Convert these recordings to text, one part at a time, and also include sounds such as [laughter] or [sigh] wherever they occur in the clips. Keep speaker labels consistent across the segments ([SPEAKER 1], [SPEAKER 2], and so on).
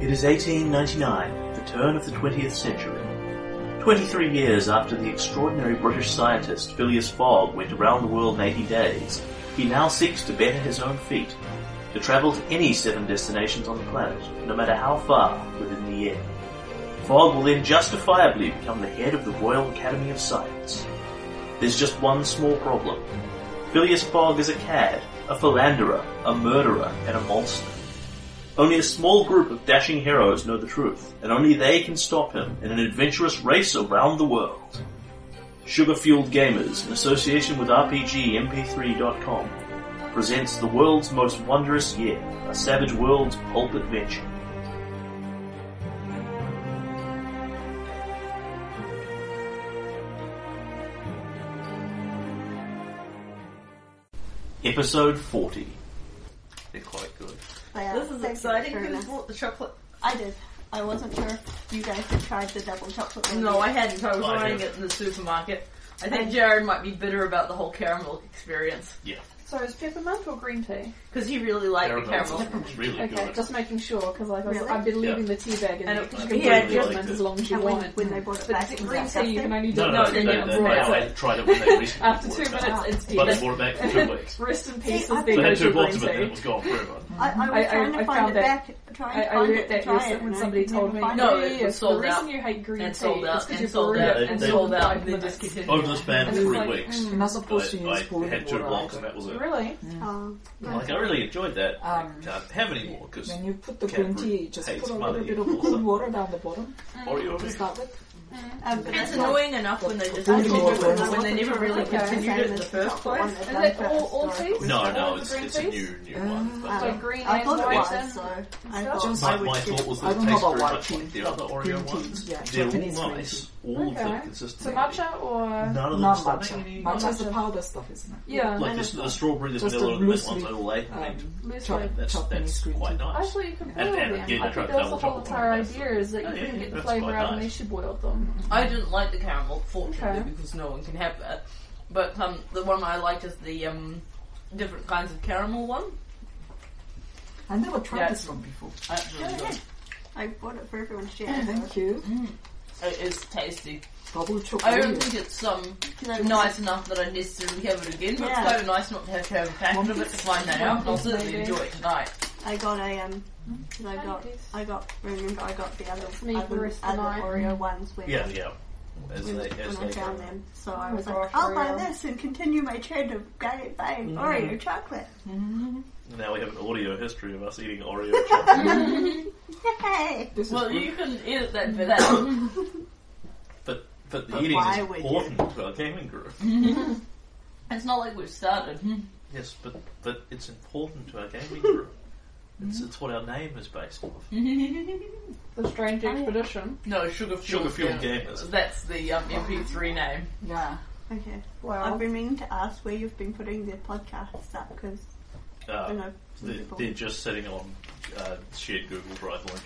[SPEAKER 1] It is 1899, the turn of the 20th century. 23 years after the extraordinary British scientist Phileas Fogg went around the world in 80 days, he now seeks to better his own feat, to travel to any seven destinations on the planet, no matter how far, within the year. Fogg will then justifiably become the head of the Royal Academy of Science. There's just one small problem. Phileas Fogg is a cad, a philanderer, a murderer, and a monster. Only a small group of dashing heroes know the truth, and only they can stop him in an adventurous race around the world. Sugar Fueled Gamers, in association with RPGMP3.com, presents the world's most wondrous year, a savage world's pulp adventure. Episode 40. They're quite good.
[SPEAKER 2] Oh, Yeah,
[SPEAKER 3] This is
[SPEAKER 2] thank you,
[SPEAKER 3] exciting.
[SPEAKER 2] fair
[SPEAKER 3] Who's
[SPEAKER 2] enough.
[SPEAKER 3] bought the chocolate?
[SPEAKER 2] I did. I wasn't sure if you guys had tried the double chocolate. one.
[SPEAKER 3] No, I hadn't. I was
[SPEAKER 1] I
[SPEAKER 3] buying
[SPEAKER 1] have.
[SPEAKER 3] it in the supermarket. I think Jared might be bitter about the whole caramel experience
[SPEAKER 1] Yeah.
[SPEAKER 4] So is peppermint or green tea?
[SPEAKER 3] because he really liked the caramel.
[SPEAKER 1] It's really
[SPEAKER 4] Okay,
[SPEAKER 1] good.
[SPEAKER 4] just making sure because like I was-
[SPEAKER 2] Really?
[SPEAKER 4] I've been leaving
[SPEAKER 1] Yeah.
[SPEAKER 4] the tea bag in
[SPEAKER 3] And
[SPEAKER 4] there
[SPEAKER 3] it-
[SPEAKER 4] because you
[SPEAKER 3] he
[SPEAKER 4] can
[SPEAKER 3] had
[SPEAKER 4] put peppermint
[SPEAKER 1] just-
[SPEAKER 4] as long as you
[SPEAKER 2] And when,
[SPEAKER 4] want.
[SPEAKER 2] when they bought it
[SPEAKER 4] but
[SPEAKER 2] back,
[SPEAKER 4] it's
[SPEAKER 2] it was
[SPEAKER 4] green tea you can
[SPEAKER 2] disgusting.
[SPEAKER 4] only do
[SPEAKER 1] No,
[SPEAKER 4] it
[SPEAKER 1] no,
[SPEAKER 3] No,
[SPEAKER 1] they,
[SPEAKER 3] then
[SPEAKER 1] they,
[SPEAKER 3] you
[SPEAKER 1] they,
[SPEAKER 3] brought it
[SPEAKER 1] I
[SPEAKER 3] out.
[SPEAKER 1] tried it when they recently
[SPEAKER 4] after
[SPEAKER 1] brought
[SPEAKER 4] two
[SPEAKER 1] it out.
[SPEAKER 4] minutes. It's
[SPEAKER 1] But
[SPEAKER 4] dead.
[SPEAKER 1] they brought it back for two weeks.
[SPEAKER 4] Rest in
[SPEAKER 2] See,
[SPEAKER 4] peace
[SPEAKER 2] I-
[SPEAKER 4] is
[SPEAKER 2] They
[SPEAKER 1] They
[SPEAKER 4] the
[SPEAKER 1] had
[SPEAKER 4] original
[SPEAKER 1] two bottles
[SPEAKER 4] green
[SPEAKER 1] of it and it
[SPEAKER 4] tea.
[SPEAKER 1] was gone forever.
[SPEAKER 2] I, I was
[SPEAKER 4] I- I-
[SPEAKER 2] trying to
[SPEAKER 4] I
[SPEAKER 2] find
[SPEAKER 4] found
[SPEAKER 2] it
[SPEAKER 4] that-
[SPEAKER 2] back, trying
[SPEAKER 4] I,
[SPEAKER 2] to
[SPEAKER 4] I
[SPEAKER 2] find
[SPEAKER 4] read
[SPEAKER 2] it
[SPEAKER 4] that
[SPEAKER 2] to try it,
[SPEAKER 4] recent when
[SPEAKER 2] and I
[SPEAKER 4] somebody
[SPEAKER 2] could
[SPEAKER 4] told
[SPEAKER 2] never
[SPEAKER 4] me,
[SPEAKER 2] find
[SPEAKER 3] No,
[SPEAKER 2] it.
[SPEAKER 3] it was
[SPEAKER 4] yes,
[SPEAKER 3] sold
[SPEAKER 4] the
[SPEAKER 3] out.
[SPEAKER 4] reason you hate green
[SPEAKER 3] And
[SPEAKER 4] tea
[SPEAKER 3] sold
[SPEAKER 4] is
[SPEAKER 3] out,
[SPEAKER 4] because
[SPEAKER 3] and
[SPEAKER 4] you
[SPEAKER 3] sold
[SPEAKER 4] brewed
[SPEAKER 1] out,
[SPEAKER 4] it
[SPEAKER 1] and
[SPEAKER 4] and
[SPEAKER 1] sold
[SPEAKER 3] out, and
[SPEAKER 4] they
[SPEAKER 3] they
[SPEAKER 4] just
[SPEAKER 3] discontinued
[SPEAKER 1] Over the span of
[SPEAKER 4] And it's
[SPEAKER 1] three
[SPEAKER 4] like,
[SPEAKER 1] weeks,
[SPEAKER 5] And that's supposed to
[SPEAKER 1] I, I
[SPEAKER 5] use pouring
[SPEAKER 1] had two
[SPEAKER 5] water
[SPEAKER 1] blocks and
[SPEAKER 5] over.
[SPEAKER 1] that was it.
[SPEAKER 4] Really?
[SPEAKER 2] Oh,
[SPEAKER 1] Like, I really enjoyed that.
[SPEAKER 5] Um,
[SPEAKER 1] Can't have any more because
[SPEAKER 5] When you put the
[SPEAKER 1] Can't
[SPEAKER 5] green
[SPEAKER 1] re-
[SPEAKER 5] tea, just
[SPEAKER 1] taste
[SPEAKER 5] put a
[SPEAKER 1] mother
[SPEAKER 5] little bit of
[SPEAKER 1] equals
[SPEAKER 5] cool
[SPEAKER 1] up.
[SPEAKER 5] water down the bottom
[SPEAKER 1] Oreo
[SPEAKER 5] to
[SPEAKER 1] over.
[SPEAKER 5] start with.
[SPEAKER 2] um, but
[SPEAKER 3] It's
[SPEAKER 2] that's not-
[SPEAKER 3] annoying enough when they just
[SPEAKER 5] I
[SPEAKER 3] did it
[SPEAKER 5] think it was-
[SPEAKER 3] when they never really
[SPEAKER 2] Okay.
[SPEAKER 3] continued it in the first
[SPEAKER 2] Chocolate one
[SPEAKER 3] place.
[SPEAKER 2] that
[SPEAKER 4] Isn't it
[SPEAKER 2] done
[SPEAKER 4] all-
[SPEAKER 2] first
[SPEAKER 4] all
[SPEAKER 2] story.
[SPEAKER 4] teas?
[SPEAKER 1] No,
[SPEAKER 4] All
[SPEAKER 1] no,
[SPEAKER 4] the
[SPEAKER 1] it's,
[SPEAKER 4] green
[SPEAKER 1] it's a
[SPEAKER 4] teas?
[SPEAKER 1] new new one.
[SPEAKER 2] Um,
[SPEAKER 1] But
[SPEAKER 4] So green
[SPEAKER 2] I
[SPEAKER 4] and
[SPEAKER 2] thought it
[SPEAKER 4] white
[SPEAKER 2] was,
[SPEAKER 4] and-
[SPEAKER 2] so I
[SPEAKER 4] and
[SPEAKER 2] thought
[SPEAKER 5] stuff?
[SPEAKER 1] my, my thought was
[SPEAKER 5] I
[SPEAKER 1] that it
[SPEAKER 5] don't know
[SPEAKER 1] tastes
[SPEAKER 5] about
[SPEAKER 1] very
[SPEAKER 5] white
[SPEAKER 1] much
[SPEAKER 5] tea,
[SPEAKER 1] like the
[SPEAKER 5] but
[SPEAKER 1] other Oreo
[SPEAKER 5] green tea,
[SPEAKER 1] ones.
[SPEAKER 5] yeah,
[SPEAKER 1] They're
[SPEAKER 5] Japanese
[SPEAKER 1] all
[SPEAKER 5] green
[SPEAKER 1] nice,
[SPEAKER 5] tea.
[SPEAKER 1] all
[SPEAKER 4] Okay.
[SPEAKER 1] the consistency.
[SPEAKER 4] So matcha or
[SPEAKER 1] None of them
[SPEAKER 5] Not
[SPEAKER 1] something
[SPEAKER 5] matcha.
[SPEAKER 1] any-
[SPEAKER 5] Matcha is the powder stuff, isn't it?
[SPEAKER 4] yeah,
[SPEAKER 1] Like this, the strawberry, the
[SPEAKER 5] Just a
[SPEAKER 1] vanilla, and that
[SPEAKER 5] loose
[SPEAKER 1] one's
[SPEAKER 5] leaf,
[SPEAKER 1] overlaid. and
[SPEAKER 5] um,
[SPEAKER 4] loose
[SPEAKER 5] chocolate,
[SPEAKER 4] leaf.
[SPEAKER 1] that's
[SPEAKER 5] chocolate
[SPEAKER 1] that's
[SPEAKER 5] green
[SPEAKER 1] quite
[SPEAKER 5] tea.
[SPEAKER 1] nice.
[SPEAKER 4] Actually, you can boil
[SPEAKER 1] And- and again,
[SPEAKER 4] them. I
[SPEAKER 1] you try to
[SPEAKER 4] think that was the
[SPEAKER 1] double
[SPEAKER 4] whole
[SPEAKER 1] chocolate
[SPEAKER 4] entire
[SPEAKER 1] one, that's-
[SPEAKER 4] idea is that you
[SPEAKER 1] Yeah, yeah,
[SPEAKER 4] couldn't get the
[SPEAKER 1] that's
[SPEAKER 4] flavour
[SPEAKER 1] quite
[SPEAKER 4] out
[SPEAKER 1] nice.
[SPEAKER 4] unless you boiled them.
[SPEAKER 3] I didn't like the caramel, fortunately,
[SPEAKER 4] Okay.
[SPEAKER 3] because no one can have that. But um, the one I liked is the um, different kinds of caramel one.
[SPEAKER 5] I never tried
[SPEAKER 3] Yeah.
[SPEAKER 5] this one before.
[SPEAKER 3] That's really good.
[SPEAKER 2] I bought it for everyone to share. [laughs]
[SPEAKER 5] Thank you.
[SPEAKER 3] It is tasty.
[SPEAKER 5] Double
[SPEAKER 3] I don't
[SPEAKER 5] chocolate.
[SPEAKER 3] think it's um,
[SPEAKER 2] Can I-
[SPEAKER 3] nice enough that I necessarily have it again, but
[SPEAKER 2] Yeah.
[SPEAKER 3] it's kind of nice not to have to have a packet of it to find that out, and I'll certainly
[SPEAKER 4] maybe.
[SPEAKER 3] enjoy it tonight.
[SPEAKER 2] I got a um. 'cause I
[SPEAKER 4] Hi,
[SPEAKER 2] got,
[SPEAKER 4] Jess.
[SPEAKER 2] I got. Remember, I got the other,
[SPEAKER 4] Me for the
[SPEAKER 2] other,
[SPEAKER 4] rest of
[SPEAKER 2] other
[SPEAKER 4] the night.
[SPEAKER 2] Oreo ones when,
[SPEAKER 1] Yeah, yeah. As
[SPEAKER 2] when,
[SPEAKER 1] they, as
[SPEAKER 2] when I
[SPEAKER 1] they
[SPEAKER 2] found
[SPEAKER 1] go.
[SPEAKER 2] them. So I
[SPEAKER 4] Oh
[SPEAKER 2] was
[SPEAKER 4] my
[SPEAKER 2] like,
[SPEAKER 4] gosh,
[SPEAKER 2] I'll buy
[SPEAKER 4] Oreo.
[SPEAKER 2] this and continue my trend of buying, buying
[SPEAKER 1] Mm-hmm.
[SPEAKER 2] Oreo chocolate.
[SPEAKER 1] Now we have an audio history of us eating Oreo
[SPEAKER 2] [laughs]
[SPEAKER 1] chocolate.
[SPEAKER 2] Yay!
[SPEAKER 5] This is
[SPEAKER 3] Well,
[SPEAKER 5] good.
[SPEAKER 3] you can edit that for [coughs] that.
[SPEAKER 1] But but the
[SPEAKER 2] But
[SPEAKER 1] eating is
[SPEAKER 2] why would you?
[SPEAKER 1] important to our gaming group.
[SPEAKER 3] it's not like we've [laughs] started.
[SPEAKER 1] yes, but but it's important to our gaming group. It's, it's what our name is based off.
[SPEAKER 4] The strange expedition.
[SPEAKER 3] No, Sugar
[SPEAKER 1] Sugar
[SPEAKER 3] Fuel.
[SPEAKER 1] Fuel Gamers.
[SPEAKER 3] That's the um, MP3 name.
[SPEAKER 5] Yeah.
[SPEAKER 2] Okay. I've
[SPEAKER 4] Wow.
[SPEAKER 2] been meaning to ask where you've been putting the podcasts up because I
[SPEAKER 1] Uh,
[SPEAKER 2] know. some
[SPEAKER 1] they're,
[SPEAKER 2] people-
[SPEAKER 1] they're just sitting on uh, shared Google Drive link.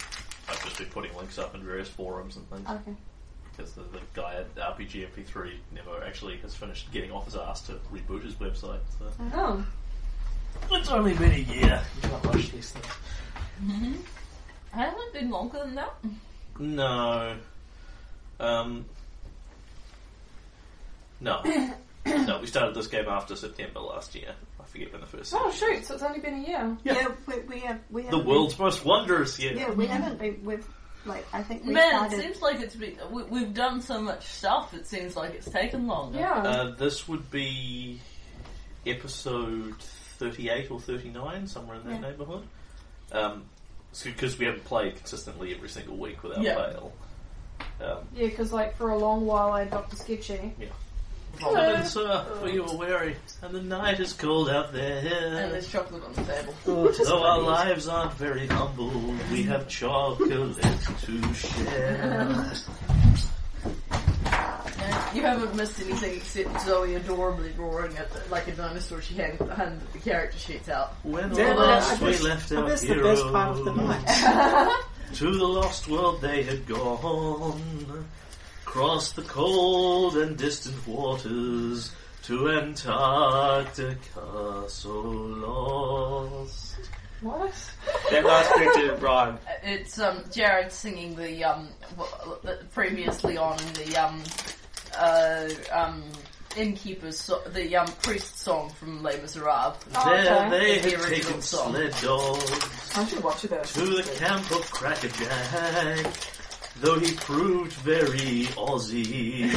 [SPEAKER 1] I've just been putting links up in various forums and things
[SPEAKER 2] Okay.
[SPEAKER 1] because the, the guy at RPG MP3 never actually has finished getting off his ass to reboot his website. So.
[SPEAKER 4] Oh,
[SPEAKER 2] Oh.
[SPEAKER 1] It's only been a year. You can't rush these things.
[SPEAKER 3] Hasn't it been longer than that?
[SPEAKER 1] No. Um. No. no, we started this game after September last year. I forget when the first.
[SPEAKER 4] oh shoot! So it's only been a year.
[SPEAKER 1] Yeah.
[SPEAKER 2] Yeah. we, we have. We
[SPEAKER 1] The
[SPEAKER 2] haven't
[SPEAKER 1] world's most wondrous year.
[SPEAKER 2] Been, yeah, we haven't been. We've like I think we
[SPEAKER 3] Man, it
[SPEAKER 2] started.
[SPEAKER 3] seems like it's been, we, we've done so much stuff. It seems like it's taken longer.
[SPEAKER 4] Yeah.
[SPEAKER 1] Uh, this would be episode 38 or 39, somewhere in that
[SPEAKER 2] Yeah.
[SPEAKER 1] neighbourhood. Um, because we haven't played consistently every single week without
[SPEAKER 3] Yeah.
[SPEAKER 1] fail. Um,
[SPEAKER 4] Yeah, because like for a long while I had Dr. Sketchy.
[SPEAKER 1] come in, sir, for you are weary, and the night is cold out there.
[SPEAKER 3] And there's chocolate on the table.
[SPEAKER 1] Though our lives aren't very humble, we have chocolate to share.
[SPEAKER 3] And you haven't missed anything except Zoe adorably roaring at the, like a dinosaur. She had handed the character sheets out.
[SPEAKER 1] When
[SPEAKER 5] Yeah,
[SPEAKER 1] last
[SPEAKER 5] I
[SPEAKER 1] we
[SPEAKER 5] missed-
[SPEAKER 1] left
[SPEAKER 5] I
[SPEAKER 1] our
[SPEAKER 5] missed the best part of the
[SPEAKER 1] heroes,
[SPEAKER 5] night.
[SPEAKER 1] [laughs] to the lost world they had gone, crossed the cold and distant waters to Antarctica so lost.
[SPEAKER 4] What?
[SPEAKER 6] That last bit did it rhyme.
[SPEAKER 3] It's um, Jared singing the um, w- the- previously on the um, uh, um, innkeeper's so- the um, priest song from Les Miserables.
[SPEAKER 4] Oh,
[SPEAKER 1] There
[SPEAKER 4] okay.
[SPEAKER 1] they
[SPEAKER 3] It's the
[SPEAKER 1] have
[SPEAKER 3] original
[SPEAKER 1] taken
[SPEAKER 3] song.
[SPEAKER 1] sled dogs.
[SPEAKER 5] I should watch it.
[SPEAKER 1] to the camp of Crackerjack. Though he proved very Aussie,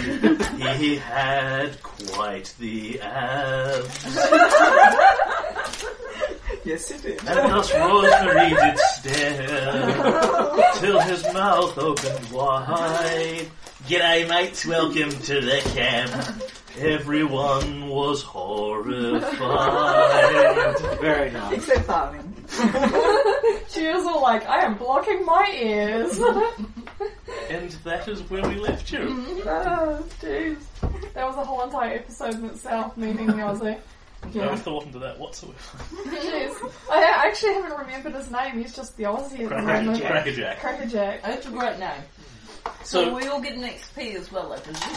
[SPEAKER 1] he had quite the abs.
[SPEAKER 5] Yes, it is.
[SPEAKER 1] And thus Rosemary did stare, till his mouth opened wide. G'day mates, welcome to the camp. Everyone was horrified.
[SPEAKER 6] Very nice.
[SPEAKER 5] [laughs] Except Darling.
[SPEAKER 4] [laughs] She was all like, I am blocking my [laughs] ears.
[SPEAKER 1] And that is where we left you.
[SPEAKER 4] Oh, Jeez. That was a whole entire episode in itself, meaning Aussie.
[SPEAKER 1] No thought into that whatsoever.
[SPEAKER 4] Jeez. I actually haven't remembered his name, he's just the Aussie at the moment.
[SPEAKER 1] Crackerjack. Crackerjack.
[SPEAKER 4] Crackerjack.
[SPEAKER 3] That's a great name.
[SPEAKER 1] So,
[SPEAKER 3] we all get an XP as well, I presume.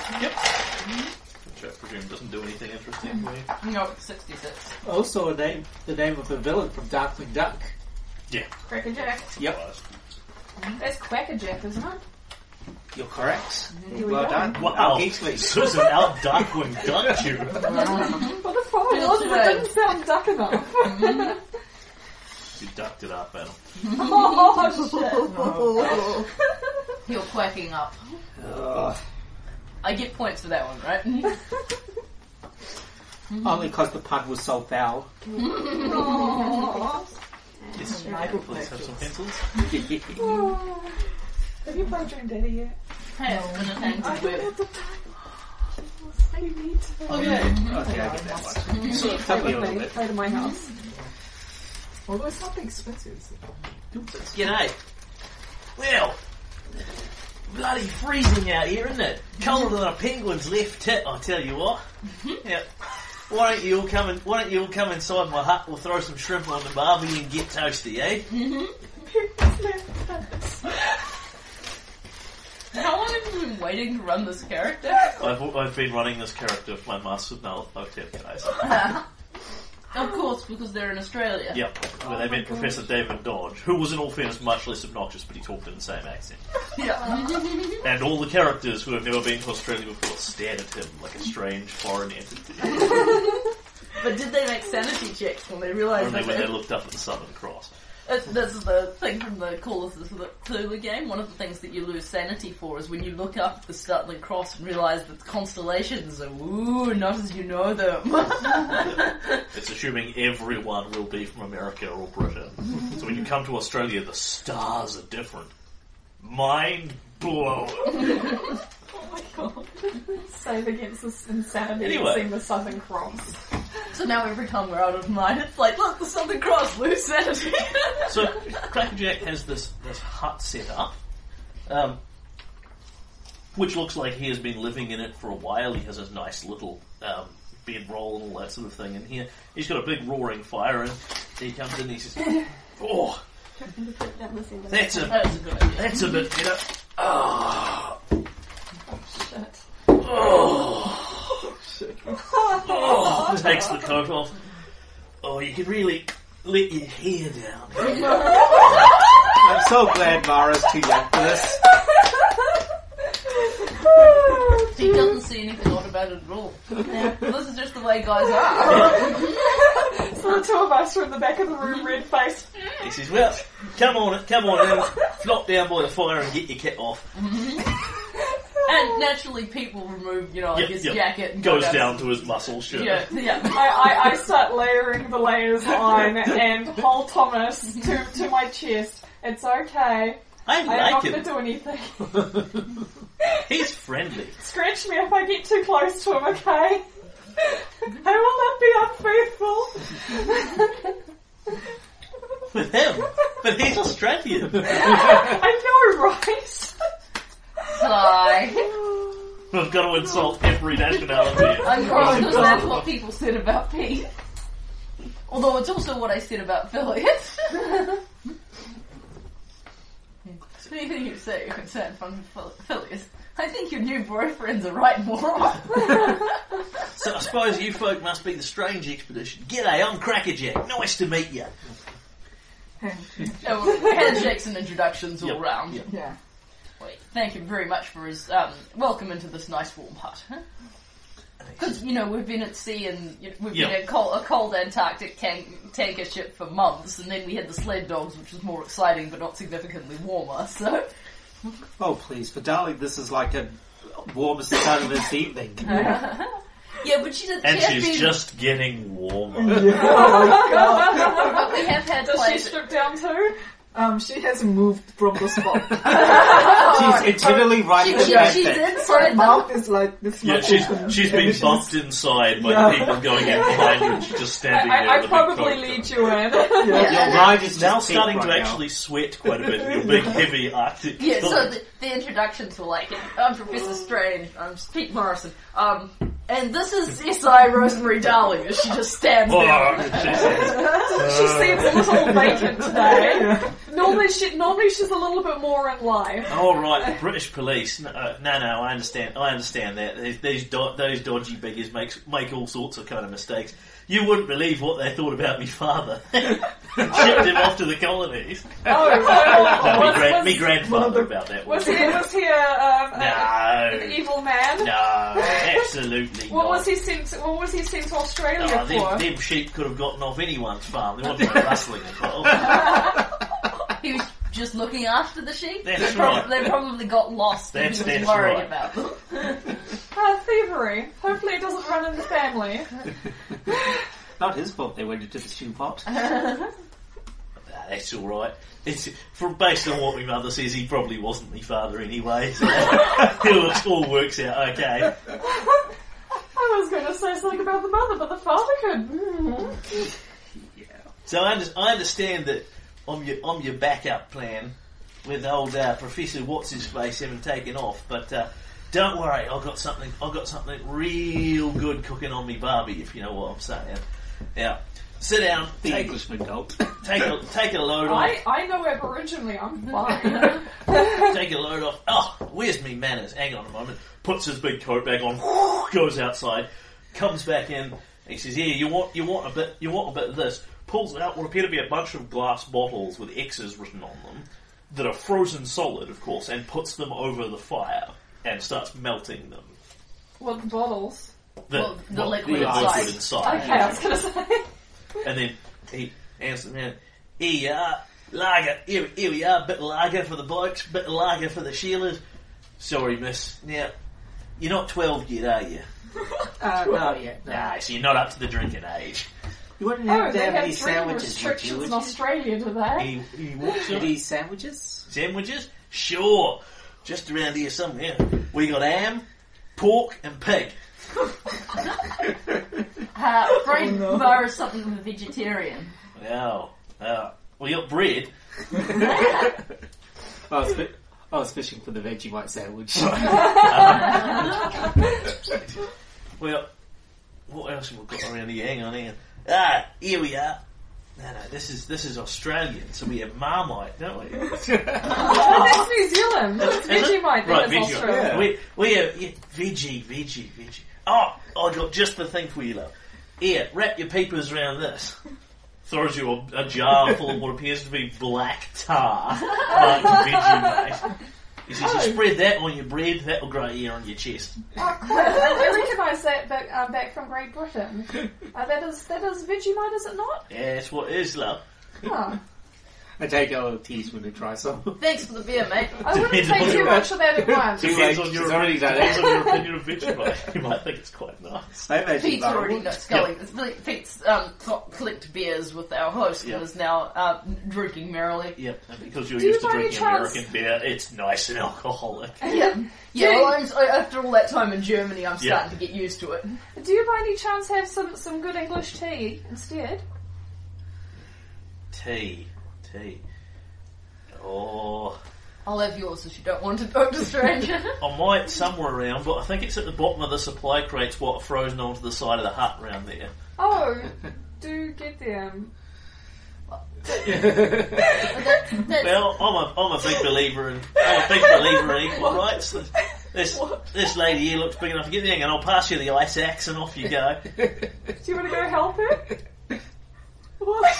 [SPEAKER 1] Which I presume doesn't do anything interesting for you.
[SPEAKER 3] No, 66.
[SPEAKER 6] Also, a name, the name of the villain from Darkwing Duck.
[SPEAKER 4] Crackerjack.
[SPEAKER 6] Yep,
[SPEAKER 4] That's Quackerjack, isn't it?
[SPEAKER 6] you're correct.
[SPEAKER 4] Mm-hmm. Here we
[SPEAKER 6] well
[SPEAKER 4] go.
[SPEAKER 6] done.
[SPEAKER 1] Wow. [laughs]
[SPEAKER 6] Geekly.
[SPEAKER 1] Susan out Darkwing [laughs] dunked you.
[SPEAKER 4] What the fuck?
[SPEAKER 3] Feel
[SPEAKER 4] Oh, It
[SPEAKER 3] today.
[SPEAKER 4] didn't sound duck enough.
[SPEAKER 1] You ducked it up, Adam.
[SPEAKER 4] [laughs] oh, shit. [laughs]
[SPEAKER 3] You're quacking up.
[SPEAKER 6] Ugh.
[SPEAKER 3] I get points for that one, [laughs] right?
[SPEAKER 6] Only because the pun was so foul. [laughs]
[SPEAKER 5] Oh,
[SPEAKER 1] Yes,
[SPEAKER 5] I could play
[SPEAKER 1] please have some pencils.
[SPEAKER 4] Have you played Dream Daddy yet?
[SPEAKER 3] hey, it's been a tangled
[SPEAKER 7] [laughs]
[SPEAKER 3] web.
[SPEAKER 6] Oh yeah. Okay, I get that one.
[SPEAKER 4] Mm-hmm.
[SPEAKER 6] So it took me a little bit.
[SPEAKER 4] Played at my house.
[SPEAKER 5] Although it's not that expensive. is it?
[SPEAKER 1] G'day. Well, bloody freezing out here, isn't it? Colder than a penguin's left tit, I tell you what. yep. Why don't you all come and Why don't you all come inside my hut? We'll throw some shrimp on the barbie and get toasty, eh?
[SPEAKER 3] Mm-hmm. How long have you been waiting to run this character?
[SPEAKER 1] I've, I've been running this character for my master no, Otep guys.
[SPEAKER 3] of course, because they're in Australia.
[SPEAKER 1] Yep, where they met Professor David Dodge, who was in all fairness much less obnoxious, but he talked in the same accent.
[SPEAKER 3] Yeah.
[SPEAKER 1] And all the characters who have never been to Australia before stared at him like a strange foreign entity.
[SPEAKER 3] but did they make sanity checks when they realised
[SPEAKER 1] Only
[SPEAKER 3] that?
[SPEAKER 1] when they
[SPEAKER 3] they-
[SPEAKER 1] looked up at the Southern Cross.
[SPEAKER 3] That's- This is the thing from the Call of the Cthulhu game. One of the things that you lose sanity for is when you look up the Startling Cross and realise that the constellations are, ooh, not as you know them.
[SPEAKER 1] It's assuming everyone will be from America or Britain. So when you come to Australia, the stars are different. Mind blown.
[SPEAKER 4] Save against this insanity
[SPEAKER 1] Anyway.
[SPEAKER 4] of seeing the Southern Cross.
[SPEAKER 3] [laughs] So now every time we're out of mine, it's like, look, the Southern Cross, lose sanity. [laughs]
[SPEAKER 1] So Crackerjack has this this hut set up, um, which looks like he has been living in it for a while. He has his nice little um, bedroll and all that sort of thing in here. He's got a big roaring fire, and he comes in and he says, "Oh,
[SPEAKER 2] That was in the
[SPEAKER 1] that's a
[SPEAKER 3] That's a good idea.
[SPEAKER 1] that's a bit better." Ah,
[SPEAKER 4] Shit. [laughs]
[SPEAKER 1] oh, oh, takes the coat off. Oh, you can really let your hair down.
[SPEAKER 6] I'm so glad Mara's too young for this.
[SPEAKER 3] He doesn't see anything odd about it at all. This is just the way guys are.
[SPEAKER 4] So the two of us were in the back of the room, red faced.
[SPEAKER 1] He says, "Well, come on, come on, in, flop down by the fire and get your kit off."
[SPEAKER 3] And naturally, people remove, you know, like
[SPEAKER 1] Yep,
[SPEAKER 3] his
[SPEAKER 1] yep.
[SPEAKER 3] jacket and
[SPEAKER 1] goes
[SPEAKER 3] go
[SPEAKER 1] down to his muscle shirt.
[SPEAKER 3] Yeah, yeah.
[SPEAKER 4] I, I, I start layering the layers on and hold Thomas to, to my chest. It's okay.
[SPEAKER 1] I
[SPEAKER 4] I'm not
[SPEAKER 1] like
[SPEAKER 4] going to
[SPEAKER 1] him.
[SPEAKER 4] do anything.
[SPEAKER 1] He's friendly.
[SPEAKER 4] Scratch me if I get too close to him, okay? I will not be unfaithful.
[SPEAKER 1] With him. But he's Australian.
[SPEAKER 4] I know, right?
[SPEAKER 3] Sigh.
[SPEAKER 1] [laughs] I've got to insult every nationality.
[SPEAKER 3] I'm
[SPEAKER 1] [laughs]
[SPEAKER 3] gross because that's what people said about Pete. Although it's also what I said about Phyllis. [laughs] Speaking of say your concern from Phyllis, I think your new boyfriend's a right
[SPEAKER 1] [laughs]
[SPEAKER 3] moron. [laughs]
[SPEAKER 1] So I suppose you folk must be the strange expedition. G'day, I'm Crackerjack. Nice to meet you.
[SPEAKER 3] Yeah, well, handshakes and introductions all
[SPEAKER 1] Yep,
[SPEAKER 3] round.
[SPEAKER 1] yep.
[SPEAKER 5] Yeah.
[SPEAKER 3] Wait, thank you very much for his um, welcome into this nice warm hut. Because you know we've been at sea and you know, we've
[SPEAKER 1] Yeah.
[SPEAKER 3] been a cold, a cold Antarctic tank, tanker ship for months, and then we had the sled dogs, which was more exciting but not significantly warmer. So
[SPEAKER 6] Oh, please, for darling, this is like a warmest time of this evening.
[SPEAKER 4] [laughs] Oh,
[SPEAKER 3] yeah, but she did.
[SPEAKER 1] And
[SPEAKER 3] she has
[SPEAKER 1] she's
[SPEAKER 3] been,
[SPEAKER 1] just getting
[SPEAKER 7] Mm.
[SPEAKER 1] warmer.
[SPEAKER 3] but we have had
[SPEAKER 4] Does she
[SPEAKER 3] places.
[SPEAKER 4] strip down too?
[SPEAKER 5] [laughs] Um, she has moved from
[SPEAKER 4] [laughs]
[SPEAKER 5] the spot.
[SPEAKER 6] She's internally
[SPEAKER 3] She,
[SPEAKER 6] writing
[SPEAKER 3] she,
[SPEAKER 6] the
[SPEAKER 3] she's
[SPEAKER 6] fanfic.
[SPEAKER 5] Her
[SPEAKER 3] inside the
[SPEAKER 5] mouth is like this
[SPEAKER 1] Yeah,
[SPEAKER 5] much
[SPEAKER 1] she's
[SPEAKER 5] open,
[SPEAKER 1] she's
[SPEAKER 5] and
[SPEAKER 1] been
[SPEAKER 5] she's-
[SPEAKER 1] bumped inside by
[SPEAKER 5] Yeah.
[SPEAKER 1] the people going in behind her and she's just standing there.
[SPEAKER 4] I, I
[SPEAKER 1] with a big
[SPEAKER 4] probably
[SPEAKER 1] coat
[SPEAKER 4] lead
[SPEAKER 1] on.
[SPEAKER 4] you in.
[SPEAKER 5] Yeah.
[SPEAKER 6] Your ride is
[SPEAKER 1] Now
[SPEAKER 6] just peak
[SPEAKER 1] starting
[SPEAKER 6] right
[SPEAKER 1] to
[SPEAKER 6] now.
[SPEAKER 1] actually sweat quite a bit in your big heavy Arctic
[SPEAKER 3] Yeah, so
[SPEAKER 1] coat.
[SPEAKER 3] the, the introductions were like, I'm Professor Strange, I'm Pete Morrison, um, and this is S.I. Rosemary Darling, as she just stands there.
[SPEAKER 1] Oh, she says,
[SPEAKER 4] she seems
[SPEAKER 3] [laughs]
[SPEAKER 4] a little vacant today. Normally, she normally she's a little bit more in life.
[SPEAKER 1] "All Oh, right, the British police. No, uh, no, no, I understand. I understand that these these, do- those dodgy biggers make make all sorts of kind of mistakes. You wouldn't believe what they thought about me father. [laughs] Shipped him off to the
[SPEAKER 4] [laughs]
[SPEAKER 1] colonies.
[SPEAKER 4] Oh,
[SPEAKER 1] No, me,
[SPEAKER 4] was,
[SPEAKER 1] gran-
[SPEAKER 4] was-
[SPEAKER 1] me grandfather about that one.
[SPEAKER 4] was he was he a, um, a- an
[SPEAKER 1] No,
[SPEAKER 4] evil man?
[SPEAKER 1] no, absolutely
[SPEAKER 4] What
[SPEAKER 1] not.
[SPEAKER 4] was he sent? What was he sent to
[SPEAKER 1] No,
[SPEAKER 4] Australia for?
[SPEAKER 1] them, them sheep could have gotten off anyone's farm. There wasn't no rustling
[SPEAKER 4] [laughs]
[SPEAKER 1] involved.
[SPEAKER 3] He was just looking after the sheep.
[SPEAKER 1] That's
[SPEAKER 3] they, prob-
[SPEAKER 1] right. [laughs]
[SPEAKER 3] they probably got lost and
[SPEAKER 1] That's-
[SPEAKER 3] he was
[SPEAKER 1] that's
[SPEAKER 3] worried
[SPEAKER 1] right.
[SPEAKER 3] about them. [laughs]
[SPEAKER 4] Ah, thievery. Hopefully, it doesn't run in the family.
[SPEAKER 6] [laughs] Not his fault they went into the stew
[SPEAKER 4] [laughs]
[SPEAKER 6] pot.
[SPEAKER 1] Nah, that's all right. It's from based on what my mother says, he probably wasn't my father anyway. So [laughs] it all works out okay.
[SPEAKER 4] I was going to say something about the mother, but the father could. Mm.
[SPEAKER 1] So I, under- I understand that on your on your backup plan with old uh, Professor What's his face haven't taken off, but uh, don't worry, I've got something I've got something real good cooking on me barbie, if you know what I'm saying. Now, sit down,
[SPEAKER 6] The
[SPEAKER 1] take
[SPEAKER 6] Englishman gulp.
[SPEAKER 4] Oh,
[SPEAKER 1] take a, take a load off.
[SPEAKER 4] I I know Aboriginally, I'm fine.
[SPEAKER 1] take a load off. Oh, where's me manners? Hang on a moment. Puts his big coat back on. [laughs] Goes outside. Comes back in. He says, "Yeah, you want you want a bit you want a bit of this." Pulls out what appear to be a bunch of glass bottles with X's written on them that are frozen solid, of course, and puts them over the fire and starts melting them.
[SPEAKER 4] What the bottles?
[SPEAKER 1] The,
[SPEAKER 3] Well, the
[SPEAKER 1] what-
[SPEAKER 3] liquid
[SPEAKER 1] liquid
[SPEAKER 3] inside.
[SPEAKER 1] inside.
[SPEAKER 4] Okay, I was going to say.
[SPEAKER 1] And then he answers me, here you are, lager, here, here we are, bit of lager for the blokes, bit of lager for the Sheilas. Sorry, miss. Now, you're not 12 yet, are you?
[SPEAKER 5] Uh, no, yeah. No.
[SPEAKER 1] Nah, so you're not up to the drinking age.
[SPEAKER 6] You wouldn't
[SPEAKER 4] Oh,
[SPEAKER 6] have to
[SPEAKER 4] they
[SPEAKER 6] have
[SPEAKER 4] have
[SPEAKER 6] any
[SPEAKER 4] drinking
[SPEAKER 6] sandwiches, would you?
[SPEAKER 4] restrictions in
[SPEAKER 6] Would you?
[SPEAKER 4] Australia, do they?
[SPEAKER 1] He, he walks up.
[SPEAKER 6] Would you eat sandwiches?
[SPEAKER 1] Sandwiches? Sure. Just around here somewhere. We got ham, pork, and pig.
[SPEAKER 3] Uh, Fred
[SPEAKER 5] Oh, no.
[SPEAKER 3] Barr is something of a vegetarian.
[SPEAKER 1] Wow. Uh, we got bread.
[SPEAKER 6] I was, fi- I was fishing for the Vegemite sandwich. [laughs]
[SPEAKER 1] Well, what else have we got around here? Hang on, hang on. Ah, here we are. No, no, this is this is Australian, so we have Marmite, don't we?
[SPEAKER 4] Oh, that's New Zealand. That's
[SPEAKER 1] Is it? Right,
[SPEAKER 4] Vegemite. Right, that's
[SPEAKER 1] Vegemite.
[SPEAKER 4] Australia.
[SPEAKER 5] Yeah.
[SPEAKER 1] We we have yeah, veggie, veggie, veggie. Oh, I got just the thing for you, love. Here, wrap your papers around this. Throws you a, a jar full of what appears to be black tar, like Vegemite. He says, you spread that on your bread, that'll grow here on your chest.
[SPEAKER 4] I recognise that back, uh, back from Great Britain. Uh, that is that is Vegemite, is it not?
[SPEAKER 1] Yeah, that's what it is, love.
[SPEAKER 4] Huh.
[SPEAKER 6] I take a little teaspoon and try some. [laughs]
[SPEAKER 3] Thanks for the beer, mate.
[SPEAKER 4] I wouldn't take too much of that at once.
[SPEAKER 1] Depends
[SPEAKER 6] Like,
[SPEAKER 1] on your-
[SPEAKER 6] she's already done
[SPEAKER 1] Depends
[SPEAKER 6] it.
[SPEAKER 1] on your opinion of Vegemite. You might think it's quite nice.
[SPEAKER 6] I imagine
[SPEAKER 3] Pete's
[SPEAKER 6] Barra
[SPEAKER 3] already
[SPEAKER 6] would.
[SPEAKER 3] not sculling. Pete- Pete's um, co- clicked beers with our host
[SPEAKER 1] Yeah.
[SPEAKER 3] and is now uh, drinking merrily.
[SPEAKER 1] Yep, and because you're
[SPEAKER 4] Do you
[SPEAKER 1] used to
[SPEAKER 4] by any
[SPEAKER 1] drinking
[SPEAKER 4] chance-
[SPEAKER 1] American beer, it's nice and alcoholic.
[SPEAKER 3] Yeah, yeah. Well, I'm, I, after all that time in Germany, I'm
[SPEAKER 1] Yeah.
[SPEAKER 3] starting to get used to it.
[SPEAKER 4] Do you by any chance have some, some good English tea instead?
[SPEAKER 1] Tea, tea. Oh,
[SPEAKER 3] I'll have yours if you don't want it, Doctor Strange. [laughs]
[SPEAKER 1] I might somewhere around, but I think it's at the bottom of the supply crates. What are frozen onto the side of the hut round there.
[SPEAKER 4] Oh, do get them.
[SPEAKER 3] That's- that's-
[SPEAKER 1] Well, I'm a I'm a big believer in I'm a big believer in equal rights. This this lady here looks big enough to get the hang, and I'll pass you the ice axe, and off you go.
[SPEAKER 4] Do you want to go help her? What?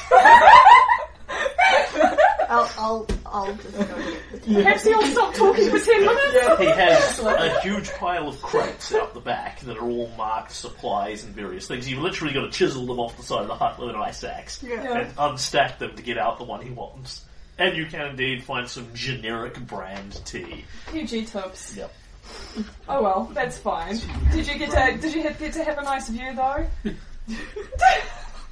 [SPEAKER 4] [laughs]
[SPEAKER 2] I'll, I'll, I'll just
[SPEAKER 1] [laughs]
[SPEAKER 2] go get the tent.
[SPEAKER 4] Perhaps you'll stop talking for ten minutes.
[SPEAKER 1] He has a huge pile of crates out the back that are all marked supplies and various things. You've literally got to chisel them off the side of the hut with an ice axe
[SPEAKER 2] Yeah.
[SPEAKER 1] and unstack them to get out the one he wants. And you can indeed find some generic brand tea.
[SPEAKER 4] PG tips.
[SPEAKER 1] Yep.
[SPEAKER 4] Oh well, that's fine. Did you get to did you ha- get to have a nice view though?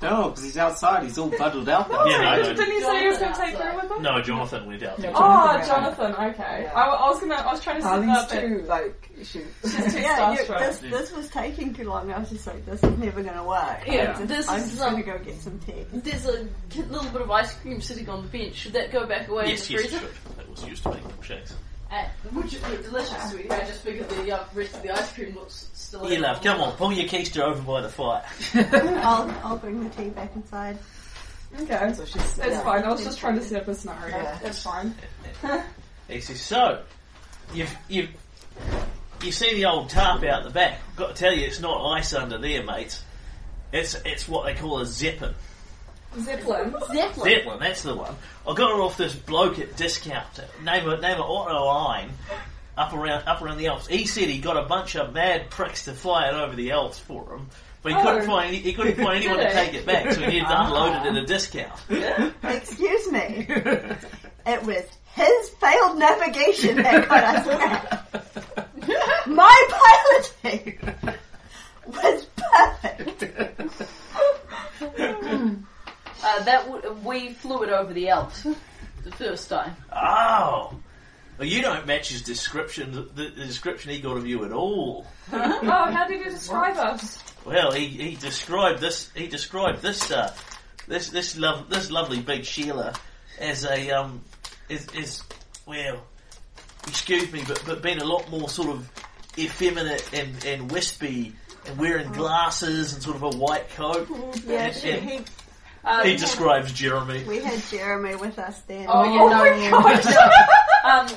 [SPEAKER 6] No, because he's outside. He's all bundled up. now.
[SPEAKER 1] Yeah, I
[SPEAKER 4] Didn't he say he was going to
[SPEAKER 3] Jonathan
[SPEAKER 4] take her
[SPEAKER 3] outside.
[SPEAKER 4] with him?
[SPEAKER 1] No, Jonathan went out.
[SPEAKER 5] Yeah.
[SPEAKER 4] Oh,
[SPEAKER 5] Jonathan.
[SPEAKER 4] Jonathan. Okay,
[SPEAKER 5] Yeah.
[SPEAKER 4] I, w- I was gonna. I was trying to
[SPEAKER 5] Are
[SPEAKER 4] set
[SPEAKER 5] these
[SPEAKER 4] up. that-
[SPEAKER 5] two like issues?
[SPEAKER 4] She's too
[SPEAKER 2] Yeah, you,
[SPEAKER 4] starstruck.
[SPEAKER 2] this, this was taking too long. I was just like, this is never going to work.
[SPEAKER 3] Yeah,
[SPEAKER 2] I'm just,
[SPEAKER 3] this
[SPEAKER 2] I'm
[SPEAKER 3] is
[SPEAKER 2] just going to
[SPEAKER 3] some-
[SPEAKER 2] go get some tea. [laughs]
[SPEAKER 3] There's a ki- little bit of ice cream sitting on the bench. Should that go back away
[SPEAKER 1] Yes,
[SPEAKER 3] in the
[SPEAKER 1] yes,
[SPEAKER 3] freezer?
[SPEAKER 1] sure. That was used to making milkshakes.
[SPEAKER 3] Uh, which is delicious, sweetie. I just figured the uh, rest of the ice cream looks still.
[SPEAKER 1] Yeah, love, come on, pull your keister over by the fire.
[SPEAKER 2] I'll, I'll bring the tea back inside.
[SPEAKER 4] Okay,
[SPEAKER 5] So she's.
[SPEAKER 4] it's
[SPEAKER 5] yeah.
[SPEAKER 4] fine. I was just trying to set up a scenario.
[SPEAKER 5] Yeah.
[SPEAKER 4] It's fine.
[SPEAKER 1] He says, so, you've, you've, you see the old tarp out the back. I've got to tell you, it's not ice under there, mate. It's, it's what they call a zeppelin.
[SPEAKER 4] Zeppelin.
[SPEAKER 3] Zeppelin.
[SPEAKER 1] Zeppelin, that's the one. I got her off this bloke at discount. Name of name of Otto Line up around up around the Alps. He said he got a bunch of mad pricks to fly it over the Alps for him, but he
[SPEAKER 4] Oh.
[SPEAKER 1] couldn't find any, he couldn't find anyone to
[SPEAKER 4] Did he?
[SPEAKER 1] take it back, so he had to unload it at a discount.
[SPEAKER 2] Excuse me. It was his failed navigation that got
[SPEAKER 3] [laughs]
[SPEAKER 2] us back. My piloting was perfect.
[SPEAKER 3] Uh, that w- we flew it over the Alps [laughs] the first time.
[SPEAKER 1] Oh. Well, you don't match his description, the, the description he got of you at all.
[SPEAKER 4] [laughs] Oh, how did you describe us?
[SPEAKER 1] Well, he, he described this. He described this uh, this this love this lovely big Sheila as a um is is well, excuse me, but but being a lot more sort of effeminate and and wispy and wearing glasses and sort of a white coat.
[SPEAKER 2] Mm. Mm-hmm. Yeah, she, he,
[SPEAKER 4] Um,
[SPEAKER 1] He describes Jeremy.
[SPEAKER 2] we had Jeremy with us then.
[SPEAKER 3] Oh,
[SPEAKER 4] Oh
[SPEAKER 3] yeah,
[SPEAKER 4] my gosh!
[SPEAKER 3] [laughs] Um,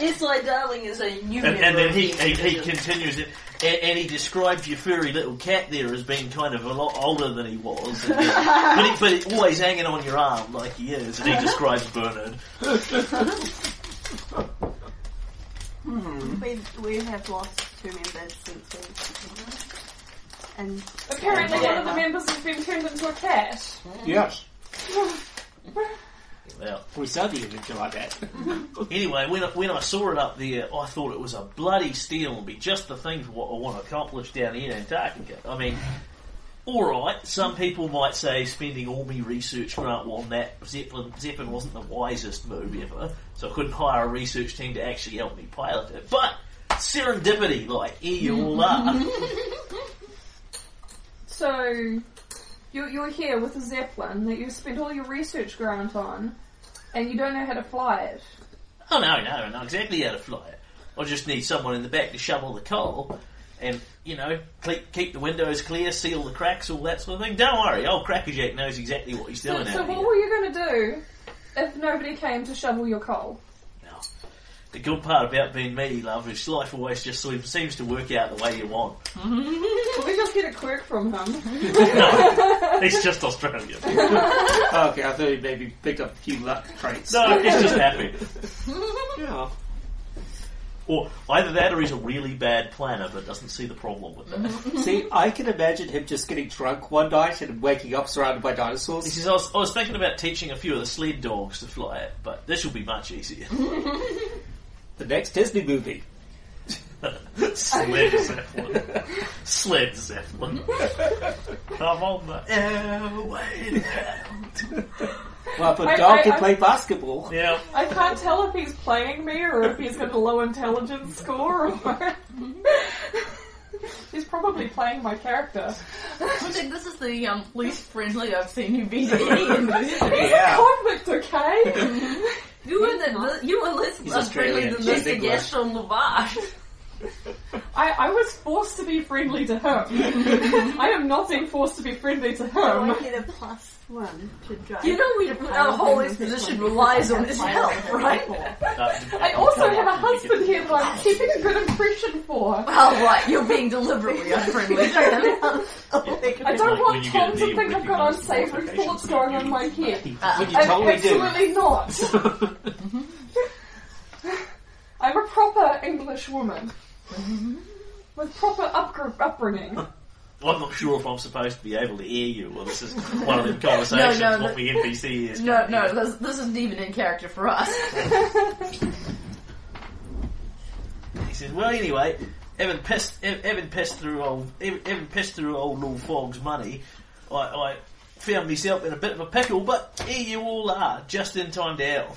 [SPEAKER 3] Isla Darling is a new
[SPEAKER 1] And,
[SPEAKER 3] member
[SPEAKER 1] and then
[SPEAKER 3] of
[SPEAKER 1] he,
[SPEAKER 3] the
[SPEAKER 1] he, he
[SPEAKER 3] Inquisition.
[SPEAKER 1] continues it, and, and he described your furry little cat there as being kind of a lot older than he was, and, uh, but, he, but he always hanging on your arm like he is, and he describes Bernard.
[SPEAKER 2] We, we have lost two members since we. And
[SPEAKER 4] Apparently, one of the members has been turned into a cat.
[SPEAKER 6] [laughs] Yes.
[SPEAKER 1] Well,
[SPEAKER 6] We certainly didn't like that.
[SPEAKER 1] anyway, when I, when I saw it up there, I thought it was a bloody steal and be just the thing for what I want to accomplish down here in Antarctica. I mean, alright, some people might say spending all my research grant on that Zeppelin, Zeppelin wasn't the wisest move ever, so I couldn't hire a research team to actually help me pilot it. But serendipity, like, here you all are.
[SPEAKER 4] So, you're, you're here with a Zeppelin that you spent all your research grant on, and you don't know how to fly it.
[SPEAKER 1] Oh no, no, I know exactly how to fly it. I just need someone in the back to shovel the coal, and you know, keep, keep the windows clear, seal the cracks, all that sort of thing. Don't worry, old Crackerjack knows exactly what he's
[SPEAKER 4] So,
[SPEAKER 1] doing.
[SPEAKER 4] so
[SPEAKER 1] out
[SPEAKER 4] what
[SPEAKER 1] here.
[SPEAKER 4] were you going to do if nobody came to shovel your coal?
[SPEAKER 1] Now, the good part about being me, love, is life always just sort of seems to work out the way you
[SPEAKER 4] [laughs]
[SPEAKER 1] want.
[SPEAKER 4] Can we just get a quirk from him?
[SPEAKER 1] no, it's just Australian. No,
[SPEAKER 6] okay, I thought he maybe picked up a few luck crates.
[SPEAKER 1] it's just happy.
[SPEAKER 6] Yeah.
[SPEAKER 1] Or either that, or he's a really bad planner but doesn't see the problem with that.
[SPEAKER 4] Mm-hmm.
[SPEAKER 6] See, I can imagine him just getting drunk one night and waking up surrounded by
[SPEAKER 1] He
[SPEAKER 6] dinosaurs.
[SPEAKER 1] says, I was, I was thinking about teaching a few of the sled dogs to fly it, but this will be much easier.
[SPEAKER 6] The next Disney movie.
[SPEAKER 1] Sled Zeppelin. Sled Zeppelin. I'm on the airway now.
[SPEAKER 6] Well, if a
[SPEAKER 4] I-
[SPEAKER 6] dog
[SPEAKER 4] I-
[SPEAKER 6] can
[SPEAKER 4] I-
[SPEAKER 6] play
[SPEAKER 1] [laughs]
[SPEAKER 6] basketball.
[SPEAKER 1] Yeah.
[SPEAKER 4] I can't tell if he's playing me or if he's got a low intelligence score or. he's probably playing my character.
[SPEAKER 3] I think this is the um, least friendly I've seen you [laughs] be in this.
[SPEAKER 4] [laughs]
[SPEAKER 6] Yeah.
[SPEAKER 4] Convict, okay?
[SPEAKER 3] You were the, you were less
[SPEAKER 6] He's
[SPEAKER 3] unfriendly
[SPEAKER 6] Australian.
[SPEAKER 3] than
[SPEAKER 6] She's
[SPEAKER 3] Mr. [laughs]
[SPEAKER 6] English.
[SPEAKER 3] Gaston Lavage.
[SPEAKER 4] I, I was forced to be friendly to
[SPEAKER 5] [laughs]
[SPEAKER 4] him. I am not being forced to be friendly to
[SPEAKER 3] Oh,
[SPEAKER 2] So
[SPEAKER 4] him.
[SPEAKER 2] I get a plus one to drive.
[SPEAKER 3] You know we- our whole exposition relies on his help, right?
[SPEAKER 4] I also have a husband here
[SPEAKER 6] [laughs]
[SPEAKER 4] that I'm keeping a good impression for.
[SPEAKER 3] Well, Oh, right, you're being deliberately [laughs] unfriendly.
[SPEAKER 4] [laughs] I don't want Tom to think I've got unsavory thoughts going on
[SPEAKER 1] [laughs]
[SPEAKER 4] in my head.
[SPEAKER 6] But you
[SPEAKER 4] I-
[SPEAKER 6] totally do.
[SPEAKER 4] absolutely not.
[SPEAKER 6] [laughs]
[SPEAKER 4] [laughs] I'm a proper English woman. With proper upgr- upbringing.
[SPEAKER 1] Well, I'm not sure if I'm supposed to be able to hear you. Well, this is one of the conversations
[SPEAKER 3] No, no,
[SPEAKER 1] what the NPC is.
[SPEAKER 3] No, no, this, this isn't even in character for us.
[SPEAKER 1] He says, "Well, anyway, Evan pissed. Ev- Evan pissed through old. Ev- Evan pissed through old Lord Fogg's money. I, I found myself in a bit of a pickle, but here you all are, just in time to help.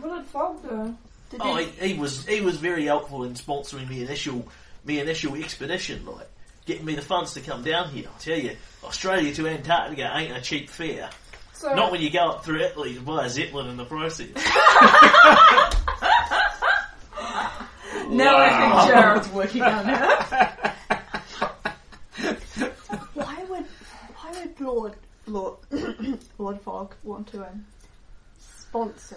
[SPEAKER 4] What did Fog do?
[SPEAKER 2] Did
[SPEAKER 1] Oh,
[SPEAKER 2] you,
[SPEAKER 1] he, he was he was very helpful in sponsoring me initial me initial expedition, like getting me the funds to come down here. I tell you, Australia to Antarctica ain't a cheap fare.
[SPEAKER 4] So,
[SPEAKER 1] Not when you go up through Italy to buy a Zeppelin in the process.
[SPEAKER 3] Now I think Gerald's working on her.
[SPEAKER 2] why would why would Lord Lord [coughs] Lord Fogg want to um, sponsor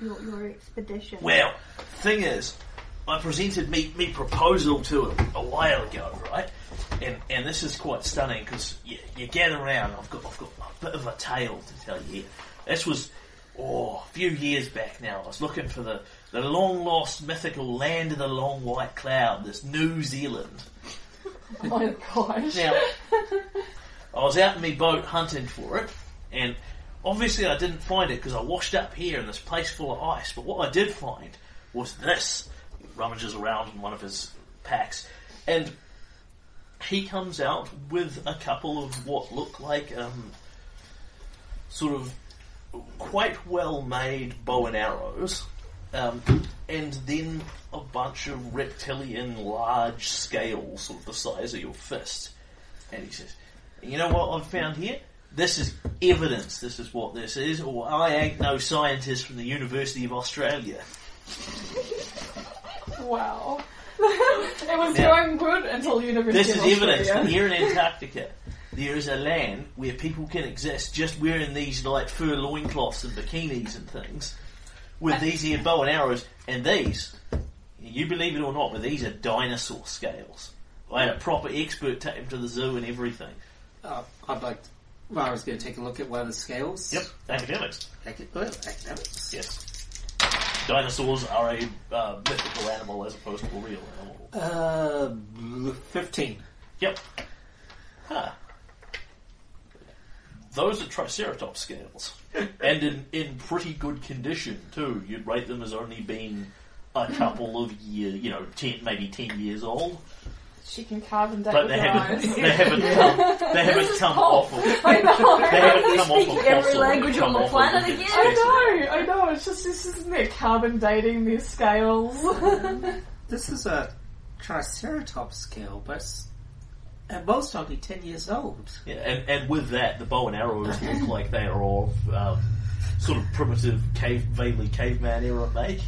[SPEAKER 2] your your expedition?
[SPEAKER 1] Well, thing is, I presented me, me proposal to him a while ago, right? And and this is quite stunning because you, you gather around. I've got I've got a bit of a tale to tell you here. This was oh a few years back now. I was looking for the the long lost mythical land of the long white cloud, this New Zealand.
[SPEAKER 4] oh my gosh.
[SPEAKER 1] Now, I was out in my boat hunting for it, and obviously I didn't find it because I washed up here in this place full of ice. But what I did find was this. He rummages around in one of his packs, and he comes out with a couple of what look like um, sort of quite well made bow and arrows, um, and then a bunch of reptilian large scales, sort of the size of your fist. And he says, You know what I've found here? This is evidence, this is what this is, or I ain't no scientist from the University of Australia.
[SPEAKER 4] Wow. [laughs] it was
[SPEAKER 1] Yeah.
[SPEAKER 4] going good until University [laughs]
[SPEAKER 1] This is
[SPEAKER 4] of
[SPEAKER 1] evidence that
[SPEAKER 4] Australia.
[SPEAKER 1] here in Antarctica, there is a land where people can exist just wearing these like fur loincloths and bikinis and things, with these here bow and arrows, and these, you believe it or not, but these are dinosaur scales. I had a proper expert take them to the zoo and everything.
[SPEAKER 6] Uh, I'd like. To, well, I was going to take a look at one of the scales.
[SPEAKER 1] academics.
[SPEAKER 6] Ac- well, academics.
[SPEAKER 1] Yes. Dinosaurs are a uh, mythical animal as opposed to a real animal.
[SPEAKER 6] Uh, fifteen.
[SPEAKER 1] Yep. Huh. Those are Triceratops scales. and in, in pretty good condition, too. You'd rate them as only being a couple of years, you know, ten, maybe ten years old.
[SPEAKER 4] She can carve and date
[SPEAKER 1] But
[SPEAKER 4] with
[SPEAKER 1] they
[SPEAKER 4] her
[SPEAKER 1] haven't,
[SPEAKER 4] [laughs] eyes.
[SPEAKER 1] they
[SPEAKER 3] [laughs]
[SPEAKER 1] haven't come, they haven't come off of, they
[SPEAKER 4] I know.
[SPEAKER 1] haven't come off of
[SPEAKER 3] Speaking every
[SPEAKER 1] fossil,
[SPEAKER 3] language
[SPEAKER 1] come
[SPEAKER 3] on the
[SPEAKER 1] off of
[SPEAKER 3] planet
[SPEAKER 1] living
[SPEAKER 3] again.
[SPEAKER 1] specimens.
[SPEAKER 4] I know, I know. It's just this isn't it carbon dating these [laughs] scales.
[SPEAKER 6] This is a Triceratops scale, but it's at most only ten years old.
[SPEAKER 1] Yeah, and, and with that, the bow and arrows look like they are all um, sort of primitive, cave, vaguely caveman era make,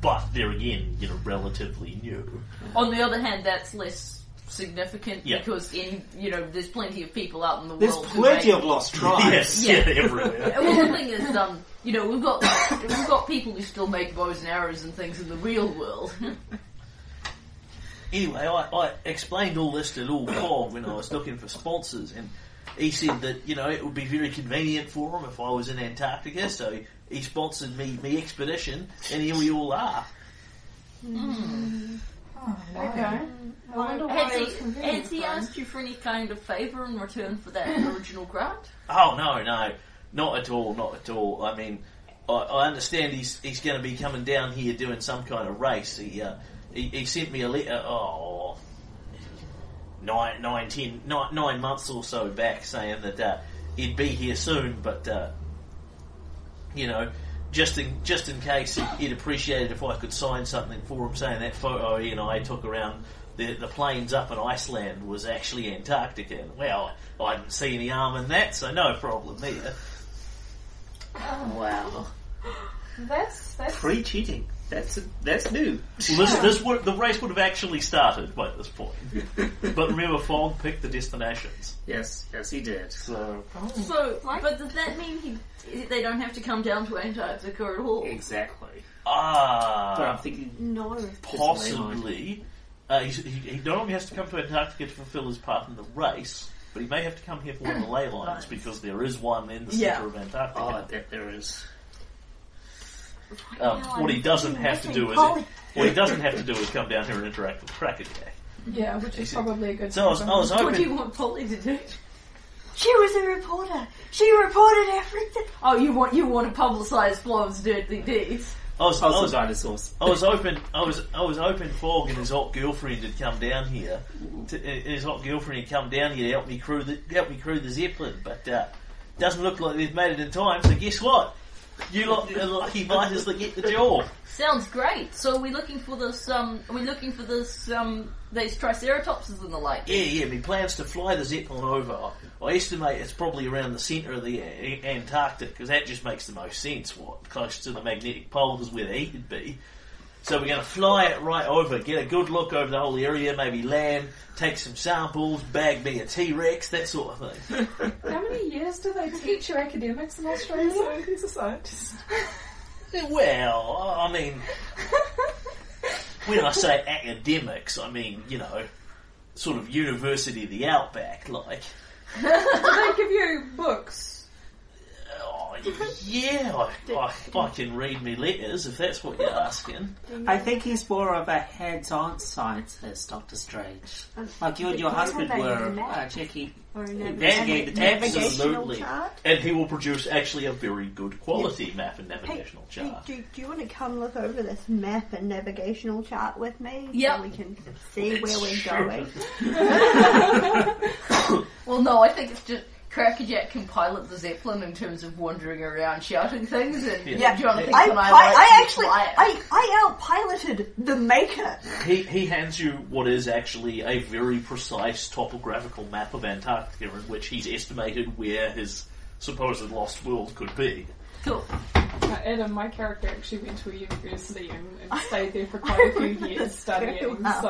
[SPEAKER 1] but they're again, you know, relatively new.
[SPEAKER 3] On the other hand, that's less significant
[SPEAKER 1] Yeah.
[SPEAKER 3] because in you know there's plenty of people out in the
[SPEAKER 6] There's
[SPEAKER 3] world. who
[SPEAKER 6] plenty
[SPEAKER 3] make-
[SPEAKER 6] of lost tribes.
[SPEAKER 1] Yes, yeah,
[SPEAKER 3] Yeah.
[SPEAKER 1] everywhere.
[SPEAKER 3] Well, the thing is, um, you know, we've got we've got people who still make bows and arrows and things in the real world.
[SPEAKER 1] [laughs] Anyway, I, I explained all this to Lord Fogg when I was looking for sponsors, and he said that you know it would be very convenient for him if I was in Antarctica, so he sponsored me me expedition, and here we all are.
[SPEAKER 4] okay. I wonder why
[SPEAKER 3] Has
[SPEAKER 4] it was
[SPEAKER 3] he,
[SPEAKER 4] convenient
[SPEAKER 3] has he
[SPEAKER 4] for him.
[SPEAKER 3] asked you for any kind of favour in return for that original grant?
[SPEAKER 1] Oh no, no, not at all, not at all. I mean, I, I understand he's he's going to be coming down here doing some kind of race. He uh, he, he sent me a letter. Oh. Nine, nine, ten, nine, nine months or so back, saying that uh, he'd be here soon, but uh, you know, just in just in case he'd, he'd appreciate it if I could sign something for him, saying that photo he and I took around the the plains up in Iceland was actually Antarctica. And well, I didn't see any harm in that, so no problem there.
[SPEAKER 3] Wow.
[SPEAKER 4] That's that's
[SPEAKER 6] Free cheating. That's that's [laughs] new.
[SPEAKER 1] Well, this, this would, the race would have actually started by this point. But remember, Fogg picked the destinations.
[SPEAKER 6] yes, yes, he did.
[SPEAKER 1] So,
[SPEAKER 3] So, but does that mean he, they don't have to come down to Antarctica at all?
[SPEAKER 6] Exactly. But I'm
[SPEAKER 1] ah,
[SPEAKER 6] thinking
[SPEAKER 2] No.
[SPEAKER 1] possibly. Uh, he's- he, he not only has to come to Antarctica to fulfill his part in the race, but he may have to come here for one of the ley lines because there is one in the centre
[SPEAKER 3] Yeah.
[SPEAKER 1] of Antarctica.
[SPEAKER 6] oh, that there is.
[SPEAKER 1] Um, what he doesn't have to do is
[SPEAKER 2] Polly.
[SPEAKER 1] what he doesn't have to do is come down here and interact with Krakatoa.
[SPEAKER 4] Yeah, which is probably a good
[SPEAKER 1] So I was, I was
[SPEAKER 3] What do you
[SPEAKER 1] hoping.
[SPEAKER 3] want Polly to do?
[SPEAKER 2] She was a reporter. She reported everything.
[SPEAKER 3] Oh, you want you want to publicise Flom's dirty deeds?
[SPEAKER 1] I was, I
[SPEAKER 6] Also
[SPEAKER 1] was,
[SPEAKER 6] dinosaurs.
[SPEAKER 1] I was open. I was I was open. Fogg and his hot girlfriend had come down here. To, and his hot girlfriend had come down here to help me crew the help me crew the zeppelin, but uh, doesn't look like they've made it in time. So guess what? You lot are lucky biters that get the job.
[SPEAKER 3] Sounds great. So are we looking for this? Um, are we looking for this? Um, these triceratopses and the like.
[SPEAKER 1] Yeah, yeah. My plans to fly the zeppelin over. I, I estimate it's probably around the centre of the A- Antarctic because that just makes the most sense. What close to the magnetic pole is where the heat would be. So we're going to fly it right over, get a good look over the whole area, maybe land, take some samples, bag me a T Rex, that sort of thing.
[SPEAKER 4] How many years do they teach your academics in [laughs] Australia?
[SPEAKER 5] He's
[SPEAKER 7] [laughs]
[SPEAKER 5] a scientist.
[SPEAKER 1] well, I mean, when I say academics, I mean you know, sort of university of the outback, like.
[SPEAKER 4] do they give you books?
[SPEAKER 1] Oh, yeah, I, I, I can read me letters if that's what you're asking.
[SPEAKER 6] I think he's more of a hands-on scientist, Doctor Strange. Like you and your
[SPEAKER 2] Did you
[SPEAKER 6] husband
[SPEAKER 2] have a
[SPEAKER 6] were
[SPEAKER 2] map?
[SPEAKER 6] uh, checking.
[SPEAKER 2] Or a
[SPEAKER 6] Navigate the text.
[SPEAKER 1] Absolutely.
[SPEAKER 2] chart.
[SPEAKER 1] And he will produce actually a very good quality map and navigational
[SPEAKER 2] Do,
[SPEAKER 1] chart.
[SPEAKER 2] do, do you want to come look over this map and navigational chart with me?
[SPEAKER 3] Yep.
[SPEAKER 2] So we can see where we're
[SPEAKER 1] Sure.
[SPEAKER 2] going.
[SPEAKER 3] Well, no, I think it's just Crackerjack can pilot the zeppelin in terms of wandering around shouting things, and
[SPEAKER 1] Yeah.
[SPEAKER 3] Jonathan
[SPEAKER 2] I, I,
[SPEAKER 3] can I,
[SPEAKER 2] I actually, I, I outpiloted the maker.
[SPEAKER 1] He, he hands you what is actually a very precise topographical map of Antarctica in which he's estimated where his supposed lost world could be.
[SPEAKER 3] cool.
[SPEAKER 4] Uh, Adam, my character actually went to a university and, and stayed there for quite a few years studying.
[SPEAKER 2] Wow.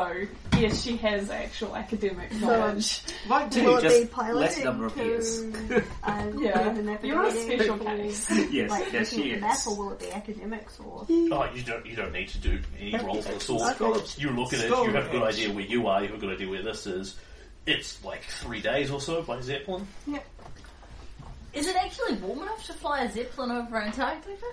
[SPEAKER 4] So yes, she has actual academic knowledge.
[SPEAKER 6] Mine too,
[SPEAKER 2] Will it
[SPEAKER 6] just
[SPEAKER 2] be piloted
[SPEAKER 6] less number of
[SPEAKER 2] to,
[SPEAKER 6] years. [laughs]
[SPEAKER 2] Um,
[SPEAKER 4] Yeah.
[SPEAKER 2] the navigating
[SPEAKER 4] You're a special
[SPEAKER 2] for,
[SPEAKER 4] case.
[SPEAKER 6] Yes,
[SPEAKER 2] Like,
[SPEAKER 6] yes,
[SPEAKER 2] looking
[SPEAKER 6] she
[SPEAKER 2] at the map,
[SPEAKER 6] is.
[SPEAKER 2] or will it be academics or?
[SPEAKER 1] Oh, you don't you don't need to do any rolls of the sort.
[SPEAKER 6] Okay.
[SPEAKER 1] You look at it, you have a good idea where you are, you have a good idea where this is. It's like three days or so by Zeppelin.
[SPEAKER 3] Is it actually warm enough to fly a zeppelin over Antarctica?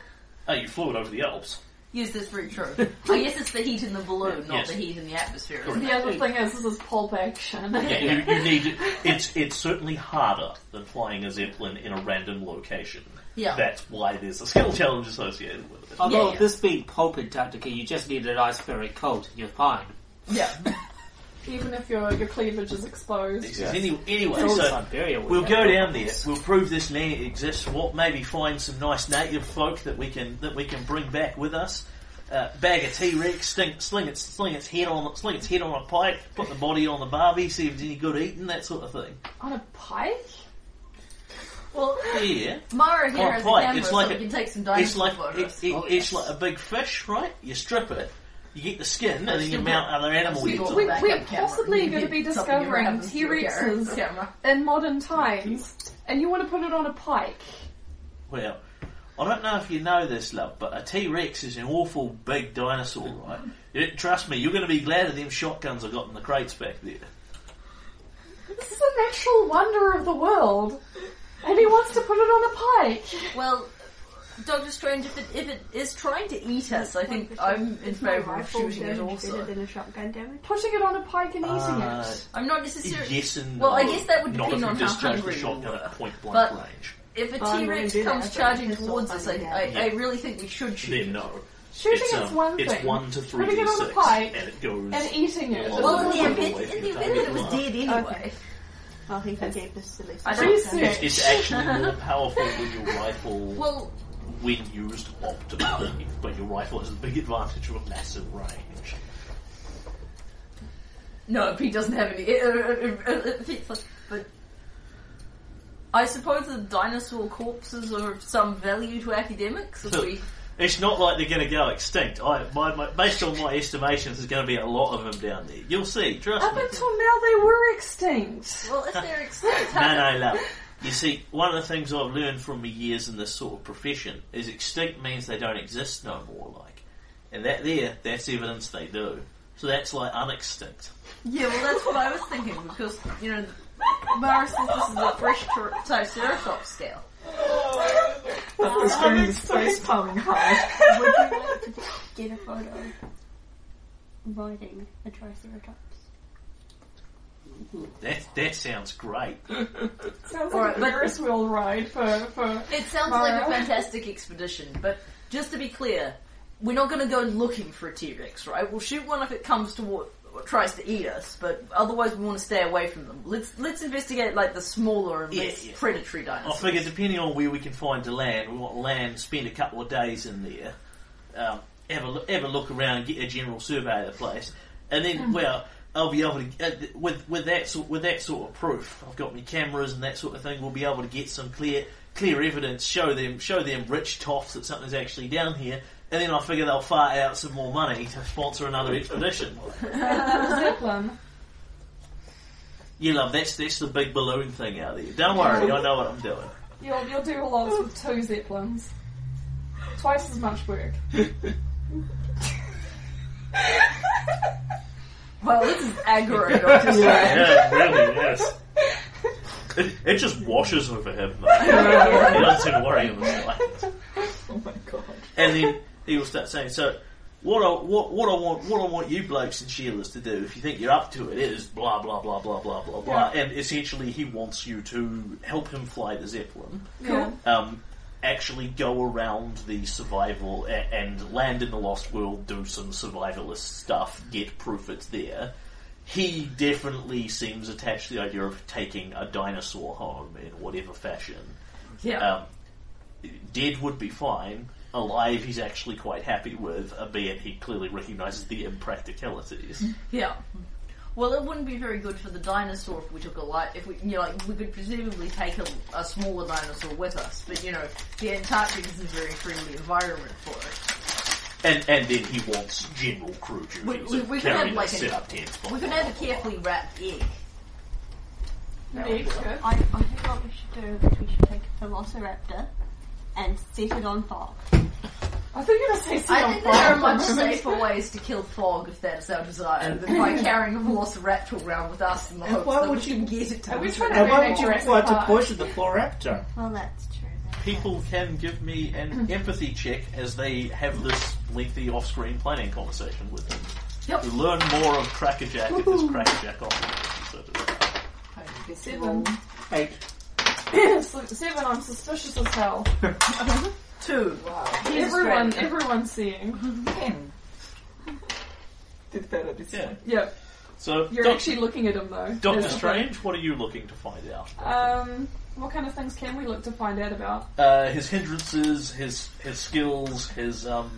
[SPEAKER 1] Oh, you flew it over the Alps.
[SPEAKER 3] Yes, that's very true.
[SPEAKER 1] [laughs]
[SPEAKER 3] I guess it's the heat in the balloon, not
[SPEAKER 1] Yes.
[SPEAKER 3] the heat in the atmosphere. isn't
[SPEAKER 1] Correct.
[SPEAKER 4] [laughs] The other thing is, this is pulp action.
[SPEAKER 1] Yeah, You, you need it's it's certainly harder than flying a zeppelin in a random location.
[SPEAKER 3] Yeah.
[SPEAKER 1] that's why there's a skill challenge associated with it.
[SPEAKER 6] Although
[SPEAKER 3] Yeah, yeah.
[SPEAKER 6] this being Pope Antarctica, you just need an ice berry coat and you're fine.
[SPEAKER 3] it? Yeah.
[SPEAKER 1] [laughs]
[SPEAKER 4] Even if your your cleavage is exposed.
[SPEAKER 1] Any- anyway,
[SPEAKER 6] It's all
[SPEAKER 1] so
[SPEAKER 6] Siberia. we
[SPEAKER 1] we'll
[SPEAKER 6] have.
[SPEAKER 1] go
[SPEAKER 5] [laughs]
[SPEAKER 1] down there. We'll prove this land exists. What maybe find some nice native folk that we can that we can bring back with us. Uh, bag a T Rex, sling, sling its sling its head on sling its head on a pike, put the body on the barbie, see if it's any good eating, that sort of thing.
[SPEAKER 4] On a pike?
[SPEAKER 3] Well,
[SPEAKER 1] Yeah.
[SPEAKER 3] Mara
[SPEAKER 1] Oh,
[SPEAKER 3] here has a
[SPEAKER 1] right,
[SPEAKER 3] camera,
[SPEAKER 1] it's like
[SPEAKER 3] so
[SPEAKER 1] a-
[SPEAKER 3] we can take some
[SPEAKER 1] It's
[SPEAKER 3] dinosaur
[SPEAKER 1] like
[SPEAKER 3] photos.
[SPEAKER 1] it, it,
[SPEAKER 6] Oh,
[SPEAKER 1] it's
[SPEAKER 6] yes.
[SPEAKER 1] like a big fish, right? You strip it, you get the skin, and then you
[SPEAKER 3] Still
[SPEAKER 1] mount
[SPEAKER 3] got-
[SPEAKER 1] other animal
[SPEAKER 3] still
[SPEAKER 1] heads
[SPEAKER 3] got
[SPEAKER 1] on.
[SPEAKER 4] we-
[SPEAKER 1] it.
[SPEAKER 3] backup
[SPEAKER 4] we're
[SPEAKER 3] camera.
[SPEAKER 4] possibly
[SPEAKER 3] You
[SPEAKER 4] gonna
[SPEAKER 2] [laughs]
[SPEAKER 3] get
[SPEAKER 4] be
[SPEAKER 3] something around
[SPEAKER 4] discovering
[SPEAKER 3] this little
[SPEAKER 4] T-Rexes.
[SPEAKER 3] camera.
[SPEAKER 4] In modern times. And you want to put it on a pike.
[SPEAKER 1] Well, I don't know if you know this, love, but a T Rex is an awful big dinosaur, right? You- trust me, you're going to be glad of them shotguns I got in the crates back there.
[SPEAKER 4] This is a natural wonder of the world. And he wants to put it on a pike.
[SPEAKER 3] Well, Doctor Strange, if it, if it is trying to eat us, I think I'm in
[SPEAKER 2] Is my
[SPEAKER 3] favour of
[SPEAKER 2] rifle
[SPEAKER 3] shooting it
[SPEAKER 2] damage Better
[SPEAKER 3] also.
[SPEAKER 2] than a shotgun damage.
[SPEAKER 4] Putting it on a pike and eating
[SPEAKER 1] Uh,
[SPEAKER 4] it.
[SPEAKER 3] I'm not necessarily.
[SPEAKER 1] yes and
[SPEAKER 3] Well, I
[SPEAKER 1] no.
[SPEAKER 3] guess that would
[SPEAKER 1] Not if
[SPEAKER 3] depend
[SPEAKER 1] you
[SPEAKER 3] on how
[SPEAKER 1] discharge
[SPEAKER 3] hungry
[SPEAKER 1] the
[SPEAKER 3] we
[SPEAKER 1] shotgun
[SPEAKER 3] were.
[SPEAKER 1] at point blank
[SPEAKER 3] But-
[SPEAKER 1] range.
[SPEAKER 3] If a
[SPEAKER 2] Oh, I'm
[SPEAKER 3] T Rex
[SPEAKER 2] gonna do
[SPEAKER 3] comes
[SPEAKER 2] that,
[SPEAKER 3] charging
[SPEAKER 2] but it's
[SPEAKER 3] towards
[SPEAKER 2] all
[SPEAKER 3] us, I,
[SPEAKER 2] funny,
[SPEAKER 3] I,
[SPEAKER 1] yeah.
[SPEAKER 3] I really think we should shoot
[SPEAKER 1] Then
[SPEAKER 3] it.
[SPEAKER 1] no.
[SPEAKER 4] Shooting
[SPEAKER 1] it's,
[SPEAKER 4] is
[SPEAKER 1] um,
[SPEAKER 4] one
[SPEAKER 1] it's
[SPEAKER 4] thing.
[SPEAKER 1] one to three
[SPEAKER 4] Putting it on the
[SPEAKER 1] D6,
[SPEAKER 4] pike
[SPEAKER 1] and it goes.
[SPEAKER 4] And eating it.
[SPEAKER 1] Well,
[SPEAKER 3] Well,
[SPEAKER 1] Well,
[SPEAKER 3] in the
[SPEAKER 1] if
[SPEAKER 3] event, in the
[SPEAKER 1] you
[SPEAKER 3] event
[SPEAKER 1] target
[SPEAKER 3] that it was
[SPEAKER 1] one.
[SPEAKER 3] dead anyway.
[SPEAKER 2] I think I gave this silly.
[SPEAKER 3] I don't-
[SPEAKER 4] Research.
[SPEAKER 1] it's actually more powerful than your rifle
[SPEAKER 3] Well,
[SPEAKER 1] when used optimally, [coughs] but your rifle has a big advantage of a massive range.
[SPEAKER 3] no, if he doesn't have any. uh, uh, uh, uh, if it's like- But I suppose the dinosaur corpses are of some value to academics if
[SPEAKER 1] So-
[SPEAKER 3] we
[SPEAKER 1] It's not like they're going to go extinct. I, my, my, based on my estimations, there's going to be a lot of them down there. You'll see, trust
[SPEAKER 4] Up
[SPEAKER 1] me. [laughs]
[SPEAKER 4] until now, they were extinct.
[SPEAKER 3] Well, if they're extinct, how
[SPEAKER 1] No, no, no. You see, one of the things I've learned from my years in this sort of profession is extinct means they don't exist no more, like. And that there, that's evidence they do. So that's like unextinct.
[SPEAKER 3] Yeah, well, that's what I was thinking because you know, Mara says this is a fresh ter- Triceratops scale.
[SPEAKER 5] It's going to space palming high.
[SPEAKER 2] Would you like to get a photo of riding a triceratops?
[SPEAKER 1] That that sounds great.
[SPEAKER 4] Sounds
[SPEAKER 3] All
[SPEAKER 4] like
[SPEAKER 3] right,
[SPEAKER 4] a
[SPEAKER 3] but-
[SPEAKER 4] Ferris wheel ride for for.
[SPEAKER 3] It sounds like a
[SPEAKER 4] Mara?
[SPEAKER 3] fantastic expedition, but just to be clear, we're not going to go looking for a T Rex, right? We'll shoot one if it comes to what or tries to eat us, but otherwise we want to stay away from them. Let's let's investigate like the smaller and
[SPEAKER 1] Yeah,
[SPEAKER 3] less
[SPEAKER 1] yeah.
[SPEAKER 3] predatory
[SPEAKER 1] I
[SPEAKER 3] dinosaurs.
[SPEAKER 1] figure depending on where we can find the land, we want land, spend a couple of days in there, um, have, a, loo- have a look around, get a general survey of the place, and then, well, I'll be able to, uh, th- with, with, that sort, with that sort of proof, I've got my cameras and that sort of thing, we'll be able to get some clear clear evidence, show them show them rich toffs that something's actually down here, and then I figure they'll fart out some more money to sponsor another expedition.
[SPEAKER 4] [laughs] Zeppelin.
[SPEAKER 1] You love, that's, that's the big balloon thing out there. Don't worry, I know what I'm doing.
[SPEAKER 4] You'll you'll do a lot with two zeppelins. Twice as much work.
[SPEAKER 3] Well, this
[SPEAKER 1] [laughs]
[SPEAKER 3] is aggro, not just
[SPEAKER 1] Yeah, it really, yes. It, it just washes over him. [laughs] Though. he doesn't seem to worry in the slightest.
[SPEAKER 5] Oh my god.
[SPEAKER 1] And then he will start saying, "So, what I what what I want what I want you blokes and Sheilas to do, if you think you're up to it, is blah blah blah blah blah blah blah." And essentially, he wants you to help him fly the zeppelin.
[SPEAKER 4] Yeah.
[SPEAKER 1] Um, actually, go around the survival and, and land in the lost world, do some survivalist stuff, get proof it's there. He definitely seems attached to the idea of taking a dinosaur home in whatever fashion.
[SPEAKER 3] yeah.
[SPEAKER 1] Um, dead would be fine. Alive, he's actually quite happy with, albeit he clearly recognises the impracticalities.
[SPEAKER 3] Yeah. Well, it wouldn't be very good for the dinosaur if we took a light. If we, you know, like, we could presumably take a, a smaller dinosaur with us, but you know, the Antarctic is a very friendly environment for it.
[SPEAKER 1] and and then he wants general crew duties
[SPEAKER 3] We, we,
[SPEAKER 1] of
[SPEAKER 3] we could
[SPEAKER 1] carrying
[SPEAKER 3] have like
[SPEAKER 1] a
[SPEAKER 3] an,
[SPEAKER 1] setup tent.
[SPEAKER 3] we could have a carefully wrapped egg.
[SPEAKER 4] Egg.
[SPEAKER 2] I, I think what we should do is we should take a velociraptor and set it on fire.
[SPEAKER 4] I thought you were going to say
[SPEAKER 3] I
[SPEAKER 4] something.
[SPEAKER 3] think there are
[SPEAKER 4] [laughs]
[SPEAKER 3] much safer ways to kill fog if that's our desire than by carrying a velociraptor around with us in the hopes
[SPEAKER 6] why
[SPEAKER 3] that
[SPEAKER 6] would
[SPEAKER 3] we can get it. To
[SPEAKER 4] Are we
[SPEAKER 3] us.
[SPEAKER 4] trying to
[SPEAKER 6] And why
[SPEAKER 4] make
[SPEAKER 6] would you
[SPEAKER 4] Jurassic
[SPEAKER 6] want to
[SPEAKER 4] Park?
[SPEAKER 6] poison the Chloraptor?
[SPEAKER 2] Well, that's true. then.
[SPEAKER 1] People can give me
[SPEAKER 4] Mm-hmm.
[SPEAKER 1] an empathy check as they have this lengthy off-screen planning conversation with him.
[SPEAKER 3] Yep.
[SPEAKER 1] To learn more of Crackerjack if it's Crackerjack operations.
[SPEAKER 4] Seven.
[SPEAKER 5] eh,
[SPEAKER 6] Eight.
[SPEAKER 4] Se- Seven, I'm suspicious as hell. [laughs]
[SPEAKER 3] Two. Here's
[SPEAKER 4] Everyone,
[SPEAKER 3] Australia.
[SPEAKER 4] everyone's seeing.
[SPEAKER 5] Ten. Did better this
[SPEAKER 1] Yeah.
[SPEAKER 5] time.
[SPEAKER 4] Yep.
[SPEAKER 1] So,
[SPEAKER 4] You're
[SPEAKER 1] Doc-
[SPEAKER 4] actually looking at them though.
[SPEAKER 1] Doctor
[SPEAKER 4] That's the
[SPEAKER 1] Strange, what are you looking to find out?
[SPEAKER 4] thing. Um, what kind of things can we look to find out about?
[SPEAKER 1] Uh, his hindrances, his his skills, his um,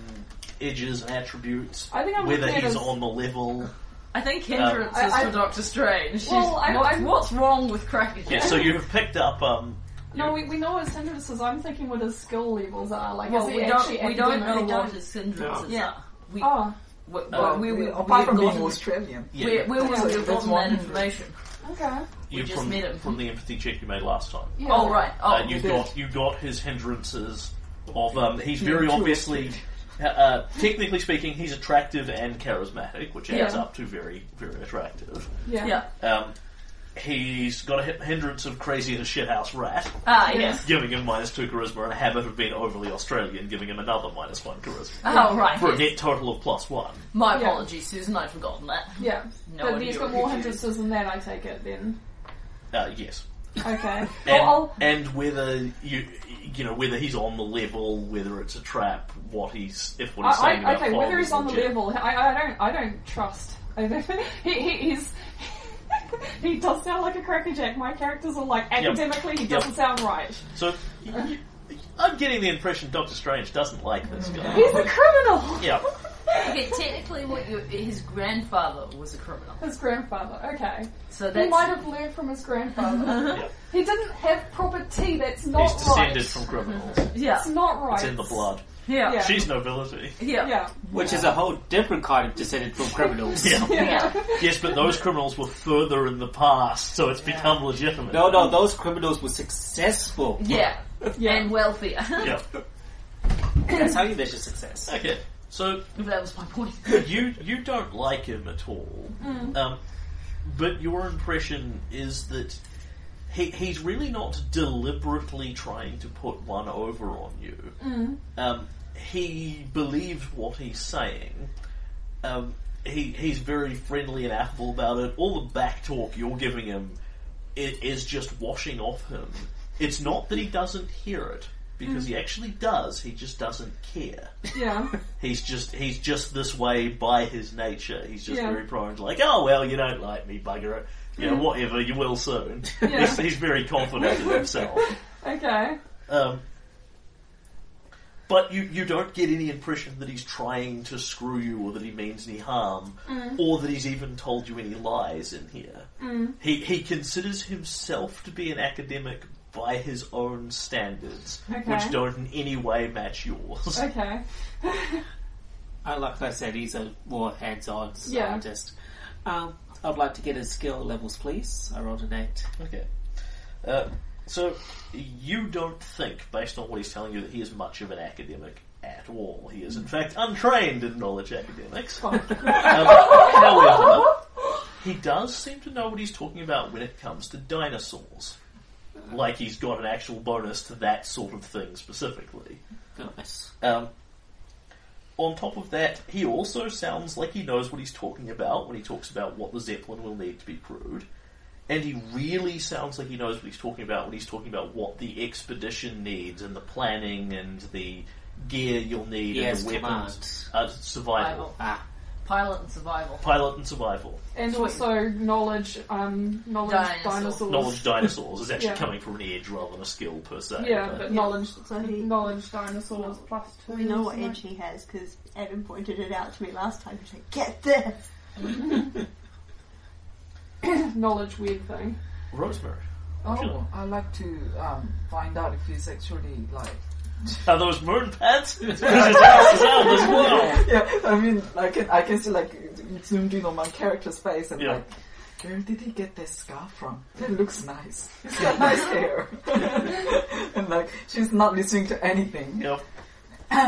[SPEAKER 1] edges and attributes.
[SPEAKER 4] I think I'm
[SPEAKER 1] whether
[SPEAKER 4] looking at
[SPEAKER 1] he's
[SPEAKER 4] his-
[SPEAKER 1] on the level.
[SPEAKER 3] I think
[SPEAKER 1] Uh,
[SPEAKER 3] hindrances
[SPEAKER 4] I- I-
[SPEAKER 3] for Doctor Strange. She's-
[SPEAKER 4] Well, I-
[SPEAKER 3] what-
[SPEAKER 4] I-
[SPEAKER 3] what's wrong with Crackerjack?
[SPEAKER 1] Yeah. So you have picked up. Um,
[SPEAKER 4] No, we, we know what his hindrances. I'm thinking what his skill levels are. Like,
[SPEAKER 3] Well,
[SPEAKER 4] is he
[SPEAKER 3] we
[SPEAKER 4] actually
[SPEAKER 3] don't, we don't know
[SPEAKER 4] academic?
[SPEAKER 3] what his hindrances
[SPEAKER 2] Yeah.
[SPEAKER 3] are. We,
[SPEAKER 4] Oh,
[SPEAKER 3] we,
[SPEAKER 5] Oh,
[SPEAKER 3] we, we, we,
[SPEAKER 5] apart from
[SPEAKER 3] we've
[SPEAKER 5] being
[SPEAKER 3] gotten-
[SPEAKER 5] Australian.
[SPEAKER 1] Uh, yeah,
[SPEAKER 3] we, we,
[SPEAKER 4] Yeah,
[SPEAKER 3] we've
[SPEAKER 5] that's
[SPEAKER 3] gotten
[SPEAKER 5] one
[SPEAKER 3] that
[SPEAKER 5] hindrance.
[SPEAKER 3] information.
[SPEAKER 4] okay.
[SPEAKER 1] you
[SPEAKER 3] just
[SPEAKER 1] from,
[SPEAKER 3] met him.
[SPEAKER 1] from the empathy check you made last time.
[SPEAKER 4] Yeah.
[SPEAKER 3] Oh, right. Oh,
[SPEAKER 1] uh, you
[SPEAKER 5] good.
[SPEAKER 1] got you got his hindrances of um, he's very
[SPEAKER 5] Yeah, true.
[SPEAKER 1] obviously uh, uh, technically speaking he's attractive and charismatic which adds
[SPEAKER 4] Yeah.
[SPEAKER 1] up to very very attractive
[SPEAKER 4] Yeah.
[SPEAKER 3] yeah.
[SPEAKER 1] um, he's got a hi- hindrance of crazy as a shithouse rat
[SPEAKER 3] Ah,
[SPEAKER 4] Yeah.
[SPEAKER 3] yes.
[SPEAKER 1] giving him minus two charisma and a habit of being overly Australian giving him another minus one charisma
[SPEAKER 3] Oh, right.
[SPEAKER 1] for a
[SPEAKER 3] yes.
[SPEAKER 1] net total of plus one
[SPEAKER 3] My
[SPEAKER 4] Yeah.
[SPEAKER 3] apologies, Susan. I'd forgotten that.
[SPEAKER 4] Yeah.
[SPEAKER 3] No
[SPEAKER 4] but
[SPEAKER 3] idea
[SPEAKER 4] he's got
[SPEAKER 3] what
[SPEAKER 4] more
[SPEAKER 3] he is.
[SPEAKER 4] hindrances than that, I take it then.
[SPEAKER 1] uh, yes [laughs]
[SPEAKER 4] Okay.
[SPEAKER 1] and,
[SPEAKER 4] well,
[SPEAKER 1] and whether you you know whether he's on the level, whether it's a trap, what he's if what
[SPEAKER 4] I'll,
[SPEAKER 1] he's
[SPEAKER 4] I,
[SPEAKER 1] saying
[SPEAKER 4] I,
[SPEAKER 1] about
[SPEAKER 4] okay,
[SPEAKER 1] Fogg
[SPEAKER 4] whether
[SPEAKER 1] is
[SPEAKER 4] he's on the
[SPEAKER 1] legit.
[SPEAKER 4] level, I, I don't, I don't trust. [laughs] I don't- he, he, he's. [laughs] He does sound like a crackerjack. My characters are like academically, he doesn't sound right.
[SPEAKER 1] So y- y- I'm getting the impression Doctor Strange doesn't like this guy.
[SPEAKER 4] He's a criminal.
[SPEAKER 1] [laughs] Yeah,
[SPEAKER 3] Okay, technically, what you, his grandfather was a criminal,
[SPEAKER 4] [laughs] His grandfather. Okay,
[SPEAKER 3] so
[SPEAKER 4] he might
[SPEAKER 3] that's
[SPEAKER 4] have learned from his grandfather.
[SPEAKER 1] yeah.
[SPEAKER 4] he didn't have proper tea. That's not
[SPEAKER 1] he's descended
[SPEAKER 4] right.
[SPEAKER 1] from criminals.
[SPEAKER 3] yeah.
[SPEAKER 4] It's not right.
[SPEAKER 1] It's in the blood.
[SPEAKER 3] Yeah.
[SPEAKER 4] Yeah.
[SPEAKER 1] She's nobility.
[SPEAKER 3] Yeah.
[SPEAKER 4] Yeah.
[SPEAKER 5] Which is a whole different kind of descendant from criminals.
[SPEAKER 1] Yeah.
[SPEAKER 3] [laughs] Yeah.
[SPEAKER 1] [laughs] Yes, but those criminals were further in the past, so it's become legitimate.
[SPEAKER 5] No, no, those criminals were successful.
[SPEAKER 3] Yeah.
[SPEAKER 4] Yeah.
[SPEAKER 3] And [laughs] wealthier.
[SPEAKER 1] Yeah.
[SPEAKER 5] [laughs] That's how you measure success.
[SPEAKER 1] Okay. So
[SPEAKER 3] that was my point.
[SPEAKER 1] you you don't like him at all, um, but your impression is that he he's really not deliberately trying to put one over on you. Um, he believes what he's saying. Um, he he's very friendly and affable about it. All the back talk you're giving him it is just washing off him. It's not that he doesn't hear it because he actually does. He just doesn't care.
[SPEAKER 4] Yeah.
[SPEAKER 1] He's just he's just this way by his nature. He's just
[SPEAKER 4] Yeah. Hmm.
[SPEAKER 1] very prone to like, oh well, you don't like me, bugger it. You know, whatever, you will
[SPEAKER 4] [laughs]
[SPEAKER 1] soon.
[SPEAKER 4] Yeah.
[SPEAKER 1] he's, he's very confident in himself.
[SPEAKER 4] Okay.
[SPEAKER 1] Um, but you, you don't get any impression that he's trying to screw you or that he means any harm
[SPEAKER 4] Hmm.
[SPEAKER 1] or that he's even told you any lies in here. He, he considers himself to be an academic by his own standards,
[SPEAKER 4] Okay.
[SPEAKER 1] which don't in any way match
[SPEAKER 4] [laughs]
[SPEAKER 1] yours.
[SPEAKER 4] Okay.
[SPEAKER 5] I like I said, he's a more hands-on
[SPEAKER 4] Yeah.
[SPEAKER 5] scientist. Um, I'd like to get his skill levels, please. I rolled an eight.
[SPEAKER 1] Okay. Uh, so you don't think, based on what he's telling you, that he is much of an academic at all. He is, in fact, untrained in knowledge academics. um, [laughs] however, he does seem to know what he's talking about when it comes to dinosaurs. Like he's got an actual bonus to that sort of thing specifically.
[SPEAKER 5] Nice.
[SPEAKER 1] Um, on top of that, he also sounds like he knows what he's talking about when he talks about what the Zeppelin will need to be crewed. And he really sounds like he knows what he's talking about when he's talking about what the expedition needs and the planning and the gear you'll need
[SPEAKER 5] He has
[SPEAKER 1] and the weapons.
[SPEAKER 5] commands.
[SPEAKER 1] Uh, survival.
[SPEAKER 3] Survival.
[SPEAKER 5] Ah,
[SPEAKER 3] Pilot and survival.
[SPEAKER 1] Pilot and survival.
[SPEAKER 4] And also knowledge, um, knowledge
[SPEAKER 3] Dinosaur.
[SPEAKER 4] dinosaurs.
[SPEAKER 1] Knowledge dinosaurs is actually
[SPEAKER 4] Yeah.
[SPEAKER 1] coming from an edge rather than a skill per se.
[SPEAKER 4] Yeah,
[SPEAKER 1] but-
[SPEAKER 4] but knowledge,
[SPEAKER 2] So he-
[SPEAKER 4] knowledge dinosaurs plus two.
[SPEAKER 2] We know what
[SPEAKER 4] isn't it?
[SPEAKER 2] edge he has because Adam pointed it out to me last time. He's like, get this!
[SPEAKER 4] knowledge weird thing.
[SPEAKER 1] Rosemary.
[SPEAKER 7] Oh,
[SPEAKER 1] Sure.
[SPEAKER 7] I like to um, find out if he's actually like.
[SPEAKER 1] Are those moon pads? 'Cause it's us [laughs] as well as well.
[SPEAKER 7] yeah, I mean, I can I can see like zoomed in on my character's face and
[SPEAKER 1] Yeah.
[SPEAKER 7] like, where did he get that scarf from? It looks [laughs] nice. He's got nice hair. [laughs] and like, she's not listening to anything.
[SPEAKER 1] Yep.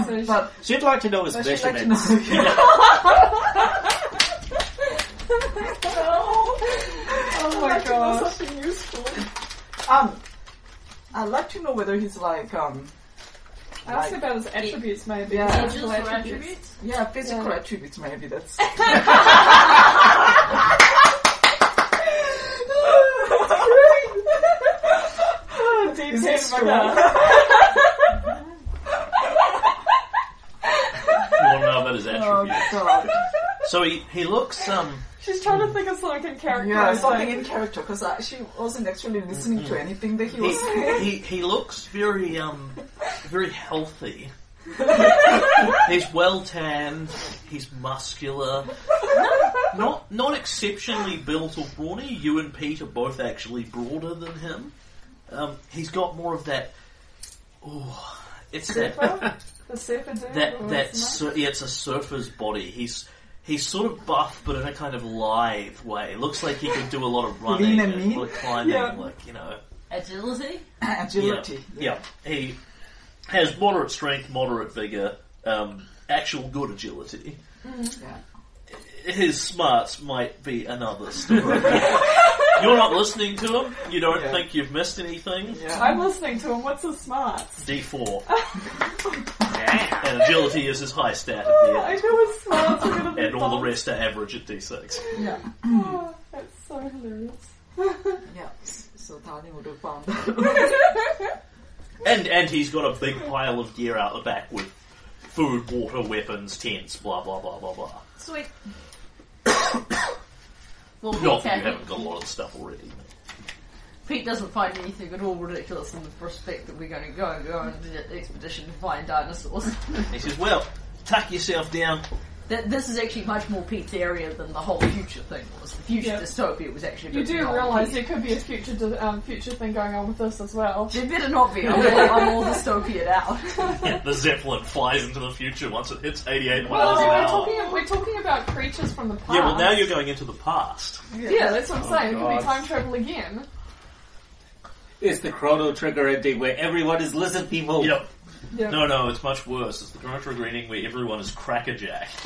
[SPEAKER 4] So she-
[SPEAKER 7] but [laughs]
[SPEAKER 5] she'd like to know his
[SPEAKER 7] but she'd like to
[SPEAKER 4] [laughs]
[SPEAKER 5] measurements.
[SPEAKER 7] know.
[SPEAKER 4] Oh my
[SPEAKER 7] I'd like to know
[SPEAKER 4] gosh.
[SPEAKER 7] something useful. Um, I'd like to know whether he's like um,
[SPEAKER 4] Ask
[SPEAKER 7] like-
[SPEAKER 4] about his attributes, maybe.
[SPEAKER 7] Yeah.
[SPEAKER 3] Angels
[SPEAKER 4] his physical
[SPEAKER 3] or attributes?
[SPEAKER 4] attributes.
[SPEAKER 7] yeah, physical
[SPEAKER 4] Yeah.
[SPEAKER 7] attributes.
[SPEAKER 4] [laughs]
[SPEAKER 7] Maybe that's. [laughs] Is it strong?
[SPEAKER 1] You want to know about his
[SPEAKER 7] Oh
[SPEAKER 1] attributes.
[SPEAKER 7] god.
[SPEAKER 1] So he, he looks um
[SPEAKER 4] She's trying to think of something in character.
[SPEAKER 7] Yeah, something in character because she wasn't actually listening
[SPEAKER 1] Mm-hmm.
[SPEAKER 7] to anything that he
[SPEAKER 1] he,
[SPEAKER 7] was [laughs] saying.
[SPEAKER 1] he he looks very um very healthy. he's well tanned. He's muscular. Not not exceptionally built or brawny. You and Pete are both actually broader than him. Um, he's got more of that. Oh, it's that
[SPEAKER 4] The surfer dude.
[SPEAKER 1] that
[SPEAKER 7] Oh,
[SPEAKER 4] or
[SPEAKER 1] that
[SPEAKER 4] something.
[SPEAKER 1] sur- yeah, it's a surfer's body. He's he's sort of buff, but in a kind of lithe way. Looks like he could do a lot of running
[SPEAKER 7] Lean and
[SPEAKER 1] and
[SPEAKER 7] mean.
[SPEAKER 1] a lot of climbing,
[SPEAKER 7] Yeah.
[SPEAKER 1] like you know.
[SPEAKER 3] Agility.
[SPEAKER 7] Agility.
[SPEAKER 1] Yeah, he has moderate strength, moderate vigor, um, actual good agility.
[SPEAKER 7] Yeah.
[SPEAKER 1] His smarts might be another story. [laughs] You're not listening to him. You don't
[SPEAKER 7] Yeah.
[SPEAKER 1] think you've missed anything.
[SPEAKER 7] Yeah.
[SPEAKER 4] I'm listening to him. What's his smarts?
[SPEAKER 1] D4. and agility is his high stat at the
[SPEAKER 4] [laughs] I
[SPEAKER 1] end.
[SPEAKER 4] know his smarts are gonna be
[SPEAKER 1] And all the
[SPEAKER 4] dumb.
[SPEAKER 1] rest are average at D6.
[SPEAKER 7] Yeah.
[SPEAKER 4] Oh, that's so hilarious.
[SPEAKER 7] Yeah. So Tani would have found out.
[SPEAKER 1] And and he's got a big pile of gear out the back with food, water, weapons, tents, blah blah blah blah blah.
[SPEAKER 3] Sweet. well, Pete's
[SPEAKER 1] Not that you
[SPEAKER 3] happy.
[SPEAKER 1] haven't got a lot of stuff already.
[SPEAKER 3] Pete doesn't find anything at all ridiculous in the prospect that we're going to [laughs] go and go on an expedition to find dinosaurs.
[SPEAKER 1] He says, Well, tuck yourself down,
[SPEAKER 3] Th- this is actually much more Pete's area than the whole future thing was. The future
[SPEAKER 4] Yeah.
[SPEAKER 3] dystopia was actually. a
[SPEAKER 4] You
[SPEAKER 3] bit
[SPEAKER 4] do
[SPEAKER 3] beyond
[SPEAKER 4] realise
[SPEAKER 3] Pete.
[SPEAKER 4] there could be a future d- um, future thing going on with this as well.
[SPEAKER 3] There better not be. I'm all, I'm all dystopian [laughs] out.
[SPEAKER 1] Yeah, the Zeppelin flies into the future once it hits 88
[SPEAKER 4] Well,
[SPEAKER 1] miles an
[SPEAKER 4] we're,
[SPEAKER 1] hour.
[SPEAKER 4] talking, we're talking about creatures from the past.
[SPEAKER 1] Yeah, well, now Oh, you're going into the past.
[SPEAKER 4] Yeah, that's what I'm saying. It could
[SPEAKER 6] God.
[SPEAKER 4] be time travel again.
[SPEAKER 5] It's the Chrono Trigger ending where everyone is lizard people.
[SPEAKER 1] Yep.
[SPEAKER 4] Yeah.
[SPEAKER 1] No, no, it's much worse. It's the Chrono Trigger ending where everyone is
[SPEAKER 3] [laughs]
[SPEAKER 1] crackerjack.
[SPEAKER 5] [laughs]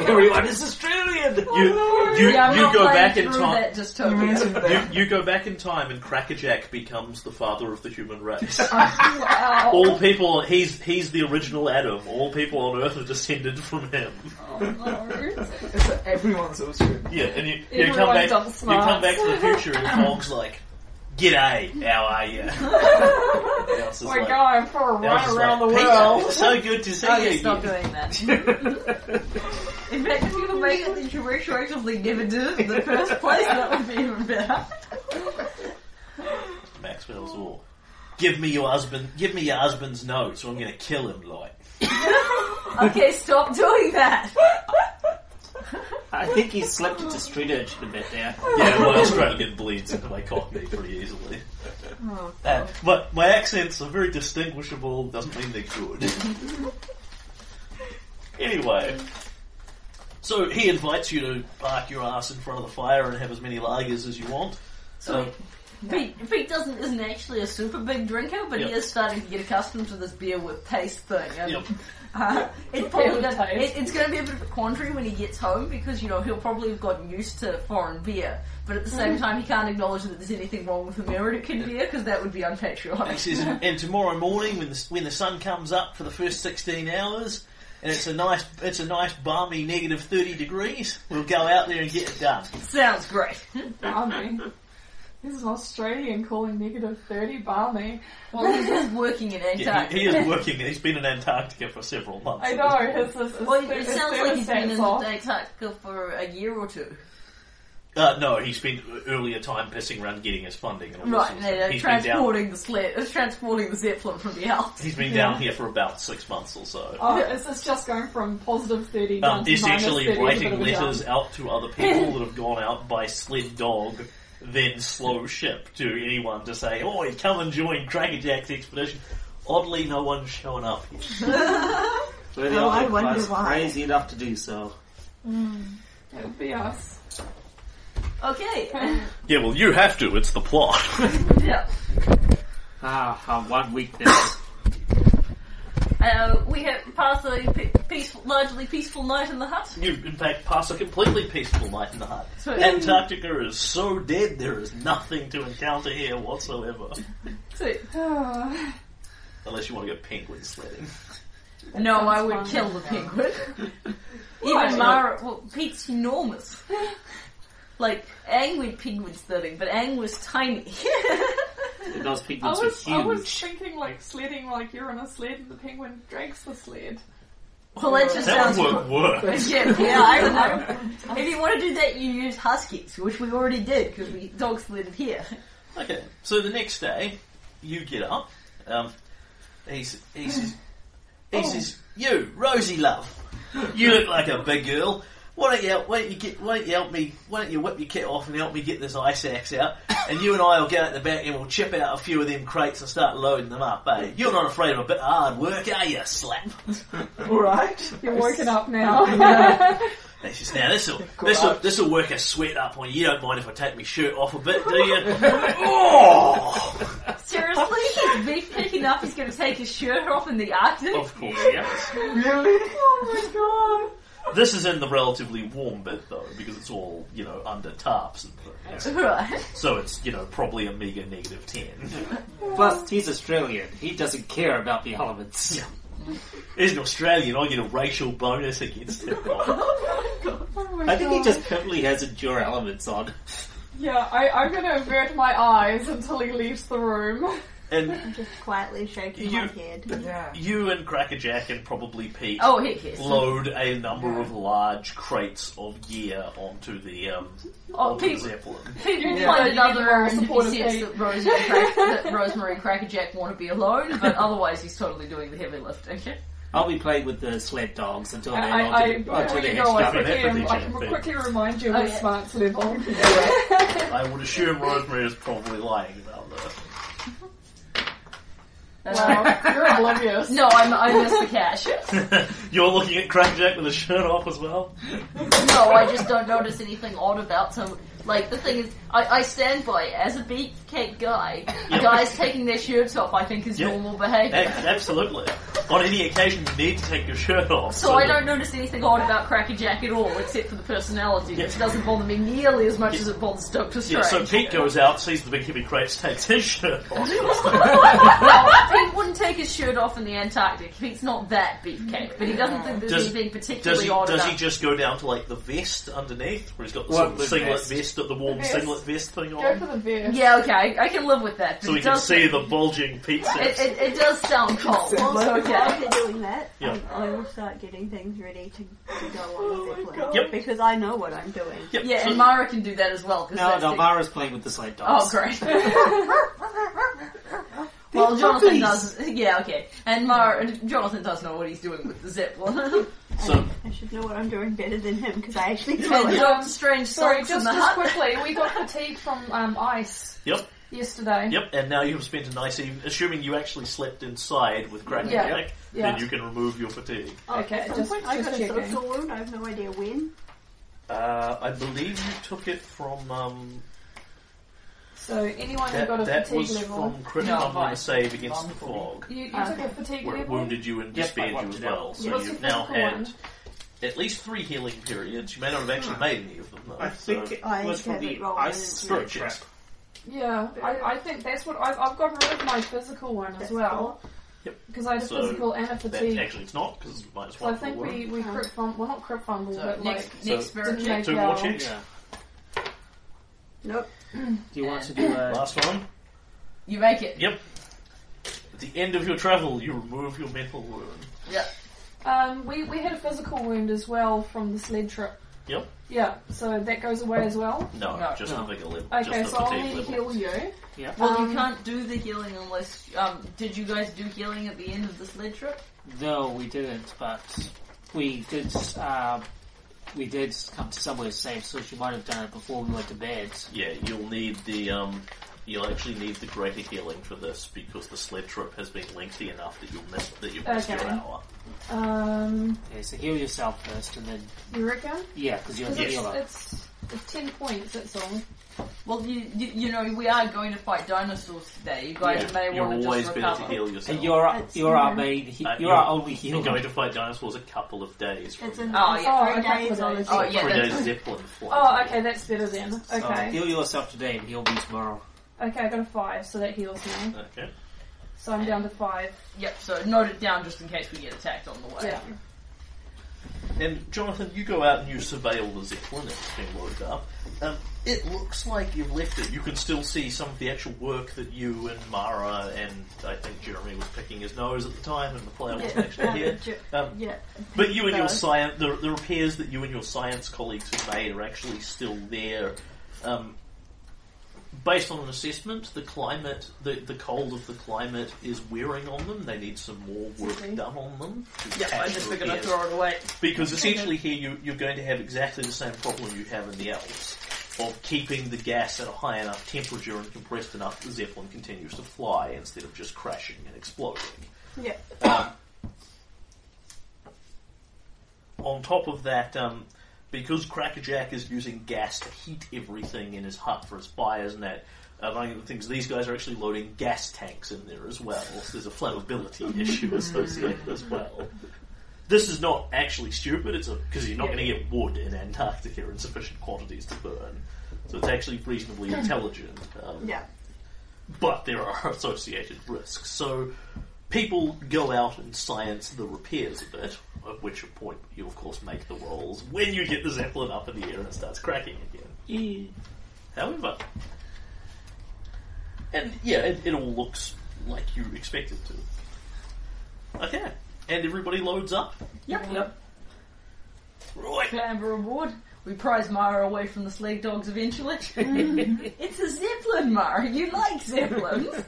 [SPEAKER 5] Everyone is Australian.
[SPEAKER 1] You, you,
[SPEAKER 3] Oh, yeah, I'm
[SPEAKER 1] you
[SPEAKER 3] not
[SPEAKER 1] go
[SPEAKER 3] playing
[SPEAKER 1] back in
[SPEAKER 3] through
[SPEAKER 1] time.
[SPEAKER 3] That dystopia.
[SPEAKER 1] You, you go back in time, and Crackerjack becomes the father of the human
[SPEAKER 3] [laughs]
[SPEAKER 1] race.
[SPEAKER 3] wow.
[SPEAKER 1] [laughs] All people, he's he's the original Adam. All people on Earth are descended from him. [laughs]
[SPEAKER 7] It's like everyone's Austrian.
[SPEAKER 1] Yeah, and you, you come
[SPEAKER 4] Everyone
[SPEAKER 1] back,
[SPEAKER 4] double
[SPEAKER 1] you come back to the future, and Fog's like, "G'day, how are [laughs]
[SPEAKER 3] [laughs]
[SPEAKER 1] you?"
[SPEAKER 4] We're going for a run around the world.
[SPEAKER 1] So good to see
[SPEAKER 3] Oh,
[SPEAKER 1] you.
[SPEAKER 3] yeah, stop doing [laughs] that.
[SPEAKER 4] [laughs]
[SPEAKER 3] In fact, if you could make it that you retroactively never did in the first place, that would be even better.
[SPEAKER 1] Maxwell's all. Give me your husband. Give me your husband's notes, or I'm going to kill him.
[SPEAKER 4] [laughs]
[SPEAKER 1] Like,
[SPEAKER 3] Okay, stop doing that.
[SPEAKER 5] [laughs] I think he slipped into street urchin a bit there.
[SPEAKER 4] Oh,
[SPEAKER 1] yeah, my Australian bleeds into my Cockney pretty easily.
[SPEAKER 7] Oh,
[SPEAKER 1] Uh, but my accents are very distinguishable. Doesn't mean they're good. [laughs] anyway, so he invites you to park your ass in front of the fire and have as many lagers as you want.
[SPEAKER 3] So
[SPEAKER 1] Um,
[SPEAKER 3] Pete, Pete doesn't isn't actually a super big drinker, but he
[SPEAKER 1] Yep.
[SPEAKER 3] is starting to get accustomed to this beer with taste thing. And,
[SPEAKER 1] Yep.
[SPEAKER 3] uh, it probably
[SPEAKER 4] with
[SPEAKER 3] does,
[SPEAKER 4] taste.
[SPEAKER 3] it, it's going to be a bit of a quandary when he gets home because you know he'll probably have gotten used to foreign beer, but at the same time he can't acknowledge that there's anything wrong with American beer because that would be
[SPEAKER 1] He
[SPEAKER 3] unpatriotic.
[SPEAKER 1] says, and tomorrow morning when the, when the sun comes up for the first 16 hours, and it's a nice, it's a nice balmy negative 30 degrees, we'll go out there and get it done.
[SPEAKER 3] Sounds great.
[SPEAKER 4] I mean, this is an Australian calling negative 30 balmy.
[SPEAKER 3] Well, Oh, he's just working in
[SPEAKER 1] Yeah,
[SPEAKER 3] Antarctica.
[SPEAKER 1] he, he is working, he's been in Antarctica for several months.
[SPEAKER 4] [laughs] I
[SPEAKER 1] at this
[SPEAKER 4] know,
[SPEAKER 1] point.
[SPEAKER 4] his, his, his,
[SPEAKER 3] Well,
[SPEAKER 4] ther-
[SPEAKER 3] it
[SPEAKER 4] his
[SPEAKER 3] sounds like he's been in
[SPEAKER 4] thermostat's off.
[SPEAKER 3] Antarctica for a year or two.
[SPEAKER 1] Uh, no, he spent earlier time pissing around getting his funding and all
[SPEAKER 3] Right,
[SPEAKER 1] this sort of
[SPEAKER 3] they're
[SPEAKER 1] stuff. He's been, down,
[SPEAKER 3] transporting the sled, uh, transporting the zeppelin from the Alps.
[SPEAKER 1] he's been down here for about six months or so.
[SPEAKER 4] Oh, is this just going from positive 30 down
[SPEAKER 1] Um,
[SPEAKER 4] to minus
[SPEAKER 1] essentially
[SPEAKER 4] 30 is a bit
[SPEAKER 1] writing
[SPEAKER 4] of a jump.
[SPEAKER 1] letters out to other people that have gone out by sled dog, then slow ship to anyone to say, "Oi, come and join Crackerjack's expedition." Oddly, no one's showing up. yet.
[SPEAKER 5] Really
[SPEAKER 2] Oh, I
[SPEAKER 5] only
[SPEAKER 2] wonder
[SPEAKER 5] was
[SPEAKER 2] why.
[SPEAKER 5] Crazy enough to do so.
[SPEAKER 4] It would be us.
[SPEAKER 3] Okay.
[SPEAKER 1] Yeah, well, you have to. It's the plot. [laughs]
[SPEAKER 3] [laughs] yeah.
[SPEAKER 5] Ah, ah, one weakness.
[SPEAKER 3] Uh, we have passed a pe- peaceful, largely peaceful night in the hut.
[SPEAKER 1] you, in fact, pass a completely peaceful night in the hut.
[SPEAKER 3] So,
[SPEAKER 1] Antarctica is so dead, there is nothing to encounter here whatsoever.
[SPEAKER 4] [sighs]
[SPEAKER 3] so-
[SPEAKER 1] Unless you want to go penguin sledding.
[SPEAKER 3] no, I would
[SPEAKER 4] fine.
[SPEAKER 3] kill the [laughs] penguin.
[SPEAKER 4] Why?
[SPEAKER 3] Even Mara, well, Pete's enormous. Like, Ang went penguin sledding, but Ang was tiny.
[SPEAKER 5] [laughs]
[SPEAKER 3] [laughs]
[SPEAKER 5] And those
[SPEAKER 4] I
[SPEAKER 5] penguins
[SPEAKER 4] was,
[SPEAKER 5] were
[SPEAKER 4] I
[SPEAKER 5] huge.
[SPEAKER 4] was thinking like sledding, like you're on a sled and the penguin drags the sled.
[SPEAKER 3] well, that just
[SPEAKER 1] That
[SPEAKER 3] sounds
[SPEAKER 1] would work.
[SPEAKER 3] Yeah, yeah, [laughs] I don't know. If you want to do that, you use huskies, which we already did because we dog slid here.
[SPEAKER 1] Okay, so the next day, you get up. Um, he, s- he says, he says, "You, Rosie, love, you look like a big girl. Why don't you, help- why don't you get, why don't you help me? Why don't you whip your kit off and help me get this ice axe out? And you and I will go out the back and we'll chip out a few of them crates and start loading them up. Eh? You're not afraid of a bit of hard work, are you, slap?"
[SPEAKER 7] Alright.
[SPEAKER 4] You're woken up [laughs] now.
[SPEAKER 1] And she says, "Now this'll, this'll, this'll work a sweat up on you. You don't mind if I take my shirt off a bit, do you?" oh,
[SPEAKER 3] Seriously, [laughs] he's beef picking up. He's going to take his shirt off in the Arctic.
[SPEAKER 1] of course, yes.
[SPEAKER 7] Really?
[SPEAKER 4] oh
[SPEAKER 1] This is in the relatively warm bit though, because it's all you know under tarps and things.
[SPEAKER 3] [laughs] Right.
[SPEAKER 1] So it's you know probably a mega negative ten. [laughs]
[SPEAKER 4] uh,
[SPEAKER 5] Plus, he's Australian. He doesn't care about the elements.
[SPEAKER 1] As an Australian, I get a racial bonus against it. [laughs]
[SPEAKER 4] my god. Oh my
[SPEAKER 5] I think
[SPEAKER 4] god.
[SPEAKER 5] he just permanently has endure elements on.
[SPEAKER 4] Yeah, I, I'm gonna avert my eyes until he leaves the room.
[SPEAKER 1] And
[SPEAKER 2] Just quietly shaking my
[SPEAKER 1] You-
[SPEAKER 2] head.
[SPEAKER 7] Yeah.
[SPEAKER 1] you and Crackerjack and probably Pete
[SPEAKER 3] Oh, heck yes.
[SPEAKER 1] load a number of large crates of gear onto the um
[SPEAKER 3] Oh,
[SPEAKER 1] onto the
[SPEAKER 3] Pete,
[SPEAKER 1] Zeppelin.
[SPEAKER 3] Pete will
[SPEAKER 4] Yeah.
[SPEAKER 3] play
[SPEAKER 4] You need
[SPEAKER 3] another
[SPEAKER 4] to roll
[SPEAKER 3] round if
[SPEAKER 4] support of
[SPEAKER 3] he says
[SPEAKER 4] Pete.
[SPEAKER 3] that
[SPEAKER 4] [laughs]
[SPEAKER 3] Rosemary, Crack- that Rosemary and Crackerjack want to be alone, but otherwise he's totally doing the heavy lifting.
[SPEAKER 5] I'll be playing with the sled dogs until they
[SPEAKER 4] I,
[SPEAKER 5] I'll
[SPEAKER 4] I,
[SPEAKER 5] do- I'll
[SPEAKER 4] before
[SPEAKER 5] do the
[SPEAKER 4] you
[SPEAKER 5] extra
[SPEAKER 4] go, I,
[SPEAKER 1] stuff
[SPEAKER 4] think,
[SPEAKER 1] in it with
[SPEAKER 4] um,
[SPEAKER 1] each
[SPEAKER 4] I
[SPEAKER 1] other
[SPEAKER 4] can
[SPEAKER 1] thing.
[SPEAKER 4] quickly remind you
[SPEAKER 3] [laughs] Oh,
[SPEAKER 4] of the
[SPEAKER 3] yeah.
[SPEAKER 4] smarts level.
[SPEAKER 1] I would assume Rosemary is probably lying about that.
[SPEAKER 4] [laughs]
[SPEAKER 1] [laughs]
[SPEAKER 4] wow, you're oblivious.
[SPEAKER 3] No, I'm, I miss the cash. [laughs]
[SPEAKER 1] You're looking at Crackjack with his shirt off as well.
[SPEAKER 3] No, I just don't notice anything odd about some. Like, the thing is, I, I stand by it. As a beefcake guy,
[SPEAKER 1] Yeah.
[SPEAKER 3] guys taking their shirts off, I think, is
[SPEAKER 1] Yeah.
[SPEAKER 3] normal behaviour.
[SPEAKER 1] A- absolutely. On any occasion, you need to take your shirt off.
[SPEAKER 3] So I
[SPEAKER 1] that-
[SPEAKER 3] don't notice anything odd about Cracker Jack at all, except for the personality, which
[SPEAKER 1] Yeah.
[SPEAKER 3] doesn't bother me nearly as much
[SPEAKER 1] Yeah.
[SPEAKER 3] as it bothers Doctor
[SPEAKER 1] Yeah, so
[SPEAKER 3] Strange.
[SPEAKER 1] Pete uh, goes out, sees the big heavy crates, takes his shirt off.
[SPEAKER 3] [laughs] Well, Pete wouldn't take his shirt off in the Antarctic. Pete's not that beefcake, but he doesn't think there's
[SPEAKER 1] Does-
[SPEAKER 3] anything
[SPEAKER 1] Does
[SPEAKER 3] particularly
[SPEAKER 1] he,
[SPEAKER 3] odd
[SPEAKER 1] does
[SPEAKER 3] about
[SPEAKER 1] he just go down to like the vest underneath, where he's got the sort
[SPEAKER 5] Warm
[SPEAKER 1] of
[SPEAKER 5] blue
[SPEAKER 1] singlet
[SPEAKER 5] vest.
[SPEAKER 1] vest, the warm
[SPEAKER 4] Vest.
[SPEAKER 1] singlet vest thing
[SPEAKER 4] Go for
[SPEAKER 1] on,
[SPEAKER 4] the
[SPEAKER 7] [laughs]
[SPEAKER 4] beer.
[SPEAKER 3] Yeah, okay, I, I can live with that. But
[SPEAKER 1] so
[SPEAKER 3] it
[SPEAKER 1] we can
[SPEAKER 3] does
[SPEAKER 1] see the bulging Pete
[SPEAKER 3] It,
[SPEAKER 1] sets.
[SPEAKER 3] it, it does sound cold.
[SPEAKER 7] It's
[SPEAKER 2] Whilst,
[SPEAKER 3] Okay.
[SPEAKER 2] whilst you're doing that,
[SPEAKER 1] Yeah.
[SPEAKER 2] um, I will start getting things ready to, to go on with the plan.
[SPEAKER 4] Oh God.
[SPEAKER 1] Yep.
[SPEAKER 2] Because I know what I'm doing.
[SPEAKER 1] Yep,
[SPEAKER 3] Yeah,
[SPEAKER 1] so-
[SPEAKER 3] and Mara can do that as well. 'cause
[SPEAKER 5] No,
[SPEAKER 3] that's
[SPEAKER 5] no,
[SPEAKER 3] the-
[SPEAKER 5] Mara's playing with the sled
[SPEAKER 3] Oh,
[SPEAKER 5] dogs.
[SPEAKER 3] great.
[SPEAKER 4] [laughs]
[SPEAKER 3] [laughs] well, Jonathan
[SPEAKER 5] puppies.
[SPEAKER 3] does. [laughs] Yeah, okay. And Mara, and Jonathan does know what he's doing with the [laughs] Zeppelin.
[SPEAKER 1] so
[SPEAKER 2] I should know what I'm doing better than him because I actually do
[SPEAKER 1] Oh,
[SPEAKER 3] and
[SPEAKER 2] it.
[SPEAKER 3] Doctor Strange
[SPEAKER 4] Sorry,
[SPEAKER 3] sulks in
[SPEAKER 4] just,
[SPEAKER 3] the
[SPEAKER 4] just
[SPEAKER 3] hut.
[SPEAKER 4] quickly, we got fatigue from um, ice
[SPEAKER 1] yep,
[SPEAKER 4] yesterday.
[SPEAKER 1] yep, and now you have spent a nice evening, assuming you actually slept inside with Crackjack,
[SPEAKER 4] Yeah. Yeah.
[SPEAKER 1] then you can remove your fatigue.
[SPEAKER 4] [laughs] Okay,
[SPEAKER 2] At some
[SPEAKER 4] just,
[SPEAKER 2] point I
[SPEAKER 4] just
[SPEAKER 2] got a
[SPEAKER 4] checking.
[SPEAKER 2] social wound. I have no idea when.
[SPEAKER 1] Uh, I believe you took it from um,
[SPEAKER 4] So anyone who
[SPEAKER 1] that,
[SPEAKER 4] got a
[SPEAKER 1] that
[SPEAKER 4] fatigue
[SPEAKER 1] was
[SPEAKER 4] level,
[SPEAKER 1] from crit
[SPEAKER 3] No,
[SPEAKER 1] no,
[SPEAKER 3] fine.
[SPEAKER 1] save against
[SPEAKER 5] Fine.
[SPEAKER 1] the fog,
[SPEAKER 4] you, you
[SPEAKER 3] Uh,
[SPEAKER 4] took a fatigue
[SPEAKER 1] where it
[SPEAKER 4] level.
[SPEAKER 1] wounded you and
[SPEAKER 5] Yep, I
[SPEAKER 1] despaired you
[SPEAKER 5] wiped
[SPEAKER 1] as
[SPEAKER 5] it out.
[SPEAKER 1] well. So
[SPEAKER 4] What's your
[SPEAKER 1] you've now
[SPEAKER 4] physical
[SPEAKER 1] had
[SPEAKER 4] one?
[SPEAKER 1] at least three healing periods. You may not have actually
[SPEAKER 6] Hmm.
[SPEAKER 1] made any of them. Though,
[SPEAKER 6] I think
[SPEAKER 1] so-
[SPEAKER 6] it
[SPEAKER 2] I
[SPEAKER 6] was from
[SPEAKER 2] haven't
[SPEAKER 6] the
[SPEAKER 2] rolled
[SPEAKER 6] ice
[SPEAKER 2] it.
[SPEAKER 6] spirit
[SPEAKER 1] Yes.
[SPEAKER 6] trap.
[SPEAKER 4] Yeah, I, I think that's what I've, I've gotten rid of my physical one as
[SPEAKER 2] That's
[SPEAKER 4] well.
[SPEAKER 1] Yep.
[SPEAKER 4] Because I had a
[SPEAKER 1] So,
[SPEAKER 4] physical and a
[SPEAKER 1] that-
[SPEAKER 4] fatigue.
[SPEAKER 1] actually, it's not because it's minus
[SPEAKER 4] So
[SPEAKER 1] one.
[SPEAKER 4] I think
[SPEAKER 1] for the
[SPEAKER 4] we, we
[SPEAKER 2] Yeah.
[SPEAKER 4] crit fumble, well not crit fumble,
[SPEAKER 3] So,
[SPEAKER 4] but like,
[SPEAKER 3] next, next
[SPEAKER 1] So-
[SPEAKER 3] spirit
[SPEAKER 4] Didn't
[SPEAKER 3] check.
[SPEAKER 4] make
[SPEAKER 1] Two more
[SPEAKER 4] well.
[SPEAKER 1] checks.
[SPEAKER 5] Yeah.
[SPEAKER 2] Nope.
[SPEAKER 5] Do you want to do a
[SPEAKER 1] Last one.
[SPEAKER 3] You make it.
[SPEAKER 1] Yep. At the end of your travel, you remove your mental wound.
[SPEAKER 4] Um, we, we had a physical wound as well from the sled trip.
[SPEAKER 1] Yep.
[SPEAKER 4] Yeah, so that goes away as well.
[SPEAKER 1] No,
[SPEAKER 3] No.
[SPEAKER 1] just
[SPEAKER 5] No.
[SPEAKER 1] the bigger level.
[SPEAKER 4] Okay,
[SPEAKER 1] just
[SPEAKER 4] so
[SPEAKER 1] the
[SPEAKER 4] I'll
[SPEAKER 1] fatigue
[SPEAKER 4] need to
[SPEAKER 1] level.
[SPEAKER 4] heal you.
[SPEAKER 3] Well,
[SPEAKER 4] Um,
[SPEAKER 3] you can't do the healing unless. Um, did you guys do healing at the end of the sled trip?
[SPEAKER 5] No, we didn't, but we did. Uh, we did come to somewhere safe, so she might have done it before we went to bed.
[SPEAKER 1] Yeah, you'll need the um, you'll actually need the greater healing for this because the sled trip has been lengthy enough that you'll miss that you've missed
[SPEAKER 4] Okay.
[SPEAKER 1] your hour.
[SPEAKER 4] Um,
[SPEAKER 5] Okay, so heal yourself first, and then
[SPEAKER 4] you reckon?
[SPEAKER 5] yeah, because you're
[SPEAKER 4] 'Cause
[SPEAKER 5] the
[SPEAKER 4] it's,
[SPEAKER 5] healer.
[SPEAKER 4] it's, it's 10 points, that's all.
[SPEAKER 3] Well, you, you, you know, we are going to fight dinosaurs today. You guys
[SPEAKER 5] Yeah.
[SPEAKER 3] may
[SPEAKER 1] You're
[SPEAKER 3] want to
[SPEAKER 1] always
[SPEAKER 3] just
[SPEAKER 1] better to
[SPEAKER 3] recover.
[SPEAKER 1] heal yourself.
[SPEAKER 5] And you're
[SPEAKER 2] It's-
[SPEAKER 5] you're our
[SPEAKER 4] yeah.
[SPEAKER 5] main. He,
[SPEAKER 1] Uh,
[SPEAKER 5] you're
[SPEAKER 1] you're-
[SPEAKER 5] our only healer.
[SPEAKER 1] You're going to fight dinosaurs a couple of days. From
[SPEAKER 2] It's in
[SPEAKER 3] Oh,
[SPEAKER 2] it's
[SPEAKER 4] yeah.
[SPEAKER 2] three
[SPEAKER 4] Oh, okay.
[SPEAKER 2] days on the
[SPEAKER 3] Oh, yeah,
[SPEAKER 1] three
[SPEAKER 3] that's-
[SPEAKER 1] days Zeppelin flight.
[SPEAKER 4] Oh, okay, that's better then. Okay.
[SPEAKER 5] So Uh, heal yourself today, and heal me tomorrow.
[SPEAKER 4] Okay, I got a five, so that heals me.
[SPEAKER 3] Oh,
[SPEAKER 1] Okay.
[SPEAKER 4] So I'm down to five.
[SPEAKER 3] Yep, so note it down just in case we get attacked on the way.
[SPEAKER 4] Yeah.
[SPEAKER 1] And Jonathan, you go out and you surveil the Zeppelin. It's been loaded up. Um, it looks like you've left it. You can still see some of the actual work that you and Mara and I think Jeremy was picking his nose at the time, and the player wasn't actually
[SPEAKER 2] Yeah.
[SPEAKER 1] here.
[SPEAKER 2] Ju-
[SPEAKER 1] Um,
[SPEAKER 2] yeah.
[SPEAKER 1] But you and your
[SPEAKER 2] So-
[SPEAKER 1] science, the, the repairs that you and your science colleagues have made are actually still there. Um, based on an assessment, the climate, the, the cold of the climate is wearing on them. They need some more work
[SPEAKER 4] Okay.
[SPEAKER 1] done on them. to
[SPEAKER 3] Yep, Mm-hmm. I
[SPEAKER 1] patch
[SPEAKER 3] just
[SPEAKER 1] the
[SPEAKER 3] figured I'd
[SPEAKER 1] repairs.
[SPEAKER 3] throw it away.
[SPEAKER 1] Because essentially here you, you're going to have exactly the same problem you have in the Alps of keeping the gas at a high enough temperature and compressed enough the Zeppelin continues to fly instead of just crashing and exploding.
[SPEAKER 2] Yeah.
[SPEAKER 1] on top of that, um, because Crackerjack is using gas to heat everything in his hut for his fires and that, uh, among other things, these guys are actually loading gas tanks in there as well. So there's a flammability issue associated as well. This is not actually stupid. It's because you're not going to get wood in Antarctica in sufficient quantities to burn, so it's actually reasonably intelligent. Um,
[SPEAKER 2] Yeah.
[SPEAKER 1] but there are [laughs] associated risks. So people go out and science the repairs a bit, at which point you, of course, make the rolls when you get the Zeppelin up in the air and it starts cracking again. However, and yeah, it, it all looks like you expect it to. Okay, and everybody loads up.
[SPEAKER 3] Yep, yep.
[SPEAKER 1] Right.
[SPEAKER 3] Clamber aboard. We prize Mara away from the sled [laughs] dogs eventually. it's a Zeppelin, Mara. You like Zeppelins.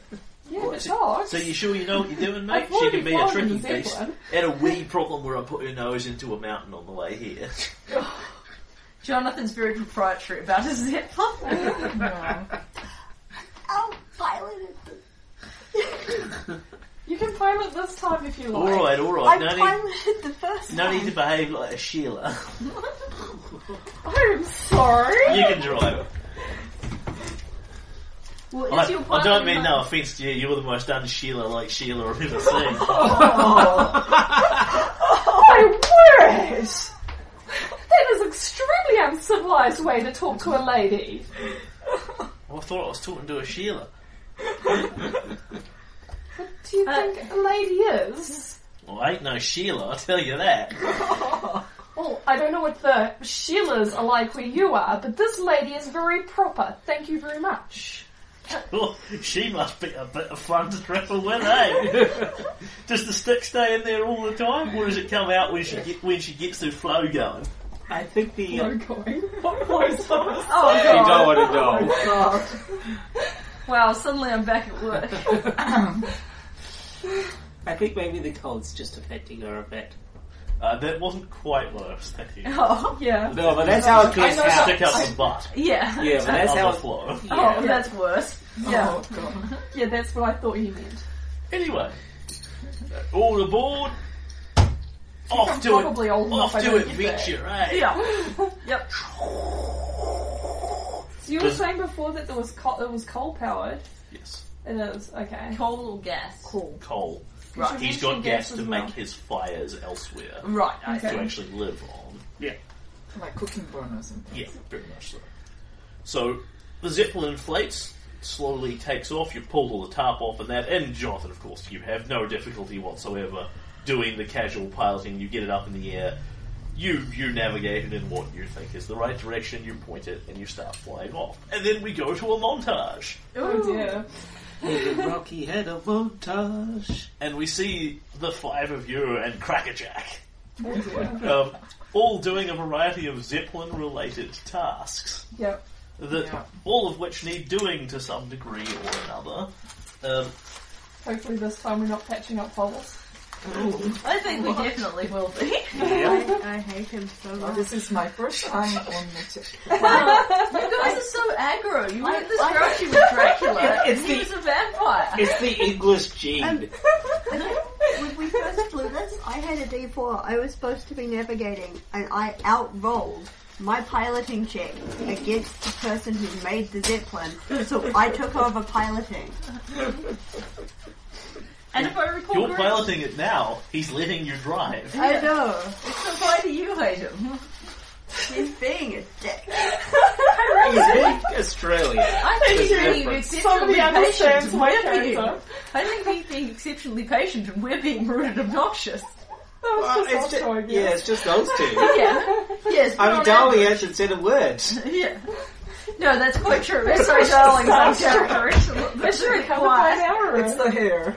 [SPEAKER 4] Yeah,
[SPEAKER 1] Well,
[SPEAKER 4] but the dogs.
[SPEAKER 1] So you sure you know what you're doing, mate?
[SPEAKER 4] I've
[SPEAKER 1] She can
[SPEAKER 4] already
[SPEAKER 1] be a
[SPEAKER 4] fallen
[SPEAKER 1] tricky
[SPEAKER 4] in this
[SPEAKER 1] beast.
[SPEAKER 4] one.
[SPEAKER 1] Had a wee problem where I put her nose into a mountain on the way here.
[SPEAKER 3] [laughs] Jonathan's very proprietary about his zip
[SPEAKER 5] [laughs]
[SPEAKER 3] [laughs] line.
[SPEAKER 7] No.
[SPEAKER 4] Oh,
[SPEAKER 2] I'll pilot it.
[SPEAKER 4] You can pilot this time if you like.
[SPEAKER 1] all right, all
[SPEAKER 2] I
[SPEAKER 1] right. No need,
[SPEAKER 2] piloted the first
[SPEAKER 1] no
[SPEAKER 2] one.
[SPEAKER 1] need to behave like a Sheila.
[SPEAKER 4] I'm sorry.
[SPEAKER 1] You can drive her.
[SPEAKER 3] Well,
[SPEAKER 1] I,
[SPEAKER 3] is your
[SPEAKER 1] I don't
[SPEAKER 3] partner-
[SPEAKER 1] mean no offence to you. You're the most un-Sheila like Sheila I've ever
[SPEAKER 3] [laughs]
[SPEAKER 1] seen.
[SPEAKER 4] My word! That is extremely uncivilized way to talk to a lady.
[SPEAKER 1] I thought I was talking to a Sheila.
[SPEAKER 4] Do you think a lady is?
[SPEAKER 1] Well, I ain't no Sheila, I'll tell you that.
[SPEAKER 4] Well, I don't know what the Sheilas are like where you are, but this lady is very proper. Thank you very much.
[SPEAKER 1] Well, she must be a bit of fun to travel with, eh? Does the stick stay in there all the time, or does it come out when she get, when she gets her flow going?
[SPEAKER 6] I think the.
[SPEAKER 4] I'm going. [laughs]
[SPEAKER 7] Oh,
[SPEAKER 8] You don't want to know.
[SPEAKER 7] God.
[SPEAKER 3] Wow, suddenly I'm back at work. [laughs]
[SPEAKER 5] I think maybe the cold's just affecting her a bit.
[SPEAKER 1] Uh, that wasn't quite what I was thinking.
[SPEAKER 3] oh,
[SPEAKER 4] Yeah.
[SPEAKER 8] No, but that's how it gets
[SPEAKER 1] Stick
[SPEAKER 8] out.
[SPEAKER 1] up the butt
[SPEAKER 3] yeah.
[SPEAKER 5] Yeah, but that's
[SPEAKER 1] of
[SPEAKER 5] how
[SPEAKER 1] the flow.
[SPEAKER 3] Oh, that's worse.
[SPEAKER 4] Yeah.
[SPEAKER 7] Oh, God.
[SPEAKER 4] Yeah, that's what I thought you meant.
[SPEAKER 1] Anyway, uh, all aboard. Off to it.
[SPEAKER 4] Probably old enough.
[SPEAKER 1] Off
[SPEAKER 4] I
[SPEAKER 1] to
[SPEAKER 4] don't get
[SPEAKER 1] adventure, eh?
[SPEAKER 3] Yeah. Yep.
[SPEAKER 4] that. So you were saying before that there was co- it was coal powered.
[SPEAKER 1] Yes,
[SPEAKER 4] It is okay.
[SPEAKER 3] Coal or gas?
[SPEAKER 4] Cool.
[SPEAKER 1] coal.
[SPEAKER 3] Right.
[SPEAKER 1] He's got
[SPEAKER 4] Contribution
[SPEAKER 1] gas
[SPEAKER 4] gas
[SPEAKER 1] to
[SPEAKER 4] as
[SPEAKER 1] make
[SPEAKER 4] well.
[SPEAKER 1] his fires elsewhere
[SPEAKER 3] Right. I
[SPEAKER 4] Okay.
[SPEAKER 3] see.
[SPEAKER 1] to actually live on.
[SPEAKER 7] Like cooking burners and things.
[SPEAKER 1] Yeah, very much so. So the zeppelin inflates, slowly takes off. You pulled all the tarp off and that, and Jonathan, of course, you have no difficulty whatsoever doing the casual piloting. You get it up in the air. You you navigate it in what you think is the right direction. You point it and you start flying off, and then we go to a montage,
[SPEAKER 4] Oh dear.
[SPEAKER 6] With the rocky head of montage.
[SPEAKER 1] and we see the five of you and Crackerjack.
[SPEAKER 4] Oh dear.
[SPEAKER 1] Um, all doing a variety of zeppelin related tasks.
[SPEAKER 4] Yep.
[SPEAKER 1] that
[SPEAKER 7] Yeah.
[SPEAKER 1] all of which need doing to some degree or another. Um,
[SPEAKER 4] Hopefully this time we're not patching up holes.
[SPEAKER 3] I think we definitely will [laughs] be.
[SPEAKER 2] I, I hate him so
[SPEAKER 7] Oh,
[SPEAKER 2] much.
[SPEAKER 7] this is my first time on the tip.
[SPEAKER 3] You guys are so aggro. You went this grouchy with [laughs] Dracula.
[SPEAKER 6] It's
[SPEAKER 3] and he
[SPEAKER 6] the-
[SPEAKER 3] was a vampire.
[SPEAKER 5] It's the English gene.
[SPEAKER 2] When we first flew this, I had a D4. I was supposed to be navigating, and I outrolled my piloting check against the person who made the Zeppelin, so I took over piloting.
[SPEAKER 3] [laughs] And if I recall
[SPEAKER 1] you're
[SPEAKER 3] correctly,
[SPEAKER 1] piloting it now. He's letting you drive.
[SPEAKER 2] [laughs] I know.
[SPEAKER 3] so why do you hate him?
[SPEAKER 2] She's being a dick.
[SPEAKER 8] He's big
[SPEAKER 5] [laughs]
[SPEAKER 8] Australia.
[SPEAKER 3] I think he's being
[SPEAKER 8] different.
[SPEAKER 3] exceptionally
[SPEAKER 4] Somebody understands
[SPEAKER 3] patient.
[SPEAKER 4] my
[SPEAKER 3] We're being-
[SPEAKER 4] character.
[SPEAKER 3] I think he's being exceptionally patient and we're being rude and obnoxious.
[SPEAKER 5] Oh,
[SPEAKER 4] That was
[SPEAKER 6] Well,
[SPEAKER 4] just
[SPEAKER 6] it's
[SPEAKER 4] us
[SPEAKER 6] ju-
[SPEAKER 4] showing you.
[SPEAKER 6] yeah, it's just those
[SPEAKER 5] [laughs]
[SPEAKER 6] two.
[SPEAKER 3] Yeah. Yes. but
[SPEAKER 6] I'm
[SPEAKER 3] on
[SPEAKER 6] darling hasn't said a word.
[SPEAKER 3] average- Yeah. No, that's quite true. [laughs] We're so darling. I'm
[SPEAKER 4] But
[SPEAKER 3] That's
[SPEAKER 4] you
[SPEAKER 3] really
[SPEAKER 4] recovered by an
[SPEAKER 3] quiet.
[SPEAKER 4] hour.
[SPEAKER 7] It's the hair.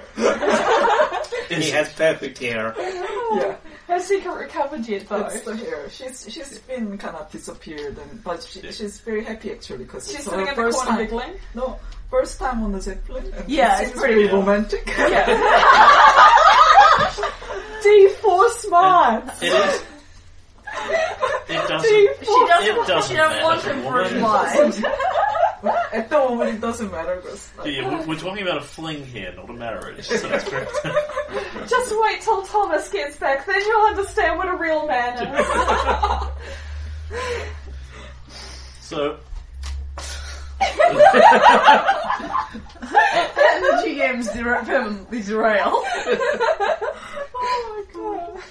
[SPEAKER 6] He has perfect hair.
[SPEAKER 4] Oh,
[SPEAKER 7] Yeah,
[SPEAKER 4] Has he recovered yet though?
[SPEAKER 7] it's the hair. She's she's been kind of disappeared, and but she, she's very happy actually because
[SPEAKER 4] She's
[SPEAKER 7] it's
[SPEAKER 4] sitting
[SPEAKER 7] her
[SPEAKER 4] in the
[SPEAKER 7] first
[SPEAKER 4] corner
[SPEAKER 7] time.
[SPEAKER 4] giggling.
[SPEAKER 7] No, first time on the zeppelin. and
[SPEAKER 3] Yeah,
[SPEAKER 7] it
[SPEAKER 3] it's
[SPEAKER 7] seems
[SPEAKER 3] pretty-
[SPEAKER 7] really romantic. [laughs]
[SPEAKER 4] Yeah. D4 smart.
[SPEAKER 1] It is. It doesn't.
[SPEAKER 4] D4.
[SPEAKER 3] She
[SPEAKER 1] It
[SPEAKER 3] doesn't,
[SPEAKER 1] doesn't
[SPEAKER 3] she doesn't
[SPEAKER 1] matter,
[SPEAKER 3] want him for his
[SPEAKER 1] woman.
[SPEAKER 3] life.
[SPEAKER 7] [laughs] At the moment, it doesn't matter because like,
[SPEAKER 1] Yeah, we're, we're talking about a fling here, not a marriage. So it's very-
[SPEAKER 4] Just wait till Thomas gets back, then you'll understand what a real man is.
[SPEAKER 1] [laughs] so
[SPEAKER 3] [laughs] And the GM's dera- permanently derailed.
[SPEAKER 4] oh my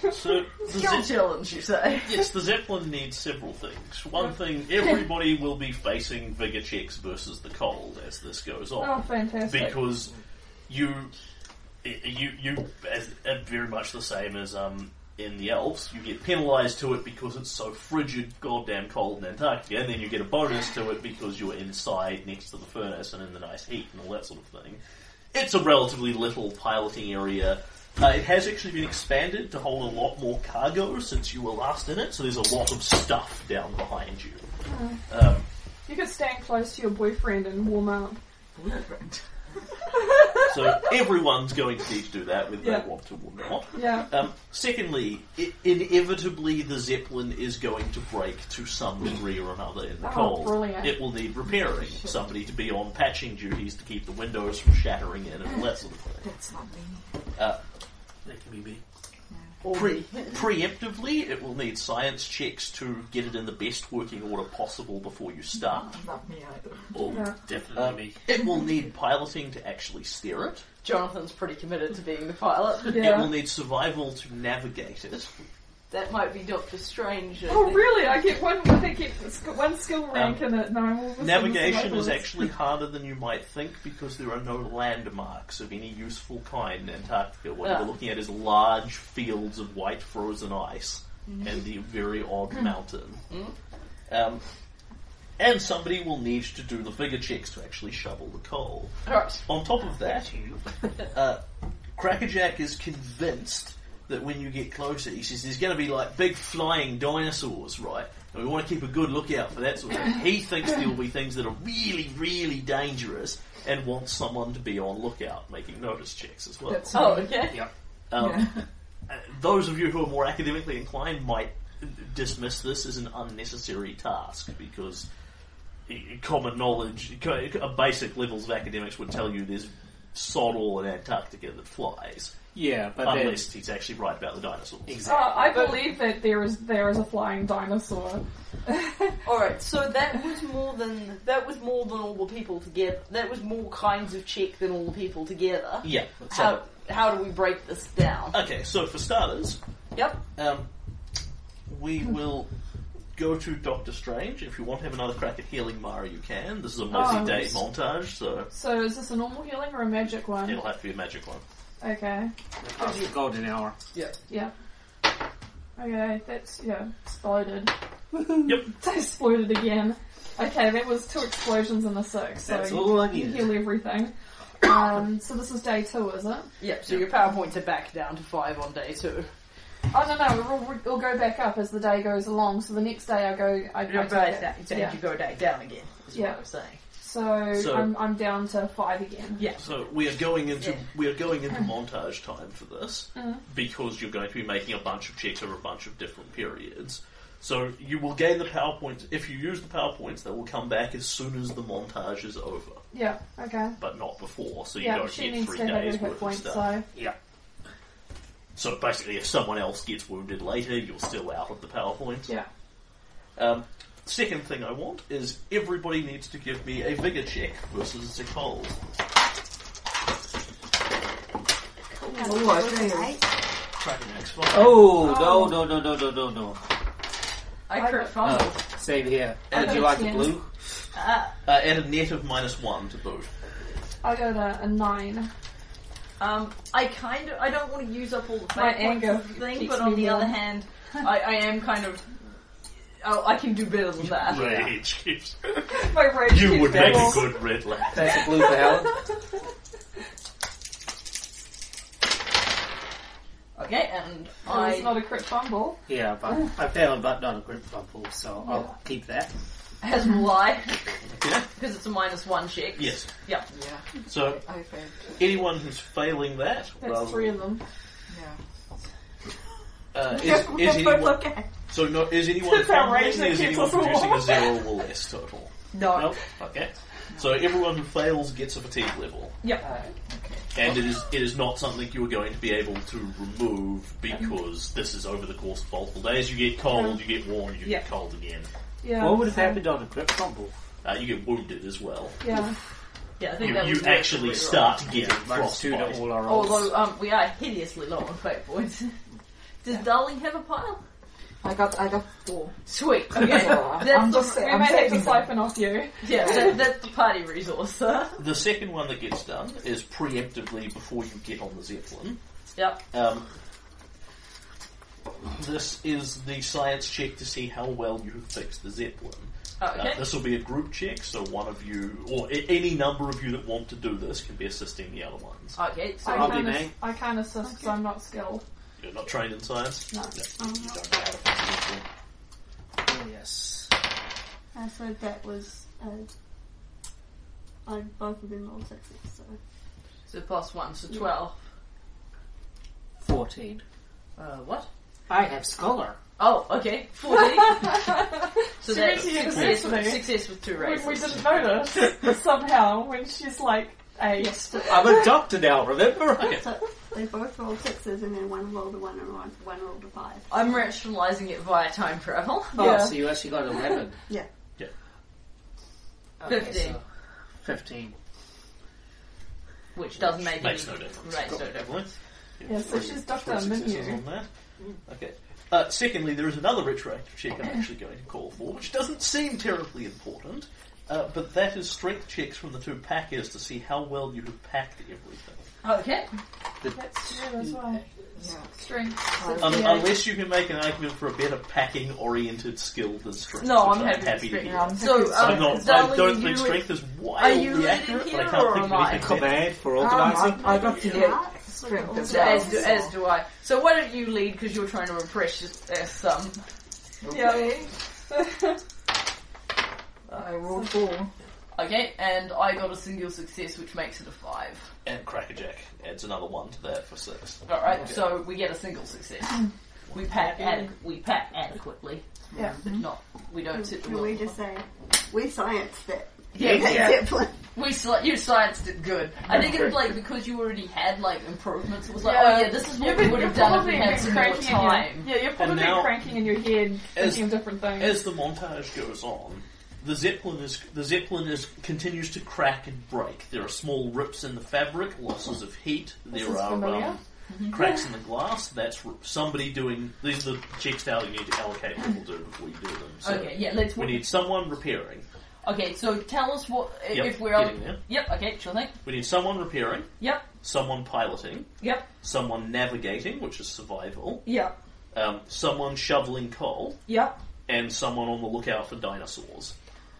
[SPEAKER 4] god.
[SPEAKER 1] so the
[SPEAKER 3] Skill
[SPEAKER 1] Ze-
[SPEAKER 3] challenge, you say?
[SPEAKER 1] yes, the zeppelin needs several things. One thing, everybody will be facing vigor checks versus the cold as this goes on.
[SPEAKER 4] Oh, fantastic.
[SPEAKER 1] because you you you as, uh, very much the same as um in the elves you get penalized to it because it's so frigid goddamn cold in antarctica and then you get a bonus to it because you're inside next to the furnace and in the nice heat and all that sort of thing it's a relatively little piloting area uh, it has actually been expanded to hold a lot more cargo since you were last in it so there's a lot of stuff down behind you um,
[SPEAKER 4] You could stand close to your boyfriend and warm up.
[SPEAKER 7] boyfriend.
[SPEAKER 1] So everyone's going to need to do that, whether
[SPEAKER 4] Yeah.
[SPEAKER 1] they want to or not.
[SPEAKER 4] Yeah.
[SPEAKER 1] Um, secondly, I- inevitably the Zeppelin is going to break to some degree or another in the
[SPEAKER 4] Oh,
[SPEAKER 1] cold.
[SPEAKER 4] brilliant.
[SPEAKER 1] It will need repairing. Somebody to be on patching duties to keep the windows from shattering in and all that sort of thing.
[SPEAKER 7] That's not me.
[SPEAKER 1] Uh, that can be me. Pre- preemptively, it will need science checks to get it in the best working order possible before you
[SPEAKER 4] Mm-hmm.
[SPEAKER 1] start.
[SPEAKER 7] Not me either.
[SPEAKER 1] Or,
[SPEAKER 8] Definitely
[SPEAKER 1] um,
[SPEAKER 8] me.
[SPEAKER 1] it will need piloting to actually steer it.
[SPEAKER 3] Jonathan's pretty committed to being the [laughs] pilot.
[SPEAKER 1] It will
[SPEAKER 4] Yeah.
[SPEAKER 1] need survival to navigate it.
[SPEAKER 3] That might be Doctor Strange. I
[SPEAKER 4] Oh
[SPEAKER 3] think.
[SPEAKER 4] really? I get one. I think it- it's got one skill rank in it. No, I'm all of a sudden
[SPEAKER 1] Um, Navigation is
[SPEAKER 4] survivalist.
[SPEAKER 1] actually harder than you might think because there are no landmarks of any useful kind in Antarctica. What
[SPEAKER 3] Yeah.
[SPEAKER 1] you're looking at is large fields of white frozen ice and the very odd mountain. Um, and somebody will need to do the figure checks to actually shovel the coal.
[SPEAKER 3] Right.
[SPEAKER 1] On top of that, uh, Crackerjack is convinced that when you get closer, he says there's going to be like big flying dinosaurs, right? And we want to keep a good lookout for that sort of thing. He thinks there will be things that are really, really dangerous and wants someone to be on lookout, making notice checks as well.
[SPEAKER 7] That's
[SPEAKER 3] Oh,
[SPEAKER 7] me.
[SPEAKER 3] okay.
[SPEAKER 1] Um,
[SPEAKER 7] Yeah.
[SPEAKER 1] uh, those of you who are more academically inclined might dismiss this as an unnecessary task because i- common knowledge, co- uh, basic levels of academics would tell you there's sod all in Antarctica that flies,
[SPEAKER 5] Yeah, but then
[SPEAKER 1] unless he's actually right about the dinosaurs.
[SPEAKER 4] Uh,
[SPEAKER 5] exactly.
[SPEAKER 4] I believe that there is there is a flying dinosaur. [laughs]
[SPEAKER 3] All right. So that was more than that was more than all the people together. That was more kinds of check than all the people together.
[SPEAKER 1] Yeah. Uh, So,
[SPEAKER 3] How how do we break this down?
[SPEAKER 1] okay, so for starters,
[SPEAKER 3] Yep.
[SPEAKER 1] um, we will go to Doctor Strange. If you want to have another crack at healing Mara, you can. This is a
[SPEAKER 5] Oh,
[SPEAKER 1] multi-day
[SPEAKER 4] nice.
[SPEAKER 1] montage, so
[SPEAKER 4] So is this a normal healing or a magic one?
[SPEAKER 1] it'll have to be a magic one.
[SPEAKER 4] Okay.
[SPEAKER 5] Past the golden hour.
[SPEAKER 4] Yeah. Okay, that's yeah, exploded.
[SPEAKER 1] Yep.
[SPEAKER 4] [laughs] They exploded again. Okay, that was two explosions in a six, so
[SPEAKER 8] That's
[SPEAKER 4] you,
[SPEAKER 8] all I
[SPEAKER 4] you
[SPEAKER 8] needed.
[SPEAKER 4] heal everything. Um, so this is day two, is it?
[SPEAKER 3] Yep. So your powerpoints are back down to five on day two.
[SPEAKER 4] Oh no, no, we'll, we'll- we'll go back up as the day goes along. So the next day I go, I, I
[SPEAKER 3] Your
[SPEAKER 4] take
[SPEAKER 3] day
[SPEAKER 4] it.
[SPEAKER 3] down, so
[SPEAKER 4] yeah.
[SPEAKER 3] you go day down again. Is
[SPEAKER 4] Yeah.
[SPEAKER 3] what I'm saying.
[SPEAKER 4] So,
[SPEAKER 1] So-
[SPEAKER 4] I'm, I'm down to five again.
[SPEAKER 3] Yeah.
[SPEAKER 1] So we are going into
[SPEAKER 3] Yeah.
[SPEAKER 1] we are going into montage time for this
[SPEAKER 4] Mhm.
[SPEAKER 1] because you're going to be making a bunch of checks over a bunch of different periods. So you will gain the powerpoints if you use the powerpoints. They will come back as soon as the montage is over,
[SPEAKER 4] Yeah. Okay.
[SPEAKER 1] but not before. So you
[SPEAKER 4] Yeah,
[SPEAKER 1] don't
[SPEAKER 4] she
[SPEAKER 1] get
[SPEAKER 4] needs
[SPEAKER 1] three
[SPEAKER 4] to have
[SPEAKER 1] days
[SPEAKER 4] her hit
[SPEAKER 1] worth of
[SPEAKER 4] points.
[SPEAKER 1] stuff.
[SPEAKER 4] So
[SPEAKER 1] So basically, if someone else gets wounded later, you're still out of the powerpoints.
[SPEAKER 4] yeah.
[SPEAKER 1] Um, second thing I want is everybody needs to give me a vigor check versus a cold.
[SPEAKER 7] Oh, I failed.
[SPEAKER 2] Eight.
[SPEAKER 5] Oh, no, no, no, no, no, no, no.
[SPEAKER 3] I crit five.
[SPEAKER 5] Uh, same here.
[SPEAKER 1] And-
[SPEAKER 5] Would you like the
[SPEAKER 4] Yeah.
[SPEAKER 5] blue?
[SPEAKER 1] Uh, and a net of minus one to boot.
[SPEAKER 4] I got a, a nine.
[SPEAKER 3] Um, I kind of I don't want to use up all the fat
[SPEAKER 4] My
[SPEAKER 3] points
[SPEAKER 4] anger
[SPEAKER 3] of the thing,
[SPEAKER 4] keeps
[SPEAKER 3] but on
[SPEAKER 4] me
[SPEAKER 3] the other
[SPEAKER 4] warm. [laughs]
[SPEAKER 3] hand, I, I am kind of. Oh, I can do better than
[SPEAKER 1] [laughs]
[SPEAKER 3] that.
[SPEAKER 1] Rage keeps.
[SPEAKER 3] My rage
[SPEAKER 1] You
[SPEAKER 3] keeps
[SPEAKER 1] would make a
[SPEAKER 3] going.
[SPEAKER 1] good red lad.
[SPEAKER 5] That's a blue for Helen.
[SPEAKER 3] Okay, and
[SPEAKER 4] It was
[SPEAKER 3] I
[SPEAKER 4] not a crit fumble.
[SPEAKER 5] [laughs] Yeah, but I failed, but not a grip fumble, so I'll keep that.
[SPEAKER 3] has lie
[SPEAKER 1] Yeah?
[SPEAKER 3] because it's a minus one check.
[SPEAKER 1] Yes.
[SPEAKER 3] Yeah.
[SPEAKER 7] Yeah,
[SPEAKER 1] So
[SPEAKER 7] I failed.
[SPEAKER 1] anyone who's failing that,
[SPEAKER 4] That's
[SPEAKER 1] rather-
[SPEAKER 4] three of them.
[SPEAKER 7] Yeah.
[SPEAKER 1] uh, is,
[SPEAKER 2] Just
[SPEAKER 1] is
[SPEAKER 2] have a
[SPEAKER 1] anyone,
[SPEAKER 2] look at.
[SPEAKER 1] so no, is anyone
[SPEAKER 4] It's outrageous
[SPEAKER 1] failing? Is
[SPEAKER 4] that
[SPEAKER 1] anyone
[SPEAKER 4] keeps us
[SPEAKER 1] producing a
[SPEAKER 4] alive.
[SPEAKER 1] zero or less total?
[SPEAKER 3] No.
[SPEAKER 1] Nope. Okay. So everyone who fails gets a fatigue level,
[SPEAKER 5] Uh,
[SPEAKER 3] Yeah.
[SPEAKER 1] and it is it is not something you are going to be able to remove because this is over the course of multiple days. You get cold, you get warm, you
[SPEAKER 3] Yeah.
[SPEAKER 1] get cold again.
[SPEAKER 4] Yeah.
[SPEAKER 5] What would have
[SPEAKER 4] so-
[SPEAKER 5] happened on a grip fumble?
[SPEAKER 1] Uh, you get wounded as well.
[SPEAKER 3] [laughs]
[SPEAKER 4] Yeah.
[SPEAKER 3] Yeah. I think
[SPEAKER 1] You,
[SPEAKER 3] that
[SPEAKER 1] you
[SPEAKER 3] was
[SPEAKER 1] actually
[SPEAKER 3] really
[SPEAKER 1] start getting
[SPEAKER 5] Minus two to
[SPEAKER 1] frostbite.
[SPEAKER 5] all our
[SPEAKER 3] wrong.
[SPEAKER 5] rolls.
[SPEAKER 3] Although um, we are hideously low on fate points. [laughs] Does Darling have a pile?
[SPEAKER 7] I got I got four.
[SPEAKER 4] [laughs]
[SPEAKER 3] Sweet. Okay. that's
[SPEAKER 7] I'm
[SPEAKER 3] the,
[SPEAKER 7] just-
[SPEAKER 4] We
[SPEAKER 7] I'm
[SPEAKER 4] might have to
[SPEAKER 7] saving them.
[SPEAKER 4] siphon off you.
[SPEAKER 3] yeah. That, that's the party resource. [laughs]
[SPEAKER 1] The second one that gets done is preemptively before you get on the Zeppelin.
[SPEAKER 3] yeah.
[SPEAKER 1] Um, this is the science check to see how well you have fixed the Zeppelin.
[SPEAKER 3] Oh,
[SPEAKER 1] Uh,
[SPEAKER 3] okay.
[SPEAKER 1] this will be a group check, so one of you, or a- any number of you that want to do this, can be assisting the other ones.
[SPEAKER 3] Okay. So
[SPEAKER 4] I
[SPEAKER 5] I'll be
[SPEAKER 4] can't, ass-
[SPEAKER 5] me.
[SPEAKER 4] I can't assist 'cause I'm not skilled.
[SPEAKER 1] You're not trained in science?
[SPEAKER 4] No.
[SPEAKER 1] You don't know how to fix a Zeppelin.
[SPEAKER 5] Oh, yes.
[SPEAKER 2] Uh, so that was. Uh, I both of them rolled sixes, so.
[SPEAKER 3] So plus one, so twelve.
[SPEAKER 5] Fourteen.
[SPEAKER 3] Uh, what?
[SPEAKER 5] I have scholar.
[SPEAKER 3] Oh, okay, fourteen. so that's
[SPEAKER 4] Seriously,
[SPEAKER 3] success with,
[SPEAKER 4] seriously.
[SPEAKER 3] success with two
[SPEAKER 4] When we
[SPEAKER 3] races.
[SPEAKER 4] didn't
[SPEAKER 3] [laughs]
[SPEAKER 4] notice somehow when she's like a
[SPEAKER 8] I'm a doctor now, remember?
[SPEAKER 2] So they both rolled sixes and then one rolled a one and one, one rolled a five.
[SPEAKER 3] I'm rationalising it via time travel.
[SPEAKER 5] [laughs] Oh,
[SPEAKER 4] Yeah.
[SPEAKER 5] so you actually got eleven.
[SPEAKER 2] Yeah.
[SPEAKER 1] Yeah.
[SPEAKER 5] Okay,
[SPEAKER 3] Fifteen.
[SPEAKER 5] so Fifteen.
[SPEAKER 3] Which doesn't make
[SPEAKER 1] Makes no
[SPEAKER 3] any
[SPEAKER 1] difference.
[SPEAKER 3] Makes no
[SPEAKER 1] Got
[SPEAKER 3] difference.
[SPEAKER 1] everyone.
[SPEAKER 4] Yeah, so
[SPEAKER 1] Three-
[SPEAKER 4] she's Dr.
[SPEAKER 1] three successes
[SPEAKER 4] Menu.
[SPEAKER 1] on that. Okay. Uh, secondly, there is another retroactive check I'm actually going to call for, which doesn't seem terribly important, uh, but that is strength checks from the two packers to see how well you have packed everything.
[SPEAKER 3] Okay.
[SPEAKER 4] That's true as well.
[SPEAKER 7] Yeah.
[SPEAKER 4] Strength.
[SPEAKER 1] Um,
[SPEAKER 4] Yeah. [laughs]
[SPEAKER 1] Unless you can make an argument for a better packing-oriented skill than strength.
[SPEAKER 3] No,
[SPEAKER 1] which
[SPEAKER 3] I'm happy with
[SPEAKER 1] to
[SPEAKER 3] strength.
[SPEAKER 1] hear.
[SPEAKER 7] Yeah, I'm
[SPEAKER 3] So,
[SPEAKER 7] thinking
[SPEAKER 3] um,
[SPEAKER 1] I'm not, I
[SPEAKER 3] darling,
[SPEAKER 1] don't
[SPEAKER 3] you
[SPEAKER 1] think
[SPEAKER 3] would-
[SPEAKER 1] strength is
[SPEAKER 3] you
[SPEAKER 1] wildly
[SPEAKER 3] leading
[SPEAKER 1] accurate, but I
[SPEAKER 3] here
[SPEAKER 1] can't
[SPEAKER 3] or
[SPEAKER 1] think
[SPEAKER 3] am
[SPEAKER 1] of
[SPEAKER 3] I?
[SPEAKER 1] anything better.
[SPEAKER 8] Command for
[SPEAKER 7] Um, I,
[SPEAKER 8] organising.
[SPEAKER 7] I got to get
[SPEAKER 2] Arts,
[SPEAKER 7] strength as
[SPEAKER 2] like,
[SPEAKER 7] well.
[SPEAKER 3] As do, as do I. So why don't you lead because you're trying to impress uh, some.
[SPEAKER 4] Yeah.
[SPEAKER 7] I rolled four.
[SPEAKER 3] Okay, and I got a single success, which makes it a five.
[SPEAKER 1] And Crackerjack adds another one to that for six.
[SPEAKER 3] All right, so we get a single success. We pack, adequ- we pack adequately,
[SPEAKER 4] Yeah.
[SPEAKER 3] but not. We don't sit the
[SPEAKER 2] Can
[SPEAKER 3] wheel.
[SPEAKER 2] we just say, we scienced it.
[SPEAKER 3] yeah,
[SPEAKER 2] That
[SPEAKER 3] yeah.
[SPEAKER 2] Zeppelin.
[SPEAKER 3] We sli- you scienced it good. I think it's like because you already had like improvements. It was like,
[SPEAKER 4] Yeah.
[SPEAKER 3] oh yeah, this is what
[SPEAKER 4] You've
[SPEAKER 3] we
[SPEAKER 4] been-
[SPEAKER 3] would have
[SPEAKER 4] you've
[SPEAKER 3] done if
[SPEAKER 4] probably
[SPEAKER 3] we had
[SPEAKER 4] been
[SPEAKER 3] some more
[SPEAKER 4] cranking in your-
[SPEAKER 3] time.
[SPEAKER 4] yeah, you're probably
[SPEAKER 1] now-
[SPEAKER 4] cranking in your head
[SPEAKER 1] As-
[SPEAKER 4] thinking of different things.
[SPEAKER 1] As the montage goes on, the zeppelin is the zeppelin is continues to crack and break. There are small rips in the fabric, losses of heat.
[SPEAKER 4] This
[SPEAKER 1] there
[SPEAKER 4] is
[SPEAKER 1] are
[SPEAKER 4] familiar.
[SPEAKER 1] um,
[SPEAKER 3] Mm-hmm.
[SPEAKER 1] cracks in the glass. That's r- somebody doing. These are the checks now that you need to allocate what we'll do before you do them. So
[SPEAKER 3] Okay, yeah, let's.
[SPEAKER 1] we need someone repairing.
[SPEAKER 3] okay, so tell us what i-
[SPEAKER 1] Yep,
[SPEAKER 3] if we're on.
[SPEAKER 1] getting there.
[SPEAKER 3] Yep. Okay. Sure thing.
[SPEAKER 1] We need someone repairing,
[SPEAKER 3] Yep.
[SPEAKER 1] someone piloting,
[SPEAKER 3] Yep.
[SPEAKER 1] someone navigating, which is survival,
[SPEAKER 3] Yep.
[SPEAKER 1] um, someone shoveling coal,
[SPEAKER 3] Yep.
[SPEAKER 1] and someone on the lookout for dinosaurs.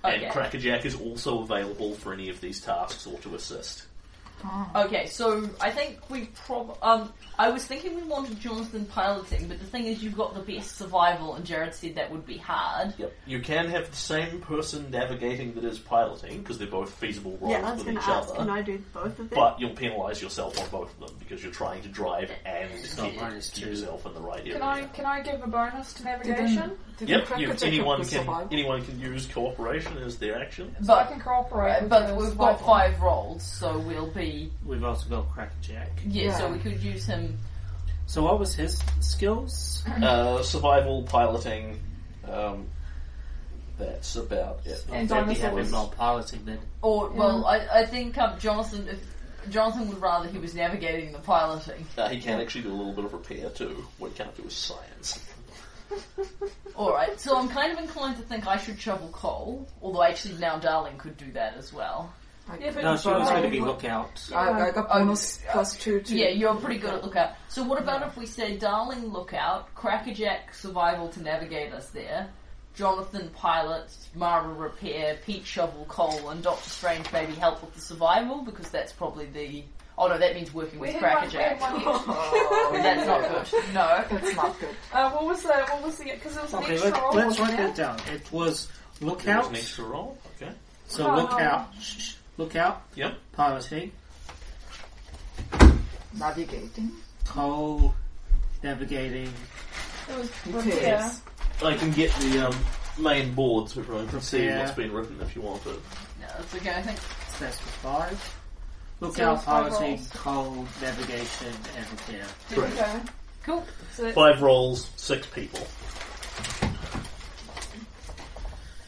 [SPEAKER 3] Okay.
[SPEAKER 1] And Crackerjack is also available for any of these tasks or to assist.
[SPEAKER 3] Okay, so I think we prob um I was thinking we wanted Jonathan piloting, but the thing is you've got the best survival and Jared said that would be hard.
[SPEAKER 1] Yep. You can have the same person navigating that is piloting because they're both feasible roles
[SPEAKER 2] Yeah, I
[SPEAKER 1] with
[SPEAKER 2] was going
[SPEAKER 1] each
[SPEAKER 2] to ask, can
[SPEAKER 1] other.
[SPEAKER 2] I do both of them?
[SPEAKER 1] But you'll penalise yourself on both of them because you're trying to drive and
[SPEAKER 5] not minus
[SPEAKER 1] get
[SPEAKER 5] two.
[SPEAKER 1] yourself in the right area.
[SPEAKER 4] Can I can I give a bonus to navigation?
[SPEAKER 7] Didn't, didn't
[SPEAKER 1] Yep,
[SPEAKER 7] Cracker
[SPEAKER 1] you,
[SPEAKER 7] Jack
[SPEAKER 1] anyone
[SPEAKER 7] have the
[SPEAKER 1] can
[SPEAKER 7] survival?
[SPEAKER 1] anyone can use cooperation as their action.
[SPEAKER 4] So I can cooperate.
[SPEAKER 3] But,
[SPEAKER 4] with
[SPEAKER 3] but
[SPEAKER 4] the
[SPEAKER 3] we've got
[SPEAKER 4] survival.
[SPEAKER 3] five rolls, so we'll be
[SPEAKER 5] We've also got Crackerjack.
[SPEAKER 3] yeah, So
[SPEAKER 7] Yeah.
[SPEAKER 3] we could use him.
[SPEAKER 5] So what was his skills?
[SPEAKER 1] Uh, survival piloting. Um, that's about it.
[SPEAKER 4] And
[SPEAKER 5] I'd be happy
[SPEAKER 4] dinosaurs.
[SPEAKER 5] about piloting then.
[SPEAKER 3] Or well, I, I think um, Jonathan if Jonathan would rather he was navigating the piloting,
[SPEAKER 1] Uh, he can actually do a little bit of repair too. What he can't do is science.
[SPEAKER 3] All right, so I'm kind of inclined to think I should shovel coal. Although actually now Darling could do that as well.
[SPEAKER 4] Yeah, but
[SPEAKER 5] No, she was going to be
[SPEAKER 4] Yeah.
[SPEAKER 5] lookout.
[SPEAKER 7] I, I got
[SPEAKER 3] Oh,
[SPEAKER 7] bonus plus two too.
[SPEAKER 3] Yeah, you're pretty good at lookout. So what about if we say Darling Lookout, Crackerjack Survival to navigate us there, Jonathan Pilot, Mara Repair, Pete Shovel Coal, and Doctor Strange maybe help with the survival because that's probably the. Oh no, that means working
[SPEAKER 4] We
[SPEAKER 3] with
[SPEAKER 4] had one- we had
[SPEAKER 3] Crackerjack.
[SPEAKER 4] one
[SPEAKER 7] [laughs] Oh,
[SPEAKER 3] That's not good. No.
[SPEAKER 7] That's not good.
[SPEAKER 4] [laughs] Uh, what was the what was the because it was an
[SPEAKER 5] Okay,
[SPEAKER 4] extra
[SPEAKER 5] let,
[SPEAKER 4] roll.
[SPEAKER 5] let's
[SPEAKER 4] wasn't
[SPEAKER 5] write
[SPEAKER 4] it?
[SPEAKER 5] that down. It was
[SPEAKER 1] There's
[SPEAKER 5] lookout.
[SPEAKER 1] an extra roll. Okay.
[SPEAKER 5] So
[SPEAKER 4] Oh,
[SPEAKER 5] lookout, shh, shh, lookout,
[SPEAKER 1] Yep.
[SPEAKER 5] piloting,
[SPEAKER 7] Navigating.
[SPEAKER 5] coal, navigating.
[SPEAKER 4] It was
[SPEAKER 7] Okay.
[SPEAKER 4] repair.
[SPEAKER 1] I can get the um, main board so everyone can see
[SPEAKER 5] Yeah.
[SPEAKER 1] what's been written if you want it.
[SPEAKER 3] No, that's okay. I think
[SPEAKER 5] So that's for five.
[SPEAKER 4] So
[SPEAKER 5] Lookout,
[SPEAKER 4] it's five
[SPEAKER 5] piloting,
[SPEAKER 4] rolls.
[SPEAKER 5] coal, navigation, and repair.
[SPEAKER 1] Correct.
[SPEAKER 4] Okay.
[SPEAKER 3] Cool.
[SPEAKER 4] So, that-
[SPEAKER 1] Five rolls, six people.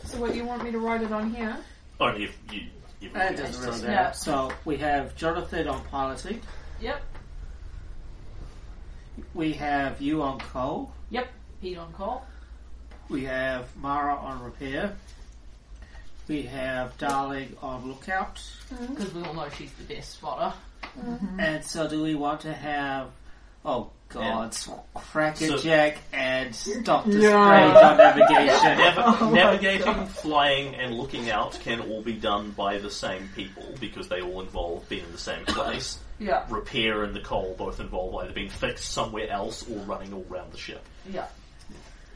[SPEAKER 4] so what do you want me to write it on here?
[SPEAKER 1] Only if you. you
[SPEAKER 5] That doesn't really matter.
[SPEAKER 3] Yeah.
[SPEAKER 5] So we have Jonathan on piloting.
[SPEAKER 3] Yep.
[SPEAKER 5] We have you on coal.
[SPEAKER 3] Yep. Pete on coal.
[SPEAKER 5] We have Mara on repair. We have Darling on lookout.
[SPEAKER 3] Because we all know she's the best spotter.
[SPEAKER 5] And so, do we want to have? Oh God,
[SPEAKER 1] So-
[SPEAKER 5] Crackerjack and Doctor
[SPEAKER 7] Yeah.
[SPEAKER 5] Strange on
[SPEAKER 1] Nav-
[SPEAKER 5] [laughs] navigation.
[SPEAKER 1] navigating, flying, and looking out can all be done by the same people because they all involve being in the same
[SPEAKER 5] [coughs]
[SPEAKER 1] place.
[SPEAKER 3] Yeah.
[SPEAKER 1] Repair and the coal both involve either being fixed somewhere else or running all round the ship.
[SPEAKER 3] Yeah.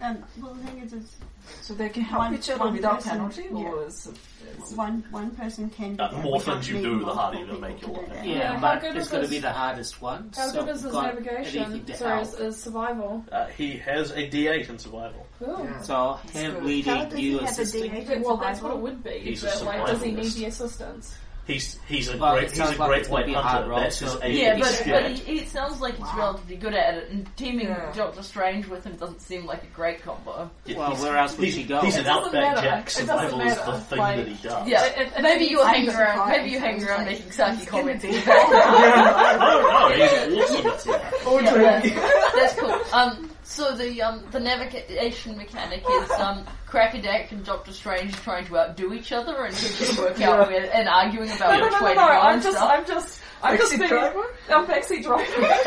[SPEAKER 2] Um, well, the thing is, it's
[SPEAKER 7] So they can help
[SPEAKER 2] One-
[SPEAKER 7] each other
[SPEAKER 2] one
[SPEAKER 7] without
[SPEAKER 2] person,
[SPEAKER 7] penalty, or
[SPEAKER 2] yeah.
[SPEAKER 7] is it- is it-
[SPEAKER 2] one one person can. do
[SPEAKER 1] Uh, the
[SPEAKER 2] that.
[SPEAKER 1] more
[SPEAKER 2] We can't
[SPEAKER 1] things you
[SPEAKER 2] need
[SPEAKER 1] do, the harder
[SPEAKER 2] multiple
[SPEAKER 1] you're gonna
[SPEAKER 2] people
[SPEAKER 1] make your
[SPEAKER 2] do
[SPEAKER 1] life.
[SPEAKER 2] that.
[SPEAKER 5] Yeah,
[SPEAKER 4] how
[SPEAKER 5] but
[SPEAKER 4] good
[SPEAKER 5] it's
[SPEAKER 4] is
[SPEAKER 5] going to
[SPEAKER 4] this-
[SPEAKER 5] be the hardest one.
[SPEAKER 4] How
[SPEAKER 5] so
[SPEAKER 4] good is his
[SPEAKER 5] got
[SPEAKER 4] navigation?
[SPEAKER 5] anything to
[SPEAKER 4] Sorry,
[SPEAKER 5] help.
[SPEAKER 4] is, is survival.
[SPEAKER 1] Uh, he has a D8 in survival.
[SPEAKER 4] Cool.
[SPEAKER 7] Yeah.
[SPEAKER 5] So
[SPEAKER 7] It's
[SPEAKER 5] him
[SPEAKER 7] good.
[SPEAKER 2] How does
[SPEAKER 5] leading
[SPEAKER 2] he
[SPEAKER 5] you
[SPEAKER 2] have a
[SPEAKER 5] assisting.
[SPEAKER 2] D8 in
[SPEAKER 4] Well, that's what
[SPEAKER 2] survival?
[SPEAKER 4] it would be.
[SPEAKER 1] He's a
[SPEAKER 4] but like, does he need
[SPEAKER 1] survivalist.
[SPEAKER 4] the assistance?
[SPEAKER 5] [laughs]
[SPEAKER 1] He's he's a
[SPEAKER 5] Well, it
[SPEAKER 1] great he's a
[SPEAKER 5] sounds like
[SPEAKER 1] great
[SPEAKER 5] it's gonna
[SPEAKER 1] white
[SPEAKER 5] be a hard
[SPEAKER 1] hunter.
[SPEAKER 5] roll,
[SPEAKER 1] That's his
[SPEAKER 5] so-
[SPEAKER 1] aim.
[SPEAKER 3] Yeah,
[SPEAKER 1] He's
[SPEAKER 3] but,
[SPEAKER 1] scared.
[SPEAKER 3] but he, it sounds like he's relatively good at it, and teaming
[SPEAKER 7] Yeah.
[SPEAKER 3] Doctor Strange with him doesn't seem like a great combo.
[SPEAKER 1] Yeah,
[SPEAKER 5] Well,
[SPEAKER 1] he's-
[SPEAKER 5] where else would
[SPEAKER 1] he's-
[SPEAKER 5] she go?
[SPEAKER 1] He's
[SPEAKER 5] It
[SPEAKER 1] an
[SPEAKER 4] doesn't
[SPEAKER 1] outback
[SPEAKER 4] matter.
[SPEAKER 1] jack.
[SPEAKER 4] It doesn't
[SPEAKER 1] Survival is the
[SPEAKER 4] matter.
[SPEAKER 1] thing
[SPEAKER 4] Like-
[SPEAKER 1] that he does.
[SPEAKER 3] Yeah,
[SPEAKER 4] It- it-
[SPEAKER 3] maybe you'll
[SPEAKER 2] I'm
[SPEAKER 3] hang
[SPEAKER 2] just
[SPEAKER 3] around.
[SPEAKER 2] surprised.
[SPEAKER 3] Maybe you hang
[SPEAKER 2] I'm
[SPEAKER 3] around
[SPEAKER 2] like,
[SPEAKER 3] making sarky
[SPEAKER 2] he's gonna
[SPEAKER 3] comments.
[SPEAKER 2] be
[SPEAKER 1] Oh no, he's awesome at that.
[SPEAKER 3] Yeah, that- that's cool. Um, so the um, the navigation menic is um, Crackerjack and Doctor Strange trying to outdo each other and who can work out where and arguing about
[SPEAKER 4] No, no,
[SPEAKER 3] which
[SPEAKER 4] no,
[SPEAKER 3] way to
[SPEAKER 4] no, no.
[SPEAKER 3] go
[SPEAKER 4] I'm
[SPEAKER 3] and
[SPEAKER 4] just,
[SPEAKER 3] stuff.
[SPEAKER 4] I'm just, I'm just
[SPEAKER 7] Taxi
[SPEAKER 4] being.
[SPEAKER 7] driver?
[SPEAKER 4] I'm taxi driver.
[SPEAKER 3] [laughs]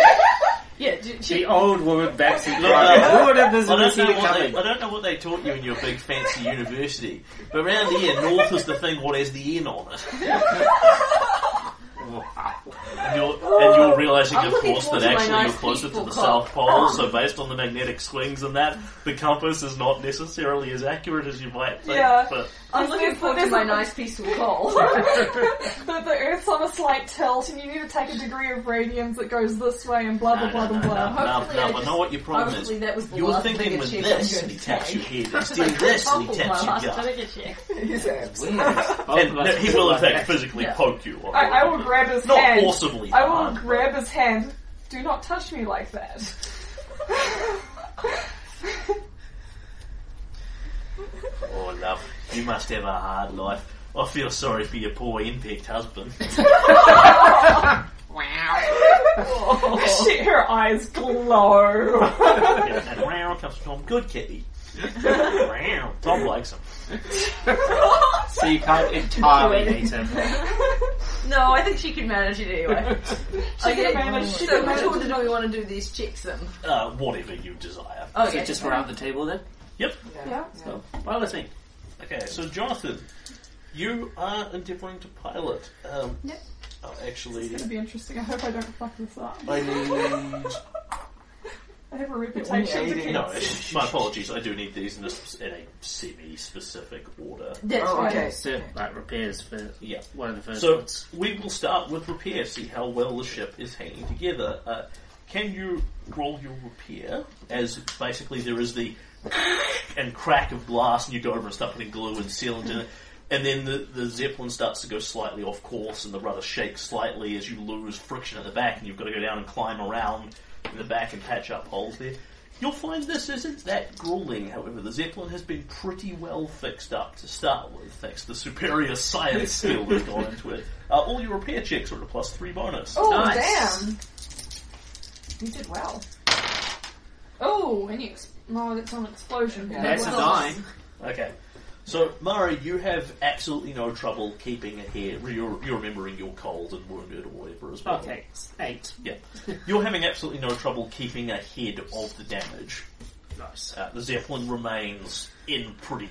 [SPEAKER 3] Yeah, d- d-
[SPEAKER 5] The old woman backseat
[SPEAKER 1] Look,
[SPEAKER 5] driver.
[SPEAKER 1] uh,
[SPEAKER 5] Who would have this
[SPEAKER 1] I don't,
[SPEAKER 5] seen
[SPEAKER 1] know
[SPEAKER 5] it
[SPEAKER 1] what
[SPEAKER 5] coming?
[SPEAKER 1] they, I don't know what they taught you in your big fancy university, but around here, north is the thing what has the N on it. And you're, and you're realizing,
[SPEAKER 3] I'm
[SPEAKER 1] of
[SPEAKER 3] looking
[SPEAKER 1] course,
[SPEAKER 3] forward
[SPEAKER 1] that
[SPEAKER 3] to my
[SPEAKER 1] actually
[SPEAKER 3] nice
[SPEAKER 1] you're closer to
[SPEAKER 3] peaceful
[SPEAKER 1] the
[SPEAKER 3] clock.
[SPEAKER 1] South Pole, so based on the magnetic swings and that, the compass is not necessarily as accurate as you might think.
[SPEAKER 4] Yeah.
[SPEAKER 1] But
[SPEAKER 3] I'm looking
[SPEAKER 4] There's-
[SPEAKER 3] forward to
[SPEAKER 4] there's
[SPEAKER 3] my
[SPEAKER 4] a-
[SPEAKER 3] nice peaceful call.
[SPEAKER 5] [laughs]
[SPEAKER 4] the, the Earth's on a slight tilt, and you need to take a degree of radiance that goes this way, and blah
[SPEAKER 1] no,
[SPEAKER 4] blah
[SPEAKER 1] no,
[SPEAKER 4] blah
[SPEAKER 1] no,
[SPEAKER 4] blah
[SPEAKER 1] no, no,
[SPEAKER 4] blah.
[SPEAKER 1] no,
[SPEAKER 3] Hopefully I
[SPEAKER 1] no, I
[SPEAKER 3] just-
[SPEAKER 1] know what your problem
[SPEAKER 3] Hopefully
[SPEAKER 1] is.
[SPEAKER 3] that was the
[SPEAKER 1] You're
[SPEAKER 3] last
[SPEAKER 1] thinking
[SPEAKER 3] bigger
[SPEAKER 1] with
[SPEAKER 3] check
[SPEAKER 1] this,
[SPEAKER 3] I'm
[SPEAKER 1] and he
[SPEAKER 3] going to
[SPEAKER 1] taps your head.
[SPEAKER 3] take.
[SPEAKER 1] He's doing this, and he
[SPEAKER 3] Toppled my
[SPEAKER 1] taps your
[SPEAKER 3] last
[SPEAKER 1] gut.
[SPEAKER 3] bigger check.
[SPEAKER 7] his
[SPEAKER 5] [laughs]
[SPEAKER 7] abs?
[SPEAKER 5] Weird. Both of
[SPEAKER 1] And
[SPEAKER 5] us
[SPEAKER 1] he will, in
[SPEAKER 5] look like
[SPEAKER 1] fact, physically
[SPEAKER 3] Yeah.
[SPEAKER 1] poke you. on
[SPEAKER 4] I, I
[SPEAKER 1] the-
[SPEAKER 4] will grab his
[SPEAKER 1] Not Oh,
[SPEAKER 4] hand.
[SPEAKER 1] awesomely.
[SPEAKER 4] I will
[SPEAKER 1] hard, but-
[SPEAKER 4] grab his hand. Do not touch me like that.
[SPEAKER 1] Oh, love, you must have a hard life. I feel sorry for your poor impact husband.
[SPEAKER 4] [laughs]
[SPEAKER 7] [laughs]
[SPEAKER 4] Shit, her eyes glow.
[SPEAKER 1] and round comes Tom. Good kitty. Round. Tom likes him.
[SPEAKER 5] So you can't entirely hate him.
[SPEAKER 3] No, I think she can manage it anyway. okay,
[SPEAKER 4] can manage- she
[SPEAKER 3] so
[SPEAKER 4] can
[SPEAKER 3] which
[SPEAKER 4] manage
[SPEAKER 3] order do we want to do these checks in?
[SPEAKER 1] Uh, whatever you desire.
[SPEAKER 3] Okay.
[SPEAKER 5] So just around the table then?
[SPEAKER 1] Yep.
[SPEAKER 4] Yeah.
[SPEAKER 5] So, well, let's see.
[SPEAKER 1] Okay, so Jonathan, you are endeavouring to pilot. Um,
[SPEAKER 2] Yep.
[SPEAKER 1] oh, actually,
[SPEAKER 4] It'd be interesting. I hope I don't fuck this up.
[SPEAKER 1] I [laughs] need.
[SPEAKER 4] I have a reputation to keep.
[SPEAKER 1] No, actually, my apologies. I do need these in a, s- in a semi-specific order.
[SPEAKER 3] That's
[SPEAKER 7] Oh,
[SPEAKER 3] fine.
[SPEAKER 7] okay.
[SPEAKER 5] So, uh, like, repairs for
[SPEAKER 1] Yeah.
[SPEAKER 5] one of the first
[SPEAKER 1] So
[SPEAKER 5] ones.
[SPEAKER 1] we will start with repair. See how well the ship is hanging together. Uh, can you roll your repair? As basically there is the [coughs] and crack of glass, and you go over and start putting glue and sealant in it, and then the, the zeppelin starts to go slightly off course, and the rudder shakes slightly as you lose friction at the back, and you've got to go down and climb around in the back and patch up holes there. You'll find this isn't that grueling, however. The Zeppelin has been pretty well fixed up to start with, thanks to the superior [laughs] science skill that's gone into it. Uh, all your repair checks are at a plus three bonus.
[SPEAKER 4] Oh
[SPEAKER 5] Nice.
[SPEAKER 4] damn! You did well. Oh, and you ex- no, that's on explosion.
[SPEAKER 7] Yeah.
[SPEAKER 5] That's a
[SPEAKER 4] well,
[SPEAKER 5] nine.
[SPEAKER 1] Okay. So, Mara, you have absolutely no trouble keeping it here. You're, you're remembering you're cold and wounded or whatever as well.
[SPEAKER 5] Okay, it's eight.
[SPEAKER 1] Yeah. You're having absolutely no trouble keeping ahead of the damage.
[SPEAKER 5] Nice.
[SPEAKER 1] Uh, the Zeppelin remains in pretty.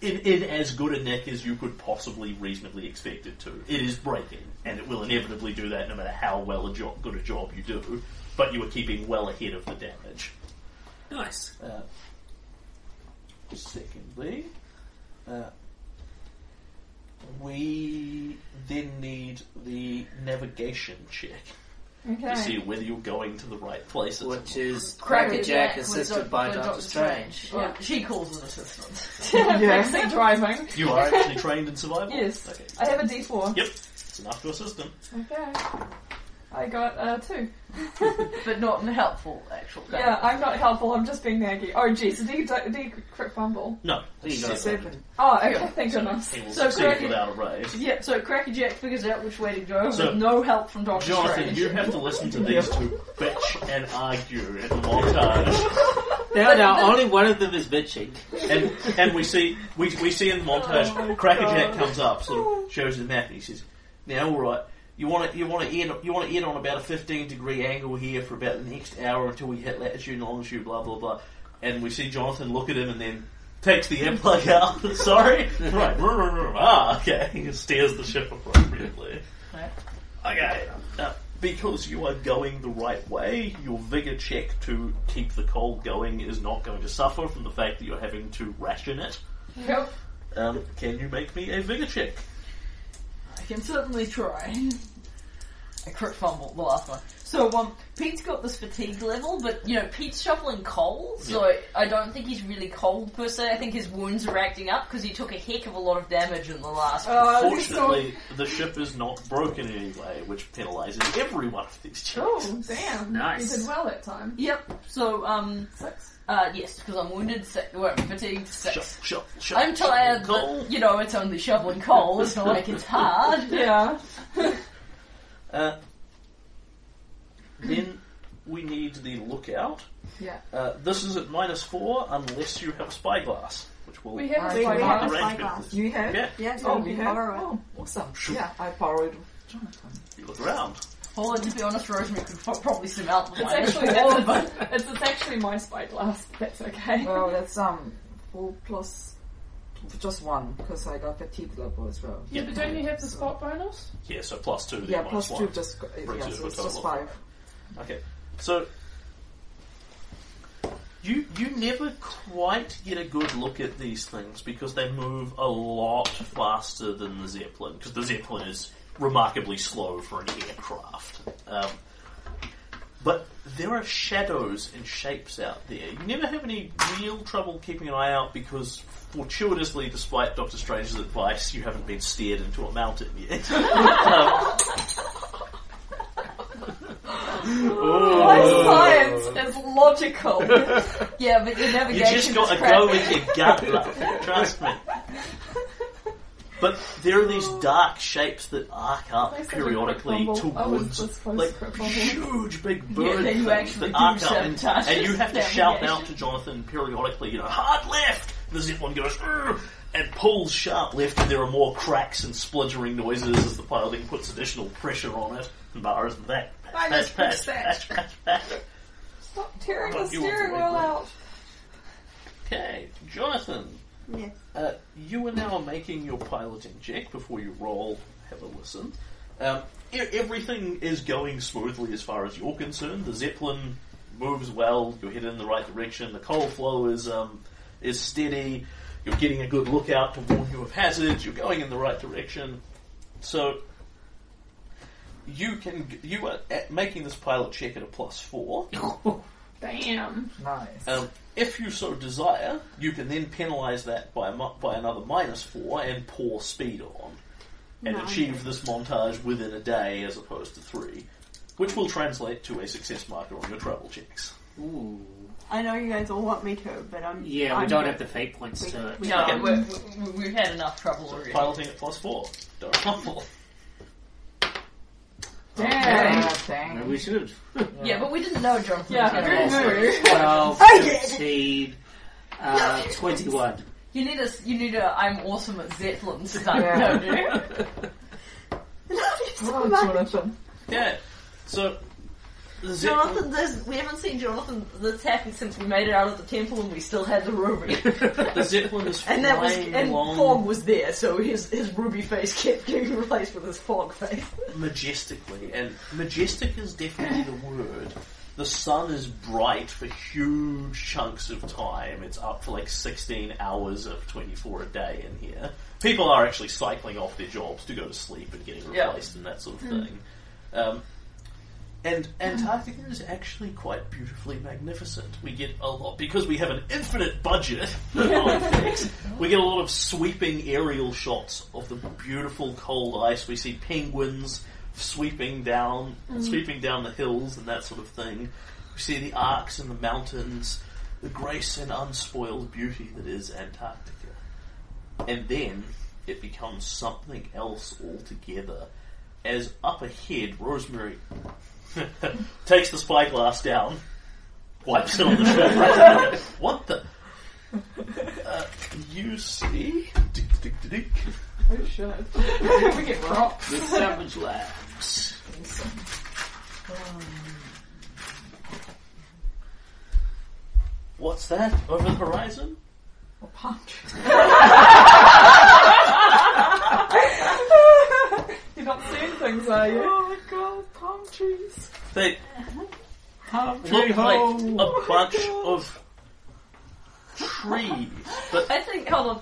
[SPEAKER 1] In, in as good a nick as you could possibly reasonably expect it to. It is breaking, and it will inevitably do that no matter how well a job, good a job you do, but you are keeping well ahead of the damage.
[SPEAKER 5] Nice.
[SPEAKER 1] Uh, secondly, uh, we then need the navigation check to see
[SPEAKER 4] [laughs] Okay.
[SPEAKER 1] whether you're going to the right places.
[SPEAKER 5] Which is
[SPEAKER 3] Cracker Jack
[SPEAKER 5] Jack
[SPEAKER 3] with
[SPEAKER 5] assisted
[SPEAKER 3] Doc-
[SPEAKER 5] by
[SPEAKER 3] with
[SPEAKER 5] Doctor Strange.
[SPEAKER 3] Yeah. She calls an
[SPEAKER 4] [laughs]
[SPEAKER 3] assistant.
[SPEAKER 4] Taxi driving.
[SPEAKER 1] You are actually trained in survival?
[SPEAKER 4] Yes.
[SPEAKER 1] Okay.
[SPEAKER 4] I have a D four.
[SPEAKER 1] Yep, it's enough to assist them.
[SPEAKER 4] Okay. I got uh, two.
[SPEAKER 3] But not in a helpful, actual kind.
[SPEAKER 4] Yeah, I'm not helpful. I'm just being naggy. Oh, geez, a D, D crit fumble.
[SPEAKER 1] No,
[SPEAKER 5] There you go.
[SPEAKER 1] it's seven.
[SPEAKER 7] Seven.
[SPEAKER 4] Oh, okay. Thank goodness.
[SPEAKER 1] He will
[SPEAKER 3] So
[SPEAKER 1] succeed
[SPEAKER 3] correct-
[SPEAKER 1] without a raise.
[SPEAKER 3] Yeah, so Cracker Jack figures out which way to go
[SPEAKER 1] So-
[SPEAKER 3] with no help from Doctor
[SPEAKER 1] Jonathan,
[SPEAKER 3] Strange.
[SPEAKER 1] you have to listen to these two bitch and argue in the montage.
[SPEAKER 5] No, no, only one of them is bitching.
[SPEAKER 1] and and we see we, we see in the montage
[SPEAKER 3] Oh
[SPEAKER 1] Crackerjack comes up, sort of shows the map, and he says, "Now, all right, you want to you want to end you want to end on about a fifteen degree angle here for about the next hour until we hit latitude and longitude, blah blah blah." And we see Jonathan look at him and then takes the air plug out. [laughs] Sorry, right? rrr, [laughs] rrr, rrr. Ah, okay. He steers the ship appropriately. Okay, uh, because you are going the right way, your vigor check to keep the cold going is not going to suffer from the fact that you're having to ration it.
[SPEAKER 4] Yep.
[SPEAKER 1] Um, can you make me a vigor check?
[SPEAKER 3] I can certainly try. A crit fumble, the last one. So, um, Pete's got this fatigue level, but, you know, Pete's shoveling coal, so I don't think he's really cold per se. I think his wounds are acting up because he took a heck of a lot of damage in the last.
[SPEAKER 4] Uh, this is all-
[SPEAKER 1] Fortunately, the ship is not broken in any way, which penalizes every one of these checks.
[SPEAKER 4] Oh, damn.
[SPEAKER 7] [laughs]
[SPEAKER 5] Nice.
[SPEAKER 4] You did well that time.
[SPEAKER 3] Yep, so, um,
[SPEAKER 4] Six.
[SPEAKER 3] uh, yes, because I'm wounded, six, well, fatigued, six.
[SPEAKER 1] Shuffle, shuffle, shuffle,
[SPEAKER 3] I'm tired,
[SPEAKER 1] shuffle,
[SPEAKER 3] but, you know, it's only shoveling coal, it's not like it's hard.
[SPEAKER 4] [laughs] Yeah.
[SPEAKER 1] Uh, then we need the lookout.
[SPEAKER 7] Yeah.
[SPEAKER 1] Uh, this is at minus four unless you have a spyglass, which will
[SPEAKER 4] We have
[SPEAKER 7] I
[SPEAKER 4] a
[SPEAKER 2] We, we have a
[SPEAKER 7] Like that.
[SPEAKER 1] arrangement.
[SPEAKER 2] spyglass.
[SPEAKER 7] You have?
[SPEAKER 1] Yeah,
[SPEAKER 2] Yeah, so
[SPEAKER 7] Oh,
[SPEAKER 2] we
[SPEAKER 7] we
[SPEAKER 2] can
[SPEAKER 7] have?
[SPEAKER 2] borrow it.
[SPEAKER 7] Oh, awesome. Yeah, I borrowed with Jonathan.
[SPEAKER 1] you look around.
[SPEAKER 3] Although, to be honest, Rosemary could pro- probably surmount the
[SPEAKER 4] It's
[SPEAKER 3] mine.
[SPEAKER 4] actually
[SPEAKER 3] [laughs] All
[SPEAKER 4] it's,
[SPEAKER 3] of us.
[SPEAKER 4] it's, it's, actually my spyglass. That's okay.
[SPEAKER 7] Well, that's um four plus just one because I got fatigue level as well.
[SPEAKER 4] yeah, but don't you have the spot bonus?
[SPEAKER 1] Yeah, so plus two. then
[SPEAKER 7] Yeah,
[SPEAKER 1] minus
[SPEAKER 7] plus
[SPEAKER 1] one.
[SPEAKER 7] two just uh,
[SPEAKER 1] Brings
[SPEAKER 7] yeah,
[SPEAKER 1] it to
[SPEAKER 7] so
[SPEAKER 1] a
[SPEAKER 7] it's just
[SPEAKER 1] total.
[SPEAKER 7] five.
[SPEAKER 1] Okay, so you you never quite get a good look at these things because they move a lot faster than the zeppelin because the zeppelin is remarkably slow for an aircraft. Um, but there are shadows and shapes out there. You never have any real trouble keeping an eye out because fortuitously, despite Doctor Strange's advice, you haven't been steered into a mountain yet. [laughs] Um,
[SPEAKER 3] Why
[SPEAKER 1] [laughs]
[SPEAKER 3] science is logical. yeah, but your
[SPEAKER 1] You
[SPEAKER 3] navigation
[SPEAKER 1] just got
[SPEAKER 3] is
[SPEAKER 1] to
[SPEAKER 3] crap.
[SPEAKER 1] go with your gut, love. Trust me. But there are these dark shapes that arc up
[SPEAKER 4] They said a
[SPEAKER 1] periodically
[SPEAKER 4] crip fumble. I was
[SPEAKER 1] towards
[SPEAKER 4] this close
[SPEAKER 1] like
[SPEAKER 4] crip fumble.
[SPEAKER 1] huge big
[SPEAKER 3] [laughs] Yeah,
[SPEAKER 1] bird
[SPEAKER 3] then you
[SPEAKER 1] things
[SPEAKER 3] actually
[SPEAKER 1] that
[SPEAKER 3] do
[SPEAKER 1] arc up, and,
[SPEAKER 3] sabotage
[SPEAKER 1] and you have to
[SPEAKER 3] this
[SPEAKER 1] shout
[SPEAKER 3] navigation.
[SPEAKER 1] out to Jonathan periodically, you know, hard left. The Zeppelin goes "Urgh," and pulls sharp left, and there are more cracks and splintering noises as the piloting puts additional pressure on it. And bars and that.
[SPEAKER 6] I
[SPEAKER 1] patch,
[SPEAKER 6] just
[SPEAKER 1] patch,
[SPEAKER 6] pressed that.
[SPEAKER 1] patch, patch, patch.
[SPEAKER 4] Stop tearing
[SPEAKER 1] But
[SPEAKER 4] the
[SPEAKER 1] you want to
[SPEAKER 4] Oh, steering wheel
[SPEAKER 1] wait for it.
[SPEAKER 4] out.
[SPEAKER 1] Okay, Jonathan.
[SPEAKER 2] Yes.
[SPEAKER 1] Uh, you are now making your piloting check before you roll. Have a listen. Um, e- everything is going smoothly as far as you're concerned. The zeppelin moves well. You're headed in the right direction. The coal flow is um, is steady. You're getting a good lookout to warn you of hazards. You're going in the right direction. So you can g- you are at making this pilot check at a plus four.
[SPEAKER 4] Damn.
[SPEAKER 7] Nice.
[SPEAKER 1] Um, if you so desire, you can then penalise that by a, mu- by another minus four and pour speed on, and
[SPEAKER 2] Nice.
[SPEAKER 1] achieve this montage within a day as opposed to three, which will translate to a success marker on your travel checks.
[SPEAKER 5] [laughs] Ooh.
[SPEAKER 2] I know you guys all want me to, but I'm.
[SPEAKER 5] Yeah,
[SPEAKER 2] I'm
[SPEAKER 5] we don't
[SPEAKER 2] good.
[SPEAKER 5] have the fate points to it.
[SPEAKER 3] No,
[SPEAKER 1] Okay.
[SPEAKER 3] we're, we- we've had enough trouble already.
[SPEAKER 1] Piloting at plus four, don't fumble.
[SPEAKER 4] Damn.
[SPEAKER 7] Yeah,
[SPEAKER 5] No,
[SPEAKER 7] thanks.
[SPEAKER 5] we should have.
[SPEAKER 3] Yeah, but we didn't know Jonathan
[SPEAKER 4] Yeah,
[SPEAKER 3] was going to
[SPEAKER 4] very
[SPEAKER 3] roll.
[SPEAKER 4] good.
[SPEAKER 5] 12,
[SPEAKER 2] I did.
[SPEAKER 5] 15, uh, 21.
[SPEAKER 3] You need a, s- you need a, I'm awesome at Zeppelin stuff,
[SPEAKER 7] Yeah.
[SPEAKER 3] don't you?
[SPEAKER 2] Love you so
[SPEAKER 7] Oh,
[SPEAKER 2] much.
[SPEAKER 7] Jonathan.
[SPEAKER 1] Yeah, so the zeppelin-
[SPEAKER 3] Jonathan, there's, we haven't seen Jonathan this happy since we made it out of the temple and we still had the ruby.
[SPEAKER 1] the zeppelin is flying
[SPEAKER 3] [laughs] And that was, and
[SPEAKER 1] along
[SPEAKER 3] fog was there, so his, his ruby face kept getting replaced with his fog face.
[SPEAKER 1] majestically, and majestic is definitely the word. The sun is bright for huge chunks of time. It's up for like 16 hours of 24 a day in here. People are actually cycling off their jobs to go to sleep and getting
[SPEAKER 3] Yeah.
[SPEAKER 1] replaced and that sort of thing. Um, and Antarctica is actually quite beautifully magnificent. We get a lot because we have an infinite budget. [laughs] on things, we get a lot of sweeping aerial shots of the beautiful cold ice. We see penguins sweeping down, sweeping down the hills and that sort of thing. We see the arcs and the mountains, the grace and unspoiled beauty that is Antarctica. And then it becomes something else altogether. As up ahead, Rosemary [laughs] takes the spyglass down, wipes it on the shoulder. what the? Uh, you see? Dick, dick, dick, dick.
[SPEAKER 4] Oh shit. we get rocked.
[SPEAKER 5] The savage laugh.
[SPEAKER 1] What's that over the horizon?
[SPEAKER 7] A punch.
[SPEAKER 4] You're not seeing things, are you?
[SPEAKER 7] Oh my god, palm trees.
[SPEAKER 1] They
[SPEAKER 6] Palm tree
[SPEAKER 1] look like
[SPEAKER 6] ho!
[SPEAKER 7] Oh
[SPEAKER 1] a bunch of trees, but
[SPEAKER 3] I think, hold on.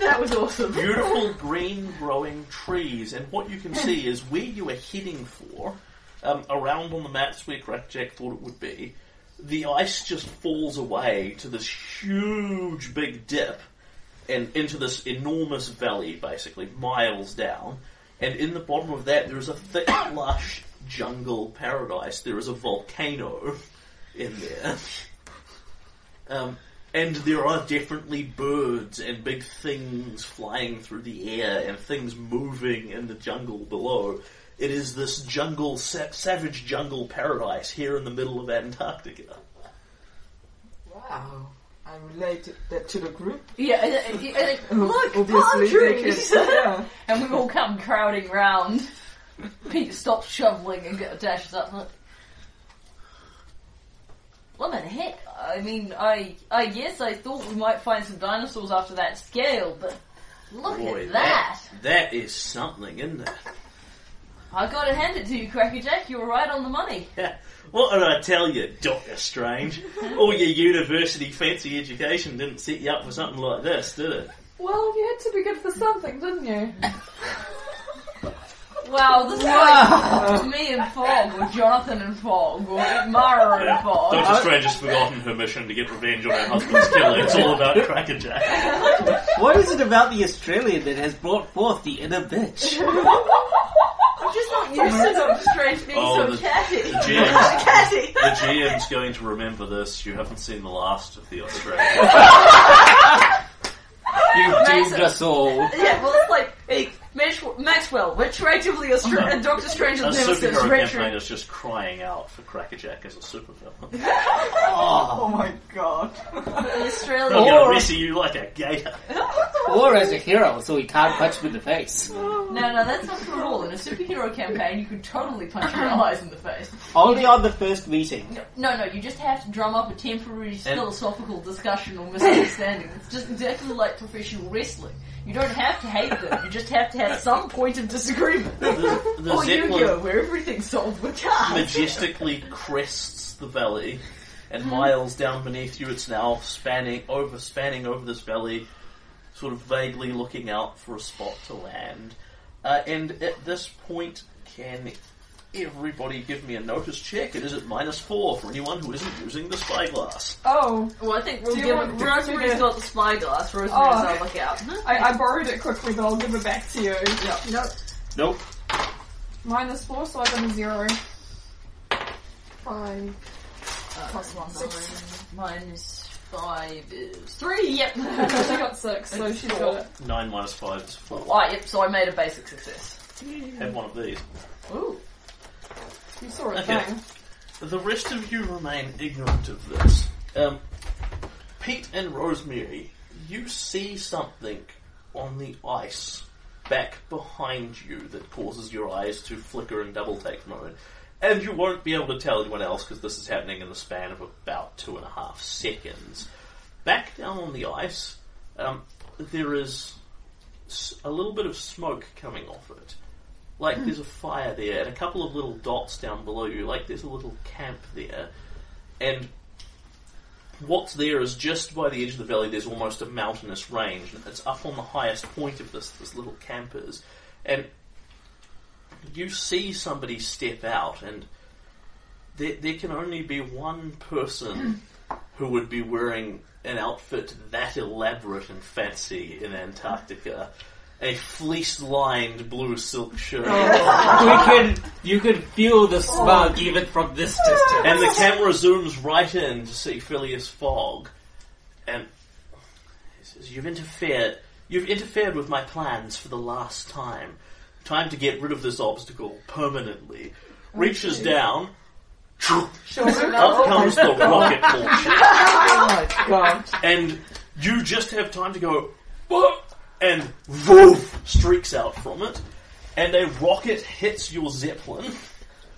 [SPEAKER 3] that was awesome.
[SPEAKER 1] beautiful green growing trees. And what you can see is where you are heading for, um, around on the maps where Crackjack thought it would be, the ice just falls away to this huge big dip and into this enormous valley, basically, miles down. And in the bottom of that, there is a thick, [coughs] lush jungle paradise. There is a volcano in there. Um, and there are definitely birds and big things flying through the air and things moving in the jungle below. It is this jungle, sa- savage jungle paradise here in the middle of Antarctica.
[SPEAKER 7] Wow. I relate that to the group.
[SPEAKER 3] Yeah, and- and- and- look, palm
[SPEAKER 7] Obviously, they can-
[SPEAKER 3] trees!
[SPEAKER 7] yeah.
[SPEAKER 3] and we all come crowding round. Pete stops shoveling and get, dashes up. Like, what the heck? I mean, I I yes, I thought we might find some dinosaurs after that scale, but look
[SPEAKER 1] Boy,
[SPEAKER 3] at that.
[SPEAKER 1] that- That is something, isn't it?
[SPEAKER 3] I gotta hand it to you, Cracker Jack. You were right on the money.
[SPEAKER 1] Yeah. [laughs] What did I tell you, Doctor
[SPEAKER 3] [laughs]
[SPEAKER 1] Strange? All your university fancy education didn't set you up for something like this, did it?
[SPEAKER 4] Well, you had to be good for something, didn't
[SPEAKER 3] [laughs]
[SPEAKER 4] you?
[SPEAKER 3] Wow, this is like me and Fog, or Jonathan and Fog, or Mara and Fog.
[SPEAKER 1] Doctor Strange has forgotten her mission to get revenge on her husband's killer. It's all about Crackerjack.
[SPEAKER 6] What is it about the Australian that has brought forth the inner bitch?
[SPEAKER 3] I'm just not used to Doctor Strange being
[SPEAKER 1] Oh,
[SPEAKER 3] so
[SPEAKER 1] the-
[SPEAKER 3] chatty.
[SPEAKER 1] The GM's,
[SPEAKER 2] Cassie!
[SPEAKER 1] the GM's going to remember this. You haven't seen the last of the
[SPEAKER 3] [laughs]
[SPEAKER 1] Australian.
[SPEAKER 8] You
[SPEAKER 3] Massive.
[SPEAKER 8] doomed us all.
[SPEAKER 3] [laughs] Yeah, well, it's like, hey, Maxwell, Maxwell retroactively Austra- and Doctor Strange
[SPEAKER 1] A
[SPEAKER 3] and Nemesis
[SPEAKER 1] superhero campaign
[SPEAKER 3] retro.
[SPEAKER 1] is just crying out for Crackerjack as a supervillain.
[SPEAKER 3] [laughs]
[SPEAKER 7] Oh my god.
[SPEAKER 1] I'm
[SPEAKER 3] Australia.
[SPEAKER 1] gonna wrestle you like a gator.
[SPEAKER 8] Or as a hero, so he can't punch him in the face.
[SPEAKER 3] No, no, that's not true at all. In a superhero campaign, you could totally punch [laughs] your allies in the face.
[SPEAKER 8] Only on the first meeting.
[SPEAKER 3] No, no, you just have to drum up a temporary
[SPEAKER 1] And-
[SPEAKER 3] philosophical discussion or misunderstanding. It's just exactly like professional wrestling. You don't have to hate them, you just have to have some point of disagreement.
[SPEAKER 1] The, the
[SPEAKER 3] [laughs] or
[SPEAKER 1] Zeppelin
[SPEAKER 3] Yu-Gi-Oh, where everything's solved with cards.
[SPEAKER 1] majestically crests the valley, and miles down beneath you, it's now spanning over, spanning over this valley, sort of vaguely looking out for a spot to land. Uh, and at this point, can everybody give me a notice check? It is at minus four for anyone who isn't using the spyglass.
[SPEAKER 4] Oh,
[SPEAKER 3] Well, I think we'll
[SPEAKER 4] Do you
[SPEAKER 3] give it.
[SPEAKER 4] want-
[SPEAKER 3] Rosemary's
[SPEAKER 4] yeah.
[SPEAKER 3] got the spyglass. Rosemary's
[SPEAKER 4] Oh.
[SPEAKER 3] on lookout.
[SPEAKER 4] I, I borrowed it quickly, but I'll give it back to you.
[SPEAKER 2] Nope.
[SPEAKER 1] Nope.
[SPEAKER 4] Minus four, so I got a zero.
[SPEAKER 7] Five. Plus one. sorry.
[SPEAKER 3] [laughs] Minus five is three. Yep.
[SPEAKER 4] she
[SPEAKER 3] oh,
[SPEAKER 4] got six, so she's got it.
[SPEAKER 1] Nine minus five is four.
[SPEAKER 3] yep. So I made a basic success.
[SPEAKER 1] Have one of these.
[SPEAKER 3] Ooh.
[SPEAKER 4] You saw a
[SPEAKER 1] Okay.
[SPEAKER 4] thing.
[SPEAKER 1] The rest of you remain ignorant of this. Um, Pete and Rosemary, you see something on the ice back behind you that causes your eyes to flicker and double take a moment. And you won't be able to tell anyone else because this is happening in the span of about two and a half seconds. Back down on the ice, um, there is s- a little bit of smoke coming off it. Like there's a fire there, and a couple of little dots down below you. Like there's a little camp there, and what's there is just by the edge of the valley. There's almost a mountainous range, and it's up on the highest point of this this little camp is, and you see somebody step out, and there there can only be one person who would be wearing an outfit that elaborate and fancy in Antarctica. A fleece-lined blue silk shirt.
[SPEAKER 8] We
[SPEAKER 5] Oh,
[SPEAKER 8] can, you can feel the smug even from this distance.
[SPEAKER 1] And the camera zooms right in to see Phileas Fogg. And he says, You've interfered. You've interfered with my plans for the last time. Time to get rid of this obstacle permanently. Reaches down. Up comes the rocket launcher.
[SPEAKER 7] Oh my god.
[SPEAKER 1] And you just have time to go. "Whoa," And woof streaks out from it. And a rocket hits your Zeppelin.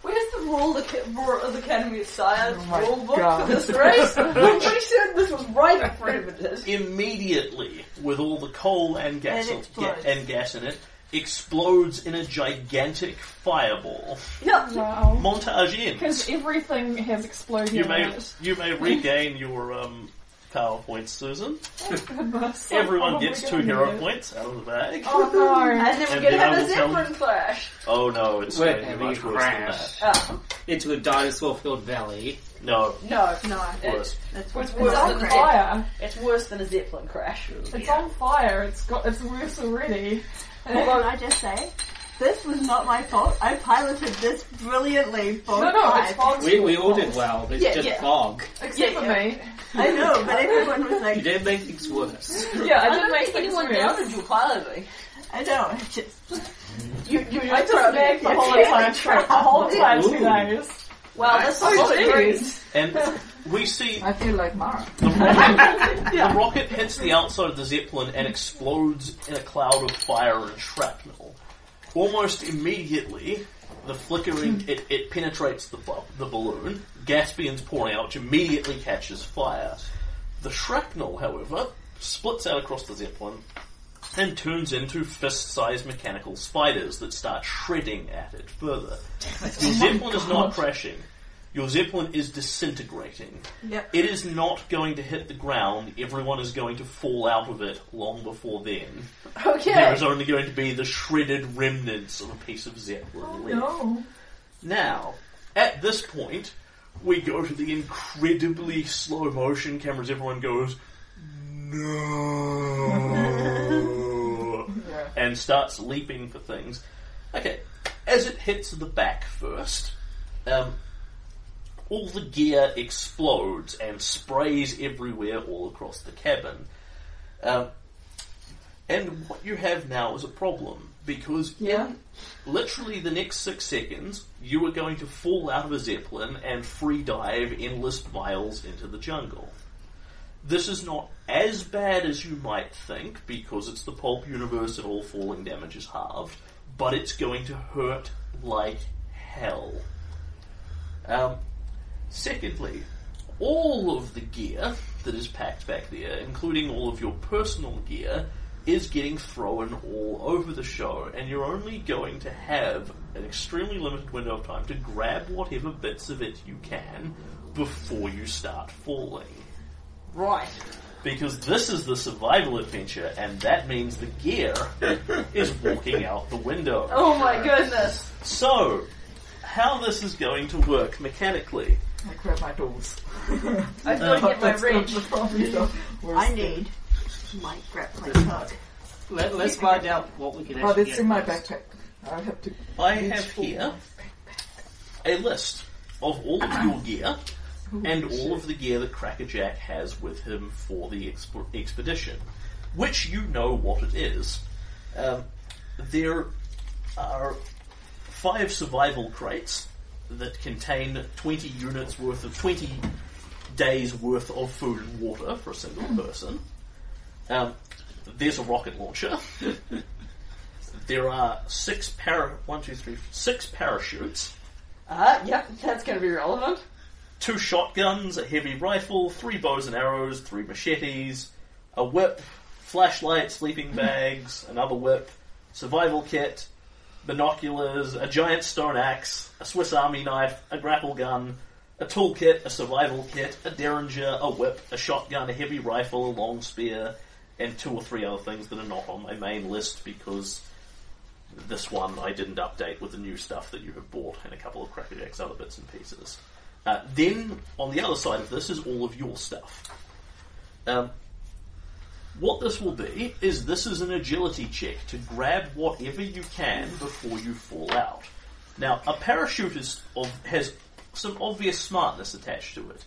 [SPEAKER 3] Where's the Royal, Ac- Royal Academy of Science
[SPEAKER 7] my
[SPEAKER 3] rule book
[SPEAKER 7] God.
[SPEAKER 3] for this race? I'm pretty certain this was right up prohibited.
[SPEAKER 1] immediately with all the coal and gas
[SPEAKER 3] And
[SPEAKER 1] and,
[SPEAKER 3] explodes.
[SPEAKER 1] and gas in it, explodes in a gigantic fireball.
[SPEAKER 3] Yep.
[SPEAKER 4] Wow.
[SPEAKER 1] Montage in.
[SPEAKER 4] Because everything has exploded.
[SPEAKER 1] You
[SPEAKER 4] in
[SPEAKER 1] may [laughs]
[SPEAKER 4] it.
[SPEAKER 1] you may regain your um, power points, Susan.
[SPEAKER 4] Oh, Goodness.
[SPEAKER 1] [laughs] Everyone
[SPEAKER 4] Oh,
[SPEAKER 1] gets
[SPEAKER 4] we're
[SPEAKER 1] two
[SPEAKER 4] gonna
[SPEAKER 1] hero
[SPEAKER 4] need it.
[SPEAKER 1] points out of the bag.
[SPEAKER 4] Oh no.
[SPEAKER 3] And then
[SPEAKER 1] And
[SPEAKER 3] we're gonna
[SPEAKER 1] then I
[SPEAKER 3] have a
[SPEAKER 1] will tell-
[SPEAKER 3] Zeppelin clash.
[SPEAKER 1] Oh no, it's
[SPEAKER 5] We're
[SPEAKER 1] going to be
[SPEAKER 5] having
[SPEAKER 1] much
[SPEAKER 5] a
[SPEAKER 1] worse than
[SPEAKER 5] crash.
[SPEAKER 1] that.
[SPEAKER 3] Oh,
[SPEAKER 5] [laughs] into a dinosaur-filled valley.
[SPEAKER 1] No,
[SPEAKER 3] no,
[SPEAKER 2] [laughs] No,
[SPEAKER 1] worse.
[SPEAKER 2] that's
[SPEAKER 4] It's,
[SPEAKER 2] what's
[SPEAKER 4] it's on
[SPEAKER 3] than that.
[SPEAKER 4] fire.
[SPEAKER 3] it's worse than a Zeppelin crash.
[SPEAKER 4] It's on fire. It's got. It's worse already.
[SPEAKER 2] Hold on, I just say, this was not my fault. I piloted this brilliantly for
[SPEAKER 4] No, no, it's
[SPEAKER 2] five.
[SPEAKER 4] Bob's
[SPEAKER 5] We, we all
[SPEAKER 4] fault.
[SPEAKER 5] did well, but it's
[SPEAKER 3] Yeah,
[SPEAKER 5] just
[SPEAKER 3] yeah.
[SPEAKER 5] fog.
[SPEAKER 4] Except
[SPEAKER 3] Yeah,
[SPEAKER 4] for
[SPEAKER 3] yeah.
[SPEAKER 4] me.
[SPEAKER 2] I know, but everyone was
[SPEAKER 5] [laughs] You
[SPEAKER 2] like,
[SPEAKER 5] did make things worse.
[SPEAKER 4] Yeah, I
[SPEAKER 3] I
[SPEAKER 4] did
[SPEAKER 3] don't
[SPEAKER 4] make
[SPEAKER 3] think
[SPEAKER 4] things
[SPEAKER 3] anyone
[SPEAKER 4] worse.
[SPEAKER 3] doubted your piloting.
[SPEAKER 2] I know, I just,
[SPEAKER 3] You, you, you
[SPEAKER 4] I just nagged the whole entire trip. The whole entire two
[SPEAKER 5] Ooh.
[SPEAKER 4] days.
[SPEAKER 3] Wow, that's
[SPEAKER 4] Oh,
[SPEAKER 3] so great.
[SPEAKER 4] jeez.
[SPEAKER 1] and we see
[SPEAKER 7] I feel like Mara.
[SPEAKER 1] the rocket, the rocket hits the outside of the zeppelin and explodes in a cloud of fire and shrapnel. Almost immediately, the flickering it, it penetrates the bu- the balloon. Gas begins pouring out, which immediately catches fire. The shrapnel, however, splits out across the zeppelin and turns into fist-sized mechanical spiders that start shredding at it further. Your zeppelin is not crashing. Your zeppelin is disintegrating.
[SPEAKER 2] yep.
[SPEAKER 1] It is not going to hit the ground. Everyone is going to fall out of it long before then. There
[SPEAKER 3] Okay.
[SPEAKER 1] is only going to be the shredded remnants of a piece of Zeppelin left.
[SPEAKER 4] No.
[SPEAKER 1] Now, at this point, we go to the incredibly slow motion cameras. Everyone goes, no, and starts leaping for things. Okay, as it hits the back first, um, all the gear explodes and sprays everywhere all across the cabin. Um, and what you have now is a problem because
[SPEAKER 4] Yeah.
[SPEAKER 1] literally the next six seconds, you are going to fall out of a zeppelin and free dive endless miles into the jungle. This is not as bad as you might think because it's the pulp universe and all falling damage is halved, but it's going to hurt like hell. Um, secondly, all of the gear that is packed back there, including all of your personal gear, is getting thrown all over the show, and you're only going to have an extremely limited window of time to grab whatever bits of it you can before you start falling.
[SPEAKER 3] Right.
[SPEAKER 1] Because this is the survival adventure, and that means the gear is walking out the window.
[SPEAKER 3] Oh my goodness.
[SPEAKER 1] So, how this is going to work mechanically.
[SPEAKER 7] I grab my tools.
[SPEAKER 3] I've got to get my
[SPEAKER 7] That's not
[SPEAKER 3] wrench.
[SPEAKER 7] the problem, though. Where's
[SPEAKER 2] I
[SPEAKER 7] the-
[SPEAKER 2] need my grappling hook.
[SPEAKER 5] Let, let's find out what we can actually
[SPEAKER 7] But it's
[SPEAKER 5] get
[SPEAKER 7] Oh, in my
[SPEAKER 5] first.
[SPEAKER 7] backpack. I have to.
[SPEAKER 1] I have here a list of all of your gear and all of the gear that Crackerjack has with him for the exp- expedition, which you know what it is. Um, there are five survival crates that contain 20 units worth of 20 days worth of food and water for a single person. Um, there's a rocket launcher. [laughs] There are six para one, two, three, six parachutes,
[SPEAKER 3] Ah, yep, that's going to be relevant.
[SPEAKER 1] two shotguns, a heavy rifle, three bows and arrows, three machetes, a whip, flashlight, sleeping bags, another whip, survival kit, binoculars, a giant stone axe, a Swiss Army knife, a grapple gun, a toolkit, a survival kit, a derringer, a whip, a shotgun, a heavy rifle, a long spear, and two or three other things that are not on my main list because this one I didn't update with the new stuff that you have bought and a couple of Crackerjack's other bits and pieces. Uh, then, on the other side of this is all of your stuff. Um, what this will be is this is an agility check to grab whatever you can before you fall out. Now, a parachute is of, has some obvious smartness attached to it,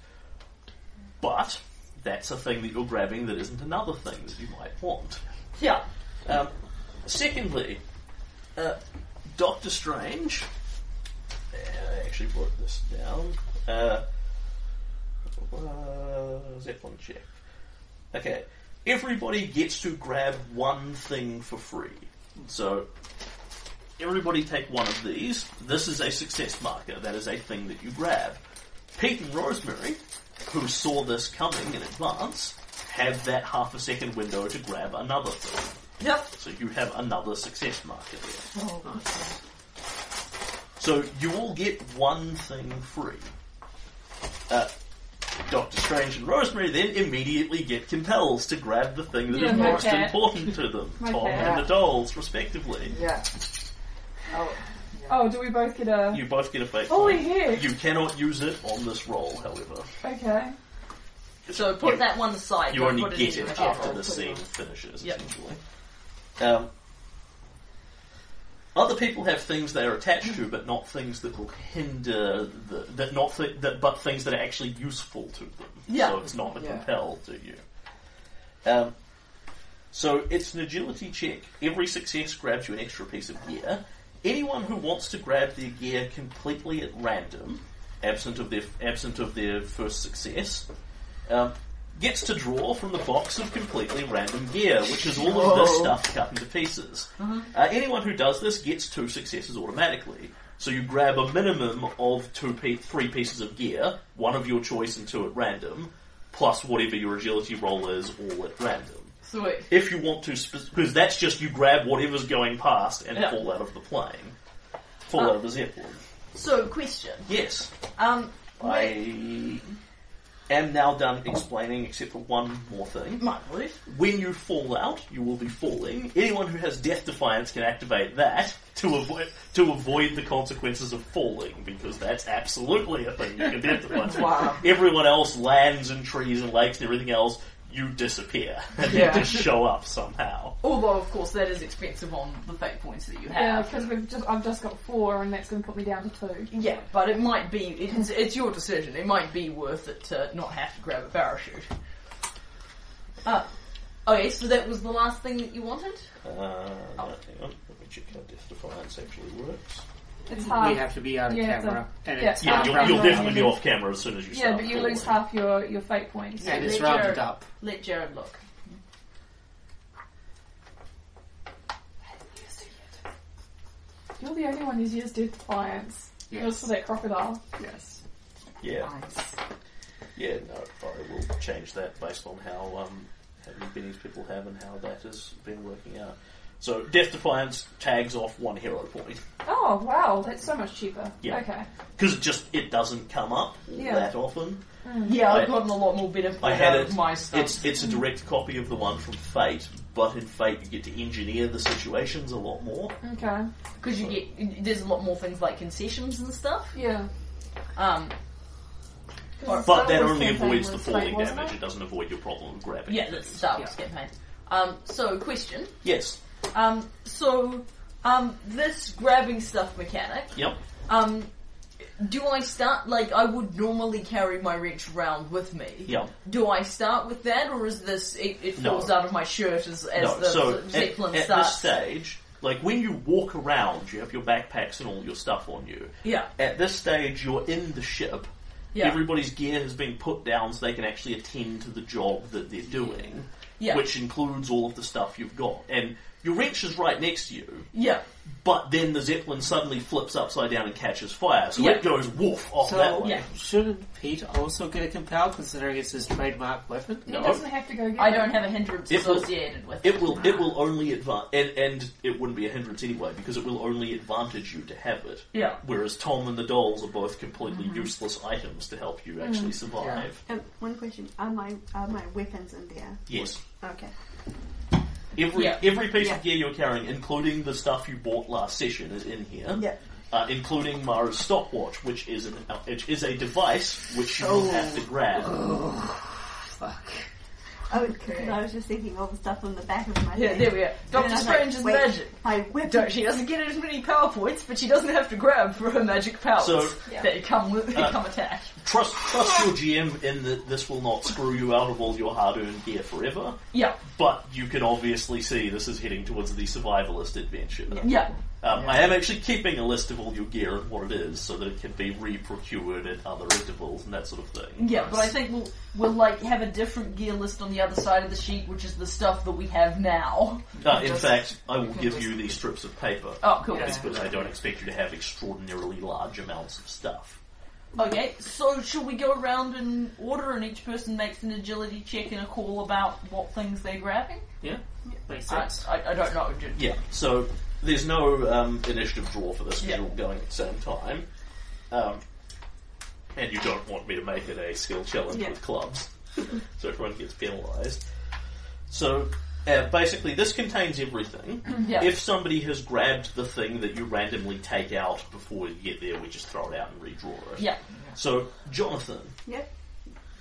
[SPEAKER 1] but that's a thing that you're grabbing that isn't another thing that you might want.
[SPEAKER 3] Yeah.
[SPEAKER 1] Um, secondly, uh, Doctor Strange. uh, I actually wrote this down. Uh, uh, Zeppelin check. Okay, everybody gets to grab one thing for free. So, everybody take one of these. This is a success marker. That is a thing that you grab. Pete and Rosemary, who saw this coming in advance, have that half a second window to grab another thing.
[SPEAKER 6] Yep.
[SPEAKER 1] So you have another success marker there.
[SPEAKER 7] Oh,
[SPEAKER 1] So you all get one thing free. Uh, Doctor Strange and Rosemary then immediately get compels to grab the thing that is
[SPEAKER 4] Yeah, my
[SPEAKER 1] most
[SPEAKER 4] pet.
[SPEAKER 1] important to them,
[SPEAKER 4] [laughs] My
[SPEAKER 1] Tom
[SPEAKER 4] pet.
[SPEAKER 1] and the dolls, respectively.
[SPEAKER 7] yeah. Oh,
[SPEAKER 4] Oh, do we both get a?
[SPEAKER 1] You both get a fake
[SPEAKER 4] Holy
[SPEAKER 1] point.
[SPEAKER 4] heck!
[SPEAKER 1] You cannot use it on this roll, however.
[SPEAKER 4] Okay.
[SPEAKER 3] So put
[SPEAKER 1] You-
[SPEAKER 3] that one aside.
[SPEAKER 1] You
[SPEAKER 3] don't
[SPEAKER 1] only
[SPEAKER 3] put
[SPEAKER 1] get
[SPEAKER 3] in your
[SPEAKER 1] it
[SPEAKER 3] general.
[SPEAKER 1] after the
[SPEAKER 7] Put it
[SPEAKER 1] scene
[SPEAKER 7] on.
[SPEAKER 1] finishes,
[SPEAKER 3] Yep.
[SPEAKER 1] essentially. Um, other people have things they are attached to, but not things that will hinder the, that not th- that, but things that are actually useful to them.
[SPEAKER 3] Yeah.
[SPEAKER 1] So it's not a
[SPEAKER 7] Yeah.
[SPEAKER 1] compel to you. Um, so it's an agility check. Every success grabs you an extra piece of gear. Anyone who wants to grab their gear completely at random, absent of their absent of their first success, um, gets to draw from the box of completely random gear, which is all of this
[SPEAKER 7] Whoa.
[SPEAKER 1] stuff cut into pieces. Uh, anyone who does this gets two successes automatically. So you grab a minimum of two, pe- three pieces of gear, one of your choice and two at random, plus whatever your agility roll is, all at random
[SPEAKER 3] Sweet.
[SPEAKER 1] if you want to, because that's just you grab whatever's going past and
[SPEAKER 3] Yeah.
[SPEAKER 1] fall out of the plane, fall out of the zeppelin.
[SPEAKER 3] So question.
[SPEAKER 1] Yes,
[SPEAKER 3] Um,
[SPEAKER 1] I am now done explaining, except for one more thing.
[SPEAKER 3] my belief.
[SPEAKER 1] When you fall out, you will be falling. Anyone who has death defiance can activate that to avoid to avoid the consequences of falling, because that's absolutely a thing you can
[SPEAKER 4] [laughs]
[SPEAKER 1] death defiance.
[SPEAKER 7] Wow.
[SPEAKER 1] Everyone else lands and trees and lakes and everything else. You disappear [laughs] and
[SPEAKER 7] Yeah.
[SPEAKER 1] you just show up
[SPEAKER 4] [laughs]
[SPEAKER 1] somehow. Uh,
[SPEAKER 3] Although, of course, that is expensive on the fate points that you
[SPEAKER 4] Yeah,
[SPEAKER 3] have.
[SPEAKER 4] because we've just I've just got four, and that's going to put me down to two.
[SPEAKER 3] Yeah, but it might be, it's, it's your decision. It might be worth it to not have to grab a parachute. Uh, okay, so that was the last thing that you wanted?
[SPEAKER 1] Uh, hang on, let me check how Death Defiance actually works.
[SPEAKER 4] It's half.
[SPEAKER 5] we have to be out of
[SPEAKER 4] yeah,
[SPEAKER 5] camera. And
[SPEAKER 4] yeah.
[SPEAKER 5] it's
[SPEAKER 1] Yeah,
[SPEAKER 4] Ah,
[SPEAKER 1] you'll,
[SPEAKER 4] right.
[SPEAKER 1] you'll
[SPEAKER 4] Yeah,
[SPEAKER 1] definitely
[SPEAKER 4] you
[SPEAKER 1] be
[SPEAKER 4] lose-
[SPEAKER 1] off camera as soon as you
[SPEAKER 4] yeah,
[SPEAKER 1] start.
[SPEAKER 4] but you lose
[SPEAKER 1] falling.
[SPEAKER 4] half your your fate points.
[SPEAKER 5] and it's
[SPEAKER 3] Let
[SPEAKER 5] rounded
[SPEAKER 3] Jared-
[SPEAKER 5] up.
[SPEAKER 3] Let Jared look.
[SPEAKER 4] You're the only one who's used death defiance. It was for that crocodile.
[SPEAKER 7] yes.
[SPEAKER 1] Yeah,
[SPEAKER 7] Nice.
[SPEAKER 1] yeah, no, I will change that based on how um, how many pennies people have and how that has been working out. So Death Defiance tags off one hero point
[SPEAKER 4] Oh wow, that's so much cheaper.
[SPEAKER 1] Yeah.
[SPEAKER 4] Okay.
[SPEAKER 1] because it just it doesn't come up all
[SPEAKER 4] Yeah.
[SPEAKER 1] that often.
[SPEAKER 3] Yeah,
[SPEAKER 1] I-
[SPEAKER 3] I've gotten a lot more benefit
[SPEAKER 1] I had
[SPEAKER 3] out of
[SPEAKER 1] it.
[SPEAKER 3] my stuff.
[SPEAKER 1] It's it's a direct copy of the one from Fate, but in Fate you get to engineer the situations a lot more.
[SPEAKER 4] Okay.
[SPEAKER 3] Because you get, there's a lot more things like concessions and stuff.
[SPEAKER 4] Yeah.
[SPEAKER 3] Um,
[SPEAKER 1] But that only avoids the falling damage. It doesn't avoid your problem of grabbing.
[SPEAKER 3] yeah, that's
[SPEAKER 1] things.
[SPEAKER 3] the Star Wars campaign. Um, so, question.
[SPEAKER 1] Yes.
[SPEAKER 3] Um, so, um, this grabbing stuff mechanic,
[SPEAKER 1] Yep.
[SPEAKER 3] um, do I start, like, I would normally carry my wrench around with me.
[SPEAKER 1] Yeah.
[SPEAKER 3] Do I start with that, or is this, it, it
[SPEAKER 1] No.
[SPEAKER 3] falls out of my shirt as, as
[SPEAKER 1] No.
[SPEAKER 3] the
[SPEAKER 1] So at,
[SPEAKER 3] Zeppelin
[SPEAKER 1] at this
[SPEAKER 3] starts?
[SPEAKER 1] stage, like when you walk around, you have your backpacks and all your stuff on you.
[SPEAKER 3] yeah,
[SPEAKER 1] At this stage, you're in the ship.
[SPEAKER 3] yeah,
[SPEAKER 1] Everybody's gear has been put down so they can actually attend to the job that they're doing,
[SPEAKER 3] yeah,
[SPEAKER 1] which includes all of the stuff you've got. And your wrench is right next to you,
[SPEAKER 3] yeah.
[SPEAKER 1] but then the Zeppelin suddenly flips upside down and catches fire, so
[SPEAKER 3] Yeah.
[SPEAKER 1] it goes woof off that
[SPEAKER 5] So,
[SPEAKER 1] way.
[SPEAKER 3] Yeah.
[SPEAKER 5] shouldn't Pete also get a compel considering it's his trademark weapon?
[SPEAKER 4] He doesn't have to go get.
[SPEAKER 3] I
[SPEAKER 4] it.
[SPEAKER 3] don't have a hindrance
[SPEAKER 1] It will-
[SPEAKER 3] associated with it.
[SPEAKER 1] It will it will only advance, and, and it wouldn't be a hindrance anyway because it will only advantage you to have it.
[SPEAKER 3] Yeah. Mm-hmm.
[SPEAKER 1] Whereas Tom and the dolls are both completely useless items to help
[SPEAKER 3] Mm.
[SPEAKER 1] you actually survive.
[SPEAKER 2] Um, one question: Are my are my weapons in there?
[SPEAKER 1] Yes.
[SPEAKER 2] Okay.
[SPEAKER 1] Every
[SPEAKER 3] Yeah.
[SPEAKER 1] every piece
[SPEAKER 2] Yeah.
[SPEAKER 1] of gear you're carrying, including the stuff you bought last session, is in here.
[SPEAKER 2] Yeah.
[SPEAKER 1] Uh, including Mara's stopwatch, which is an uh, which is a device which you will have to grab.
[SPEAKER 2] Oh, because I was just thinking all the stuff on the back of my.
[SPEAKER 3] Yeah,
[SPEAKER 2] head.
[SPEAKER 3] there we are.
[SPEAKER 2] And
[SPEAKER 3] Doctor
[SPEAKER 2] I was like,
[SPEAKER 3] Strange is
[SPEAKER 2] wait,
[SPEAKER 3] magic.
[SPEAKER 2] My weapon.
[SPEAKER 3] Don't, she doesn't get as many power points, but she doesn't have to grab for her magic powers
[SPEAKER 1] So-
[SPEAKER 3] that come with
[SPEAKER 1] Uh,
[SPEAKER 3] that come attached.
[SPEAKER 1] Trust trust your GM in that this will not screw you out of all your hard earned gear forever.
[SPEAKER 3] Yeah,
[SPEAKER 1] But you can obviously see this is heading towards the survivalist adventure.
[SPEAKER 3] yeah,
[SPEAKER 1] Um, I am actually keeping a list of all your gear and what it is so that it can be re-procured at other intervals and that sort of thing.
[SPEAKER 3] yeah. But I think we'll we'll like have a different gear list on the other side of the sheet, which is the stuff that we have now.
[SPEAKER 1] Uh, in
[SPEAKER 7] Just-
[SPEAKER 1] fact, I will
[SPEAKER 7] can
[SPEAKER 1] give
[SPEAKER 7] just-
[SPEAKER 1] you these strips of paper
[SPEAKER 3] Oh, cool.
[SPEAKER 7] Yeah.
[SPEAKER 1] because I don't expect you to have extraordinarily large amounts of stuff.
[SPEAKER 3] Okay, so shall we go around in order and each person makes an agility check and a call about what things they're grabbing?
[SPEAKER 5] Makes
[SPEAKER 3] I,
[SPEAKER 5] sense.
[SPEAKER 3] I, I don't know. Ju-
[SPEAKER 1] Yeah, so there's no um, initiative draw for this because
[SPEAKER 3] Yeah.
[SPEAKER 1] you're all going at the same time. Um, and you don't want me to make it a skill challenge
[SPEAKER 4] Yeah.
[SPEAKER 1] with clubs, [laughs] so everyone gets penalised. So uh, basically, this contains everything.
[SPEAKER 3] [clears throat] Yeah.
[SPEAKER 1] If somebody has grabbed the thing that you randomly take out before you get there, we just throw it out and redraw it.
[SPEAKER 3] Yeah.
[SPEAKER 1] So, Jonathan,
[SPEAKER 2] Yep.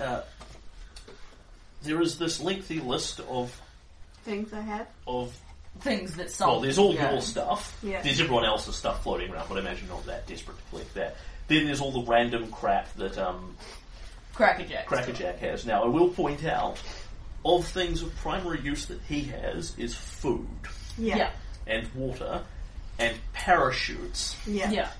[SPEAKER 1] uh, there is this lengthy list of
[SPEAKER 2] Things I have.
[SPEAKER 1] of
[SPEAKER 3] Things that some.
[SPEAKER 1] Well, there's all
[SPEAKER 7] Yeah.
[SPEAKER 1] your stuff.
[SPEAKER 2] Yeah.
[SPEAKER 1] There's everyone else's stuff floating around, but I imagine not that desperate to collect that. Then there's all the random crap that um,
[SPEAKER 3] Crackerjacks.
[SPEAKER 1] Crackerjack has. Now, I will point out, of things of primary use that he has is food
[SPEAKER 2] Yeah.
[SPEAKER 3] Yeah.
[SPEAKER 1] and water and parachutes
[SPEAKER 2] Yeah.
[SPEAKER 3] Yeah.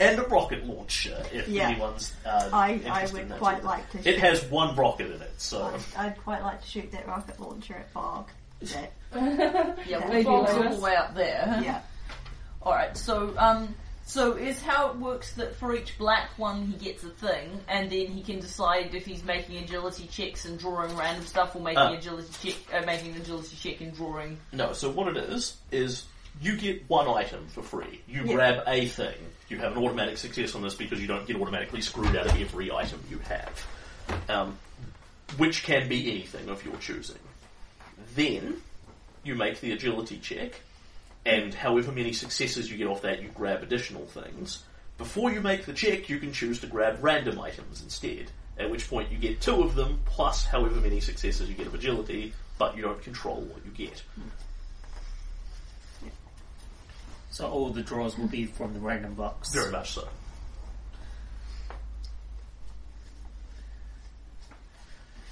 [SPEAKER 1] and a rocket launcher, if
[SPEAKER 2] Yeah.
[SPEAKER 1] anyone's uh,
[SPEAKER 2] I- I
[SPEAKER 1] interested
[SPEAKER 2] would
[SPEAKER 1] in that
[SPEAKER 2] quite
[SPEAKER 1] sort of
[SPEAKER 2] like
[SPEAKER 1] thing.
[SPEAKER 2] to
[SPEAKER 1] It has one rocket in it, so...
[SPEAKER 2] I'd, I'd quite like to shoot that rocket launcher at Bog. That,
[SPEAKER 3] Yeah, we'll
[SPEAKER 4] Maybe
[SPEAKER 3] follow
[SPEAKER 4] it's
[SPEAKER 3] all
[SPEAKER 4] just-
[SPEAKER 3] the way out there.
[SPEAKER 2] yeah.
[SPEAKER 3] Alright, so, um, so is how it works that for each black one he gets a thing, and then he can decide if he's making agility checks and drawing random stuff, or making
[SPEAKER 1] Uh.
[SPEAKER 3] agility check, uh, making an agility check and drawing.
[SPEAKER 1] No, so what it is, is you get one item for free. You
[SPEAKER 2] Yeah.
[SPEAKER 1] grab a thing. You have an automatic success on this because you don't get automatically screwed out of every item you have. Um, which can be anything of your choosing. Then, you make the agility check, and however many successes you get off that, you grab additional things. Before you make the check, you can choose to grab random items instead, at which point you get two of them, plus however many successes you get of agility, but you don't control what you get.
[SPEAKER 5] So all the draws will be from the random box.
[SPEAKER 1] Very much so.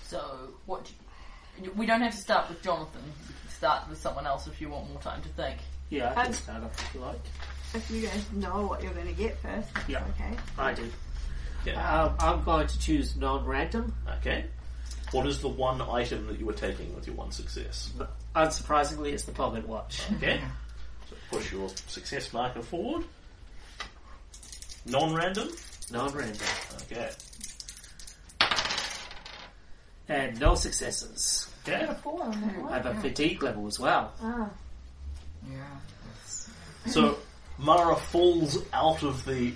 [SPEAKER 3] So, what do you, we don't have to start with Jonathan. We can Start with someone else if you want more time to think.
[SPEAKER 5] Yeah, I
[SPEAKER 4] Um,
[SPEAKER 5] can start off if you like.
[SPEAKER 2] If you guys know what you're going to get first, that's
[SPEAKER 5] Yeah.
[SPEAKER 2] okay.
[SPEAKER 5] I do.
[SPEAKER 1] Yeah.
[SPEAKER 5] Um, I'm going to choose non-random.
[SPEAKER 1] Okay. What is the one item that you were taking with your one success?
[SPEAKER 5] Unsurprisingly, it's the pocket watch.
[SPEAKER 1] Okay. So push your success marker forward. Non-random.
[SPEAKER 5] Non-random.
[SPEAKER 1] Okay.
[SPEAKER 5] And no successes.
[SPEAKER 1] Okay.
[SPEAKER 4] Four on that
[SPEAKER 5] I
[SPEAKER 4] one.
[SPEAKER 5] have a fatigue level as well.
[SPEAKER 3] Oh.
[SPEAKER 4] Ah.
[SPEAKER 7] Yeah. that's-
[SPEAKER 1] So Mara falls out of the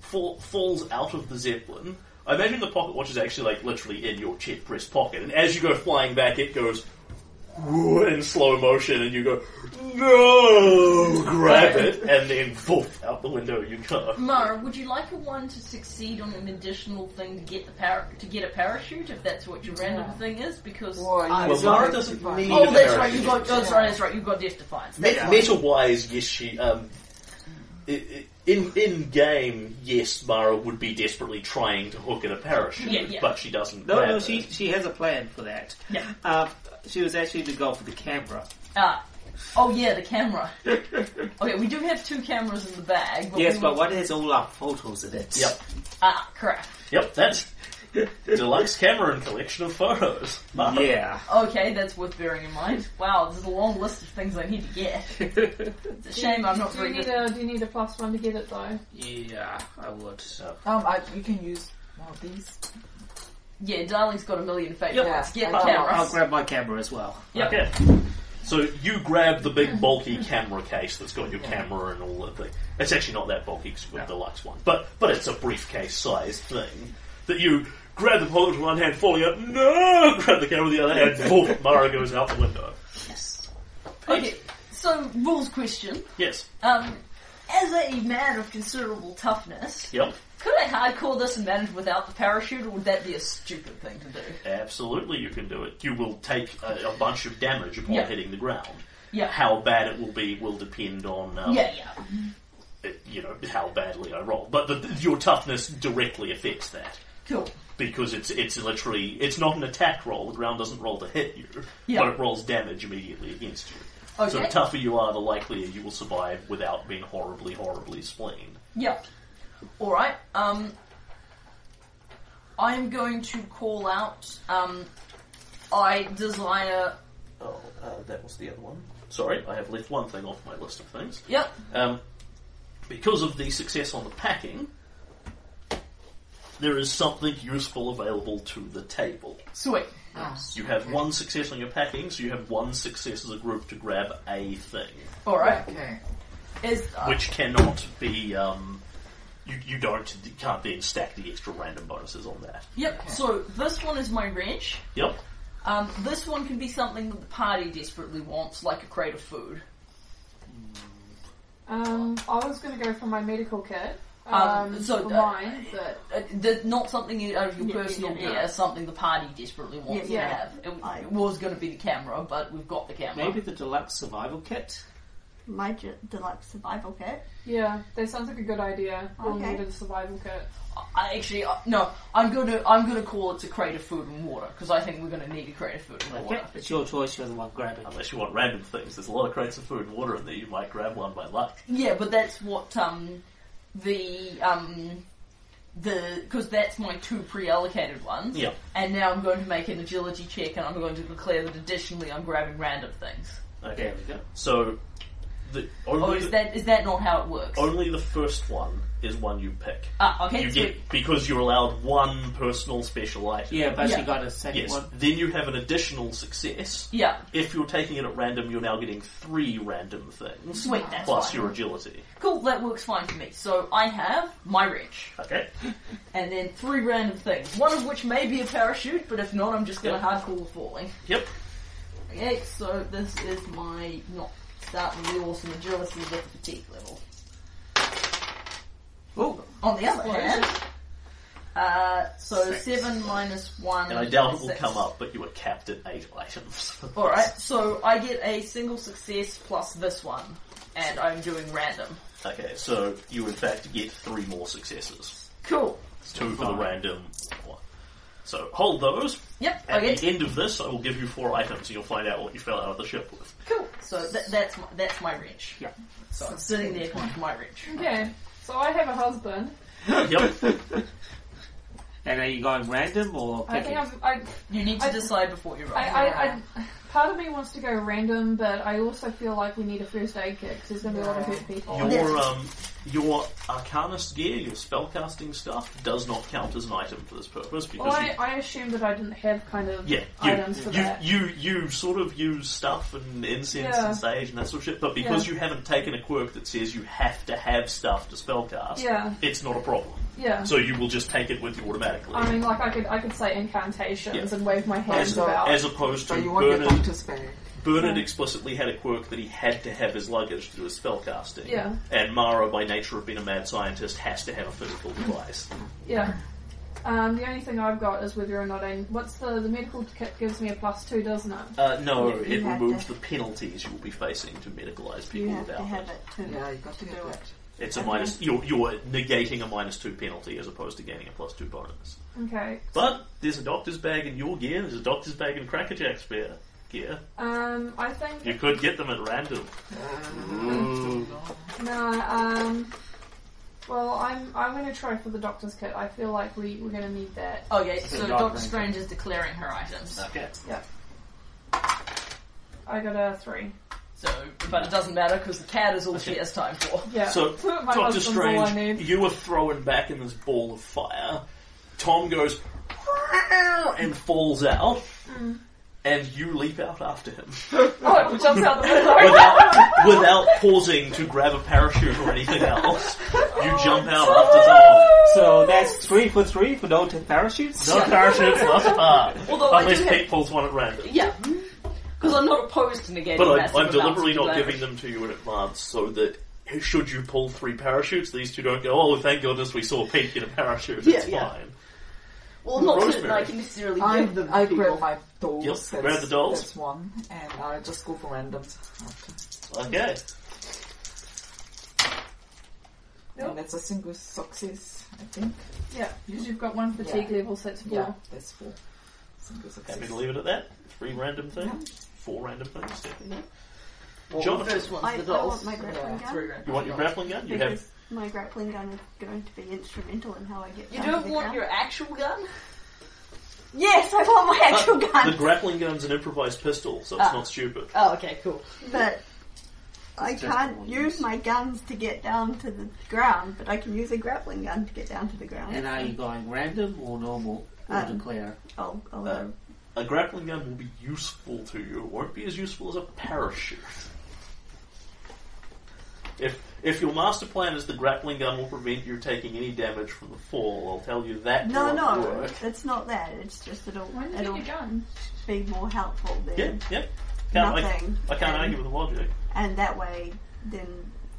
[SPEAKER 1] fall, falls out of the zeppelin. I imagine the pocket watch is actually like literally in your chest breast pocket, and as you go flying back, it goes [laughs] "Whoa," in slow motion, and you go no, grab it, and then [laughs] poof, out the window you go.
[SPEAKER 3] Mara, would you like a one to succeed on an additional thing to get the par- to get a parachute if that's what your random
[SPEAKER 7] Yeah.
[SPEAKER 3] thing is? Because
[SPEAKER 7] Or
[SPEAKER 3] I-
[SPEAKER 7] you
[SPEAKER 1] Well, Mara
[SPEAKER 7] don't
[SPEAKER 1] doesn't
[SPEAKER 7] define-
[SPEAKER 1] need-
[SPEAKER 3] oh, that's
[SPEAKER 1] a
[SPEAKER 3] right, you got
[SPEAKER 1] parachute.
[SPEAKER 3] that's right, that's right, you got Death Defiance. That's
[SPEAKER 1] Meta,
[SPEAKER 3] right.
[SPEAKER 1] wise, yes, she. Um, i- i- in in game, yes, Mara would be desperately trying to hook at a parachute,
[SPEAKER 3] Yeah, yeah.
[SPEAKER 1] but she doesn't.
[SPEAKER 5] No,
[SPEAKER 1] grab
[SPEAKER 5] no,
[SPEAKER 1] it.
[SPEAKER 5] she she has a plan for that.
[SPEAKER 3] Yeah.
[SPEAKER 5] Uh, she was actually to go for the
[SPEAKER 3] [laughs]
[SPEAKER 5] camera.
[SPEAKER 3] Ah. Oh yeah, the camera. okay, we do have two cameras in the bag.
[SPEAKER 5] yes,
[SPEAKER 3] we
[SPEAKER 5] but
[SPEAKER 3] want-
[SPEAKER 5] one has all our photos in it.
[SPEAKER 1] Yep,
[SPEAKER 3] Ah, crap.
[SPEAKER 1] yep, that's deluxe Cameron collection of photos.
[SPEAKER 5] [laughs]
[SPEAKER 1] Mara.
[SPEAKER 5] [laughs] Yeah.
[SPEAKER 3] Okay, that's worth bearing in mind. Wow, there's a long list of things I need to get. It's a shame I'm not
[SPEAKER 4] Do you
[SPEAKER 3] very
[SPEAKER 4] need
[SPEAKER 3] good.
[SPEAKER 4] a Do you need a plus one to get it though?
[SPEAKER 5] Yeah, I would.
[SPEAKER 7] Um, I, you can use one of these.
[SPEAKER 3] Yeah, Darling's got a million favorites.
[SPEAKER 7] Yeah.
[SPEAKER 3] Get the
[SPEAKER 7] Oh,
[SPEAKER 5] I'll
[SPEAKER 3] cameras.
[SPEAKER 5] grab my camera as well.
[SPEAKER 3] Yep.
[SPEAKER 1] Okay. So you grab the big bulky camera case that's got your camera and all that thing. It's actually not that bulky because you've got a deluxe one, but but it's a briefcase sized thing that you grab the pole with one hand, falling out. No, [laughs] grab the camera with the other
[SPEAKER 5] [laughs]
[SPEAKER 1] hand. Boom, Mara goes out the window.
[SPEAKER 3] Okay, so rules question.
[SPEAKER 1] Yes.
[SPEAKER 3] Um, as a man of considerable toughness,
[SPEAKER 1] Yep.
[SPEAKER 3] could I hardcore this and manage without the parachute, or would that be a stupid thing to do?
[SPEAKER 1] Absolutely, you can do it. You will take a, a bunch of damage upon
[SPEAKER 3] Yeah.
[SPEAKER 1] hitting the ground.
[SPEAKER 3] Yeah.
[SPEAKER 1] How bad it will be will depend on um,
[SPEAKER 3] Yeah, yeah.
[SPEAKER 1] it- you know how badly I roll, but the, your toughness directly affects that.
[SPEAKER 3] Cool.
[SPEAKER 1] because it's it's literally it's not an attack roll. The ground doesn't roll to hit you,
[SPEAKER 3] Yeah.
[SPEAKER 1] but it rolls damage immediately against you.
[SPEAKER 3] Okay.
[SPEAKER 1] So the tougher you are, the likelier you will survive without being horribly, horribly splained.
[SPEAKER 3] Yep. Alright, um, I'm going to call out, um, I desire,
[SPEAKER 1] Oh, uh, that was the other one. Sorry, I have left one thing off my list of things.
[SPEAKER 3] yep,
[SPEAKER 1] Um, because of the success on the packing, there is something useful available to the table.
[SPEAKER 3] Sweet.
[SPEAKER 1] You have
[SPEAKER 3] Mm-hmm.
[SPEAKER 1] one success on your packing, so you have one success as a group to grab a thing,
[SPEAKER 3] Alright.
[SPEAKER 7] Okay.
[SPEAKER 3] Is uh,
[SPEAKER 1] which cannot be. Um, you, you don't you can't then stack the extra random bonuses on that.
[SPEAKER 3] Yep, so this one is my wrench.
[SPEAKER 1] Yep.
[SPEAKER 3] Um, this one can be something that the party desperately wants, like a crate of food.
[SPEAKER 4] Um, I was going to go for my medical kit.
[SPEAKER 3] Um,
[SPEAKER 4] Um,
[SPEAKER 3] so,
[SPEAKER 4] for
[SPEAKER 3] uh,
[SPEAKER 4] mine, but
[SPEAKER 3] Uh, th- not something you- out of your
[SPEAKER 4] Yeah, yeah,
[SPEAKER 3] personal
[SPEAKER 4] yeah.
[SPEAKER 3] gear, something the party desperately wants
[SPEAKER 4] Yeah,
[SPEAKER 3] to
[SPEAKER 4] yeah.
[SPEAKER 3] have. It, w- it was going to be the camera, but we've got the camera.
[SPEAKER 5] Maybe the deluxe survival kit.
[SPEAKER 2] My ju- deluxe survival kit.
[SPEAKER 4] yeah, that sounds like a good idea. We'll
[SPEAKER 2] Okay.
[SPEAKER 4] need a survival kit.
[SPEAKER 3] I actually uh, no. I'm gonna I'm gonna call it a crate of food and water because I think we're gonna need a crate of food and water.
[SPEAKER 5] It's your choice. You're the one grabbing.
[SPEAKER 1] Unless you want random things, there's a lot of crates of food and water in there. You might grab one by luck.
[SPEAKER 3] Yeah, but that's what um the um the because that's my two pre-allocated ones.
[SPEAKER 1] Yeah.
[SPEAKER 3] And now I'm going to make an agility check, and I'm going to declare that additionally I'm grabbing random things.
[SPEAKER 1] Okay.
[SPEAKER 5] There we go.
[SPEAKER 1] So, the
[SPEAKER 3] Oh,
[SPEAKER 1] only
[SPEAKER 3] is
[SPEAKER 1] the-
[SPEAKER 3] that is that not how it works?
[SPEAKER 1] only the first one is one you pick.
[SPEAKER 3] ah,
[SPEAKER 1] Oh,
[SPEAKER 3] okay.
[SPEAKER 1] you
[SPEAKER 3] sweet.
[SPEAKER 1] get because you're allowed one personal special item.
[SPEAKER 5] Yeah, but
[SPEAKER 3] Yeah.
[SPEAKER 5] she got a second
[SPEAKER 1] Yes.
[SPEAKER 5] one.
[SPEAKER 1] Then you have an additional success.
[SPEAKER 3] yeah,
[SPEAKER 1] If you're taking it at random, you're now getting three random things.
[SPEAKER 3] sweet. That's
[SPEAKER 1] Plus
[SPEAKER 3] fine.
[SPEAKER 1] your agility.
[SPEAKER 3] Cool, that works fine for me. So I have my wrench,
[SPEAKER 1] Okay.
[SPEAKER 5] [laughs]
[SPEAKER 3] and then three random things. One of which may be a parachute, but if not, I'm just gonna
[SPEAKER 1] Yep.
[SPEAKER 3] hardcore the falling.
[SPEAKER 1] Yep.
[SPEAKER 3] Okay, so this is my not starting with the awesome agility to get the fatigue level.
[SPEAKER 6] Oh,
[SPEAKER 3] On the other
[SPEAKER 4] Explosion.
[SPEAKER 3] hand, uh, so
[SPEAKER 1] Six.
[SPEAKER 3] seven minus one.
[SPEAKER 1] And I doubt it
[SPEAKER 3] is
[SPEAKER 1] will
[SPEAKER 3] six.
[SPEAKER 1] come up, but you are capped at eight items. [laughs]
[SPEAKER 3] Alright, so I get a single success plus this one, and I'm doing random.
[SPEAKER 1] Okay, so you in fact get three more successes.
[SPEAKER 3] Cool.
[SPEAKER 1] Two for the random one. So hold those.
[SPEAKER 3] Yep, I
[SPEAKER 1] At
[SPEAKER 3] get
[SPEAKER 1] the end of this, I will give you four items, and you'll find out what you fell out of the ship with.
[SPEAKER 3] cool. So th- that's my, that's my wrench.
[SPEAKER 5] Yeah.
[SPEAKER 3] So I'm sitting there with my wrench.
[SPEAKER 4] Okay, so I have a husband.
[SPEAKER 1] yep.
[SPEAKER 5] And are you going random or
[SPEAKER 4] I think
[SPEAKER 5] picking?
[SPEAKER 4] I'm. I,
[SPEAKER 3] You need to
[SPEAKER 4] I-
[SPEAKER 3] decide before you roll.
[SPEAKER 4] I, I, I, part of me wants to go random, but I also feel like we need a first aid kit because there's going to be a lot of hurt people.
[SPEAKER 1] Your um, your arcanist gear, your spellcasting stuff, does not count as an item for this purpose because
[SPEAKER 4] Well, I, I assumed that I didn't have kind of
[SPEAKER 1] you, yeah, you,
[SPEAKER 4] items for
[SPEAKER 1] you,
[SPEAKER 4] that.
[SPEAKER 1] you you sort of use stuff and incense
[SPEAKER 4] Yeah.
[SPEAKER 1] and sage and that sort of shit, but because
[SPEAKER 4] Yeah.
[SPEAKER 1] you haven't taken a quirk that says you have to have stuff to spellcast,
[SPEAKER 4] Yeah.
[SPEAKER 1] it's not a problem.
[SPEAKER 4] yeah.
[SPEAKER 1] So you will just take it with you automatically,
[SPEAKER 4] I mean, like I could, I could say incantations
[SPEAKER 1] Yeah.
[SPEAKER 4] and wave my hands
[SPEAKER 1] as,
[SPEAKER 7] so-
[SPEAKER 4] about.
[SPEAKER 1] as opposed to
[SPEAKER 7] So you want your
[SPEAKER 1] Bernard.
[SPEAKER 7] doctor's bag.
[SPEAKER 1] Bernard explicitly had a quirk that he had to have his luggage to do his spellcasting,
[SPEAKER 4] Yeah.
[SPEAKER 1] and Mara, by nature of being a mad scientist, has to have a physical device.
[SPEAKER 4] yeah. Um, the only thing I've got is whether or not I. What's the the medical kit gives me a plus two, doesn't it?
[SPEAKER 1] Uh, no,
[SPEAKER 2] You- you
[SPEAKER 1] it
[SPEAKER 2] have
[SPEAKER 1] removes
[SPEAKER 2] to-
[SPEAKER 1] the penalties you will be facing to medicalised
[SPEAKER 2] You
[SPEAKER 1] people
[SPEAKER 2] have to
[SPEAKER 1] without
[SPEAKER 2] have
[SPEAKER 1] it.
[SPEAKER 2] it to,
[SPEAKER 7] Yeah, you got to
[SPEAKER 2] to do
[SPEAKER 7] have
[SPEAKER 2] it.
[SPEAKER 7] that.
[SPEAKER 1] It's a minus. You're, you're negating a minus two penalty as opposed to gaining a plus two bonus.
[SPEAKER 4] Okay.
[SPEAKER 1] But there's a doctor's bag in your gear. There's a doctor's bag in Crackerjack's gear. Gear.
[SPEAKER 4] Um, I think
[SPEAKER 1] You could get them at random.
[SPEAKER 7] Uh,
[SPEAKER 1] Ooh.
[SPEAKER 4] No, um. Well, I'm I'm going to try for the doctor's kit. I feel like we, we're going to need that.
[SPEAKER 3] Okay, so
[SPEAKER 5] Good job,
[SPEAKER 3] Doctor
[SPEAKER 5] Rachel.
[SPEAKER 3] Strange is declaring her items.
[SPEAKER 5] Okay.
[SPEAKER 4] I got a three.
[SPEAKER 3] So, but it doesn't matter because the cat is all she has time for. [laughs]
[SPEAKER 4] Yeah.
[SPEAKER 1] So,
[SPEAKER 4] [laughs] My
[SPEAKER 1] Doctor
[SPEAKER 4] husband's all I
[SPEAKER 1] Strange,
[SPEAKER 4] need.
[SPEAKER 1] you were thrown back in this ball of fire. Tom goes and falls out,
[SPEAKER 2] Mm.
[SPEAKER 1] and you leap out after him.
[SPEAKER 4] Oh, it jumps out
[SPEAKER 1] [laughs]
[SPEAKER 4] the window.
[SPEAKER 1] without, without pausing to grab a parachute or anything else. You jump out after Tom.
[SPEAKER 5] So that's three for three for no t- parachutes.
[SPEAKER 1] No
[SPEAKER 5] [laughs]
[SPEAKER 1] parachutes thus far.
[SPEAKER 3] Although I do
[SPEAKER 1] Unless
[SPEAKER 3] have-
[SPEAKER 1] Pete pulls one at random.
[SPEAKER 3] Yeah. Because I'm not opposed to negating
[SPEAKER 1] But
[SPEAKER 3] massive
[SPEAKER 1] I'm, I'm
[SPEAKER 3] amounts
[SPEAKER 1] deliberately
[SPEAKER 3] of
[SPEAKER 1] not
[SPEAKER 3] damage.
[SPEAKER 1] giving them to you in advance so that should you pull three parachutes, these two don't go, oh, thank goodness we saw Pete get a parachute.
[SPEAKER 3] Yeah,
[SPEAKER 1] it's
[SPEAKER 3] yeah.
[SPEAKER 1] fine.
[SPEAKER 3] Well, I'm not certain
[SPEAKER 1] Rosemary.
[SPEAKER 3] I can necessarily
[SPEAKER 7] I,
[SPEAKER 3] give them
[SPEAKER 7] I
[SPEAKER 3] people.
[SPEAKER 7] grab my dolls.
[SPEAKER 1] Yep,
[SPEAKER 7] that's,
[SPEAKER 1] grab the dolls.
[SPEAKER 7] That's one. And I just go for random. after.
[SPEAKER 1] Okay.
[SPEAKER 7] And that's a single success, I think.
[SPEAKER 4] yeah, because you've got one fatigue
[SPEAKER 7] Yeah.
[SPEAKER 4] level, so it's four.
[SPEAKER 7] Yeah, that's four. Single
[SPEAKER 1] Happy
[SPEAKER 7] success.
[SPEAKER 1] to leave it at that? Three random things? Four random things? yeah.
[SPEAKER 3] Well,
[SPEAKER 1] John-
[SPEAKER 3] the first one's
[SPEAKER 2] I,
[SPEAKER 3] the
[SPEAKER 2] I want
[SPEAKER 3] dolls.
[SPEAKER 2] my grappling
[SPEAKER 7] Yeah,
[SPEAKER 2] gun
[SPEAKER 1] You want your grappling gun? You
[SPEAKER 3] [laughs]
[SPEAKER 1] have.
[SPEAKER 2] because my grappling gun is going to be instrumental in how I get.
[SPEAKER 3] You
[SPEAKER 2] down to
[SPEAKER 3] don't
[SPEAKER 2] the
[SPEAKER 3] want
[SPEAKER 2] ground.
[SPEAKER 3] your actual gun?
[SPEAKER 2] Yes, I want my actual
[SPEAKER 1] The
[SPEAKER 2] gun,
[SPEAKER 3] Uh.
[SPEAKER 1] grappling gun's an improvised pistol, so it's
[SPEAKER 3] Ah.
[SPEAKER 1] not stupid.
[SPEAKER 3] Oh, okay, cool.
[SPEAKER 2] [laughs] but I can't use my guns to get down to the ground, but I can use a grappling gun to get down to the ground.
[SPEAKER 5] And are you going random or normal or
[SPEAKER 2] Um,
[SPEAKER 5] declare?
[SPEAKER 2] I'll, I'll,
[SPEAKER 1] Uh, a grappling gun will be useful to you. It won't be as useful as a parachute. If if your master plan is the grappling gun will prevent you taking any damage from the fall, I'll tell you that
[SPEAKER 2] no,
[SPEAKER 1] won't
[SPEAKER 2] no,
[SPEAKER 1] work.
[SPEAKER 2] it's not that. It's just it'll
[SPEAKER 4] When did you
[SPEAKER 2] it'll
[SPEAKER 4] get your [laughs] gun?
[SPEAKER 2] be more helpful
[SPEAKER 1] Yep,
[SPEAKER 2] than
[SPEAKER 1] yep. Can't, I,
[SPEAKER 2] nothing.
[SPEAKER 1] I can't
[SPEAKER 2] and,
[SPEAKER 1] argue with the logic.
[SPEAKER 2] and that way, then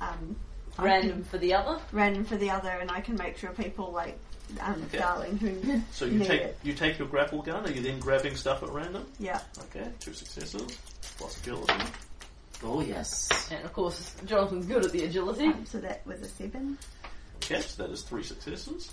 [SPEAKER 2] um, I
[SPEAKER 3] Random for the other.
[SPEAKER 2] can- random for the other, and I can make sure people like um,
[SPEAKER 1] Okay.
[SPEAKER 2] Darling
[SPEAKER 4] [laughs]
[SPEAKER 2] who
[SPEAKER 1] So you
[SPEAKER 2] need
[SPEAKER 1] take
[SPEAKER 2] it.
[SPEAKER 1] you take your grapple gun. Are you then grabbing stuff at random?
[SPEAKER 2] Yeah,
[SPEAKER 1] Okay, two successes, plus agility.
[SPEAKER 5] Oh yes.
[SPEAKER 3] And of course, Jonathan's good at the agility.
[SPEAKER 2] Um, so that was a seven.
[SPEAKER 1] Okay, so that is three successes.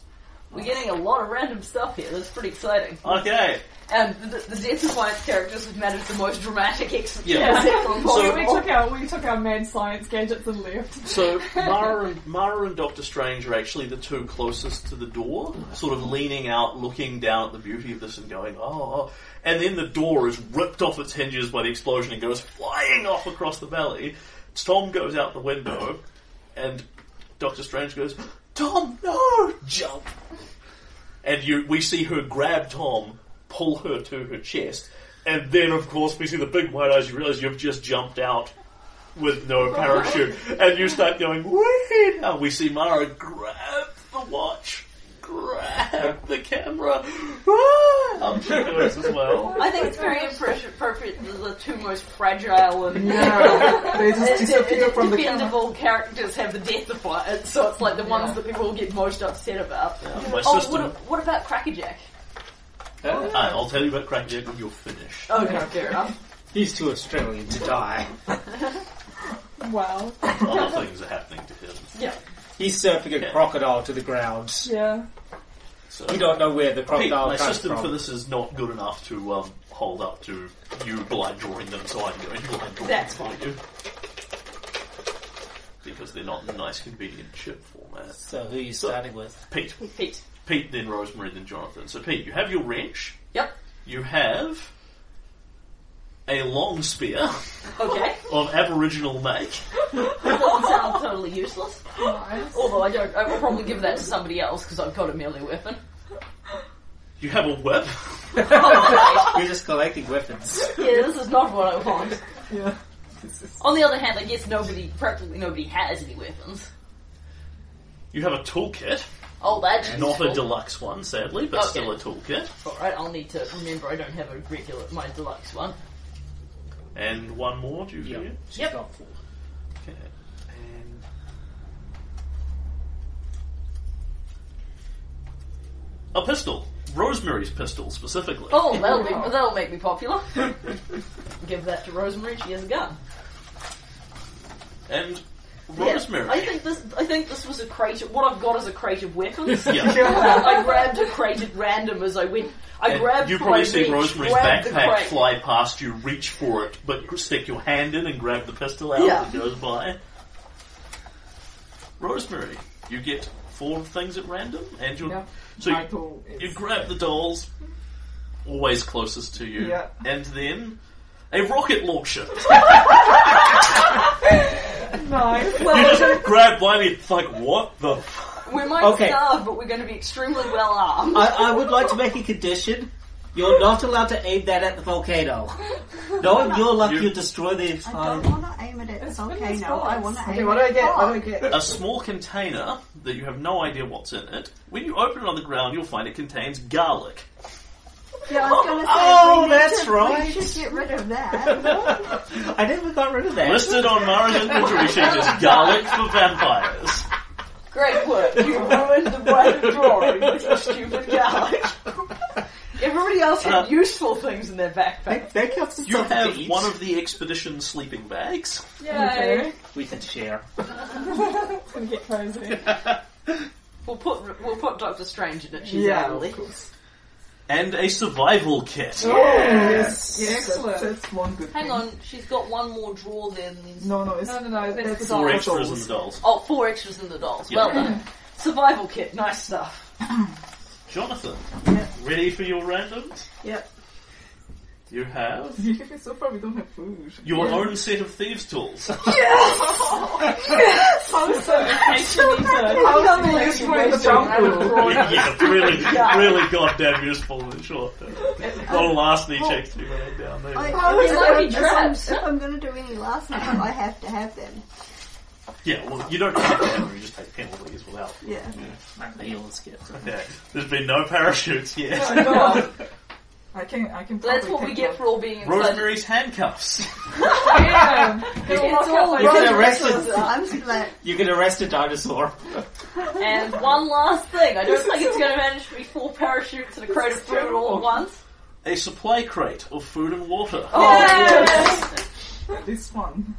[SPEAKER 3] We're getting a lot of random stuff here. That's pretty exciting.
[SPEAKER 1] Okay,
[SPEAKER 3] And the, the death of Wyatt's characters have managed the most dramatic exit.
[SPEAKER 1] Yeah.
[SPEAKER 3] exit from
[SPEAKER 1] So-
[SPEAKER 4] we
[SPEAKER 3] possible.
[SPEAKER 4] took our we took our mad science gadgets and left.
[SPEAKER 1] So Mara and Mara and Doctor Strange are actually the two closest to the door, sort of leaning out, looking down at the beauty of this, and going, "Oh!" oh." And then the door is ripped off its hinges by the explosion and goes flying off across the valley. Tom goes out the window, and Doctor Strange goes, "Tom, no! Jump!" And you, we see her grab Tom, pull her to her chest, and then, of course, we see the big white eyes. You realize you've just jumped out with no parachute, and you start going, wait! And we see Mara grab the watch, grab the camera. Ah! I'm shirtless as well.
[SPEAKER 3] I think it's very impres- appropriate that the two most fragile and
[SPEAKER 7] Yeah,
[SPEAKER 3] [laughs]
[SPEAKER 7] they just disappear from the camera.
[SPEAKER 3] dependable characters have the death of Wyatt, so it's like the ones that people get most upset about.
[SPEAKER 1] My
[SPEAKER 3] Oh,
[SPEAKER 1] sister.
[SPEAKER 3] what, a- what about Crackerjack?
[SPEAKER 1] Ah, I'll tell you about Crackerjack when you're finished.
[SPEAKER 3] Oh, no, fair enough.
[SPEAKER 5] He's too Australian to die.
[SPEAKER 4] Wow.
[SPEAKER 1] Other things are happening to him.
[SPEAKER 3] Yeah.
[SPEAKER 5] He's surfing a crocodile to the ground.
[SPEAKER 4] Yeah.
[SPEAKER 1] So.
[SPEAKER 5] You don't know where the
[SPEAKER 1] Pete,
[SPEAKER 5] crocodile
[SPEAKER 1] my
[SPEAKER 5] comes
[SPEAKER 1] system
[SPEAKER 5] from.
[SPEAKER 1] for this is not good enough to um, hold up to you blind drawing them, so I'm going to blind draw
[SPEAKER 3] That's
[SPEAKER 1] them for you. Because they're not in nice, convenient chip format.
[SPEAKER 5] So who are you starting with?
[SPEAKER 1] Pete.
[SPEAKER 3] Pete.
[SPEAKER 1] Pete, then Rosemary, then Jonathan. So, Pete, you have your wrench.
[SPEAKER 3] Yep.
[SPEAKER 1] You have a long spear
[SPEAKER 3] Okay.
[SPEAKER 1] of Aboriginal make.
[SPEAKER 3] Doesn't sound totally useless. Although I don't, I will probably give that to somebody else because I've got a melee weapon. [laughs]
[SPEAKER 1] You have a whip.
[SPEAKER 3] Oh,
[SPEAKER 5] You're just collecting weapons.
[SPEAKER 3] great. Yeah, this is not what I want.
[SPEAKER 7] Yeah.
[SPEAKER 3] On the other hand, I guess nobody, practically nobody has any weapons.
[SPEAKER 1] You have a toolkit.
[SPEAKER 3] Oh, that's
[SPEAKER 1] Not a
[SPEAKER 3] useful.
[SPEAKER 1] deluxe one, sadly, but
[SPEAKER 3] Okay.
[SPEAKER 1] still a toolkit.
[SPEAKER 3] Alright, I'll need to remember I don't have a regular, my deluxe one.
[SPEAKER 1] And one more, do you
[SPEAKER 5] Yeah.
[SPEAKER 1] feel?
[SPEAKER 5] She's
[SPEAKER 3] Yep.
[SPEAKER 5] got four.
[SPEAKER 1] Okay. And a pistol. Rosemary's pistol specifically.
[SPEAKER 3] Oh, that'll be, that'll make me popular. Give that to Rosemary, she has a gun.
[SPEAKER 1] And
[SPEAKER 3] Yeah,
[SPEAKER 1] Rosemary.
[SPEAKER 3] I think this, I think this was a crate, of- what I've got is a crate of weapons.
[SPEAKER 1] Yeah.
[SPEAKER 3] [laughs] I grabbed a crate at random as I went, I
[SPEAKER 1] And
[SPEAKER 3] grabbed
[SPEAKER 1] you
[SPEAKER 3] from
[SPEAKER 1] probably
[SPEAKER 3] my
[SPEAKER 1] see
[SPEAKER 3] reach,
[SPEAKER 1] Rosemary's
[SPEAKER 3] grabbed the
[SPEAKER 1] backpack
[SPEAKER 3] crate.
[SPEAKER 1] fly past you, reach for it, but stick your hand in and grab the pistol out
[SPEAKER 3] Yeah.
[SPEAKER 1] as it goes by. Rosemary, you get four things at random, and you
[SPEAKER 7] Yeah.
[SPEAKER 1] so you,
[SPEAKER 7] Michael is.
[SPEAKER 1] you grab the dolls, always closest to you,
[SPEAKER 7] Yeah.
[SPEAKER 1] and then a rocket launcher.
[SPEAKER 3] [laughs]
[SPEAKER 4] Nice.
[SPEAKER 1] you
[SPEAKER 3] [laughs]
[SPEAKER 1] just grab one, and it's like what the. F-?
[SPEAKER 3] We might
[SPEAKER 5] Okay.
[SPEAKER 3] starve, but we're going to be extremely well armed.
[SPEAKER 5] I, I would like to make a condition. You're not allowed to aim that at the [laughs] volcano. Knowing your luck,
[SPEAKER 1] You-
[SPEAKER 5] you, destroy the
[SPEAKER 2] I don't
[SPEAKER 5] entire.
[SPEAKER 2] want to aim it at the
[SPEAKER 4] It's been
[SPEAKER 2] volcano.
[SPEAKER 4] response.
[SPEAKER 2] I want to
[SPEAKER 7] Okay,
[SPEAKER 2] aim
[SPEAKER 7] what do
[SPEAKER 2] it
[SPEAKER 7] I
[SPEAKER 2] at
[SPEAKER 7] get? What
[SPEAKER 2] Bob.
[SPEAKER 7] do I get?
[SPEAKER 1] A small container that you have no idea what's in it. When you open it on the ground, you'll find it contains garlic.
[SPEAKER 2] Yeah, I was
[SPEAKER 5] [laughs]
[SPEAKER 2] going to say.
[SPEAKER 5] Oh,
[SPEAKER 2] we need
[SPEAKER 5] that's
[SPEAKER 2] to,
[SPEAKER 5] right.
[SPEAKER 2] We should get rid of
[SPEAKER 5] [laughs]
[SPEAKER 2] that.
[SPEAKER 5] I never got rid of that.
[SPEAKER 1] Listed on Mara's inventory sheet is garlic for vampires.
[SPEAKER 3] Great work. You ruined the brand of drawing with your stupid garlic. Everybody else had
[SPEAKER 1] Uh,
[SPEAKER 3] useful things in their backpack.
[SPEAKER 5] That, that counts as
[SPEAKER 1] You
[SPEAKER 5] something
[SPEAKER 1] have
[SPEAKER 5] to eat.
[SPEAKER 1] one of the expedition sleeping bags.
[SPEAKER 4] Yay.
[SPEAKER 5] We can share.
[SPEAKER 4] It's gonna get cozy.
[SPEAKER 3] We'll put we'll put Doctor Strange in it. She's
[SPEAKER 7] Yeah,
[SPEAKER 3] elderly.
[SPEAKER 7] of course.
[SPEAKER 1] And a survival kit.
[SPEAKER 7] Oh, Yes.
[SPEAKER 4] Yeah, excellent.
[SPEAKER 7] That's, that's one good
[SPEAKER 3] Hang
[SPEAKER 7] thing.
[SPEAKER 3] on, she's got one more draw than these.
[SPEAKER 7] No, no, it's [laughs]
[SPEAKER 4] No, no, no. That's the
[SPEAKER 7] That's
[SPEAKER 1] Four
[SPEAKER 4] dog.
[SPEAKER 1] extras and the dolls.
[SPEAKER 3] Oh, four extras in the dolls.
[SPEAKER 1] Yeah.
[SPEAKER 3] Well done. [clears throat] Survival kit, nice stuff.
[SPEAKER 1] Jonathan,
[SPEAKER 2] Yeah.
[SPEAKER 1] ready for your randoms?
[SPEAKER 2] yep.
[SPEAKER 1] You have
[SPEAKER 7] so far we don't have food.
[SPEAKER 1] your own set of thieves' tools.
[SPEAKER 7] [laughs] How can we use for the
[SPEAKER 1] [laughs]
[SPEAKER 7] jungle?
[SPEAKER 1] yeah, really, really goddamn useful in short. A lot of last knee checks to be made down there.
[SPEAKER 2] Like,
[SPEAKER 4] Oh,
[SPEAKER 2] if,
[SPEAKER 4] it's
[SPEAKER 2] I'm,
[SPEAKER 4] like he
[SPEAKER 2] if, I'm,
[SPEAKER 4] traps.
[SPEAKER 2] if I'm gonna do any last name, I have to have them.
[SPEAKER 1] Yeah, well, you don't take damage, you just take penalties without.
[SPEAKER 2] Yeah.
[SPEAKER 5] Like the heel skip.
[SPEAKER 1] Yeah, there's been no parachutes yet.
[SPEAKER 7] Oh, I can, I can.
[SPEAKER 3] That's
[SPEAKER 7] probably
[SPEAKER 3] what we
[SPEAKER 7] take
[SPEAKER 3] get for all being inside.
[SPEAKER 1] [laughs] Rosemary's handcuffs.
[SPEAKER 3] [laughs]
[SPEAKER 4] Yeah.
[SPEAKER 3] It's all
[SPEAKER 5] You
[SPEAKER 3] right.
[SPEAKER 5] get arrested.
[SPEAKER 2] I'm just like,
[SPEAKER 5] You get arrested, dinosaur.
[SPEAKER 3] [laughs] And one last thing, I don't think it's going to manage to be four parachutes and a crate of food all at once.
[SPEAKER 1] A supply crate of food and water.
[SPEAKER 2] Oh.
[SPEAKER 3] Oh,
[SPEAKER 7] one. This one.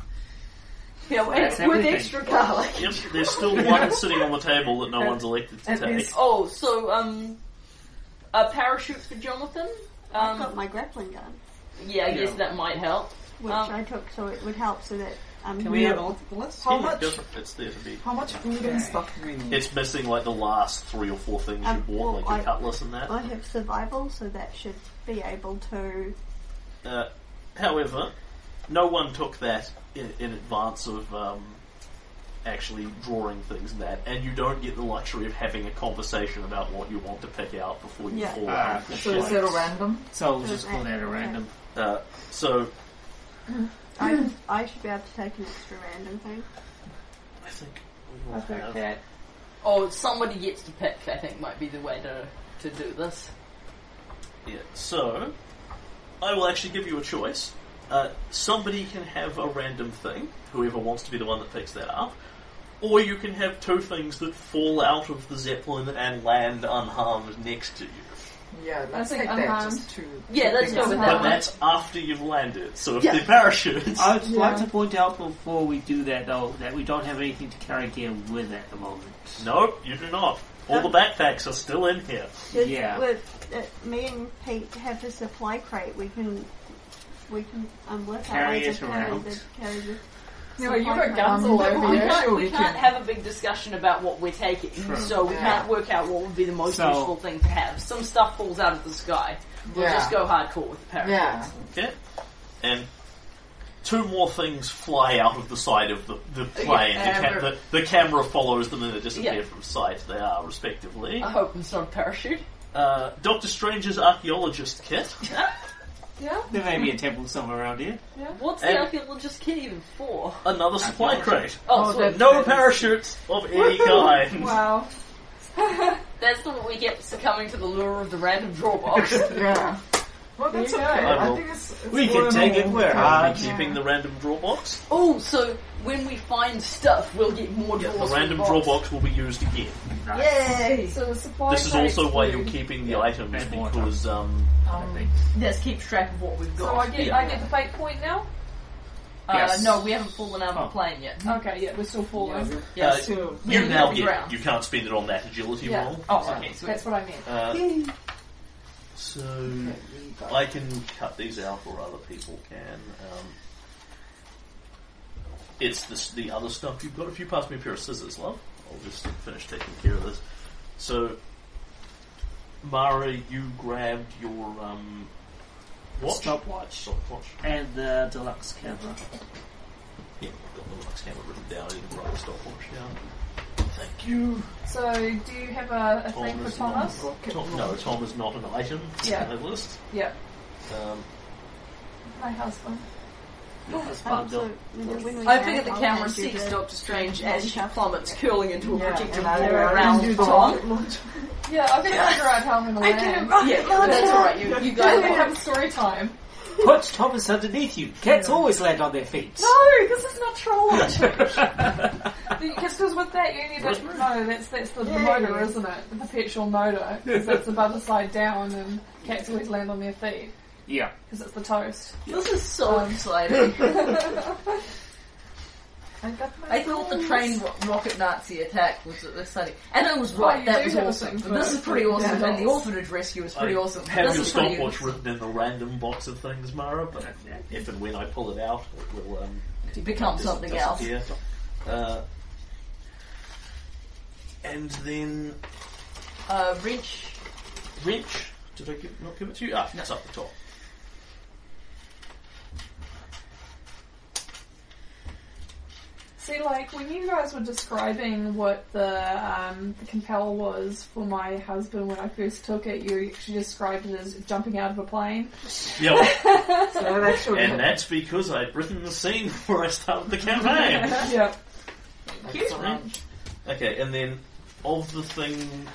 [SPEAKER 3] Yeah, and
[SPEAKER 5] That's
[SPEAKER 3] with
[SPEAKER 5] everything.
[SPEAKER 3] extra garlic.
[SPEAKER 1] Yep, there's still one sitting on the table that no one's elected to
[SPEAKER 7] At
[SPEAKER 1] take.
[SPEAKER 7] least-
[SPEAKER 3] Oh, so um, a parachute for Jonathan.
[SPEAKER 2] I've got
[SPEAKER 3] Um,
[SPEAKER 2] my grappling gun,
[SPEAKER 3] yeah, I guess that might help.
[SPEAKER 2] which
[SPEAKER 3] Um,
[SPEAKER 2] I took so it would help so that um,
[SPEAKER 5] Can we have
[SPEAKER 7] multiple lists? How
[SPEAKER 1] Yeah,
[SPEAKER 7] much?
[SPEAKER 1] go for it. It's there to be.
[SPEAKER 7] How much food and stuff do we need?
[SPEAKER 5] Mm.
[SPEAKER 1] It's missing like the last three or four things you
[SPEAKER 2] Um,
[SPEAKER 1] bought,
[SPEAKER 2] well,
[SPEAKER 1] like your
[SPEAKER 2] I-
[SPEAKER 1] cutlass and that.
[SPEAKER 2] I have survival, so that should be able to.
[SPEAKER 1] Uh, however, no one took that in, in advance of um, actually drawing things and that, and you don't get the luxury of having a conversation about what you want to pick out before you
[SPEAKER 2] Yeah.
[SPEAKER 1] fall.
[SPEAKER 5] Ah,
[SPEAKER 1] into
[SPEAKER 7] So is
[SPEAKER 1] shite.
[SPEAKER 7] it a random?
[SPEAKER 5] So we'll just call that a random.
[SPEAKER 1] Uh, so
[SPEAKER 3] [clears throat]
[SPEAKER 2] I, I should be able to take an extra random thing.
[SPEAKER 1] I think we will have-
[SPEAKER 3] Oh, somebody gets to pick. I think might be the way to to do this.
[SPEAKER 1] Yeah, so I will actually give you a choice. Uh, somebody can have a random thing, whoever wants to be the one that picks that up, or you can have two things that fall out of the zeppelin and land unharmed next to you.
[SPEAKER 7] Yeah, let's
[SPEAKER 4] That's like
[SPEAKER 7] take that
[SPEAKER 4] unharmed.
[SPEAKER 7] just to.
[SPEAKER 3] Yeah, let's go with that
[SPEAKER 1] But
[SPEAKER 3] one.
[SPEAKER 1] that's after you've landed, so if
[SPEAKER 2] Yeah.
[SPEAKER 1] they're parachutes,
[SPEAKER 5] I'd like to point out before we do that, though, that we don't have anything to carry gear with at the moment.
[SPEAKER 1] [laughs] nope, you do not. All the backpacks are still in here.
[SPEAKER 2] Just
[SPEAKER 5] Yeah.
[SPEAKER 2] With uh, me and Pete have a supply crate, we can we can um, work out
[SPEAKER 5] Carry
[SPEAKER 2] ways
[SPEAKER 5] it
[SPEAKER 2] of carrying
[SPEAKER 5] around.
[SPEAKER 2] the carry the
[SPEAKER 4] No, you got guns
[SPEAKER 7] Um,
[SPEAKER 4] all
[SPEAKER 7] that
[SPEAKER 4] over
[SPEAKER 7] one.
[SPEAKER 3] We
[SPEAKER 4] you.
[SPEAKER 7] Yeah,
[SPEAKER 3] can't,
[SPEAKER 7] sure
[SPEAKER 3] we
[SPEAKER 7] we
[SPEAKER 3] can't
[SPEAKER 7] can.
[SPEAKER 3] have a big discussion about what we're taking,
[SPEAKER 5] True.
[SPEAKER 3] so we
[SPEAKER 7] Yeah.
[SPEAKER 3] can't work out what would be the most
[SPEAKER 5] So-
[SPEAKER 3] useful thing to have. Some stuff falls out of the sky. We'll
[SPEAKER 7] Yeah.
[SPEAKER 3] just go hardcore with the parachutes.
[SPEAKER 7] Yeah.
[SPEAKER 1] Okay? And two more things fly out of the side of the, the plane.
[SPEAKER 3] Yeah,
[SPEAKER 1] the, ca-
[SPEAKER 3] they're-
[SPEAKER 1] the, the camera follows them and they disappear
[SPEAKER 3] Yeah. Uh-huh.
[SPEAKER 1] from sight. They are, respectively.
[SPEAKER 3] I hope it's not a parachute.
[SPEAKER 1] Uh, Doctor Strange's archaeologist kit.
[SPEAKER 4] Yeah.
[SPEAKER 5] There may be a temple somewhere around here.
[SPEAKER 3] What's
[SPEAKER 1] And-
[SPEAKER 3] the archaeologist kit even for?
[SPEAKER 1] Another supply crate.
[SPEAKER 3] Oh,
[SPEAKER 7] Oh,
[SPEAKER 3] so
[SPEAKER 7] that's-
[SPEAKER 1] No parachutes of any kind.
[SPEAKER 4] Wow.
[SPEAKER 3] that's the one we get for succumbing to the lure of the random draw
[SPEAKER 7] [laughs]
[SPEAKER 3] box.
[SPEAKER 7] Yeah. Well, that's
[SPEAKER 4] There
[SPEAKER 7] okay.
[SPEAKER 4] you go.
[SPEAKER 1] I will-
[SPEAKER 7] I think it's. it's
[SPEAKER 5] [laughs] We
[SPEAKER 7] all
[SPEAKER 5] can
[SPEAKER 7] in
[SPEAKER 5] take it
[SPEAKER 7] all.
[SPEAKER 1] I'm
[SPEAKER 5] where hard.
[SPEAKER 1] keeping the random draw box.
[SPEAKER 3] oh, so when we find stuff, we'll get more
[SPEAKER 1] Yeah,
[SPEAKER 3] draws.
[SPEAKER 1] the
[SPEAKER 3] from
[SPEAKER 1] random
[SPEAKER 3] box.
[SPEAKER 1] draw box will be used again.
[SPEAKER 2] yay.
[SPEAKER 4] So the supply
[SPEAKER 1] this is
[SPEAKER 4] crate's
[SPEAKER 1] also why you're
[SPEAKER 4] food.
[SPEAKER 1] keeping the items
[SPEAKER 5] And water.
[SPEAKER 1] because um,
[SPEAKER 5] I think.
[SPEAKER 3] Let's keep track of what we've
[SPEAKER 4] So I
[SPEAKER 3] got.
[SPEAKER 4] get, I get the fate point now?
[SPEAKER 3] uh,
[SPEAKER 5] Yes.
[SPEAKER 3] No, we haven't fallen out of the
[SPEAKER 5] Oh.
[SPEAKER 3] plane yet.
[SPEAKER 4] Okay, yeah, we're still falling.
[SPEAKER 1] uh,
[SPEAKER 7] So,
[SPEAKER 1] you
[SPEAKER 3] Yeah,
[SPEAKER 1] now
[SPEAKER 3] the
[SPEAKER 1] get
[SPEAKER 3] ground.
[SPEAKER 1] you can't spend it on that agility
[SPEAKER 4] Yeah.
[SPEAKER 1] roll.
[SPEAKER 3] Oh, okay. So
[SPEAKER 4] That's what I meant.
[SPEAKER 1] Uh, so I can cut these out, or other people can. Um, it's this, the other stuff you've got. If you pass me a pair of scissors, love, I'll just finish taking care of this. So, Mara, you grabbed your um, watch.
[SPEAKER 5] Stopwatch.
[SPEAKER 1] Stopwatch.
[SPEAKER 5] And the deluxe camera.
[SPEAKER 1] Yeah, I've got the Linux camera written down. I didn't write stopwatch down. Thank you.
[SPEAKER 4] So, do you have a, a thing for
[SPEAKER 1] Oh, is
[SPEAKER 4] Thomas?
[SPEAKER 1] not- Tom- no, Tom is not an item
[SPEAKER 4] Yeah.
[SPEAKER 1] on the list.
[SPEAKER 4] Yeah.
[SPEAKER 1] Um,
[SPEAKER 4] My husband.
[SPEAKER 5] That's
[SPEAKER 2] Um,
[SPEAKER 5] bundle.
[SPEAKER 2] so, when, when we
[SPEAKER 3] I
[SPEAKER 2] land,
[SPEAKER 3] figure the
[SPEAKER 2] I'll
[SPEAKER 3] camera
[SPEAKER 2] hand you
[SPEAKER 3] sees
[SPEAKER 2] the-
[SPEAKER 3] Doctor Strange as she
[SPEAKER 2] Yeah.
[SPEAKER 3] plummets, curling into a
[SPEAKER 7] yeah,
[SPEAKER 3] projectile
[SPEAKER 7] and I
[SPEAKER 3] wall
[SPEAKER 7] will
[SPEAKER 3] around
[SPEAKER 7] do
[SPEAKER 3] Tom.
[SPEAKER 7] that.
[SPEAKER 4] Yeah, I've got to figure out how I'm going to
[SPEAKER 2] I
[SPEAKER 4] land.
[SPEAKER 2] can rock
[SPEAKER 3] [laughs] Yeah, that's alright. You, you guys
[SPEAKER 4] we
[SPEAKER 3] want
[SPEAKER 4] have story time.
[SPEAKER 5] Put Thomas underneath you. Cats always land on their feet.
[SPEAKER 4] No, this is not [laughs] troll Just because with that you need to no, that's that's the, the motor, isn't it? The perpetual motor, because it's above the side down, and cats always land on their feet
[SPEAKER 5] Yeah.
[SPEAKER 4] because it's the toast.
[SPEAKER 3] This is so exciting.
[SPEAKER 7] I got my
[SPEAKER 3] I thought the train ro- rocket Nazi attack was exciting, and I was right.
[SPEAKER 4] you
[SPEAKER 3] that
[SPEAKER 4] do
[SPEAKER 3] was
[SPEAKER 4] have a
[SPEAKER 3] awesome.
[SPEAKER 4] thing for
[SPEAKER 3] This is pretty awesome,
[SPEAKER 7] Yeah.
[SPEAKER 3] and the orphanage rescue is pretty
[SPEAKER 1] I
[SPEAKER 3] awesome.
[SPEAKER 1] Have
[SPEAKER 3] this
[SPEAKER 1] your
[SPEAKER 3] is pretty
[SPEAKER 1] stopwatch
[SPEAKER 3] awesome.
[SPEAKER 1] written in the random box of things, Mara, but if and when I pull it out, it will um,
[SPEAKER 3] to become
[SPEAKER 1] dis-
[SPEAKER 3] something else.
[SPEAKER 1] disappear. Uh, and then
[SPEAKER 3] Uh, wrench.
[SPEAKER 1] wrench. Did I give, not give it to you? Ah, it's up the top.
[SPEAKER 4] see, like, when you guys were describing what the, um, the compel was for my husband when I first took it, you actually described it as jumping out of a plane.
[SPEAKER 1] Yep.
[SPEAKER 7] So that
[SPEAKER 1] [laughs]
[SPEAKER 7] actually
[SPEAKER 1] and that's because I'd written the scene before I started the campaign.
[SPEAKER 3] [laughs]
[SPEAKER 4] yep.
[SPEAKER 7] That's right.
[SPEAKER 1] Okay, and then of the thing,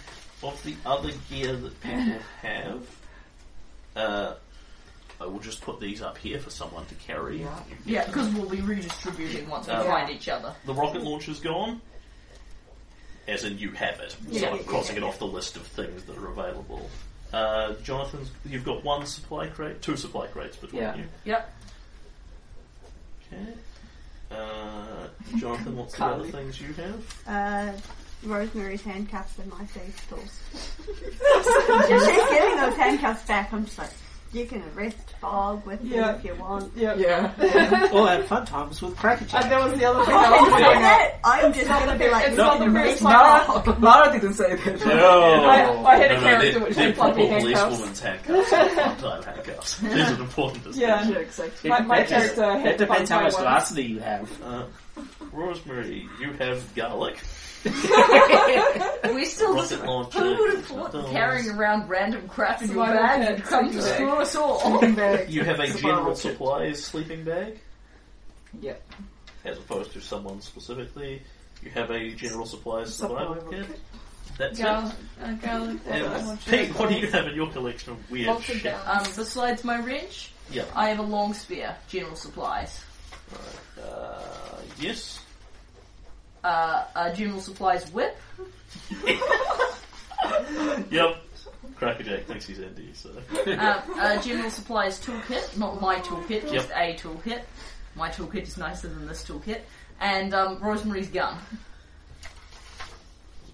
[SPEAKER 1] of the other gear that people have, uh, I will just put these up here for someone to carry.
[SPEAKER 7] Yeah.
[SPEAKER 3] Yeah, because we'll be redistributing once we
[SPEAKER 1] Yeah.
[SPEAKER 3] find each other.
[SPEAKER 1] The rocket launcher's gone, as in you have it.
[SPEAKER 3] Yeah.
[SPEAKER 1] so I'm crossing it off the list of things that are available. Uh, Jonathan's, you've got one supply crate, two supply crates between
[SPEAKER 4] Yeah.
[SPEAKER 1] you.
[SPEAKER 3] Yep.
[SPEAKER 1] Okay. Uh, Jonathan, what's the other things you have?
[SPEAKER 2] Uh, Rosemary's handcuffs and my thieves
[SPEAKER 3] [laughs]
[SPEAKER 2] tools. She's getting those handcuffs back. I'm just like, you can arrest Fog with
[SPEAKER 6] Yeah.
[SPEAKER 2] them if you want.
[SPEAKER 7] Yeah.
[SPEAKER 6] Or have fun times with Cracker Jack.
[SPEAKER 4] And that was the other thing
[SPEAKER 2] If
[SPEAKER 4] I
[SPEAKER 2] you
[SPEAKER 4] [laughs] was
[SPEAKER 2] say
[SPEAKER 4] saying.
[SPEAKER 2] that, I'm just gonna be like,
[SPEAKER 4] It's
[SPEAKER 1] No.
[SPEAKER 4] not the first time.
[SPEAKER 7] Mara, Mara didn't say that.
[SPEAKER 4] I, I had a
[SPEAKER 1] No, no,
[SPEAKER 4] character
[SPEAKER 1] they're,
[SPEAKER 4] which
[SPEAKER 1] they're
[SPEAKER 4] had fluffy
[SPEAKER 1] probably
[SPEAKER 4] handcuffs.
[SPEAKER 1] woman's handcuffs, not
[SPEAKER 4] [laughs]
[SPEAKER 1] time handcuffs. These are important distinction.
[SPEAKER 4] Yeah.
[SPEAKER 7] Yeah, exactly.
[SPEAKER 4] My, my
[SPEAKER 5] That just-
[SPEAKER 4] character
[SPEAKER 5] That
[SPEAKER 4] had
[SPEAKER 5] depends how
[SPEAKER 4] fun
[SPEAKER 5] much
[SPEAKER 4] time
[SPEAKER 5] velocity you have.
[SPEAKER 1] Uh, Rosemary, you have
[SPEAKER 4] [laughs]
[SPEAKER 1] garlic.
[SPEAKER 3] We still
[SPEAKER 1] Rocket launcher.
[SPEAKER 3] Who would have thought that
[SPEAKER 1] Dolls.
[SPEAKER 3] carrying around random crap in your
[SPEAKER 4] Survival
[SPEAKER 3] bag
[SPEAKER 4] kit,
[SPEAKER 3] would come to
[SPEAKER 4] sleeping bag.
[SPEAKER 3] screw us all?
[SPEAKER 1] [laughs] You have a
[SPEAKER 7] Survival
[SPEAKER 1] general
[SPEAKER 7] kit.
[SPEAKER 1] supplies sleeping bag,
[SPEAKER 7] Yeah.
[SPEAKER 1] as opposed to someone specifically. You have a general supplies
[SPEAKER 7] Survival
[SPEAKER 1] survival kit. That's
[SPEAKER 4] Gal-
[SPEAKER 1] it.
[SPEAKER 4] uh, garlic
[SPEAKER 1] And
[SPEAKER 4] watch.
[SPEAKER 1] Pete, what do you have in your collection of weird
[SPEAKER 4] Lots of
[SPEAKER 1] shit?
[SPEAKER 4] gal-
[SPEAKER 3] Um, besides my wrench,
[SPEAKER 1] Yeah.
[SPEAKER 3] I have a long spear, general supplies.
[SPEAKER 1] Uh, yes.
[SPEAKER 3] Uh, a general supplies whip.
[SPEAKER 1] Yep. Crackerjack thinks he's Andy, so.
[SPEAKER 3] Uh, a general supplies toolkit, not my toolkit, just a toolkit. My toolkit is nicer than this toolkit. And um, Rosemary's gun.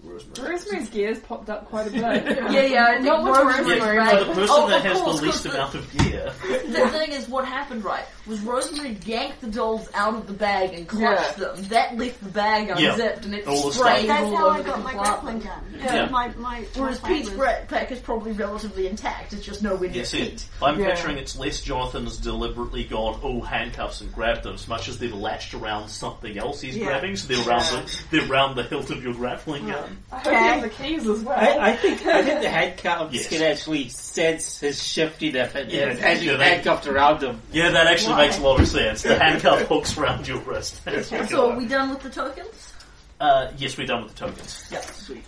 [SPEAKER 1] Rosemary.
[SPEAKER 4] Rosemary's gears popped up quite a [laughs] bit.
[SPEAKER 3] Yeah, yeah, I think
[SPEAKER 4] Not with
[SPEAKER 3] Rosemary.
[SPEAKER 4] Rosemary,
[SPEAKER 1] Yeah, the
[SPEAKER 3] right.
[SPEAKER 1] person
[SPEAKER 3] Oh,
[SPEAKER 1] that
[SPEAKER 3] of
[SPEAKER 1] has
[SPEAKER 3] course,
[SPEAKER 1] the
[SPEAKER 3] 'cause
[SPEAKER 1] least amount of gear.
[SPEAKER 3] The thing is, what happened, right, was Rosemary yanked the dolls out of the bag and clutched them. That left the bag
[SPEAKER 1] Yeah.
[SPEAKER 3] unzipped and it
[SPEAKER 1] All the
[SPEAKER 3] sprayed
[SPEAKER 1] stuff.
[SPEAKER 2] That's
[SPEAKER 3] all
[SPEAKER 2] how
[SPEAKER 3] over
[SPEAKER 2] I
[SPEAKER 3] the
[SPEAKER 2] got my
[SPEAKER 3] compartment.
[SPEAKER 2] grappling gun.
[SPEAKER 1] Yeah.
[SPEAKER 2] My, my, my
[SPEAKER 3] Whereas
[SPEAKER 2] plane
[SPEAKER 3] Pete's
[SPEAKER 2] was-
[SPEAKER 3] backpack is probably relatively intact, it's just nowhere near
[SPEAKER 1] Yes, it.
[SPEAKER 3] Pete.
[SPEAKER 1] I'm
[SPEAKER 7] Yeah.
[SPEAKER 1] picturing it's less Jonathan's deliberately gone, oh, handcuffs and grabbed them, as much as they've latched around something else he's
[SPEAKER 7] Yeah.
[SPEAKER 1] grabbing, so they're around, the, they're around the hilt of your grappling gun.
[SPEAKER 4] I hope you have the keys as well.
[SPEAKER 5] I, I think I think the handcuffs
[SPEAKER 1] Yes.
[SPEAKER 5] can actually sense his shiftiness and
[SPEAKER 1] Yeah,
[SPEAKER 5] yeah, actually
[SPEAKER 1] yeah, they-
[SPEAKER 5] handcuffed around him.
[SPEAKER 1] Yeah, that actually
[SPEAKER 2] Why?
[SPEAKER 1] makes a lot of sense. The handcuff hooks around your wrist.
[SPEAKER 3] So, are we done with the tokens?
[SPEAKER 1] uh, yes, we're done with the tokens.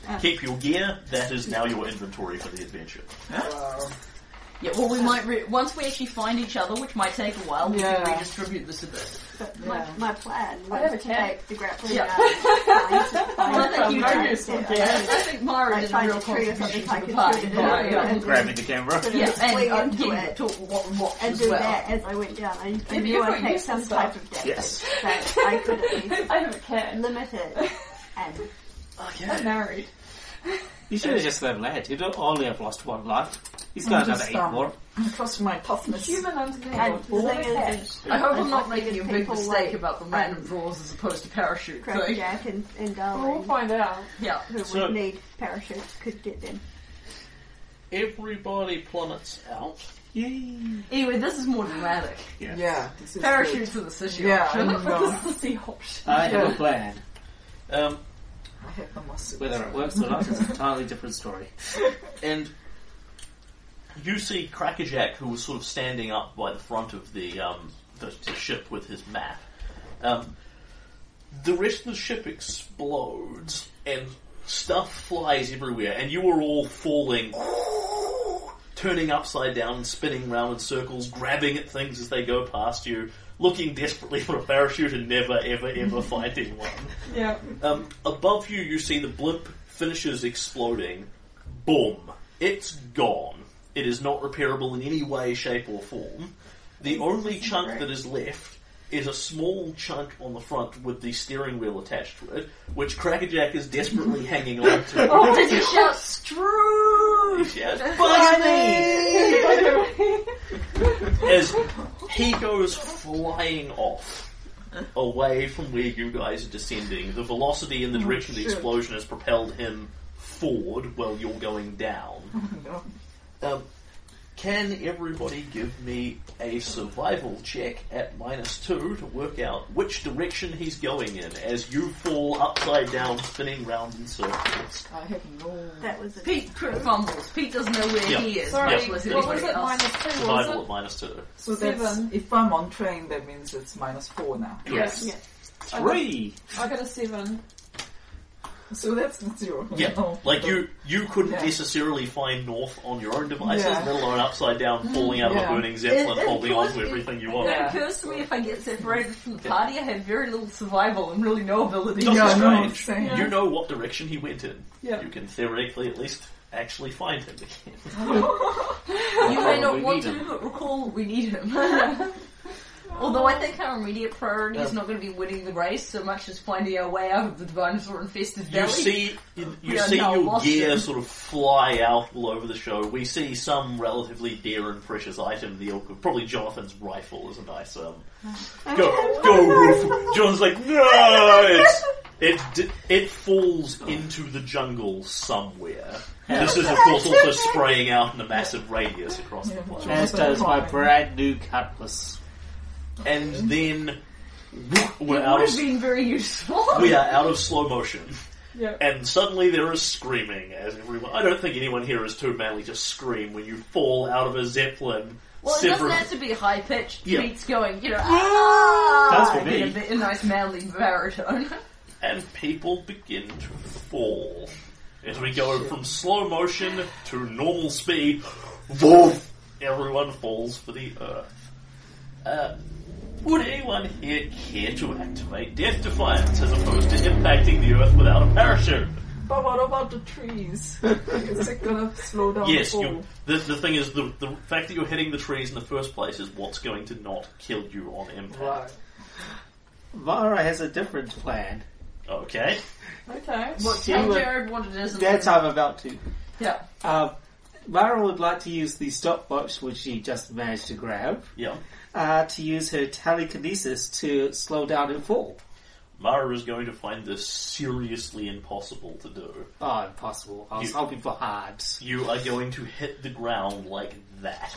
[SPEAKER 3] Yeah.
[SPEAKER 1] Keep your gear. That is now your inventory for the adventure.
[SPEAKER 3] Yeah, well, we might, re- once we actually find each other, which might take a while, we
[SPEAKER 7] Yeah.
[SPEAKER 3] can redistribute this a bit.
[SPEAKER 2] My, my plan was
[SPEAKER 4] have a
[SPEAKER 2] to
[SPEAKER 4] cat.
[SPEAKER 2] take the grappling
[SPEAKER 3] Yeah.
[SPEAKER 2] gun. I to
[SPEAKER 3] I
[SPEAKER 2] find
[SPEAKER 3] think you
[SPEAKER 2] someone
[SPEAKER 3] did.
[SPEAKER 2] said,
[SPEAKER 3] I think Myra
[SPEAKER 2] I
[SPEAKER 3] did a
[SPEAKER 2] tried
[SPEAKER 3] real
[SPEAKER 2] to treat it something
[SPEAKER 3] contribution
[SPEAKER 2] I
[SPEAKER 3] to the
[SPEAKER 2] could
[SPEAKER 3] party.
[SPEAKER 2] treat it
[SPEAKER 3] Yeah,
[SPEAKER 2] in.
[SPEAKER 3] yeah.
[SPEAKER 2] And-
[SPEAKER 5] Grabbing the camera.
[SPEAKER 2] sort of
[SPEAKER 3] Yeah,
[SPEAKER 2] swing
[SPEAKER 3] and um,
[SPEAKER 2] into
[SPEAKER 3] getting to
[SPEAKER 2] it.
[SPEAKER 3] talk what what
[SPEAKER 2] And
[SPEAKER 3] as
[SPEAKER 2] do
[SPEAKER 3] well.
[SPEAKER 2] that as I went down. I, I
[SPEAKER 4] Yeah,
[SPEAKER 2] knew
[SPEAKER 4] but
[SPEAKER 2] I'd
[SPEAKER 4] you're
[SPEAKER 2] take
[SPEAKER 4] used to
[SPEAKER 2] some
[SPEAKER 4] stuff.
[SPEAKER 2] type of damage,
[SPEAKER 5] Yes.
[SPEAKER 2] but I could at least
[SPEAKER 4] [laughs] I have a cat. [laughs]
[SPEAKER 2] limit it. And
[SPEAKER 4] I'm married.
[SPEAKER 5] You should have just left lad. You don't only have lost one life. He's got
[SPEAKER 7] I'm
[SPEAKER 5] another
[SPEAKER 7] just,
[SPEAKER 5] eight
[SPEAKER 7] um,
[SPEAKER 5] more.
[SPEAKER 7] Trust my toughness.
[SPEAKER 4] Human
[SPEAKER 2] and
[SPEAKER 4] underneath.
[SPEAKER 2] the thing is,
[SPEAKER 3] I hope I'm not
[SPEAKER 2] I think
[SPEAKER 3] making a
[SPEAKER 2] if
[SPEAKER 3] big
[SPEAKER 2] people
[SPEAKER 3] mistake
[SPEAKER 2] like-
[SPEAKER 3] about the random drawers as opposed to parachute thing.
[SPEAKER 2] Crabjack and, and
[SPEAKER 4] We'll
[SPEAKER 2] Darling,
[SPEAKER 4] find out.
[SPEAKER 3] Yeah.
[SPEAKER 2] who
[SPEAKER 1] So-
[SPEAKER 2] would need parachutes, could get them.
[SPEAKER 1] Everybody plummets out.
[SPEAKER 3] Anyway, this is more dramatic.
[SPEAKER 7] Yeah. This is good.
[SPEAKER 3] Parachutes are the city
[SPEAKER 7] Yeah, I
[SPEAKER 3] option. [laughs]
[SPEAKER 7] know.
[SPEAKER 3] this is the option.
[SPEAKER 5] I have a plan.
[SPEAKER 1] Um,
[SPEAKER 7] I have the muscle.
[SPEAKER 1] uh,
[SPEAKER 5] Whether it works or not is an entirely different story.
[SPEAKER 1] and you see Crackerjack, who was sort of standing up by the front of the um, the, the ship with his map. Um, the rest of the ship explodes, and stuff flies everywhere, and you are all falling, turning upside down and spinning round in circles, grabbing at things as they go past you, looking desperately for a parachute and never, ever, ever finding one.
[SPEAKER 4] Yeah.
[SPEAKER 1] Um, above you, you see the blimp finishes exploding. Boom. It's gone. It is not repairable in any way, shape, or form. The only chunk that is left is a small chunk on the front with the steering wheel attached to it, which Crackerjack is desperately hanging on to.
[SPEAKER 3] Oh, did you shout
[SPEAKER 4] [laughs]
[SPEAKER 3] Stroo?
[SPEAKER 1] He shouts, "Bite me!" As he goes flying off away from where you guys are descending, the velocity in the direction of the explosion has propelled him forward while you're going down.
[SPEAKER 7] No.
[SPEAKER 1] Um, Can everybody give me a survival check at minus two to work out which direction he's going in as you fall upside down, spinning round in circles?
[SPEAKER 7] I have no.
[SPEAKER 2] That was a
[SPEAKER 3] Pete crit fumbles. Pete doesn't know where
[SPEAKER 1] Yeah.
[SPEAKER 3] he is.
[SPEAKER 4] Sorry,
[SPEAKER 1] Yes,
[SPEAKER 3] much less
[SPEAKER 1] yeah.
[SPEAKER 4] what
[SPEAKER 3] anybody
[SPEAKER 4] was it?
[SPEAKER 3] else.
[SPEAKER 4] Minus two,
[SPEAKER 1] Survival
[SPEAKER 4] was
[SPEAKER 1] at minus two.
[SPEAKER 7] So that's
[SPEAKER 4] Seven.
[SPEAKER 7] if I'm on train, that means it's minus four now.
[SPEAKER 4] it? Yes.
[SPEAKER 8] Three.
[SPEAKER 4] I got a seven.
[SPEAKER 7] So that's not zero. [laughs]
[SPEAKER 1] Yeah,
[SPEAKER 7] No.
[SPEAKER 1] like you you couldn't
[SPEAKER 7] Oh. Yeah.
[SPEAKER 1] necessarily find north on your own devices,
[SPEAKER 7] Yeah.
[SPEAKER 1] let alone upside down, falling out of
[SPEAKER 7] yeah.
[SPEAKER 1] a burning zeppelin,
[SPEAKER 3] It- it
[SPEAKER 1] holding on to
[SPEAKER 3] caused-
[SPEAKER 1] everything you want.
[SPEAKER 3] It occurs to me if I get separated from the party, I have very little survival and really no ability.
[SPEAKER 1] Doctor
[SPEAKER 7] Yeah, no,
[SPEAKER 1] Strange,
[SPEAKER 7] same.
[SPEAKER 1] you know what direction he went in.
[SPEAKER 4] Yeah.
[SPEAKER 1] You can theoretically at least actually find him again.
[SPEAKER 3] [laughs] You may not
[SPEAKER 8] Probably
[SPEAKER 3] want
[SPEAKER 8] need
[SPEAKER 3] to,
[SPEAKER 8] him.
[SPEAKER 3] but recall we need him. [laughs] Although I think our immediate priority is not going to be winning the race so much as finding our way out of the dinosaur infested
[SPEAKER 1] You
[SPEAKER 3] valley.
[SPEAKER 1] see, you, you
[SPEAKER 3] We are
[SPEAKER 1] see
[SPEAKER 3] now
[SPEAKER 1] your
[SPEAKER 3] lost
[SPEAKER 1] gear
[SPEAKER 3] in-
[SPEAKER 1] sort of fly out all over the show. We see some relatively dear and precious item, the ilk of probably Jonathan's rifle is a nice um. Go, go, Roof! Jonathan's like, no, it's it d- it falls into the jungle somewhere. This is of course also spraying out in a massive radius across the place.
[SPEAKER 5] As does my brand new cutlass.
[SPEAKER 1] and then whoop, we're
[SPEAKER 3] it
[SPEAKER 1] out
[SPEAKER 3] would
[SPEAKER 1] of
[SPEAKER 3] have been very useful. [laughs]
[SPEAKER 1] we are Oh, out of slow motion.
[SPEAKER 4] Yep.
[SPEAKER 1] And suddenly there is screaming as everyone. I don't think anyone here is too manly to scream when you fall out of a zeppelin.
[SPEAKER 3] well, it doesn't
[SPEAKER 1] several-
[SPEAKER 3] have to be high pitched.
[SPEAKER 1] Yeah.
[SPEAKER 3] Pete's going, you know, ah!
[SPEAKER 8] That's for
[SPEAKER 3] in a,
[SPEAKER 8] me.
[SPEAKER 3] bit- a nice manly baritone. [laughs]
[SPEAKER 1] and people begin to fall as we go from slow motion to normal speed. Woof! Everyone falls for the earth. Uh, would anyone here care to activate Death Defiance as opposed to impacting the earth without a parachute?
[SPEAKER 7] But what about the trees? [laughs] Is it gonna slow down?
[SPEAKER 1] Yes,
[SPEAKER 7] the fall?
[SPEAKER 1] you, the, the thing is, the, the fact that you're hitting the trees in the first place is what's going to not kill you on impact.
[SPEAKER 7] Right.
[SPEAKER 5] Mara has a different plan.
[SPEAKER 1] Okay.
[SPEAKER 4] Okay.
[SPEAKER 3] What,
[SPEAKER 5] She
[SPEAKER 3] tell
[SPEAKER 5] would-
[SPEAKER 3] Jared what it is. and-
[SPEAKER 5] That's how I'm about to.
[SPEAKER 3] Yeah.
[SPEAKER 5] Uh, Mara would like to use the stopwatch, which she just managed to grab,
[SPEAKER 1] Yeah.
[SPEAKER 5] uh, to use her telekinesis to slow down and fall.
[SPEAKER 1] Mara is going to find this seriously impossible to do.
[SPEAKER 5] Oh, impossible. I was
[SPEAKER 1] You-
[SPEAKER 5] hoping for hard.
[SPEAKER 1] You are going to hit the ground like that.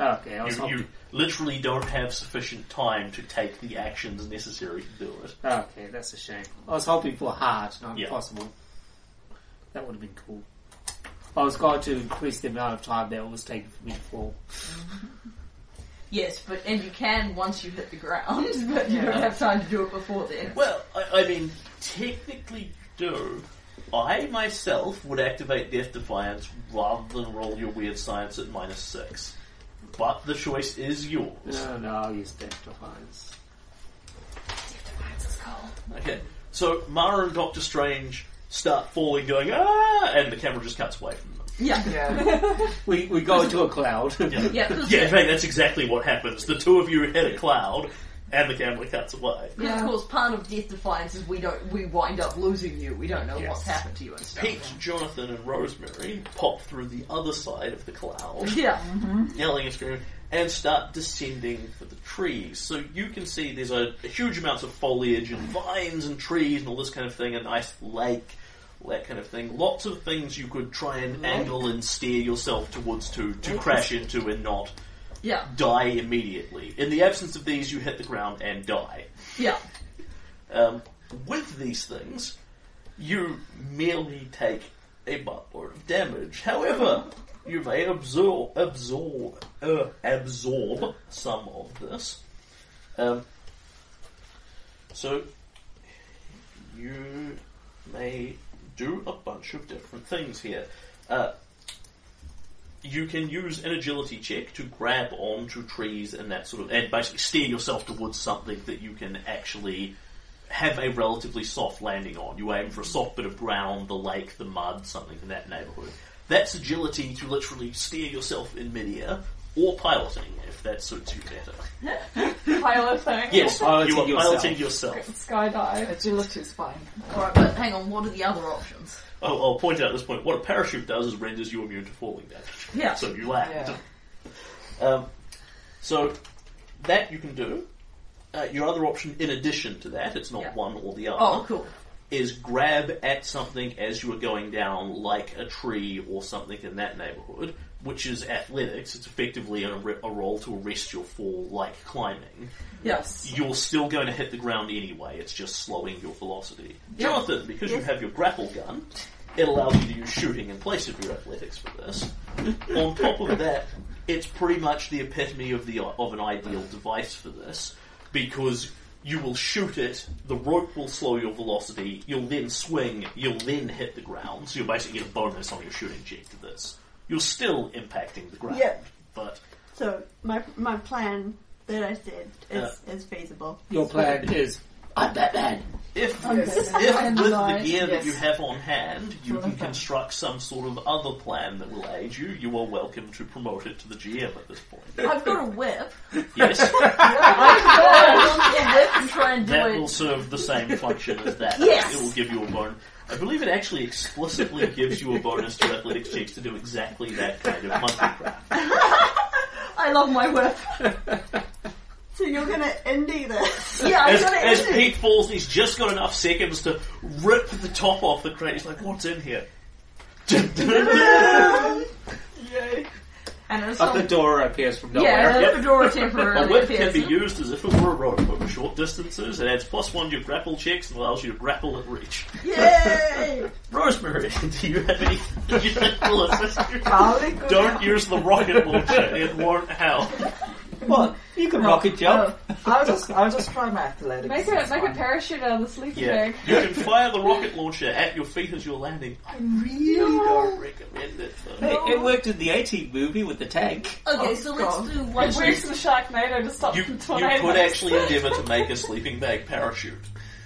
[SPEAKER 5] Okay, I was
[SPEAKER 1] You,
[SPEAKER 5] hoping.
[SPEAKER 1] you literally don't have sufficient time to take the actions necessary to do it.
[SPEAKER 5] Okay, that's a shame. I was hoping for hard, not
[SPEAKER 1] Yeah.
[SPEAKER 5] impossible. That would have been cool. I was going to increase the amount of time that it was taking for me to fall.
[SPEAKER 3] Yes, but and you can once you hit the ground, [laughs] but you don't have time to do it before then.
[SPEAKER 1] Well, I, I mean, technically, do. I myself would activate Death Defiance rather than roll your weird science at minus six. But the choice is yours.
[SPEAKER 5] No, no, I'll use death defiance.
[SPEAKER 1] Okay. So Mara and Doctor Strange start falling, going ah, and the camera just cuts away from them.
[SPEAKER 3] Yeah,
[SPEAKER 7] Yeah.
[SPEAKER 5] We, we go into a cloud.
[SPEAKER 1] Yeah.
[SPEAKER 3] yeah,
[SPEAKER 1] [laughs]
[SPEAKER 3] 'cause-
[SPEAKER 1] Yeah, in fact, that's exactly what happens. The two of you hit a cloud, and the camera cuts away.
[SPEAKER 3] 'cause of course part of death defiance is we don't we wind up losing you. We don't know what's happened to you and stuff.
[SPEAKER 1] Pete, Jonathan, and Rosemary pop through the other side of the cloud,
[SPEAKER 3] Yeah,
[SPEAKER 1] yelling and screaming, and start descending for the trees. So you can see there's a, a huge amounts of foliage and vines and trees and all this kind of thing, a nice lake, all that kind of thing. Lots of things you could try and angle and steer yourself towards to, to crash into and not
[SPEAKER 3] yeah,
[SPEAKER 1] die immediately. In the absence of these, you hit the ground and die.
[SPEAKER 3] yeah.
[SPEAKER 1] Um, with these things, you merely take a buttload of damage. However, you may absorb absorb uh, absorb some of this. Um, so you may do a bunch of different things here. Uh, you can use an agility check to grab onto trees and that sort of, and basically steer yourself towards something that you can actually have a relatively soft landing on. You aim for a soft bit of ground, the lake, the mud, something in that neighbourhood. That's agility to literally steer yourself in midair, or piloting, if that suits you better.
[SPEAKER 4] Piloting.
[SPEAKER 1] Yes, you are
[SPEAKER 5] piloting
[SPEAKER 1] piloting
[SPEAKER 5] yourself.
[SPEAKER 1] yourself.
[SPEAKER 4] Skydive.
[SPEAKER 7] Agility is fine.
[SPEAKER 3] All right, but hang on. What are the other options?
[SPEAKER 1] I'll, I'll point out at this point, what a parachute does is renders you immune to falling damage.
[SPEAKER 3] Yeah.
[SPEAKER 1] So you land.
[SPEAKER 7] Yeah.
[SPEAKER 1] [laughs] Um, so that you can do. Uh, your other option, in addition to that, it's not
[SPEAKER 3] Yeah.
[SPEAKER 1] one or the other.
[SPEAKER 3] Oh, cool.
[SPEAKER 1] is grab at something as you are going down, like a tree or something in that neighborhood, which is athletics. It's effectively a, re- a roll to arrest your fall, like climbing.
[SPEAKER 3] Yes.
[SPEAKER 1] You're still going to hit the ground anyway, it's just slowing your velocity. Jonathan, because you have your grapple gun, it allows you to use shooting in place of your athletics for this. On top of that, it's pretty much the epitome of the of an ideal device for this because you will shoot it, the rope will slow your velocity, you'll then swing, you'll then hit the ground, so you'll basically get a bonus on your shooting check to this. You're still impacting the ground,
[SPEAKER 2] Yeah.
[SPEAKER 1] but
[SPEAKER 2] So my my plan that I said is, is feasible.
[SPEAKER 5] [laughs] Your plan is I'm Batman.
[SPEAKER 1] If,
[SPEAKER 4] Okay.
[SPEAKER 1] if with
[SPEAKER 4] And
[SPEAKER 1] the
[SPEAKER 4] light,
[SPEAKER 1] gear that you
[SPEAKER 7] yes.
[SPEAKER 1] have on hand, you can construct some sort of other plan that will aid you, you are welcome to promote it to the GM at this point.
[SPEAKER 3] I've got a whip.
[SPEAKER 1] Yes,
[SPEAKER 3] [laughs] I can whip and try and do
[SPEAKER 1] that
[SPEAKER 3] it.
[SPEAKER 1] will serve the same function as that.
[SPEAKER 3] Yes.
[SPEAKER 1] It will give you a bonus. I believe it actually explicitly gives you a bonus to athletics checks to do exactly that kind of monkey crap.
[SPEAKER 3] I love my whip.
[SPEAKER 2] So you're gonna indie this.
[SPEAKER 3] Yeah, I
[SPEAKER 1] As,
[SPEAKER 3] got
[SPEAKER 1] as
[SPEAKER 3] it.
[SPEAKER 1] Pete falls, he's just got enough seconds to rip the top off the crate. He's like, what's in
[SPEAKER 3] [laughs]
[SPEAKER 1] here?
[SPEAKER 3] And it's
[SPEAKER 8] But the
[SPEAKER 3] all,
[SPEAKER 8] door appears from nowhere.
[SPEAKER 3] yeah,
[SPEAKER 1] Yep.
[SPEAKER 3] the
[SPEAKER 1] [laughs]
[SPEAKER 3] fedora
[SPEAKER 1] A
[SPEAKER 3] temporarily
[SPEAKER 1] whip can
[SPEAKER 3] appears.
[SPEAKER 1] be used as if it were a rope over short distances. It adds plus one to your grapple checks and allows you to grapple at reach.
[SPEAKER 2] Yay!
[SPEAKER 1] [laughs] Rosemary, do you have any technical assistance?
[SPEAKER 7] Probably good
[SPEAKER 1] Don't use the rocket launcher; it won't help.
[SPEAKER 8] What? You can rocket jump.
[SPEAKER 7] I'll just I'll just try my athletics.
[SPEAKER 4] Make
[SPEAKER 7] It's
[SPEAKER 4] a make a
[SPEAKER 7] fine.
[SPEAKER 4] parachute out of the sleeping
[SPEAKER 1] Yeah,
[SPEAKER 4] bag.
[SPEAKER 1] you can fire the rocket launcher at your feet as you're landing. I really don't recommend it. Though.
[SPEAKER 8] It, it worked in the 18 movie with the tank.
[SPEAKER 3] Okay, so let's do one.
[SPEAKER 4] It works in Sharknado to stop
[SPEAKER 1] You,
[SPEAKER 4] the
[SPEAKER 1] you
[SPEAKER 4] tornadoes.
[SPEAKER 1] could actually endeavour to
[SPEAKER 7] [laughs]
[SPEAKER 1] make a sleeping bag parachute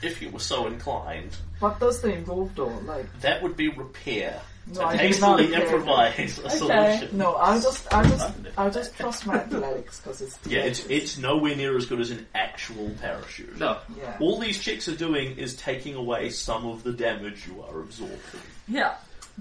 [SPEAKER 1] if you were so inclined.
[SPEAKER 7] What does they involve though? Like
[SPEAKER 1] That would be repair.
[SPEAKER 7] no,
[SPEAKER 1] So
[SPEAKER 7] I do not
[SPEAKER 1] hastily
[SPEAKER 7] care.
[SPEAKER 1] improvise a solution.
[SPEAKER 7] No, I'll just I'll just I'll just trust my athletics because it's
[SPEAKER 1] Yeah, it's it's nowhere near as good as an actual parachute.
[SPEAKER 8] No.
[SPEAKER 7] yeah.
[SPEAKER 1] All these chicks are doing is taking away some of the damage you are absorbing.
[SPEAKER 3] Yeah,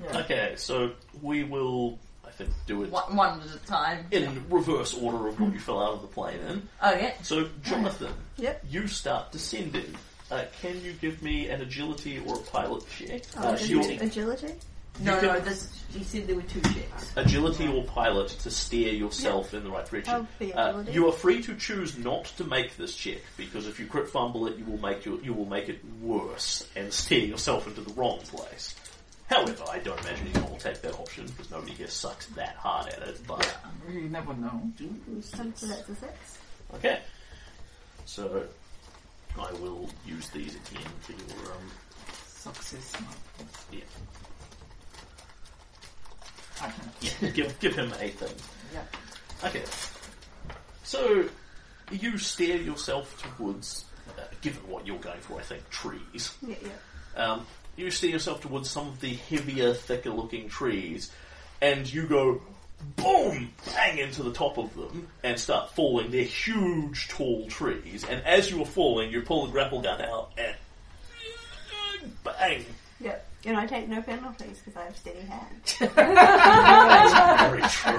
[SPEAKER 7] yeah.
[SPEAKER 1] Okay, so we will, I think, do it
[SPEAKER 3] one, one at a time.
[SPEAKER 1] in reverse order of what you fell out of the plane in.
[SPEAKER 3] Okay.
[SPEAKER 1] So, Jonathan,
[SPEAKER 2] Yep.
[SPEAKER 1] you start descending. Uh, can you give me an agility or a pilot check?
[SPEAKER 2] Oh,
[SPEAKER 1] Uh, your-
[SPEAKER 2] agility. agility?
[SPEAKER 3] No,
[SPEAKER 1] can-
[SPEAKER 3] no, this, he said there were two checks.
[SPEAKER 1] agility or pilot to steer yourself in the right direction.
[SPEAKER 2] I'll be
[SPEAKER 1] Uh,
[SPEAKER 2] agility.
[SPEAKER 1] you are free to choose not to make this check because if you crit fumble it, you will make your, you will make it worse and steer yourself into the wrong place. However, I don't imagine anyone will take that option because nobody here sucks that hard at it. But
[SPEAKER 7] You never know.
[SPEAKER 2] So that's a six.
[SPEAKER 1] okay, so I will use these again for your um,
[SPEAKER 7] Success.
[SPEAKER 1] yeah.
[SPEAKER 7] I can.
[SPEAKER 1] give give him a thing.
[SPEAKER 7] Yeah.
[SPEAKER 1] Okay. So, you steer yourself towards, uh, given what you're going for, I think, trees.
[SPEAKER 2] Yeah, yeah.
[SPEAKER 1] Um, you steer yourself towards some of the heavier, thicker looking trees, and you go boom, bang into the top of them and start falling. They're huge, tall trees, and as you are falling, you pull the grapple gun out and bang.
[SPEAKER 2] Yep. And I take no penalties because I have steady hand.
[SPEAKER 1] Very true.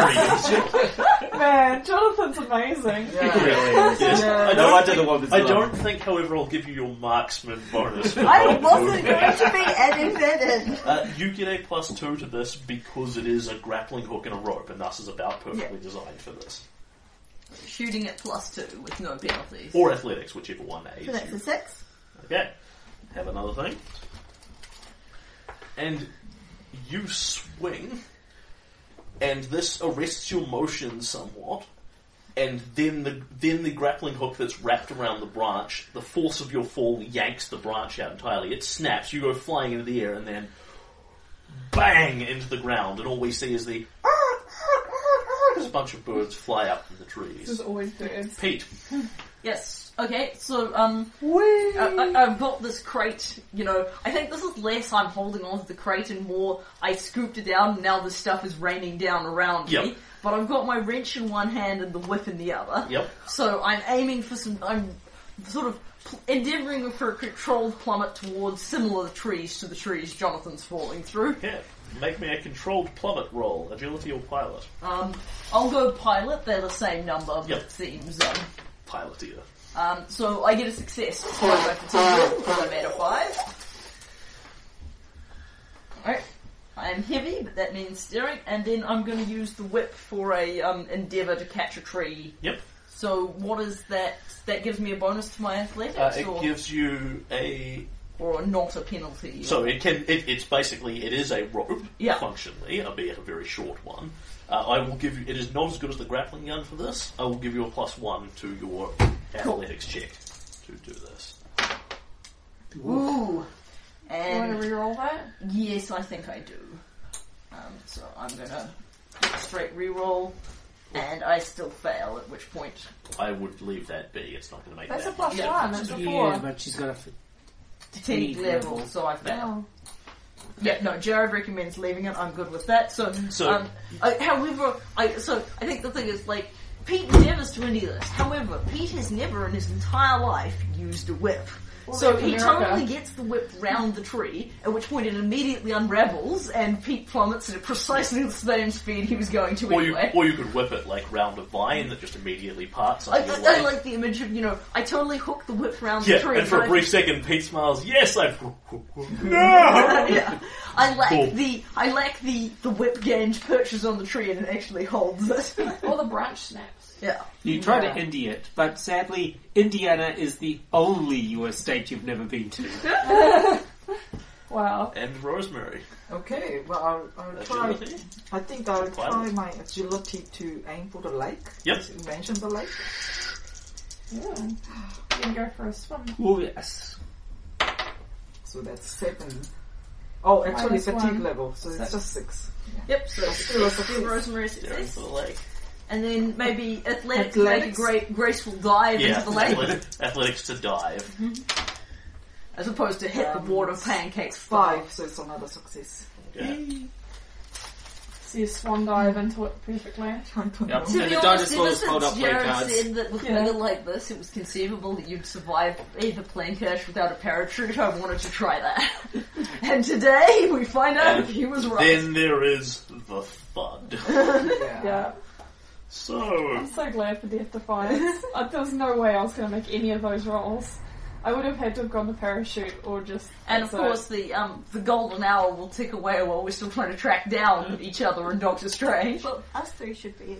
[SPEAKER 1] That's very easy.
[SPEAKER 4] Man, Jonathan's amazing.
[SPEAKER 7] Yeah.
[SPEAKER 1] Yes.
[SPEAKER 7] Yeah.
[SPEAKER 1] I
[SPEAKER 8] No, I
[SPEAKER 1] don't
[SPEAKER 8] did the one that's
[SPEAKER 1] I
[SPEAKER 8] low.
[SPEAKER 1] don't think, however, I'll give you your marksman
[SPEAKER 8] [laughs]
[SPEAKER 1] bonus. for
[SPEAKER 2] I
[SPEAKER 1] both
[SPEAKER 2] wasn't
[SPEAKER 1] movements.
[SPEAKER 2] going to be adding that in.
[SPEAKER 1] Uh, you get a plus two to this because it is a grappling hook and a rope, and thus is about perfectly designed for this.
[SPEAKER 3] Shooting at plus two with no penalties.
[SPEAKER 1] Or athletics, whichever one aids
[SPEAKER 2] So that's
[SPEAKER 1] you.
[SPEAKER 2] a six.
[SPEAKER 1] Okay. Have another thing. And you swing, and this arrests your motion somewhat. And then the then the grappling hook that's wrapped around the branch, the force of your fall yanks the branch out entirely. It snaps. You go flying into the air, and then bang into the ground. And all we see is the [laughs] there's a bunch of birds fly up from the
[SPEAKER 4] There's
[SPEAKER 1] trees.
[SPEAKER 4] always birds.
[SPEAKER 1] Pete,
[SPEAKER 3] Yes. Okay. So um, I, I, I've got this crate. You know, I think this is less I'm holding onto the crate and more I scooped it down. and Now the stuff is raining down around me.
[SPEAKER 1] Yep.
[SPEAKER 3] But I've got my wrench in one hand and the whip in the other.
[SPEAKER 1] Yep.
[SPEAKER 3] So I'm aiming for some. I'm sort of pl- endeavouring for a controlled plummet towards similar trees to the trees Jonathan's falling through.
[SPEAKER 1] yeah, make me a controlled plummet roll, agility or pilot.
[SPEAKER 3] Um, I'll go pilot. They're the same number. but
[SPEAKER 1] Yep.
[SPEAKER 3] It seems. Um,
[SPEAKER 1] pilot either.
[SPEAKER 3] Um, so I get a success. So I roll for ten, because I made a five. Alright. I am heavy, but that means steering, and then I'm going to use the whip for a um, endeavour to catch a tree.
[SPEAKER 1] Yep.
[SPEAKER 3] So what is that? That gives me a bonus to my athletics,
[SPEAKER 1] Uh, it
[SPEAKER 3] or,
[SPEAKER 1] gives you a
[SPEAKER 3] or not a penalty.
[SPEAKER 1] So it can. It, it's basically it is a rope,
[SPEAKER 3] Yeah.
[SPEAKER 1] functionally, albeit a very short one. Uh, I will give you. It is not as good as the grappling gun for this. I will give you a plus one to your athletics check to do this.
[SPEAKER 3] Ooh.
[SPEAKER 4] You want
[SPEAKER 3] And
[SPEAKER 4] to re-roll that?
[SPEAKER 3] Yes, I think I do. Um, so I'm gonna straight reroll, and I still fail. At which point,
[SPEAKER 1] I would leave that be. It's not going to make
[SPEAKER 4] That's a
[SPEAKER 1] that.
[SPEAKER 4] plus
[SPEAKER 1] much
[SPEAKER 4] one.
[SPEAKER 1] difference.
[SPEAKER 4] That's a four.
[SPEAKER 5] Yeah, but she's got a f-
[SPEAKER 3] fatigue
[SPEAKER 5] Fatigue
[SPEAKER 3] level,
[SPEAKER 5] level.
[SPEAKER 3] so I fail.
[SPEAKER 4] Oh.
[SPEAKER 3] Yeah, no. Jared recommends leaving it. I'm good with that. So,
[SPEAKER 1] So-
[SPEAKER 3] um, I, however, I so I think the thing is like Pete endeavors to any of this. However, Pete has never in his entire life used a whip. so
[SPEAKER 4] that's
[SPEAKER 3] he
[SPEAKER 4] America.
[SPEAKER 3] totally gets the whip round the tree, at which point it immediately unravels, and Pete plummets at precisely the same speed he was going to
[SPEAKER 1] Or you,
[SPEAKER 3] anyway.
[SPEAKER 1] or you could whip it like round a vine that just immediately parts.
[SPEAKER 3] I,
[SPEAKER 1] under your
[SPEAKER 3] I, I
[SPEAKER 1] weight.
[SPEAKER 3] like the image of, you know, I totally hooked the whip round the
[SPEAKER 1] yeah,
[SPEAKER 3] tree.
[SPEAKER 1] and for
[SPEAKER 3] but
[SPEAKER 1] a
[SPEAKER 3] I-
[SPEAKER 1] brief second, Pete smiles. Yes, I've. [laughs] [laughs] no.
[SPEAKER 3] [laughs] yeah. I lack
[SPEAKER 1] Cool.
[SPEAKER 3] the I lack the, the whip gauge perches on the tree and it actually holds it.
[SPEAKER 4] Or the branch snaps.
[SPEAKER 3] yeah.
[SPEAKER 8] You try
[SPEAKER 4] Yeah.
[SPEAKER 8] to India it, but sadly, Indiana is the only US state you've never been to.
[SPEAKER 4] Wow.
[SPEAKER 1] And Rosemary.
[SPEAKER 7] Okay, well, I'll, I'll try.
[SPEAKER 1] Agility?
[SPEAKER 7] I think I'll
[SPEAKER 1] Pilot.
[SPEAKER 7] try my agility to aim for the lake.
[SPEAKER 1] Yep.
[SPEAKER 7] You mentioned the lake.
[SPEAKER 4] Yeah. You can go for a swim.
[SPEAKER 8] Oh, yes.
[SPEAKER 7] So that's seven. Oh, actually,
[SPEAKER 4] Minus
[SPEAKER 7] fatigue
[SPEAKER 4] one.
[SPEAKER 7] level. So it's just six.
[SPEAKER 3] Yep, so
[SPEAKER 7] Still a
[SPEAKER 3] do
[SPEAKER 7] success.
[SPEAKER 3] Rosemary
[SPEAKER 1] Staring
[SPEAKER 3] success.
[SPEAKER 1] for the lake.
[SPEAKER 3] And then maybe athletics, make a
[SPEAKER 7] Athletics.
[SPEAKER 3] great graceful dive
[SPEAKER 1] Yeah,
[SPEAKER 3] into the lake
[SPEAKER 1] athletic- athletics to dive.
[SPEAKER 3] as opposed to hit the board of pancakes style.
[SPEAKER 7] Five, so it's another success.
[SPEAKER 1] Yeah.
[SPEAKER 4] So you swan dive into it perfectly.
[SPEAKER 7] I don't
[SPEAKER 8] Yep.
[SPEAKER 7] know.
[SPEAKER 3] To
[SPEAKER 8] And
[SPEAKER 3] be
[SPEAKER 8] the
[SPEAKER 3] honest, ever
[SPEAKER 8] dinosaurs hold
[SPEAKER 3] since
[SPEAKER 8] up play
[SPEAKER 3] Jared
[SPEAKER 8] cards.
[SPEAKER 3] said that with
[SPEAKER 4] Yeah.
[SPEAKER 3] weather like this, it was conceivable that you'd survive either plane crash without a parachute, I wanted to try that. [laughs] and today, we find out
[SPEAKER 1] And
[SPEAKER 3] he was right.
[SPEAKER 1] Then there is the thud.
[SPEAKER 3] [laughs]
[SPEAKER 7] Yeah.
[SPEAKER 4] [laughs] Yeah.
[SPEAKER 1] So,
[SPEAKER 4] I'm so glad for Death
[SPEAKER 3] [laughs]
[SPEAKER 4] Defiance. uh, there was no way I was going to make any of those rolls. I would have had to have gone the parachute or just.
[SPEAKER 3] And of
[SPEAKER 4] that's it.
[SPEAKER 3] course, the um, the golden hour will tick away while we're still trying to track down each other and Doctor Strange.
[SPEAKER 2] Well, us three should be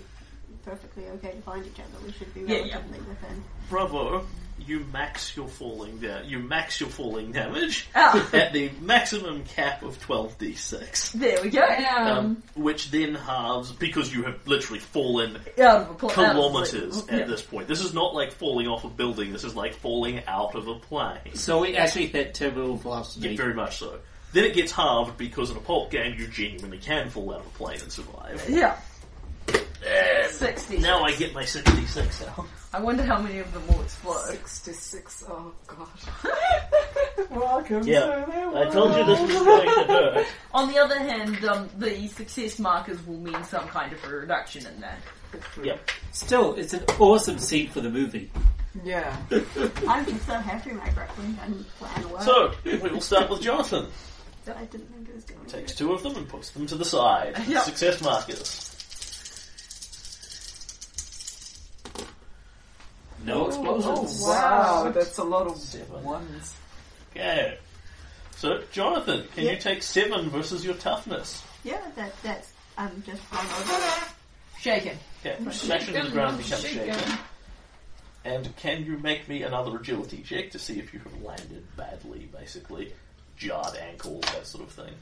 [SPEAKER 2] perfectly okay to find each other. We should be
[SPEAKER 3] Yeah, yeah.
[SPEAKER 2] relatively within.
[SPEAKER 1] bravo, you max your falling da- you max your falling damage
[SPEAKER 3] Ah,
[SPEAKER 1] at the maximum cap of 12d6.
[SPEAKER 3] there we go.
[SPEAKER 4] Um,
[SPEAKER 1] Um, which then halves because you have literally fallen
[SPEAKER 3] Out of a pl- out of a
[SPEAKER 1] kilometers
[SPEAKER 3] plane.
[SPEAKER 1] at this point. This is not like falling off a building. This is like falling out of a plane.
[SPEAKER 5] So we actually hit terminal velocity.
[SPEAKER 1] Yeah, very much so. Then it gets halved because in a pulp game you genuinely can fall out of a plane and survive.
[SPEAKER 3] Yeah.
[SPEAKER 1] And
[SPEAKER 3] Sixty.
[SPEAKER 1] now I get my 66 out.
[SPEAKER 3] I wonder how many of them will explode.
[SPEAKER 7] 66. Oh, God.
[SPEAKER 4] welcome
[SPEAKER 1] Yeah.
[SPEAKER 4] to their
[SPEAKER 1] I told you this was going to hurt.
[SPEAKER 3] On the other hand, um, the success markers will mean some kind of a reduction in that.
[SPEAKER 1] Yep.
[SPEAKER 8] Still, it's an awesome scene for the movie.
[SPEAKER 7] Yeah.
[SPEAKER 2] I'm just so happy my grappling gun plan worked.
[SPEAKER 1] So, we will start with Jonathan.
[SPEAKER 2] I didn't think it was going to.
[SPEAKER 1] Takes two of them and puts them to the side.
[SPEAKER 3] Yep.
[SPEAKER 1] Success markers. No explosions.
[SPEAKER 7] oh. Wow, that's a lot of
[SPEAKER 1] Seven.
[SPEAKER 7] ones.
[SPEAKER 1] Okay. So, Jonathan, can you
[SPEAKER 2] Yep.
[SPEAKER 1] take seven versus your toughness?
[SPEAKER 2] Yeah, that that's um just one over.
[SPEAKER 3] Shaken.
[SPEAKER 1] Okay, smash into the ground and become shaken. And can you make me another agility check to see if you have landed badly, basically? Jarred ankle, that sort of thing.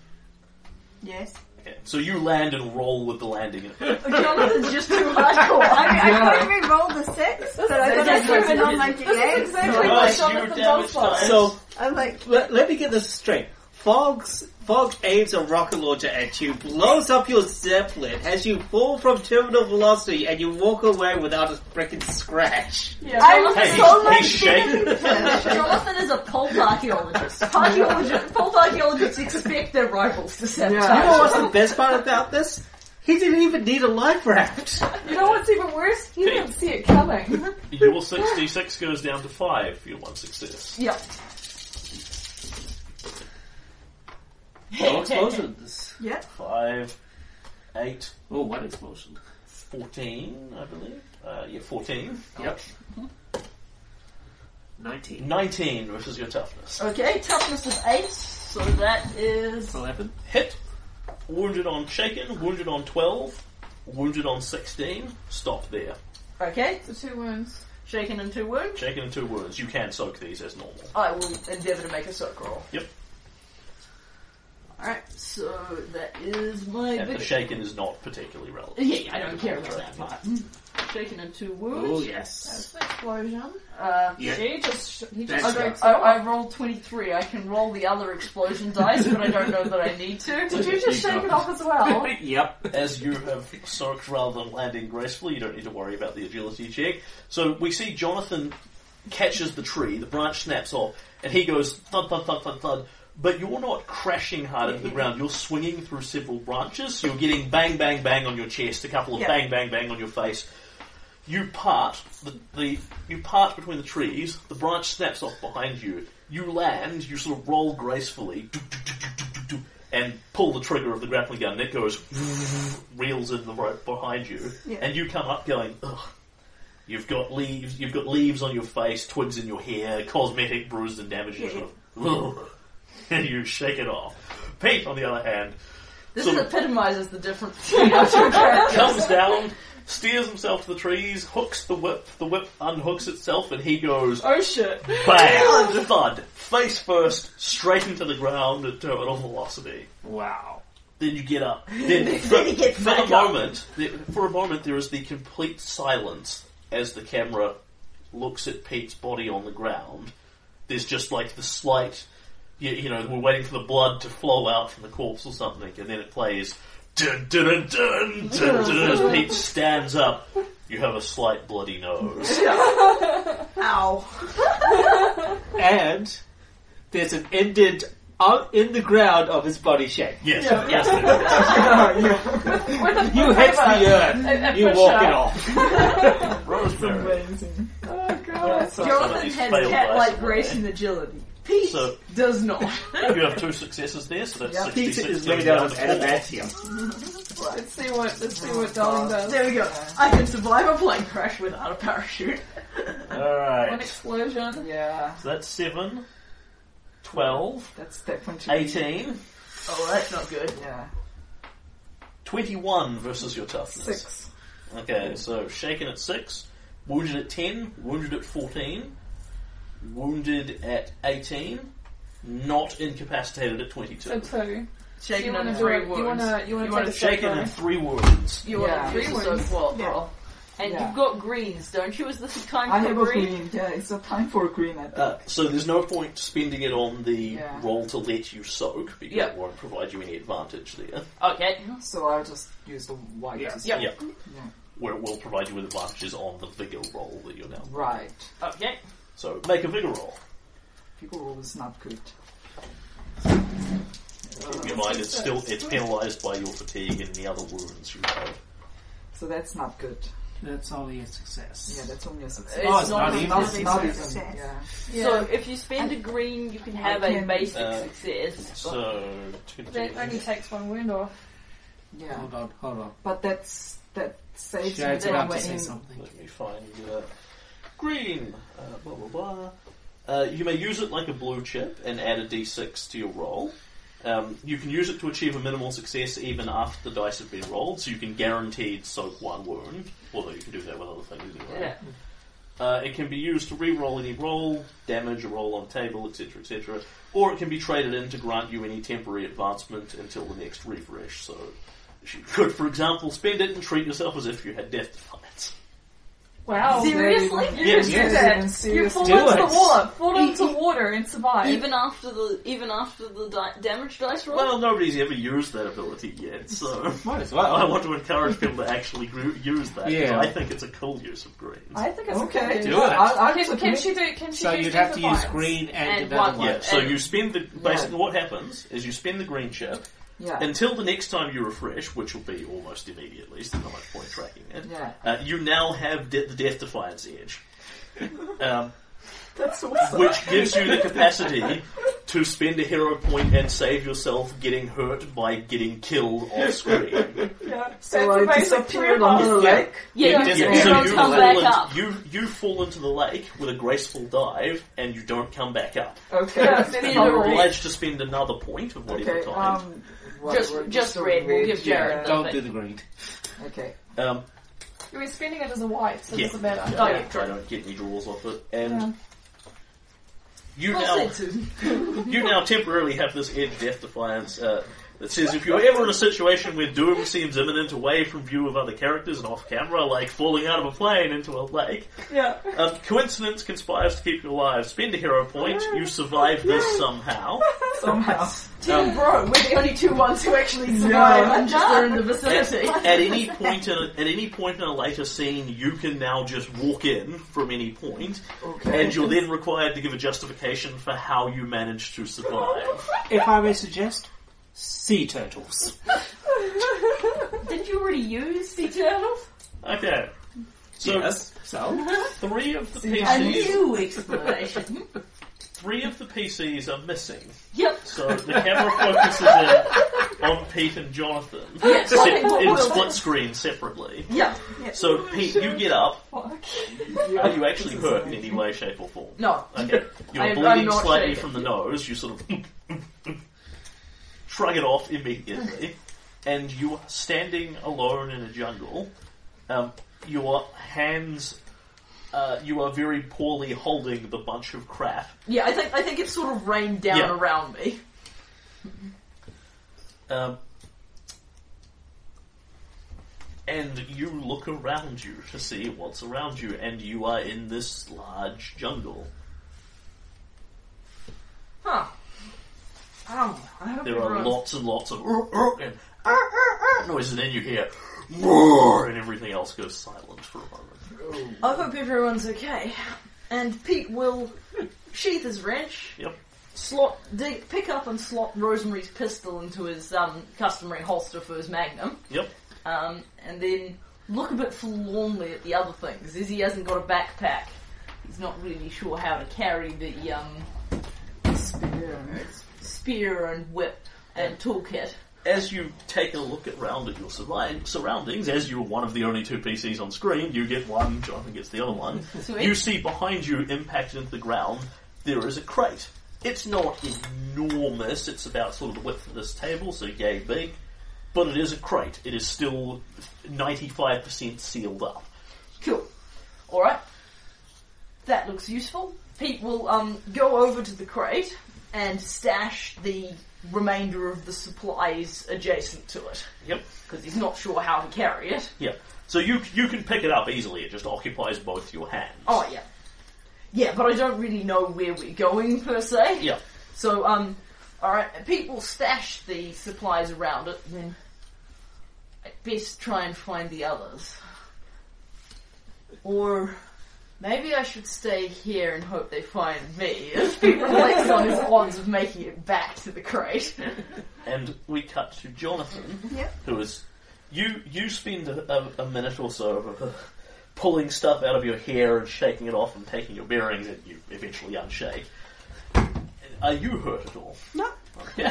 [SPEAKER 2] Yes.
[SPEAKER 1] Okay. So you land and roll with the
[SPEAKER 3] [laughs]
[SPEAKER 1] landing.
[SPEAKER 3] Jonathan's just too hardcore.
[SPEAKER 2] I mean, I couldn't re-roll the six, but I got a
[SPEAKER 3] that's-
[SPEAKER 2] seven on my
[SPEAKER 4] This is
[SPEAKER 2] DA.
[SPEAKER 4] exactly what
[SPEAKER 1] Nice,
[SPEAKER 4] Jonathan
[SPEAKER 1] you
[SPEAKER 4] does
[SPEAKER 1] damage
[SPEAKER 4] like.
[SPEAKER 1] dice.
[SPEAKER 8] So,
[SPEAKER 2] I'm like,
[SPEAKER 8] let, let me get this straight. Fogs, Fog aims a rocket launcher at you, blows up your zeppelin, has you fall from terminal velocity, and you walk away without a freaking scratch.
[SPEAKER 4] Yeah,
[SPEAKER 3] I'm
[SPEAKER 4] Jonathan-
[SPEAKER 1] Hey,
[SPEAKER 3] so much
[SPEAKER 1] he's shaking.
[SPEAKER 3] Jonathan is a pulp archaeologist. Archaeologist, pulp archaeologists expect their rivals to
[SPEAKER 8] You know
[SPEAKER 3] sabotage.
[SPEAKER 8] what's the best part about this? He didn't even need a life raft.
[SPEAKER 4] [laughs] you know what's even worse? You didn't see it coming.
[SPEAKER 3] [laughs]
[SPEAKER 1] Your 66 goes down to 5 for your one success.
[SPEAKER 3] Yep.
[SPEAKER 8] No explosions.
[SPEAKER 2] yep.
[SPEAKER 1] 5, 8,
[SPEAKER 5] [laughs] Oh, one explosion.
[SPEAKER 1] 14, I believe. Uh, yeah, 14.
[SPEAKER 8] Yep.
[SPEAKER 5] 19.
[SPEAKER 1] 19 versus your toughness.
[SPEAKER 3] Okay, toughness of 8, so that is
[SPEAKER 5] 11.
[SPEAKER 1] Hit. Wounded on shaken. Wounded on 12. Wounded on 16. Stop there.
[SPEAKER 3] Okay,
[SPEAKER 4] The two wounds.
[SPEAKER 3] shaken and 2 wounds.
[SPEAKER 1] Shaken and two wounds. You can soak these as normal.
[SPEAKER 3] I will endeavour to make a soak roll.
[SPEAKER 1] Yep.
[SPEAKER 3] Alright, so that is my
[SPEAKER 1] And the
[SPEAKER 3] big-
[SPEAKER 1] shaken is not particularly relevant.
[SPEAKER 3] Yeah, I don't care about that part. Shaken and 2
[SPEAKER 5] Oh,
[SPEAKER 3] wounds.
[SPEAKER 5] yes.
[SPEAKER 4] That's an explosion.
[SPEAKER 3] Um,
[SPEAKER 5] Yeah.
[SPEAKER 4] He just sh- he just
[SPEAKER 5] That's
[SPEAKER 3] Okay,
[SPEAKER 4] strikes
[SPEAKER 3] I,
[SPEAKER 4] it off.
[SPEAKER 3] I rolled 23. I can roll the other [laughs] explosion dice, but I don't know that I need to.
[SPEAKER 4] Did you just
[SPEAKER 5] You
[SPEAKER 4] shake
[SPEAKER 5] go.
[SPEAKER 4] it off as well?
[SPEAKER 5] Yep.
[SPEAKER 1] [laughs] As you have soaked rather than landing gracefully, you don't need to worry about the agility check. So we see Jonathan catches the tree, the branch snaps off, and he goes thud, thud, thud, thud, thud. But you're not crashing hard into the ground. You're swinging through several branches. So you're getting bang, bang, bang on your chest, a couple of
[SPEAKER 3] Yeah.
[SPEAKER 1] bang, bang, bang on your face. You part the, the you part between the trees. The branch snaps off behind you. You land. You sort of roll gracefully, do, do, do, do, do, do, do, and pull the trigger of the grappling gun. And it goes reels in the rope behind you,
[SPEAKER 2] Yeah.
[SPEAKER 1] and you come up going. Ugh. You've got leaves. You've got leaves on your face, twigs in your hair, cosmetic bruised and damaged. and sort of, "Ugh," [laughs] and you shake it off. Pete, on the other hand,
[SPEAKER 3] This
[SPEAKER 1] So-
[SPEAKER 3] epitomizes the difference between our [laughs] two characters.
[SPEAKER 1] comes down, steers himself to the trees, hooks the whip, the whip unhooks itself, and he
[SPEAKER 4] [laughs]
[SPEAKER 1] goes
[SPEAKER 4] Oh shit.
[SPEAKER 1] bang, thud, face first, straight into the ground at terminal velocity.
[SPEAKER 5] Wow.
[SPEAKER 1] Then you get
[SPEAKER 2] [laughs]
[SPEAKER 1] up. Then for,
[SPEAKER 2] Then he gets
[SPEAKER 1] for a
[SPEAKER 2] back up.
[SPEAKER 1] moment, there- for a moment, there is the complete silence as the camera looks at Pete's body on the ground. There's just like the slight, you, you know, we're waiting for the blood to flow out from the corpse or something, and then it plays. Dun, dun, dun, dun, dun, dun, as Pete stands up. You have a slight bloody nose.
[SPEAKER 2] Ow.
[SPEAKER 8] And there's an ended out in the ground of his body shape.
[SPEAKER 1] Yes,
[SPEAKER 4] Yeah.
[SPEAKER 1] yes. there is.
[SPEAKER 4] With a
[SPEAKER 8] You hit
[SPEAKER 4] uh,
[SPEAKER 8] the earth. You walk it off.
[SPEAKER 1] Rosemary.
[SPEAKER 7] Amazing.
[SPEAKER 4] Oh god.
[SPEAKER 1] Somebody
[SPEAKER 3] Jonathan has
[SPEAKER 1] failed
[SPEAKER 3] cat-like
[SPEAKER 1] us.
[SPEAKER 3] grace and agility. [laughs] Pete
[SPEAKER 1] So-
[SPEAKER 3] does not.
[SPEAKER 1] You have two successes there, so that's
[SPEAKER 3] Yeah.
[SPEAKER 1] 66
[SPEAKER 8] Pizza is
[SPEAKER 1] goes
[SPEAKER 8] made out
[SPEAKER 1] down
[SPEAKER 8] of
[SPEAKER 1] to four.
[SPEAKER 8] adamantium.
[SPEAKER 4] Let's see what let's see what Darling does.
[SPEAKER 3] there we go. I can survive a plane crash without a parachute.
[SPEAKER 4] One
[SPEAKER 1] Alright.
[SPEAKER 4] explosion.
[SPEAKER 7] Yeah,
[SPEAKER 1] So that's 7, 12,
[SPEAKER 7] that's definitely.
[SPEAKER 1] 18,
[SPEAKER 3] Oh, that's not good.
[SPEAKER 7] Yeah,
[SPEAKER 1] 21 versus your toughness.
[SPEAKER 7] six.
[SPEAKER 1] Okay, so shaken at 6, wounded at 10, wounded at 14, wounded at 18, not incapacitated at
[SPEAKER 4] So
[SPEAKER 1] 22.
[SPEAKER 4] two.
[SPEAKER 3] Shaken
[SPEAKER 4] you
[SPEAKER 3] and
[SPEAKER 4] wanna
[SPEAKER 3] three
[SPEAKER 4] do it-
[SPEAKER 3] wounds.
[SPEAKER 4] you wanna- you wanna take a shot?
[SPEAKER 1] Shaken and 3 wounds.
[SPEAKER 3] You
[SPEAKER 7] Yeah.
[SPEAKER 3] want three
[SPEAKER 4] Three
[SPEAKER 3] wounds.
[SPEAKER 4] wounds.
[SPEAKER 2] Yeah.
[SPEAKER 3] And
[SPEAKER 7] Yeah.
[SPEAKER 3] you've got greens, don't you? Is this a time
[SPEAKER 7] I
[SPEAKER 3] for
[SPEAKER 7] have a
[SPEAKER 3] green?
[SPEAKER 7] green. Yeah, it's a time for a green. I think.
[SPEAKER 1] Uh, so there's no point spending it on the
[SPEAKER 7] Yeah.
[SPEAKER 1] roll to let you soak because
[SPEAKER 3] Yep.
[SPEAKER 1] it won't provide you any advantage there.
[SPEAKER 3] Okay.
[SPEAKER 7] So I'll just use the white.
[SPEAKER 5] Yeah.
[SPEAKER 7] as
[SPEAKER 3] Yep.
[SPEAKER 7] well.
[SPEAKER 1] Yep. Where it will provide you with advantages on the vigor roll that you're now.
[SPEAKER 7] Right.
[SPEAKER 3] Okay.
[SPEAKER 1] So make a vigor roll.
[SPEAKER 7] People rule is not good.
[SPEAKER 1] Keep
[SPEAKER 5] Uh,
[SPEAKER 1] in mind, it's still it's penalised by your fatigue and the other wounds you have.
[SPEAKER 7] So that's not good.
[SPEAKER 5] That's only a success.
[SPEAKER 7] Yeah, that's only a success.
[SPEAKER 3] It's
[SPEAKER 5] Oh, it's
[SPEAKER 3] not
[SPEAKER 5] not
[SPEAKER 3] even.
[SPEAKER 5] even.
[SPEAKER 7] Not, not even.
[SPEAKER 2] success.
[SPEAKER 7] Yeah.
[SPEAKER 3] So if you spend a green, you can have a
[SPEAKER 7] Okay.
[SPEAKER 3] basic
[SPEAKER 1] Uh,
[SPEAKER 3] success.
[SPEAKER 1] So
[SPEAKER 4] That only takes one wound off.
[SPEAKER 7] Yeah.
[SPEAKER 5] Hold on, hold on.
[SPEAKER 7] But that's that saves
[SPEAKER 5] Shad's
[SPEAKER 7] me
[SPEAKER 5] about
[SPEAKER 7] from
[SPEAKER 5] to say
[SPEAKER 7] in-
[SPEAKER 5] something.
[SPEAKER 1] let me find uh, green. Uh, blah blah blah. Uh, you may use it like a blue chip and add a d6 to your roll. Um, you can use it to achieve a minimal success even after the dice have been rolled, so you can guaranteed soak one wound. Although you can do that with other things anyway.
[SPEAKER 3] Yeah.
[SPEAKER 1] Uh, it can be used to re-roll any roll, damage a roll on table, etc., etc., or it can be traded in to grant you any temporary advancement until the next refresh. So, you could, for example, spend it and treat yourself as if you had death defiance.
[SPEAKER 3] Oh,
[SPEAKER 4] Wow.
[SPEAKER 3] Seriously?
[SPEAKER 4] You
[SPEAKER 1] Yes, yes,
[SPEAKER 4] can do that.
[SPEAKER 7] yes,
[SPEAKER 4] You
[SPEAKER 7] yes,
[SPEAKER 4] fall
[SPEAKER 5] do
[SPEAKER 4] into
[SPEAKER 5] it.
[SPEAKER 4] the water. Fall into water and survive.
[SPEAKER 3] Even after the even after the di- damage dice roll.
[SPEAKER 1] Well, nobody's ever used that ability yet, so [laughs]
[SPEAKER 5] Might as
[SPEAKER 1] I
[SPEAKER 5] well.
[SPEAKER 1] want to encourage people to actually gr- use that. 'cause
[SPEAKER 5] Yeah.
[SPEAKER 1] I think it's a cool use of green.
[SPEAKER 4] I think it's
[SPEAKER 7] Okay.
[SPEAKER 5] Do it.
[SPEAKER 7] I'll, I'll
[SPEAKER 4] Can, can
[SPEAKER 7] just admit-
[SPEAKER 4] she do? Can she
[SPEAKER 5] So
[SPEAKER 4] use
[SPEAKER 5] you'd have to use
[SPEAKER 4] defiance?
[SPEAKER 5] green and,
[SPEAKER 3] And
[SPEAKER 5] another
[SPEAKER 3] one.
[SPEAKER 5] one.
[SPEAKER 1] Yeah, so
[SPEAKER 3] and-
[SPEAKER 1] you spend the basically what happens is you spend the green chip
[SPEAKER 7] Yeah.
[SPEAKER 1] Until the next time you refresh, which will be almost immediately, so not much point tracking it,
[SPEAKER 7] Yeah.
[SPEAKER 1] uh, you now have de- the Death Defiance Edge, um,
[SPEAKER 7] That's awesome.
[SPEAKER 1] which gives you the capacity to to spend a hero point and save yourself getting hurt by getting killed off screen.
[SPEAKER 4] Yeah.
[SPEAKER 7] So I disappeared on the
[SPEAKER 1] Yeah.
[SPEAKER 7] lake.
[SPEAKER 3] Yeah,
[SPEAKER 1] Yeah,
[SPEAKER 3] you just
[SPEAKER 1] yeah,
[SPEAKER 3] you
[SPEAKER 1] so
[SPEAKER 3] don't
[SPEAKER 1] you
[SPEAKER 3] come
[SPEAKER 1] fall,
[SPEAKER 3] back
[SPEAKER 1] in-
[SPEAKER 3] up.
[SPEAKER 1] you you fall into the lake with a graceful dive, and you don't come back up.
[SPEAKER 7] Okay.
[SPEAKER 4] Yeah,
[SPEAKER 7] that's
[SPEAKER 4] it's
[SPEAKER 1] You
[SPEAKER 7] not
[SPEAKER 1] are
[SPEAKER 7] right.
[SPEAKER 1] obliged to spend another point of whatever
[SPEAKER 7] [laughs] Okay.
[SPEAKER 1] time.
[SPEAKER 7] Um.
[SPEAKER 3] Just-
[SPEAKER 7] whatever,
[SPEAKER 3] just
[SPEAKER 7] the
[SPEAKER 3] red, we'll give
[SPEAKER 7] yeah.
[SPEAKER 3] Jared
[SPEAKER 5] Don't do the greed.
[SPEAKER 7] Okay.
[SPEAKER 1] Um,
[SPEAKER 4] We're spending it as a white, so
[SPEAKER 1] Yeah.
[SPEAKER 4] it doesn't matter.
[SPEAKER 3] Oh,
[SPEAKER 1] yeah,
[SPEAKER 3] yeah,
[SPEAKER 1] I don't get any draws off it, and
[SPEAKER 4] Yeah.
[SPEAKER 1] you
[SPEAKER 3] Well
[SPEAKER 1] now
[SPEAKER 3] said, Susan.
[SPEAKER 1] you now temporarily have this edge death defiance uh, that says if you're ever in a situation where doom seems imminent, away from view of other characters and off camera, like falling out of a plane into a lake,
[SPEAKER 4] Yeah.
[SPEAKER 1] um, coincidence conspires to keep you alive. Spend a hero point. You survive this somehow.
[SPEAKER 7] Somehow.
[SPEAKER 5] Um,
[SPEAKER 3] Team Bro, we're the only two ones who actually survive
[SPEAKER 7] Yeah.
[SPEAKER 3] and just are [laughs] in the vicinity.
[SPEAKER 1] At, at any point in a, at any point in a later scene, you can now just walk in from any point,
[SPEAKER 7] Okay.
[SPEAKER 1] and you're then required to give a justification for how you managed to survive.
[SPEAKER 5] If I may suggest, sea turtles.
[SPEAKER 3] Didn't you already use sea turtles?
[SPEAKER 1] Okay, so
[SPEAKER 8] Yes.
[SPEAKER 5] So,
[SPEAKER 1] three of the
[SPEAKER 3] A
[SPEAKER 1] PCs,
[SPEAKER 3] [laughs] new explanation.
[SPEAKER 1] three of the PCs are missing.
[SPEAKER 3] yep.
[SPEAKER 1] So the camera focuses in on Pete and Jonathan se- in split screen separately.
[SPEAKER 3] Yep.
[SPEAKER 1] So Pete, you get up.
[SPEAKER 4] [laughs] Fuck.
[SPEAKER 1] Are you actually hurt in any way, shape, or form?
[SPEAKER 3] No.
[SPEAKER 1] Okay. You're
[SPEAKER 3] I'm- I'm
[SPEAKER 1] bleeding
[SPEAKER 3] not
[SPEAKER 1] slightly
[SPEAKER 3] shaking.
[SPEAKER 1] from the nose. You sort of [laughs] shrug it off immediately, and you are standing alone in a jungle. Um, your hands, uh, you are very poorly holding the bunch of crap.
[SPEAKER 3] Yeah, I think I think it sort of rained down
[SPEAKER 1] Yeah.
[SPEAKER 3] around me.
[SPEAKER 1] Um, and you look around you to see what's around you, and you are in this large jungle.
[SPEAKER 3] Huh. Oh, I don't
[SPEAKER 1] There are
[SPEAKER 3] realize-
[SPEAKER 1] lots and lots of "Urgh, urgh," and "Arr, arr, arr" noises, and then you hear roar, and everything else goes silent for a moment.
[SPEAKER 3] I hope everyone's okay. And Pete will sheath his wrench.
[SPEAKER 1] Yep.
[SPEAKER 3] Slot, dig, pick up and slot Rosemary's pistol into his um, customary holster for his magnum,
[SPEAKER 1] Yep.
[SPEAKER 3] um, and then look a bit forlornly at the other things. As he hasn't got a backpack, he's not really sure how to carry the um, spear and whip and toolkit.
[SPEAKER 1] As you take a look around at your survi- surroundings, as you're one of the only two PCs on screen, you get one, Jonathan gets the other one.
[SPEAKER 3] Sweet.
[SPEAKER 1] You see behind you, impacted into the ground, there is a crate. It's not enormous, it's about sort of the width of this table, so yay big, but it is a crate. It is still 95% sealed up.
[SPEAKER 3] Cool. Alright. That looks useful. Pete will um, go over to the crate and stash the remainder of the supplies adjacent to it.
[SPEAKER 1] Yep.
[SPEAKER 3] Because he's not sure how to carry it.
[SPEAKER 1] Yeah. So you you can pick it up easily. It just occupies both your hands.
[SPEAKER 3] Oh, yeah. Yeah, but I don't really know where we're going per se.
[SPEAKER 1] Yeah.
[SPEAKER 3] So, um, alright, Pete will stash the supplies around it and then at best try and find the others. Or maybe I should stay here and hope they find me [laughs] as Pete reflects on his odds of making it back to the [laughs] crate.
[SPEAKER 1] And we cut to Jonathan,
[SPEAKER 2] Yep.
[SPEAKER 1] who is you you spend a, a, a minute or so of, uh, pulling stuff out of your hair and shaking it off and taking your bearings and you eventually unshake. Are you hurt at all?
[SPEAKER 2] No.
[SPEAKER 1] Okay. [laughs]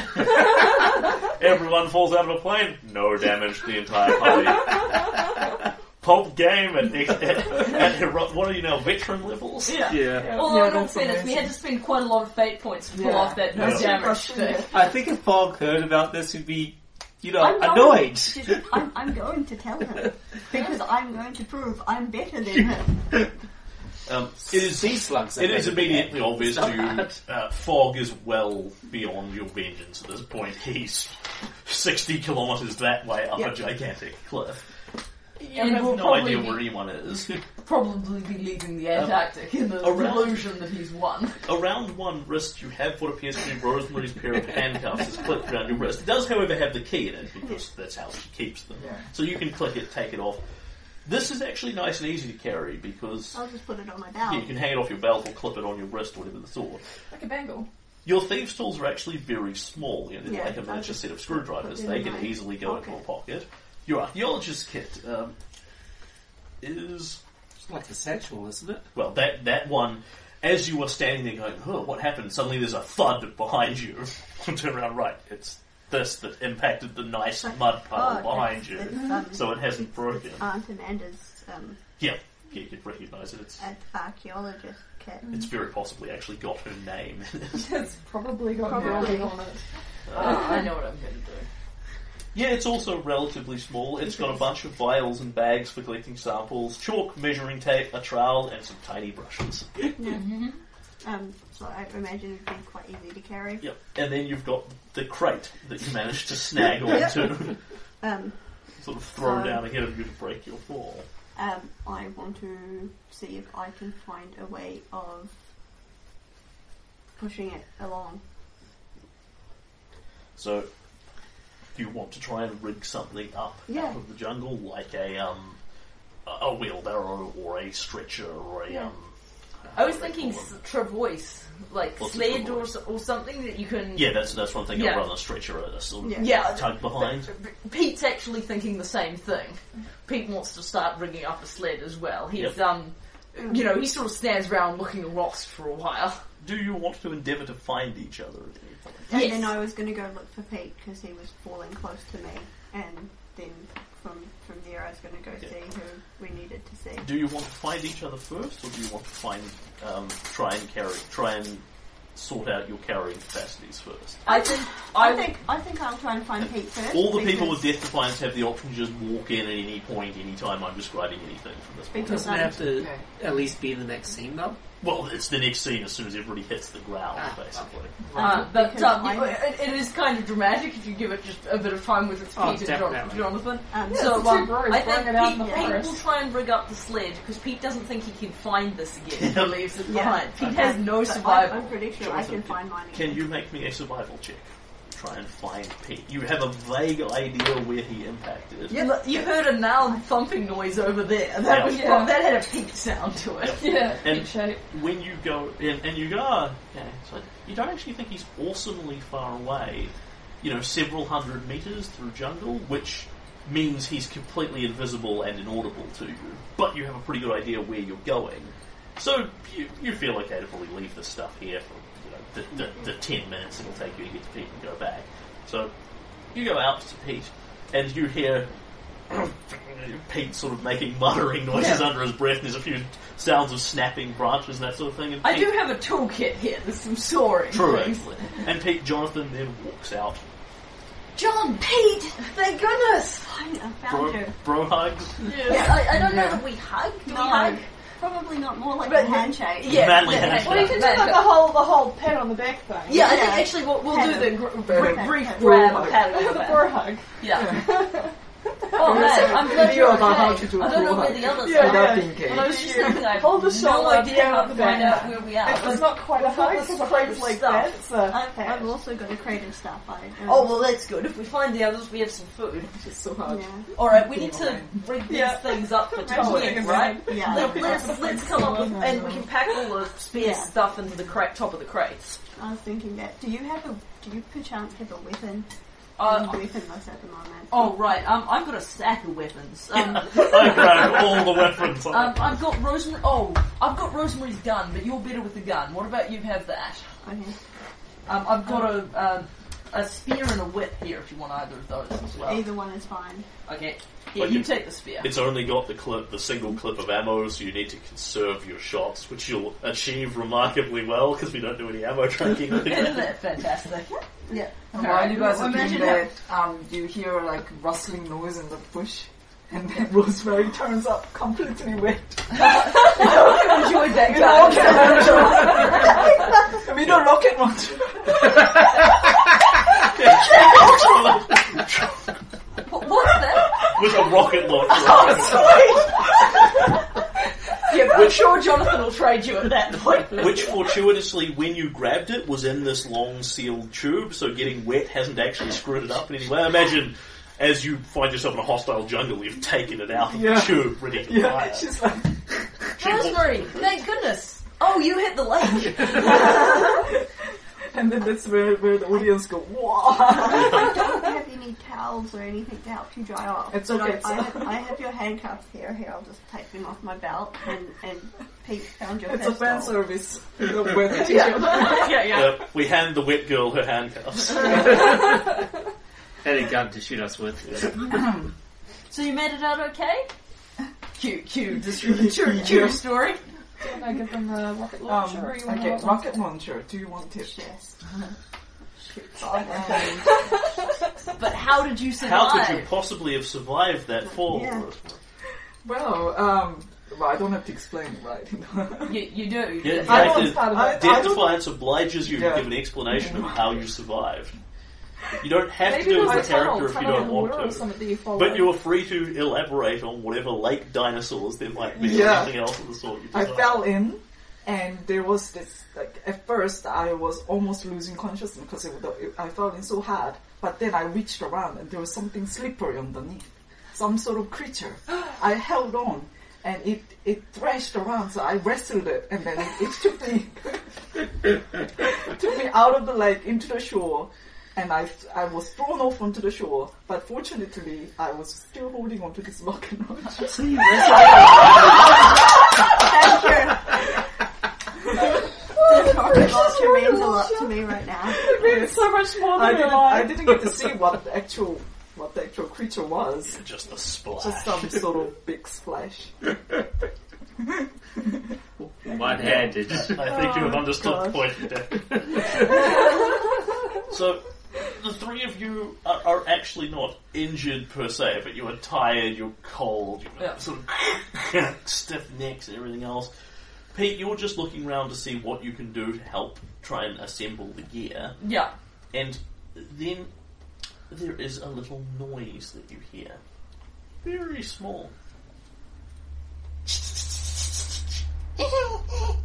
[SPEAKER 1] Everyone falls out of a plane. No damage to the entire party. Pulp game at, at, at, hero- what are you now veteran levels?
[SPEAKER 3] yeah.
[SPEAKER 8] Yeah.
[SPEAKER 3] Although
[SPEAKER 7] Yeah,
[SPEAKER 3] in all
[SPEAKER 7] that's
[SPEAKER 3] fairness, we
[SPEAKER 7] amazing.
[SPEAKER 3] had to spend quite a lot of fate points to pull
[SPEAKER 7] Yeah.
[SPEAKER 3] off that no
[SPEAKER 1] Yeah.
[SPEAKER 3] damage thing.
[SPEAKER 8] I think if Fogg heard about this, he'd be, you know,
[SPEAKER 2] I'm not-
[SPEAKER 8] annoyed.
[SPEAKER 2] [laughs] I'm, I'm going to tell him because I'm going to prove I'm better than him.
[SPEAKER 1] Um, it is
[SPEAKER 5] sea slugs.
[SPEAKER 1] It is immediately obvious to you. Uh, Fog is well beyond your vengeance at this point. He's sixty kilometers that way up a gigantic cliff. You
[SPEAKER 3] And
[SPEAKER 1] have
[SPEAKER 3] we'll
[SPEAKER 1] no
[SPEAKER 3] probably
[SPEAKER 1] idea
[SPEAKER 3] be-
[SPEAKER 1] where anyone is.
[SPEAKER 3] Probably be leading the Antarctic in the
[SPEAKER 1] around-
[SPEAKER 3] illusion that he's won.
[SPEAKER 1] around one wrist, you have what appears to be Rosemary's pair of handcuffs is clipped around your wrist. It does, however, have the key in it because that's how she keeps them.
[SPEAKER 7] Yeah.
[SPEAKER 1] So you can click it, take it off. This is actually nice and easy to carry because
[SPEAKER 3] Oh.
[SPEAKER 2] I'll just put it on my
[SPEAKER 1] yeah,
[SPEAKER 2] belt.
[SPEAKER 1] you can hang it off your belt or clip it on your wrist, whatever the sort.
[SPEAKER 4] Like a bangle.
[SPEAKER 1] Your thieves' tools are actually very small. You know, they're
[SPEAKER 2] Yeah,
[SPEAKER 1] like a
[SPEAKER 2] I'll
[SPEAKER 1] miniature
[SPEAKER 2] just
[SPEAKER 1] set of screwdrivers.
[SPEAKER 2] put them
[SPEAKER 1] They
[SPEAKER 2] in
[SPEAKER 1] can
[SPEAKER 2] my-
[SPEAKER 1] easily go
[SPEAKER 2] okay.
[SPEAKER 1] into a pocket. Your archaeologist's kit um, is
[SPEAKER 5] It's like a satchel, isn't it?
[SPEAKER 1] well that that one, as you are standing there going, oh, what happened? Suddenly there's a thud behind you. [laughs] Turn around, right, it's this that impacted the
[SPEAKER 2] [laughs]
[SPEAKER 1] nice mud puddle
[SPEAKER 2] Oh,
[SPEAKER 1] behind
[SPEAKER 2] it's-
[SPEAKER 1] you.
[SPEAKER 2] it's, um,
[SPEAKER 1] So it hasn't broken.
[SPEAKER 2] Aunt Amanda's um,
[SPEAKER 1] Yeah, yeah, you'd recognise it. It's,
[SPEAKER 2] an archaeologist kit.
[SPEAKER 1] it's very possibly actually got her name in it.
[SPEAKER 4] It's probably got
[SPEAKER 2] Probably.
[SPEAKER 4] probably. on it.
[SPEAKER 3] Uh, [laughs] I know what I'm going to do.
[SPEAKER 1] Yeah, it's also relatively small. It's got a bunch of vials and bags for collecting samples, chalk, measuring tape, a trowel, and some tiny brushes.
[SPEAKER 2] Um, so I imagine it'd be quite easy to carry.
[SPEAKER 1] Yep. And then you've got the crate that you managed to snag onto, [laughs]
[SPEAKER 2] Um,
[SPEAKER 1] sort of throw
[SPEAKER 2] Um,
[SPEAKER 1] down ahead of you to break your fall.
[SPEAKER 2] um, I want to see if I can find a way of pushing it along.
[SPEAKER 1] So, do you want to try and rig something up
[SPEAKER 2] Yeah.
[SPEAKER 1] out of the jungle, like a um, a a wheelbarrow or a stretcher or a
[SPEAKER 2] Yeah.
[SPEAKER 1] um?
[SPEAKER 3] I was
[SPEAKER 1] what do they
[SPEAKER 3] thinking
[SPEAKER 1] call them?
[SPEAKER 3] s- travois, like
[SPEAKER 1] What's a
[SPEAKER 3] sled or,
[SPEAKER 1] travois?
[SPEAKER 3] s- or something that you can.
[SPEAKER 1] Yeah, that's that's one thing.
[SPEAKER 3] Yeah.
[SPEAKER 1] I'll run a stretcher at a sort of
[SPEAKER 2] Yeah.
[SPEAKER 3] Yeah.
[SPEAKER 1] tug behind.
[SPEAKER 3] Pete's actually thinking the same thing. Pete wants to start rigging up a sled as well. He's
[SPEAKER 1] Yep.
[SPEAKER 3] um, you know, he sort of stands around looking lost for a while.
[SPEAKER 1] Do you want to endeavour to find each other? at any point?
[SPEAKER 2] And
[SPEAKER 3] Yes.
[SPEAKER 2] then I was going to go look for Pete because he was falling close to me, and then from from there I was going to go
[SPEAKER 1] Yeah.
[SPEAKER 2] see who we needed to see.
[SPEAKER 1] Do you want to find each other first, or do you want to find um, try and carry try and sort out your carrying capacities first?
[SPEAKER 3] I think
[SPEAKER 2] I,
[SPEAKER 3] I,
[SPEAKER 2] think I think I'll try and find Pete first.
[SPEAKER 1] All the people with
[SPEAKER 2] because-
[SPEAKER 1] death defiance have the option to just walk in at any point, any time I'm describing anything from this point.
[SPEAKER 2] because
[SPEAKER 6] Doesn't it
[SPEAKER 2] I'm,
[SPEAKER 6] have to
[SPEAKER 7] Okay.
[SPEAKER 6] at least be the next scene though?
[SPEAKER 1] Well, it's the next scene as soon as everybody hits the ground,
[SPEAKER 6] Ah,
[SPEAKER 1] basically.
[SPEAKER 3] Uh, but
[SPEAKER 2] Because
[SPEAKER 3] um,
[SPEAKER 2] I-
[SPEAKER 3] you- it, it is kind of dramatic if you give it just a bit of time with its
[SPEAKER 6] Oh,
[SPEAKER 3] Pete and Jon-
[SPEAKER 6] definitely.
[SPEAKER 3] Jonathan.
[SPEAKER 2] um,
[SPEAKER 4] Yeah,
[SPEAKER 3] so
[SPEAKER 4] it's two
[SPEAKER 3] um,
[SPEAKER 4] birds
[SPEAKER 3] I think
[SPEAKER 4] bring it out
[SPEAKER 3] Pete,
[SPEAKER 4] in the
[SPEAKER 3] Pete
[SPEAKER 4] forest.
[SPEAKER 3] will try and rig up the sled because Pete doesn't think he can find this again. He leaves it
[SPEAKER 2] Yeah.
[SPEAKER 3] behind. Pete has
[SPEAKER 2] but
[SPEAKER 3] no
[SPEAKER 2] I'm-
[SPEAKER 3] survival.
[SPEAKER 2] I'm pretty sure I
[SPEAKER 1] Jonathan,
[SPEAKER 2] can find mine.
[SPEAKER 1] Can you make me a survival check? Try and find Pete. You have a vague idea where he impacted.
[SPEAKER 3] You, l- you heard a loud thumping noise over there. That
[SPEAKER 1] Yeah.
[SPEAKER 3] was
[SPEAKER 4] Yeah.
[SPEAKER 3] that had a Pete sound to it.
[SPEAKER 4] Yeah,
[SPEAKER 1] And-
[SPEAKER 4] peak shape.
[SPEAKER 1] When you go in and you go, "Ah, okay, so you don't actually think he's awesomely far away, you know, several hundred meters through jungle, which means he's completely invisible and inaudible to you. But you have a pretty good idea where you're going. So you, you feel okay to probably leave this stuff here for you know, the, the, the 10 minutes it'll take you to get to Pete and go back. So you go out to Pete and you hear [clears throat] Pete sort of making muttering noises under his breath. There's a few sounds of snapping branches and that sort of thing. And
[SPEAKER 3] I
[SPEAKER 1] Pete,
[SPEAKER 3] do have a toolkit here. There's some soaring
[SPEAKER 1] True,
[SPEAKER 3] things.
[SPEAKER 1] actually. And Pete Jonathan then walks out.
[SPEAKER 3] John, Pete, thank goodness.
[SPEAKER 2] Fine, I
[SPEAKER 1] Bro,
[SPEAKER 2] found her.
[SPEAKER 1] bro hugs.
[SPEAKER 3] I, I don't know that we hug. Do
[SPEAKER 2] No,
[SPEAKER 3] we hug?
[SPEAKER 2] probably not. More like
[SPEAKER 3] But-
[SPEAKER 2] a handshake.
[SPEAKER 3] Yeah,
[SPEAKER 1] Manly
[SPEAKER 3] yeah,
[SPEAKER 1] handshake.
[SPEAKER 4] Well, you can do
[SPEAKER 3] manly-
[SPEAKER 4] like the whole the whole pat on the back thing.
[SPEAKER 3] Yeah, I think
[SPEAKER 2] Yeah.
[SPEAKER 3] actually we'll, we'll do
[SPEAKER 2] Pat
[SPEAKER 3] the
[SPEAKER 2] him.
[SPEAKER 3] gr- br-
[SPEAKER 2] him.
[SPEAKER 3] brief
[SPEAKER 2] Pat him.
[SPEAKER 3] grab
[SPEAKER 7] Bro
[SPEAKER 3] of pat on
[SPEAKER 4] [laughs] the
[SPEAKER 3] the back.
[SPEAKER 4] bro [laughs] hug.
[SPEAKER 3] Yeah. oh man, I'm glad
[SPEAKER 7] Video
[SPEAKER 3] you're okay.
[SPEAKER 7] about how to do
[SPEAKER 3] I don't know
[SPEAKER 7] bro
[SPEAKER 3] where
[SPEAKER 7] hug.
[SPEAKER 3] the others
[SPEAKER 4] Yeah,
[SPEAKER 3] are.
[SPEAKER 4] yeah.
[SPEAKER 7] Without being gay.
[SPEAKER 3] And I was just thinking, I have
[SPEAKER 4] Hold the
[SPEAKER 3] no
[SPEAKER 4] shoulder,
[SPEAKER 3] idea
[SPEAKER 4] pat
[SPEAKER 3] how
[SPEAKER 4] on
[SPEAKER 3] to
[SPEAKER 4] the
[SPEAKER 3] find
[SPEAKER 4] back.
[SPEAKER 3] out where we are.
[SPEAKER 4] It's
[SPEAKER 3] but-
[SPEAKER 4] not quite a hug.
[SPEAKER 3] this
[SPEAKER 4] It's
[SPEAKER 3] is
[SPEAKER 4] a
[SPEAKER 3] creative
[SPEAKER 4] hug like uh,
[SPEAKER 3] stuff.
[SPEAKER 4] that. It's a
[SPEAKER 2] I've,
[SPEAKER 4] pat.
[SPEAKER 2] I've also got a creative stuff. I um,
[SPEAKER 3] Oh well, that's good. If we find the others, we have some food.
[SPEAKER 7] It's so hard.
[SPEAKER 2] yeah.
[SPEAKER 3] All right, we need to rig these
[SPEAKER 4] Yeah.
[SPEAKER 3] things up for
[SPEAKER 4] Imagine
[SPEAKER 3] towing,
[SPEAKER 4] if we-
[SPEAKER 3] right?
[SPEAKER 2] [laughs] Yeah.
[SPEAKER 3] Let, let's, let's come up with, and we can pack all the spare
[SPEAKER 2] Yeah.
[SPEAKER 3] stuff into the cra- top of the crates.
[SPEAKER 2] I was thinking that. Do you have a? Do you perchance have a weapon?
[SPEAKER 3] Uh,
[SPEAKER 2] I'm weaponless at the moment.
[SPEAKER 3] oh right, um, I've got a sack of weapons. Um,
[SPEAKER 1] I grab all the weapons.
[SPEAKER 3] um, I've got Rosemary. Oh, I've got Rosemary's gun, but you're better with the gun. What about you have that?
[SPEAKER 2] Okay.
[SPEAKER 3] Um, I've got a um, a spear and a whip here. If you want either of those as
[SPEAKER 1] Uh.
[SPEAKER 3] well.
[SPEAKER 2] Either one is fine.
[SPEAKER 3] Okay. Yeah,
[SPEAKER 1] But
[SPEAKER 3] you
[SPEAKER 1] you-
[SPEAKER 3] take the spear.
[SPEAKER 1] It's only got the clip, the single clip of ammo, so you need to conserve your shots, which you'll achieve remarkably well because we don't do any ammo tracking.
[SPEAKER 3] [laughs] Isn't it fantastic?
[SPEAKER 7] Yeah. And
[SPEAKER 3] Alright.
[SPEAKER 7] while you guys are
[SPEAKER 3] Imagine
[SPEAKER 7] doing that, um, you hear like rustling noise in the bush, and then [laughs] Rosemary turns up completely wet.
[SPEAKER 3] [laughs]
[SPEAKER 7] [laughs]
[SPEAKER 3] Enjoyed that
[SPEAKER 7] You know,
[SPEAKER 3] gun. [laughs]
[SPEAKER 7] okay. we don't look at one.
[SPEAKER 3] What- What's that?
[SPEAKER 1] [laughs] With a rocket launcher.
[SPEAKER 3] Yeah, but I'm sure Jonathan will trade you at that point.
[SPEAKER 1] Which fortuitously, when you grabbed it, was in this long sealed tube, so getting wet hasn't actually screwed it up in any way. Imagine as you find yourself in a hostile jungle, you've taken it out of the
[SPEAKER 7] Yeah.
[SPEAKER 1] tube, ready to fire.
[SPEAKER 7] Yeah, she's like,
[SPEAKER 1] She walks-
[SPEAKER 3] Rosemary, thank goodness. Oh, you hit the lake.
[SPEAKER 7] and then that's where, where the audience go, wow!
[SPEAKER 2] I don't have any towels or anything to help you dry off.
[SPEAKER 7] It's
[SPEAKER 2] But
[SPEAKER 7] okay,
[SPEAKER 2] I,
[SPEAKER 7] it's-
[SPEAKER 2] I, have, I have your handcuffs here. Here, I'll just take them off my belt. And, and Pete found your
[SPEAKER 7] It's a
[SPEAKER 2] pistol.
[SPEAKER 7] fan service. You know, wear
[SPEAKER 3] [laughs]
[SPEAKER 7] the t-shirt.
[SPEAKER 4] yeah, yeah.
[SPEAKER 1] Yep, we hand the whip girl her handcuffs.
[SPEAKER 8] And a gun to shoot us
[SPEAKER 5] [laughs]
[SPEAKER 8] with.
[SPEAKER 3] So you made it out okay? Cute, cute, just [laughs] cute, cute story.
[SPEAKER 4] Can I give them the rocket
[SPEAKER 7] Um,
[SPEAKER 4] launcher or you want
[SPEAKER 7] okay,
[SPEAKER 4] to
[SPEAKER 7] rocket launcher. Do you want it?
[SPEAKER 2] Yes.
[SPEAKER 3] But how did you survive?
[SPEAKER 1] How could you possibly have survived that fall?
[SPEAKER 2] Yeah.
[SPEAKER 7] Well, um, well, I don't have to explain, right? [laughs]
[SPEAKER 3] You, you do.
[SPEAKER 1] Yeah, in
[SPEAKER 7] I
[SPEAKER 1] fact,
[SPEAKER 7] was
[SPEAKER 1] it-
[SPEAKER 7] part of
[SPEAKER 1] Death
[SPEAKER 7] it. I don't-
[SPEAKER 1] Defiance obliges you
[SPEAKER 7] Yeah.
[SPEAKER 1] to give an explanation of how you survived. You don't have
[SPEAKER 4] Maybe
[SPEAKER 1] to do it
[SPEAKER 4] there's
[SPEAKER 1] as
[SPEAKER 4] a
[SPEAKER 1] a
[SPEAKER 4] tunnel,
[SPEAKER 1] character if you
[SPEAKER 4] tunnel in
[SPEAKER 1] don't
[SPEAKER 4] the
[SPEAKER 1] want
[SPEAKER 4] water or
[SPEAKER 1] to.
[SPEAKER 4] something that you follow.
[SPEAKER 1] But you're free to elaborate on whatever lake dinosaurs there might be or
[SPEAKER 7] Yeah.
[SPEAKER 1] anything else of the sort you
[SPEAKER 7] I
[SPEAKER 1] desire.
[SPEAKER 7] fell in, and there was this. Like at first, I was almost losing consciousness because it, was- it, I fell in so hard. But then I reached around, and there was something slippery underneath, some sort of creature. [gasps] I held on, and it it thrashed around. So I wrestled it, and then it, it took me took me out of the lake into the shore. And I, I was thrown off onto the shore, but fortunately, I was still holding onto this rocket launcher. [laughs]
[SPEAKER 2] Rocket launcher means a lot to me right now.
[SPEAKER 7] Yes.
[SPEAKER 4] so much more
[SPEAKER 7] I
[SPEAKER 4] than
[SPEAKER 7] didn't,
[SPEAKER 4] your
[SPEAKER 7] I
[SPEAKER 4] life.
[SPEAKER 7] didn't get to see what the actual what the actual creature was.
[SPEAKER 1] Just a splash.
[SPEAKER 7] Just some sort of big splash.
[SPEAKER 8] One
[SPEAKER 5] [laughs]
[SPEAKER 8] handed.
[SPEAKER 1] I think you have understood the
[SPEAKER 7] God.
[SPEAKER 1] point. there. so, the three of you are, are actually not injured per se, but you are tired, you're cold, you've got
[SPEAKER 3] Yeah.
[SPEAKER 1] sort of [laughs] stiff necks and everything else. Pete, you're just looking around to see what you can do to help try and assemble the gear,
[SPEAKER 3] Yeah.
[SPEAKER 1] and then there is a little noise that you hear. Very small.
[SPEAKER 4] Oh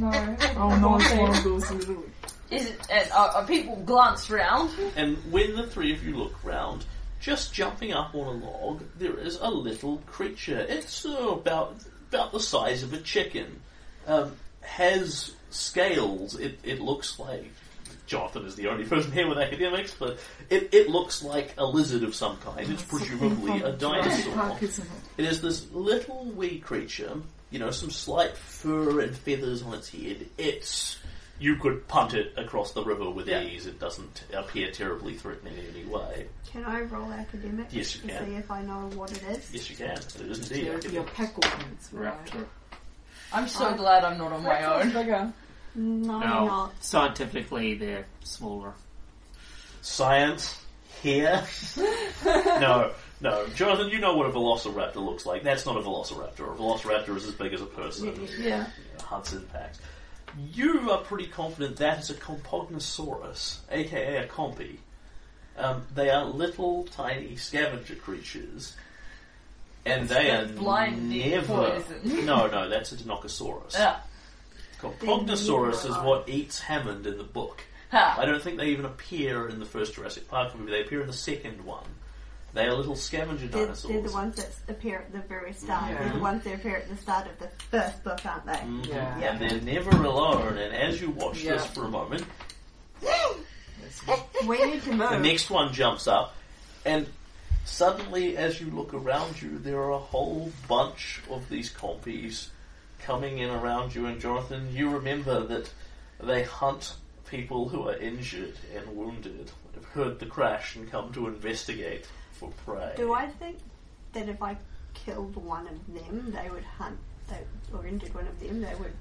[SPEAKER 4] no.
[SPEAKER 7] Oh no, it's one of those little.
[SPEAKER 3] Is it, and are, are people glanced round?
[SPEAKER 1] And when the three of you look round, just jumping up on a log, there is a little creature. It's uh, about about the size of a chicken. Um, has scales. It, it looks like Jonathan is the only person here with academics, but it, it looks like a lizard of some kind. It's presumably
[SPEAKER 7] [laughs]
[SPEAKER 1] a
[SPEAKER 7] Jurassic
[SPEAKER 1] dinosaur.
[SPEAKER 7] Park, isn't it?
[SPEAKER 1] It is this little wee creature, you know, some slight fur and feathers on its head. It's you could punt it across the river with
[SPEAKER 3] Yeah.
[SPEAKER 1] ease. It doesn't appear terribly threatening in any way.
[SPEAKER 2] Can I roll academic?
[SPEAKER 1] Yes, you
[SPEAKER 2] to
[SPEAKER 1] can.
[SPEAKER 2] See if I know what it is.
[SPEAKER 1] Yes, you can. It is indeed.
[SPEAKER 7] Yeah,
[SPEAKER 1] actually.
[SPEAKER 7] yeah, pack organs, right?
[SPEAKER 5] Raptor.
[SPEAKER 3] I'm so glad I'm not on my
[SPEAKER 4] Raptor's
[SPEAKER 3] own.
[SPEAKER 4] bigger.
[SPEAKER 2] No,
[SPEAKER 5] No,
[SPEAKER 2] not.
[SPEAKER 5] scientifically they're smaller.
[SPEAKER 1] Science here? [laughs] no, no, Jonathan. You know what a velociraptor looks like. That's not a velociraptor. A velociraptor is as big as a person.
[SPEAKER 4] Yeah.
[SPEAKER 1] Hunts impacts. You are pretty confident that is a Compognosaurus, aka a compy. Um, they are little, tiny scavenger creatures, and they
[SPEAKER 3] that's
[SPEAKER 1] are
[SPEAKER 3] blinding
[SPEAKER 1] never.
[SPEAKER 3] poison.
[SPEAKER 1] [laughs] no, no, that's a Dinocosaurus.
[SPEAKER 3] Yeah.
[SPEAKER 1] Compognosaurus is what eats Hammond in the book. I
[SPEAKER 3] Ha.
[SPEAKER 1] don't think they even appear in the first Jurassic Park movie. They appear in the second one. They are little scavenger
[SPEAKER 2] They're,
[SPEAKER 1] dinosaurs.
[SPEAKER 2] they're the ones that appear at the very start. They're
[SPEAKER 7] Yeah.
[SPEAKER 2] the ones that appear at the start of the first book, aren't they?
[SPEAKER 1] Mhm.
[SPEAKER 7] Yeah.
[SPEAKER 1] And they're never alone. And as you watch this
[SPEAKER 7] Yeah.
[SPEAKER 1] for a moment,
[SPEAKER 2] We need to
[SPEAKER 1] The
[SPEAKER 2] move.
[SPEAKER 1] next one jumps up, and suddenly, as you look around you, there are a whole bunch of these compies coming in around you. And Jonathan, you remember that they hunt people who are injured and wounded, have heard the crash, and come to investigate for prey.
[SPEAKER 2] Do I think that if I killed one of them, they would hunt, they, or injured one of them, they would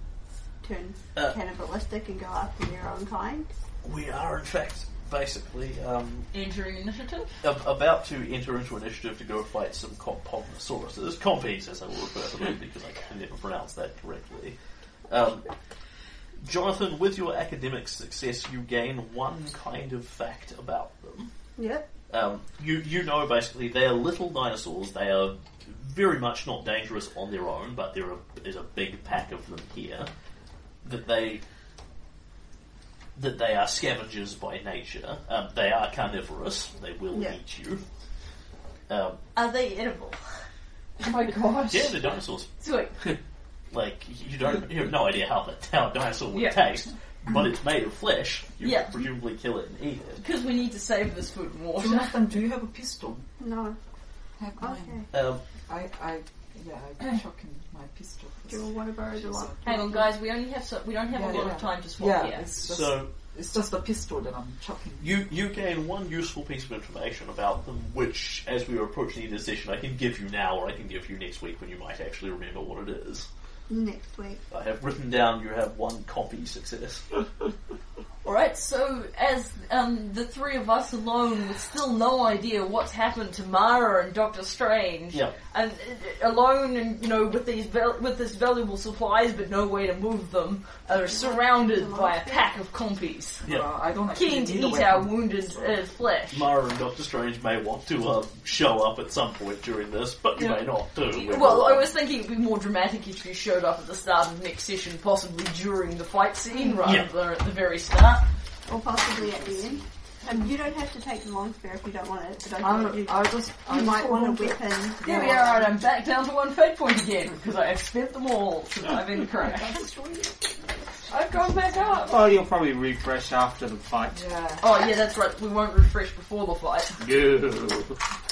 [SPEAKER 2] turn
[SPEAKER 1] Uh.
[SPEAKER 2] cannibalistic and go after their own kind?
[SPEAKER 1] We are, in fact, basically um,
[SPEAKER 3] Injury initiative?
[SPEAKER 1] ab- about to enter into initiative to go fight some compognosauruses, compies as I will refer to them because I can never pronounce that correctly. Um, Jonathan, with your academic success, you gain one kind of fact about them.
[SPEAKER 2] Yep.
[SPEAKER 1] Um, you you know basically they are little dinosaurs. They are very much not dangerous on their own, but there are, is a big pack of them here. That they that they are scavengers by nature. Um, they are carnivorous. They will
[SPEAKER 2] Yeah.
[SPEAKER 1] eat you. Um,
[SPEAKER 3] Are they edible?
[SPEAKER 4] Oh my gosh.
[SPEAKER 1] yeah, the dinosaurs
[SPEAKER 3] Sweet.
[SPEAKER 1] like you don't you have no idea how the how a dinosaur would
[SPEAKER 3] Yeah.
[SPEAKER 1] taste, but it's made of flesh, you
[SPEAKER 3] Yeah.
[SPEAKER 1] could presumably kill it and eat it.
[SPEAKER 3] Because we need to save this food and
[SPEAKER 7] So
[SPEAKER 3] water.
[SPEAKER 7] Nathan, do you have a pistol?
[SPEAKER 2] No.
[SPEAKER 7] I have
[SPEAKER 2] Okay.
[SPEAKER 7] mine.
[SPEAKER 1] Um,
[SPEAKER 7] I, I, yeah, I
[SPEAKER 3] Mm.
[SPEAKER 7] chuck in my pistol.
[SPEAKER 2] Do you want to borrow the lock?
[SPEAKER 3] Hang on, guys. We only have so we don't have
[SPEAKER 7] Yeah,
[SPEAKER 3] a lot
[SPEAKER 7] yeah.
[SPEAKER 3] of time to
[SPEAKER 7] yeah,
[SPEAKER 3] swap here.
[SPEAKER 7] it's just
[SPEAKER 1] so
[SPEAKER 7] it's just a pistol that I'm chucking.
[SPEAKER 1] you you gain one useful piece of information about them, which, as we are approaching the decision, I can give you now, or I can give you next week when you might actually remember what it is.
[SPEAKER 2] Next week.
[SPEAKER 1] I have written down you have one copy success.
[SPEAKER 3] All right. So as um, the three of us alone, with still no idea what's happened to Mara and Doctor Strange,
[SPEAKER 1] Yeah.
[SPEAKER 3] and uh, alone and you know with these val- with this valuable supplies, but no way to move them, are surrounded by a pack of compies,
[SPEAKER 1] Yeah.
[SPEAKER 7] Uh, I don't actually
[SPEAKER 3] keen to
[SPEAKER 7] need a
[SPEAKER 3] eat
[SPEAKER 7] weapon.
[SPEAKER 3] our wounded uh, flesh.
[SPEAKER 1] Mara and Doctor Strange may want to uh, show up at some point during this, but you may not do. We
[SPEAKER 3] Well,
[SPEAKER 1] will-
[SPEAKER 3] I was thinking it'd be more dramatic if you showed up at the start of next session, possibly during the fight scene, rather
[SPEAKER 1] Yeah.
[SPEAKER 3] than at the very start.
[SPEAKER 2] Or possibly at the end. Um, you don't have to take the long spear if you don't want it, but I think you
[SPEAKER 7] I,
[SPEAKER 2] do.
[SPEAKER 7] I just Oh, I
[SPEAKER 2] You
[SPEAKER 7] just
[SPEAKER 2] might want a
[SPEAKER 7] to-
[SPEAKER 2] weapon.
[SPEAKER 3] There we are, and I'm back down to one fate point again, because I have spent them all since I've [laughs] been cracked.
[SPEAKER 4] I've gone back up.
[SPEAKER 5] Oh, you'll probably refresh after the fight.
[SPEAKER 7] Yeah.
[SPEAKER 3] Oh yeah, that's right, we won't refresh before the fight.
[SPEAKER 5] No.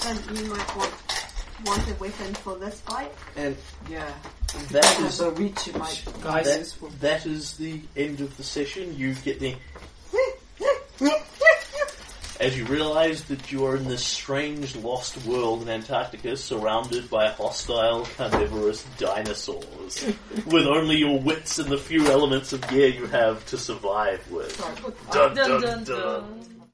[SPEAKER 2] And Um, you might want, want a weapon for this fight.
[SPEAKER 1] and
[SPEAKER 7] Yeah,
[SPEAKER 1] that
[SPEAKER 7] because
[SPEAKER 1] is
[SPEAKER 7] the reach it might
[SPEAKER 5] Guys.
[SPEAKER 7] be useful.
[SPEAKER 1] that is the end of the session. You get the as you realise that you are in this strange lost world in Antarctica, surrounded by hostile carnivorous [laughs] dinosaurs, with only your wits and the few elements of gear you have to survive with.
[SPEAKER 7] So I put
[SPEAKER 1] Dun
[SPEAKER 3] Dun
[SPEAKER 1] dun
[SPEAKER 3] dun
[SPEAKER 1] dun.
[SPEAKER 3] dun.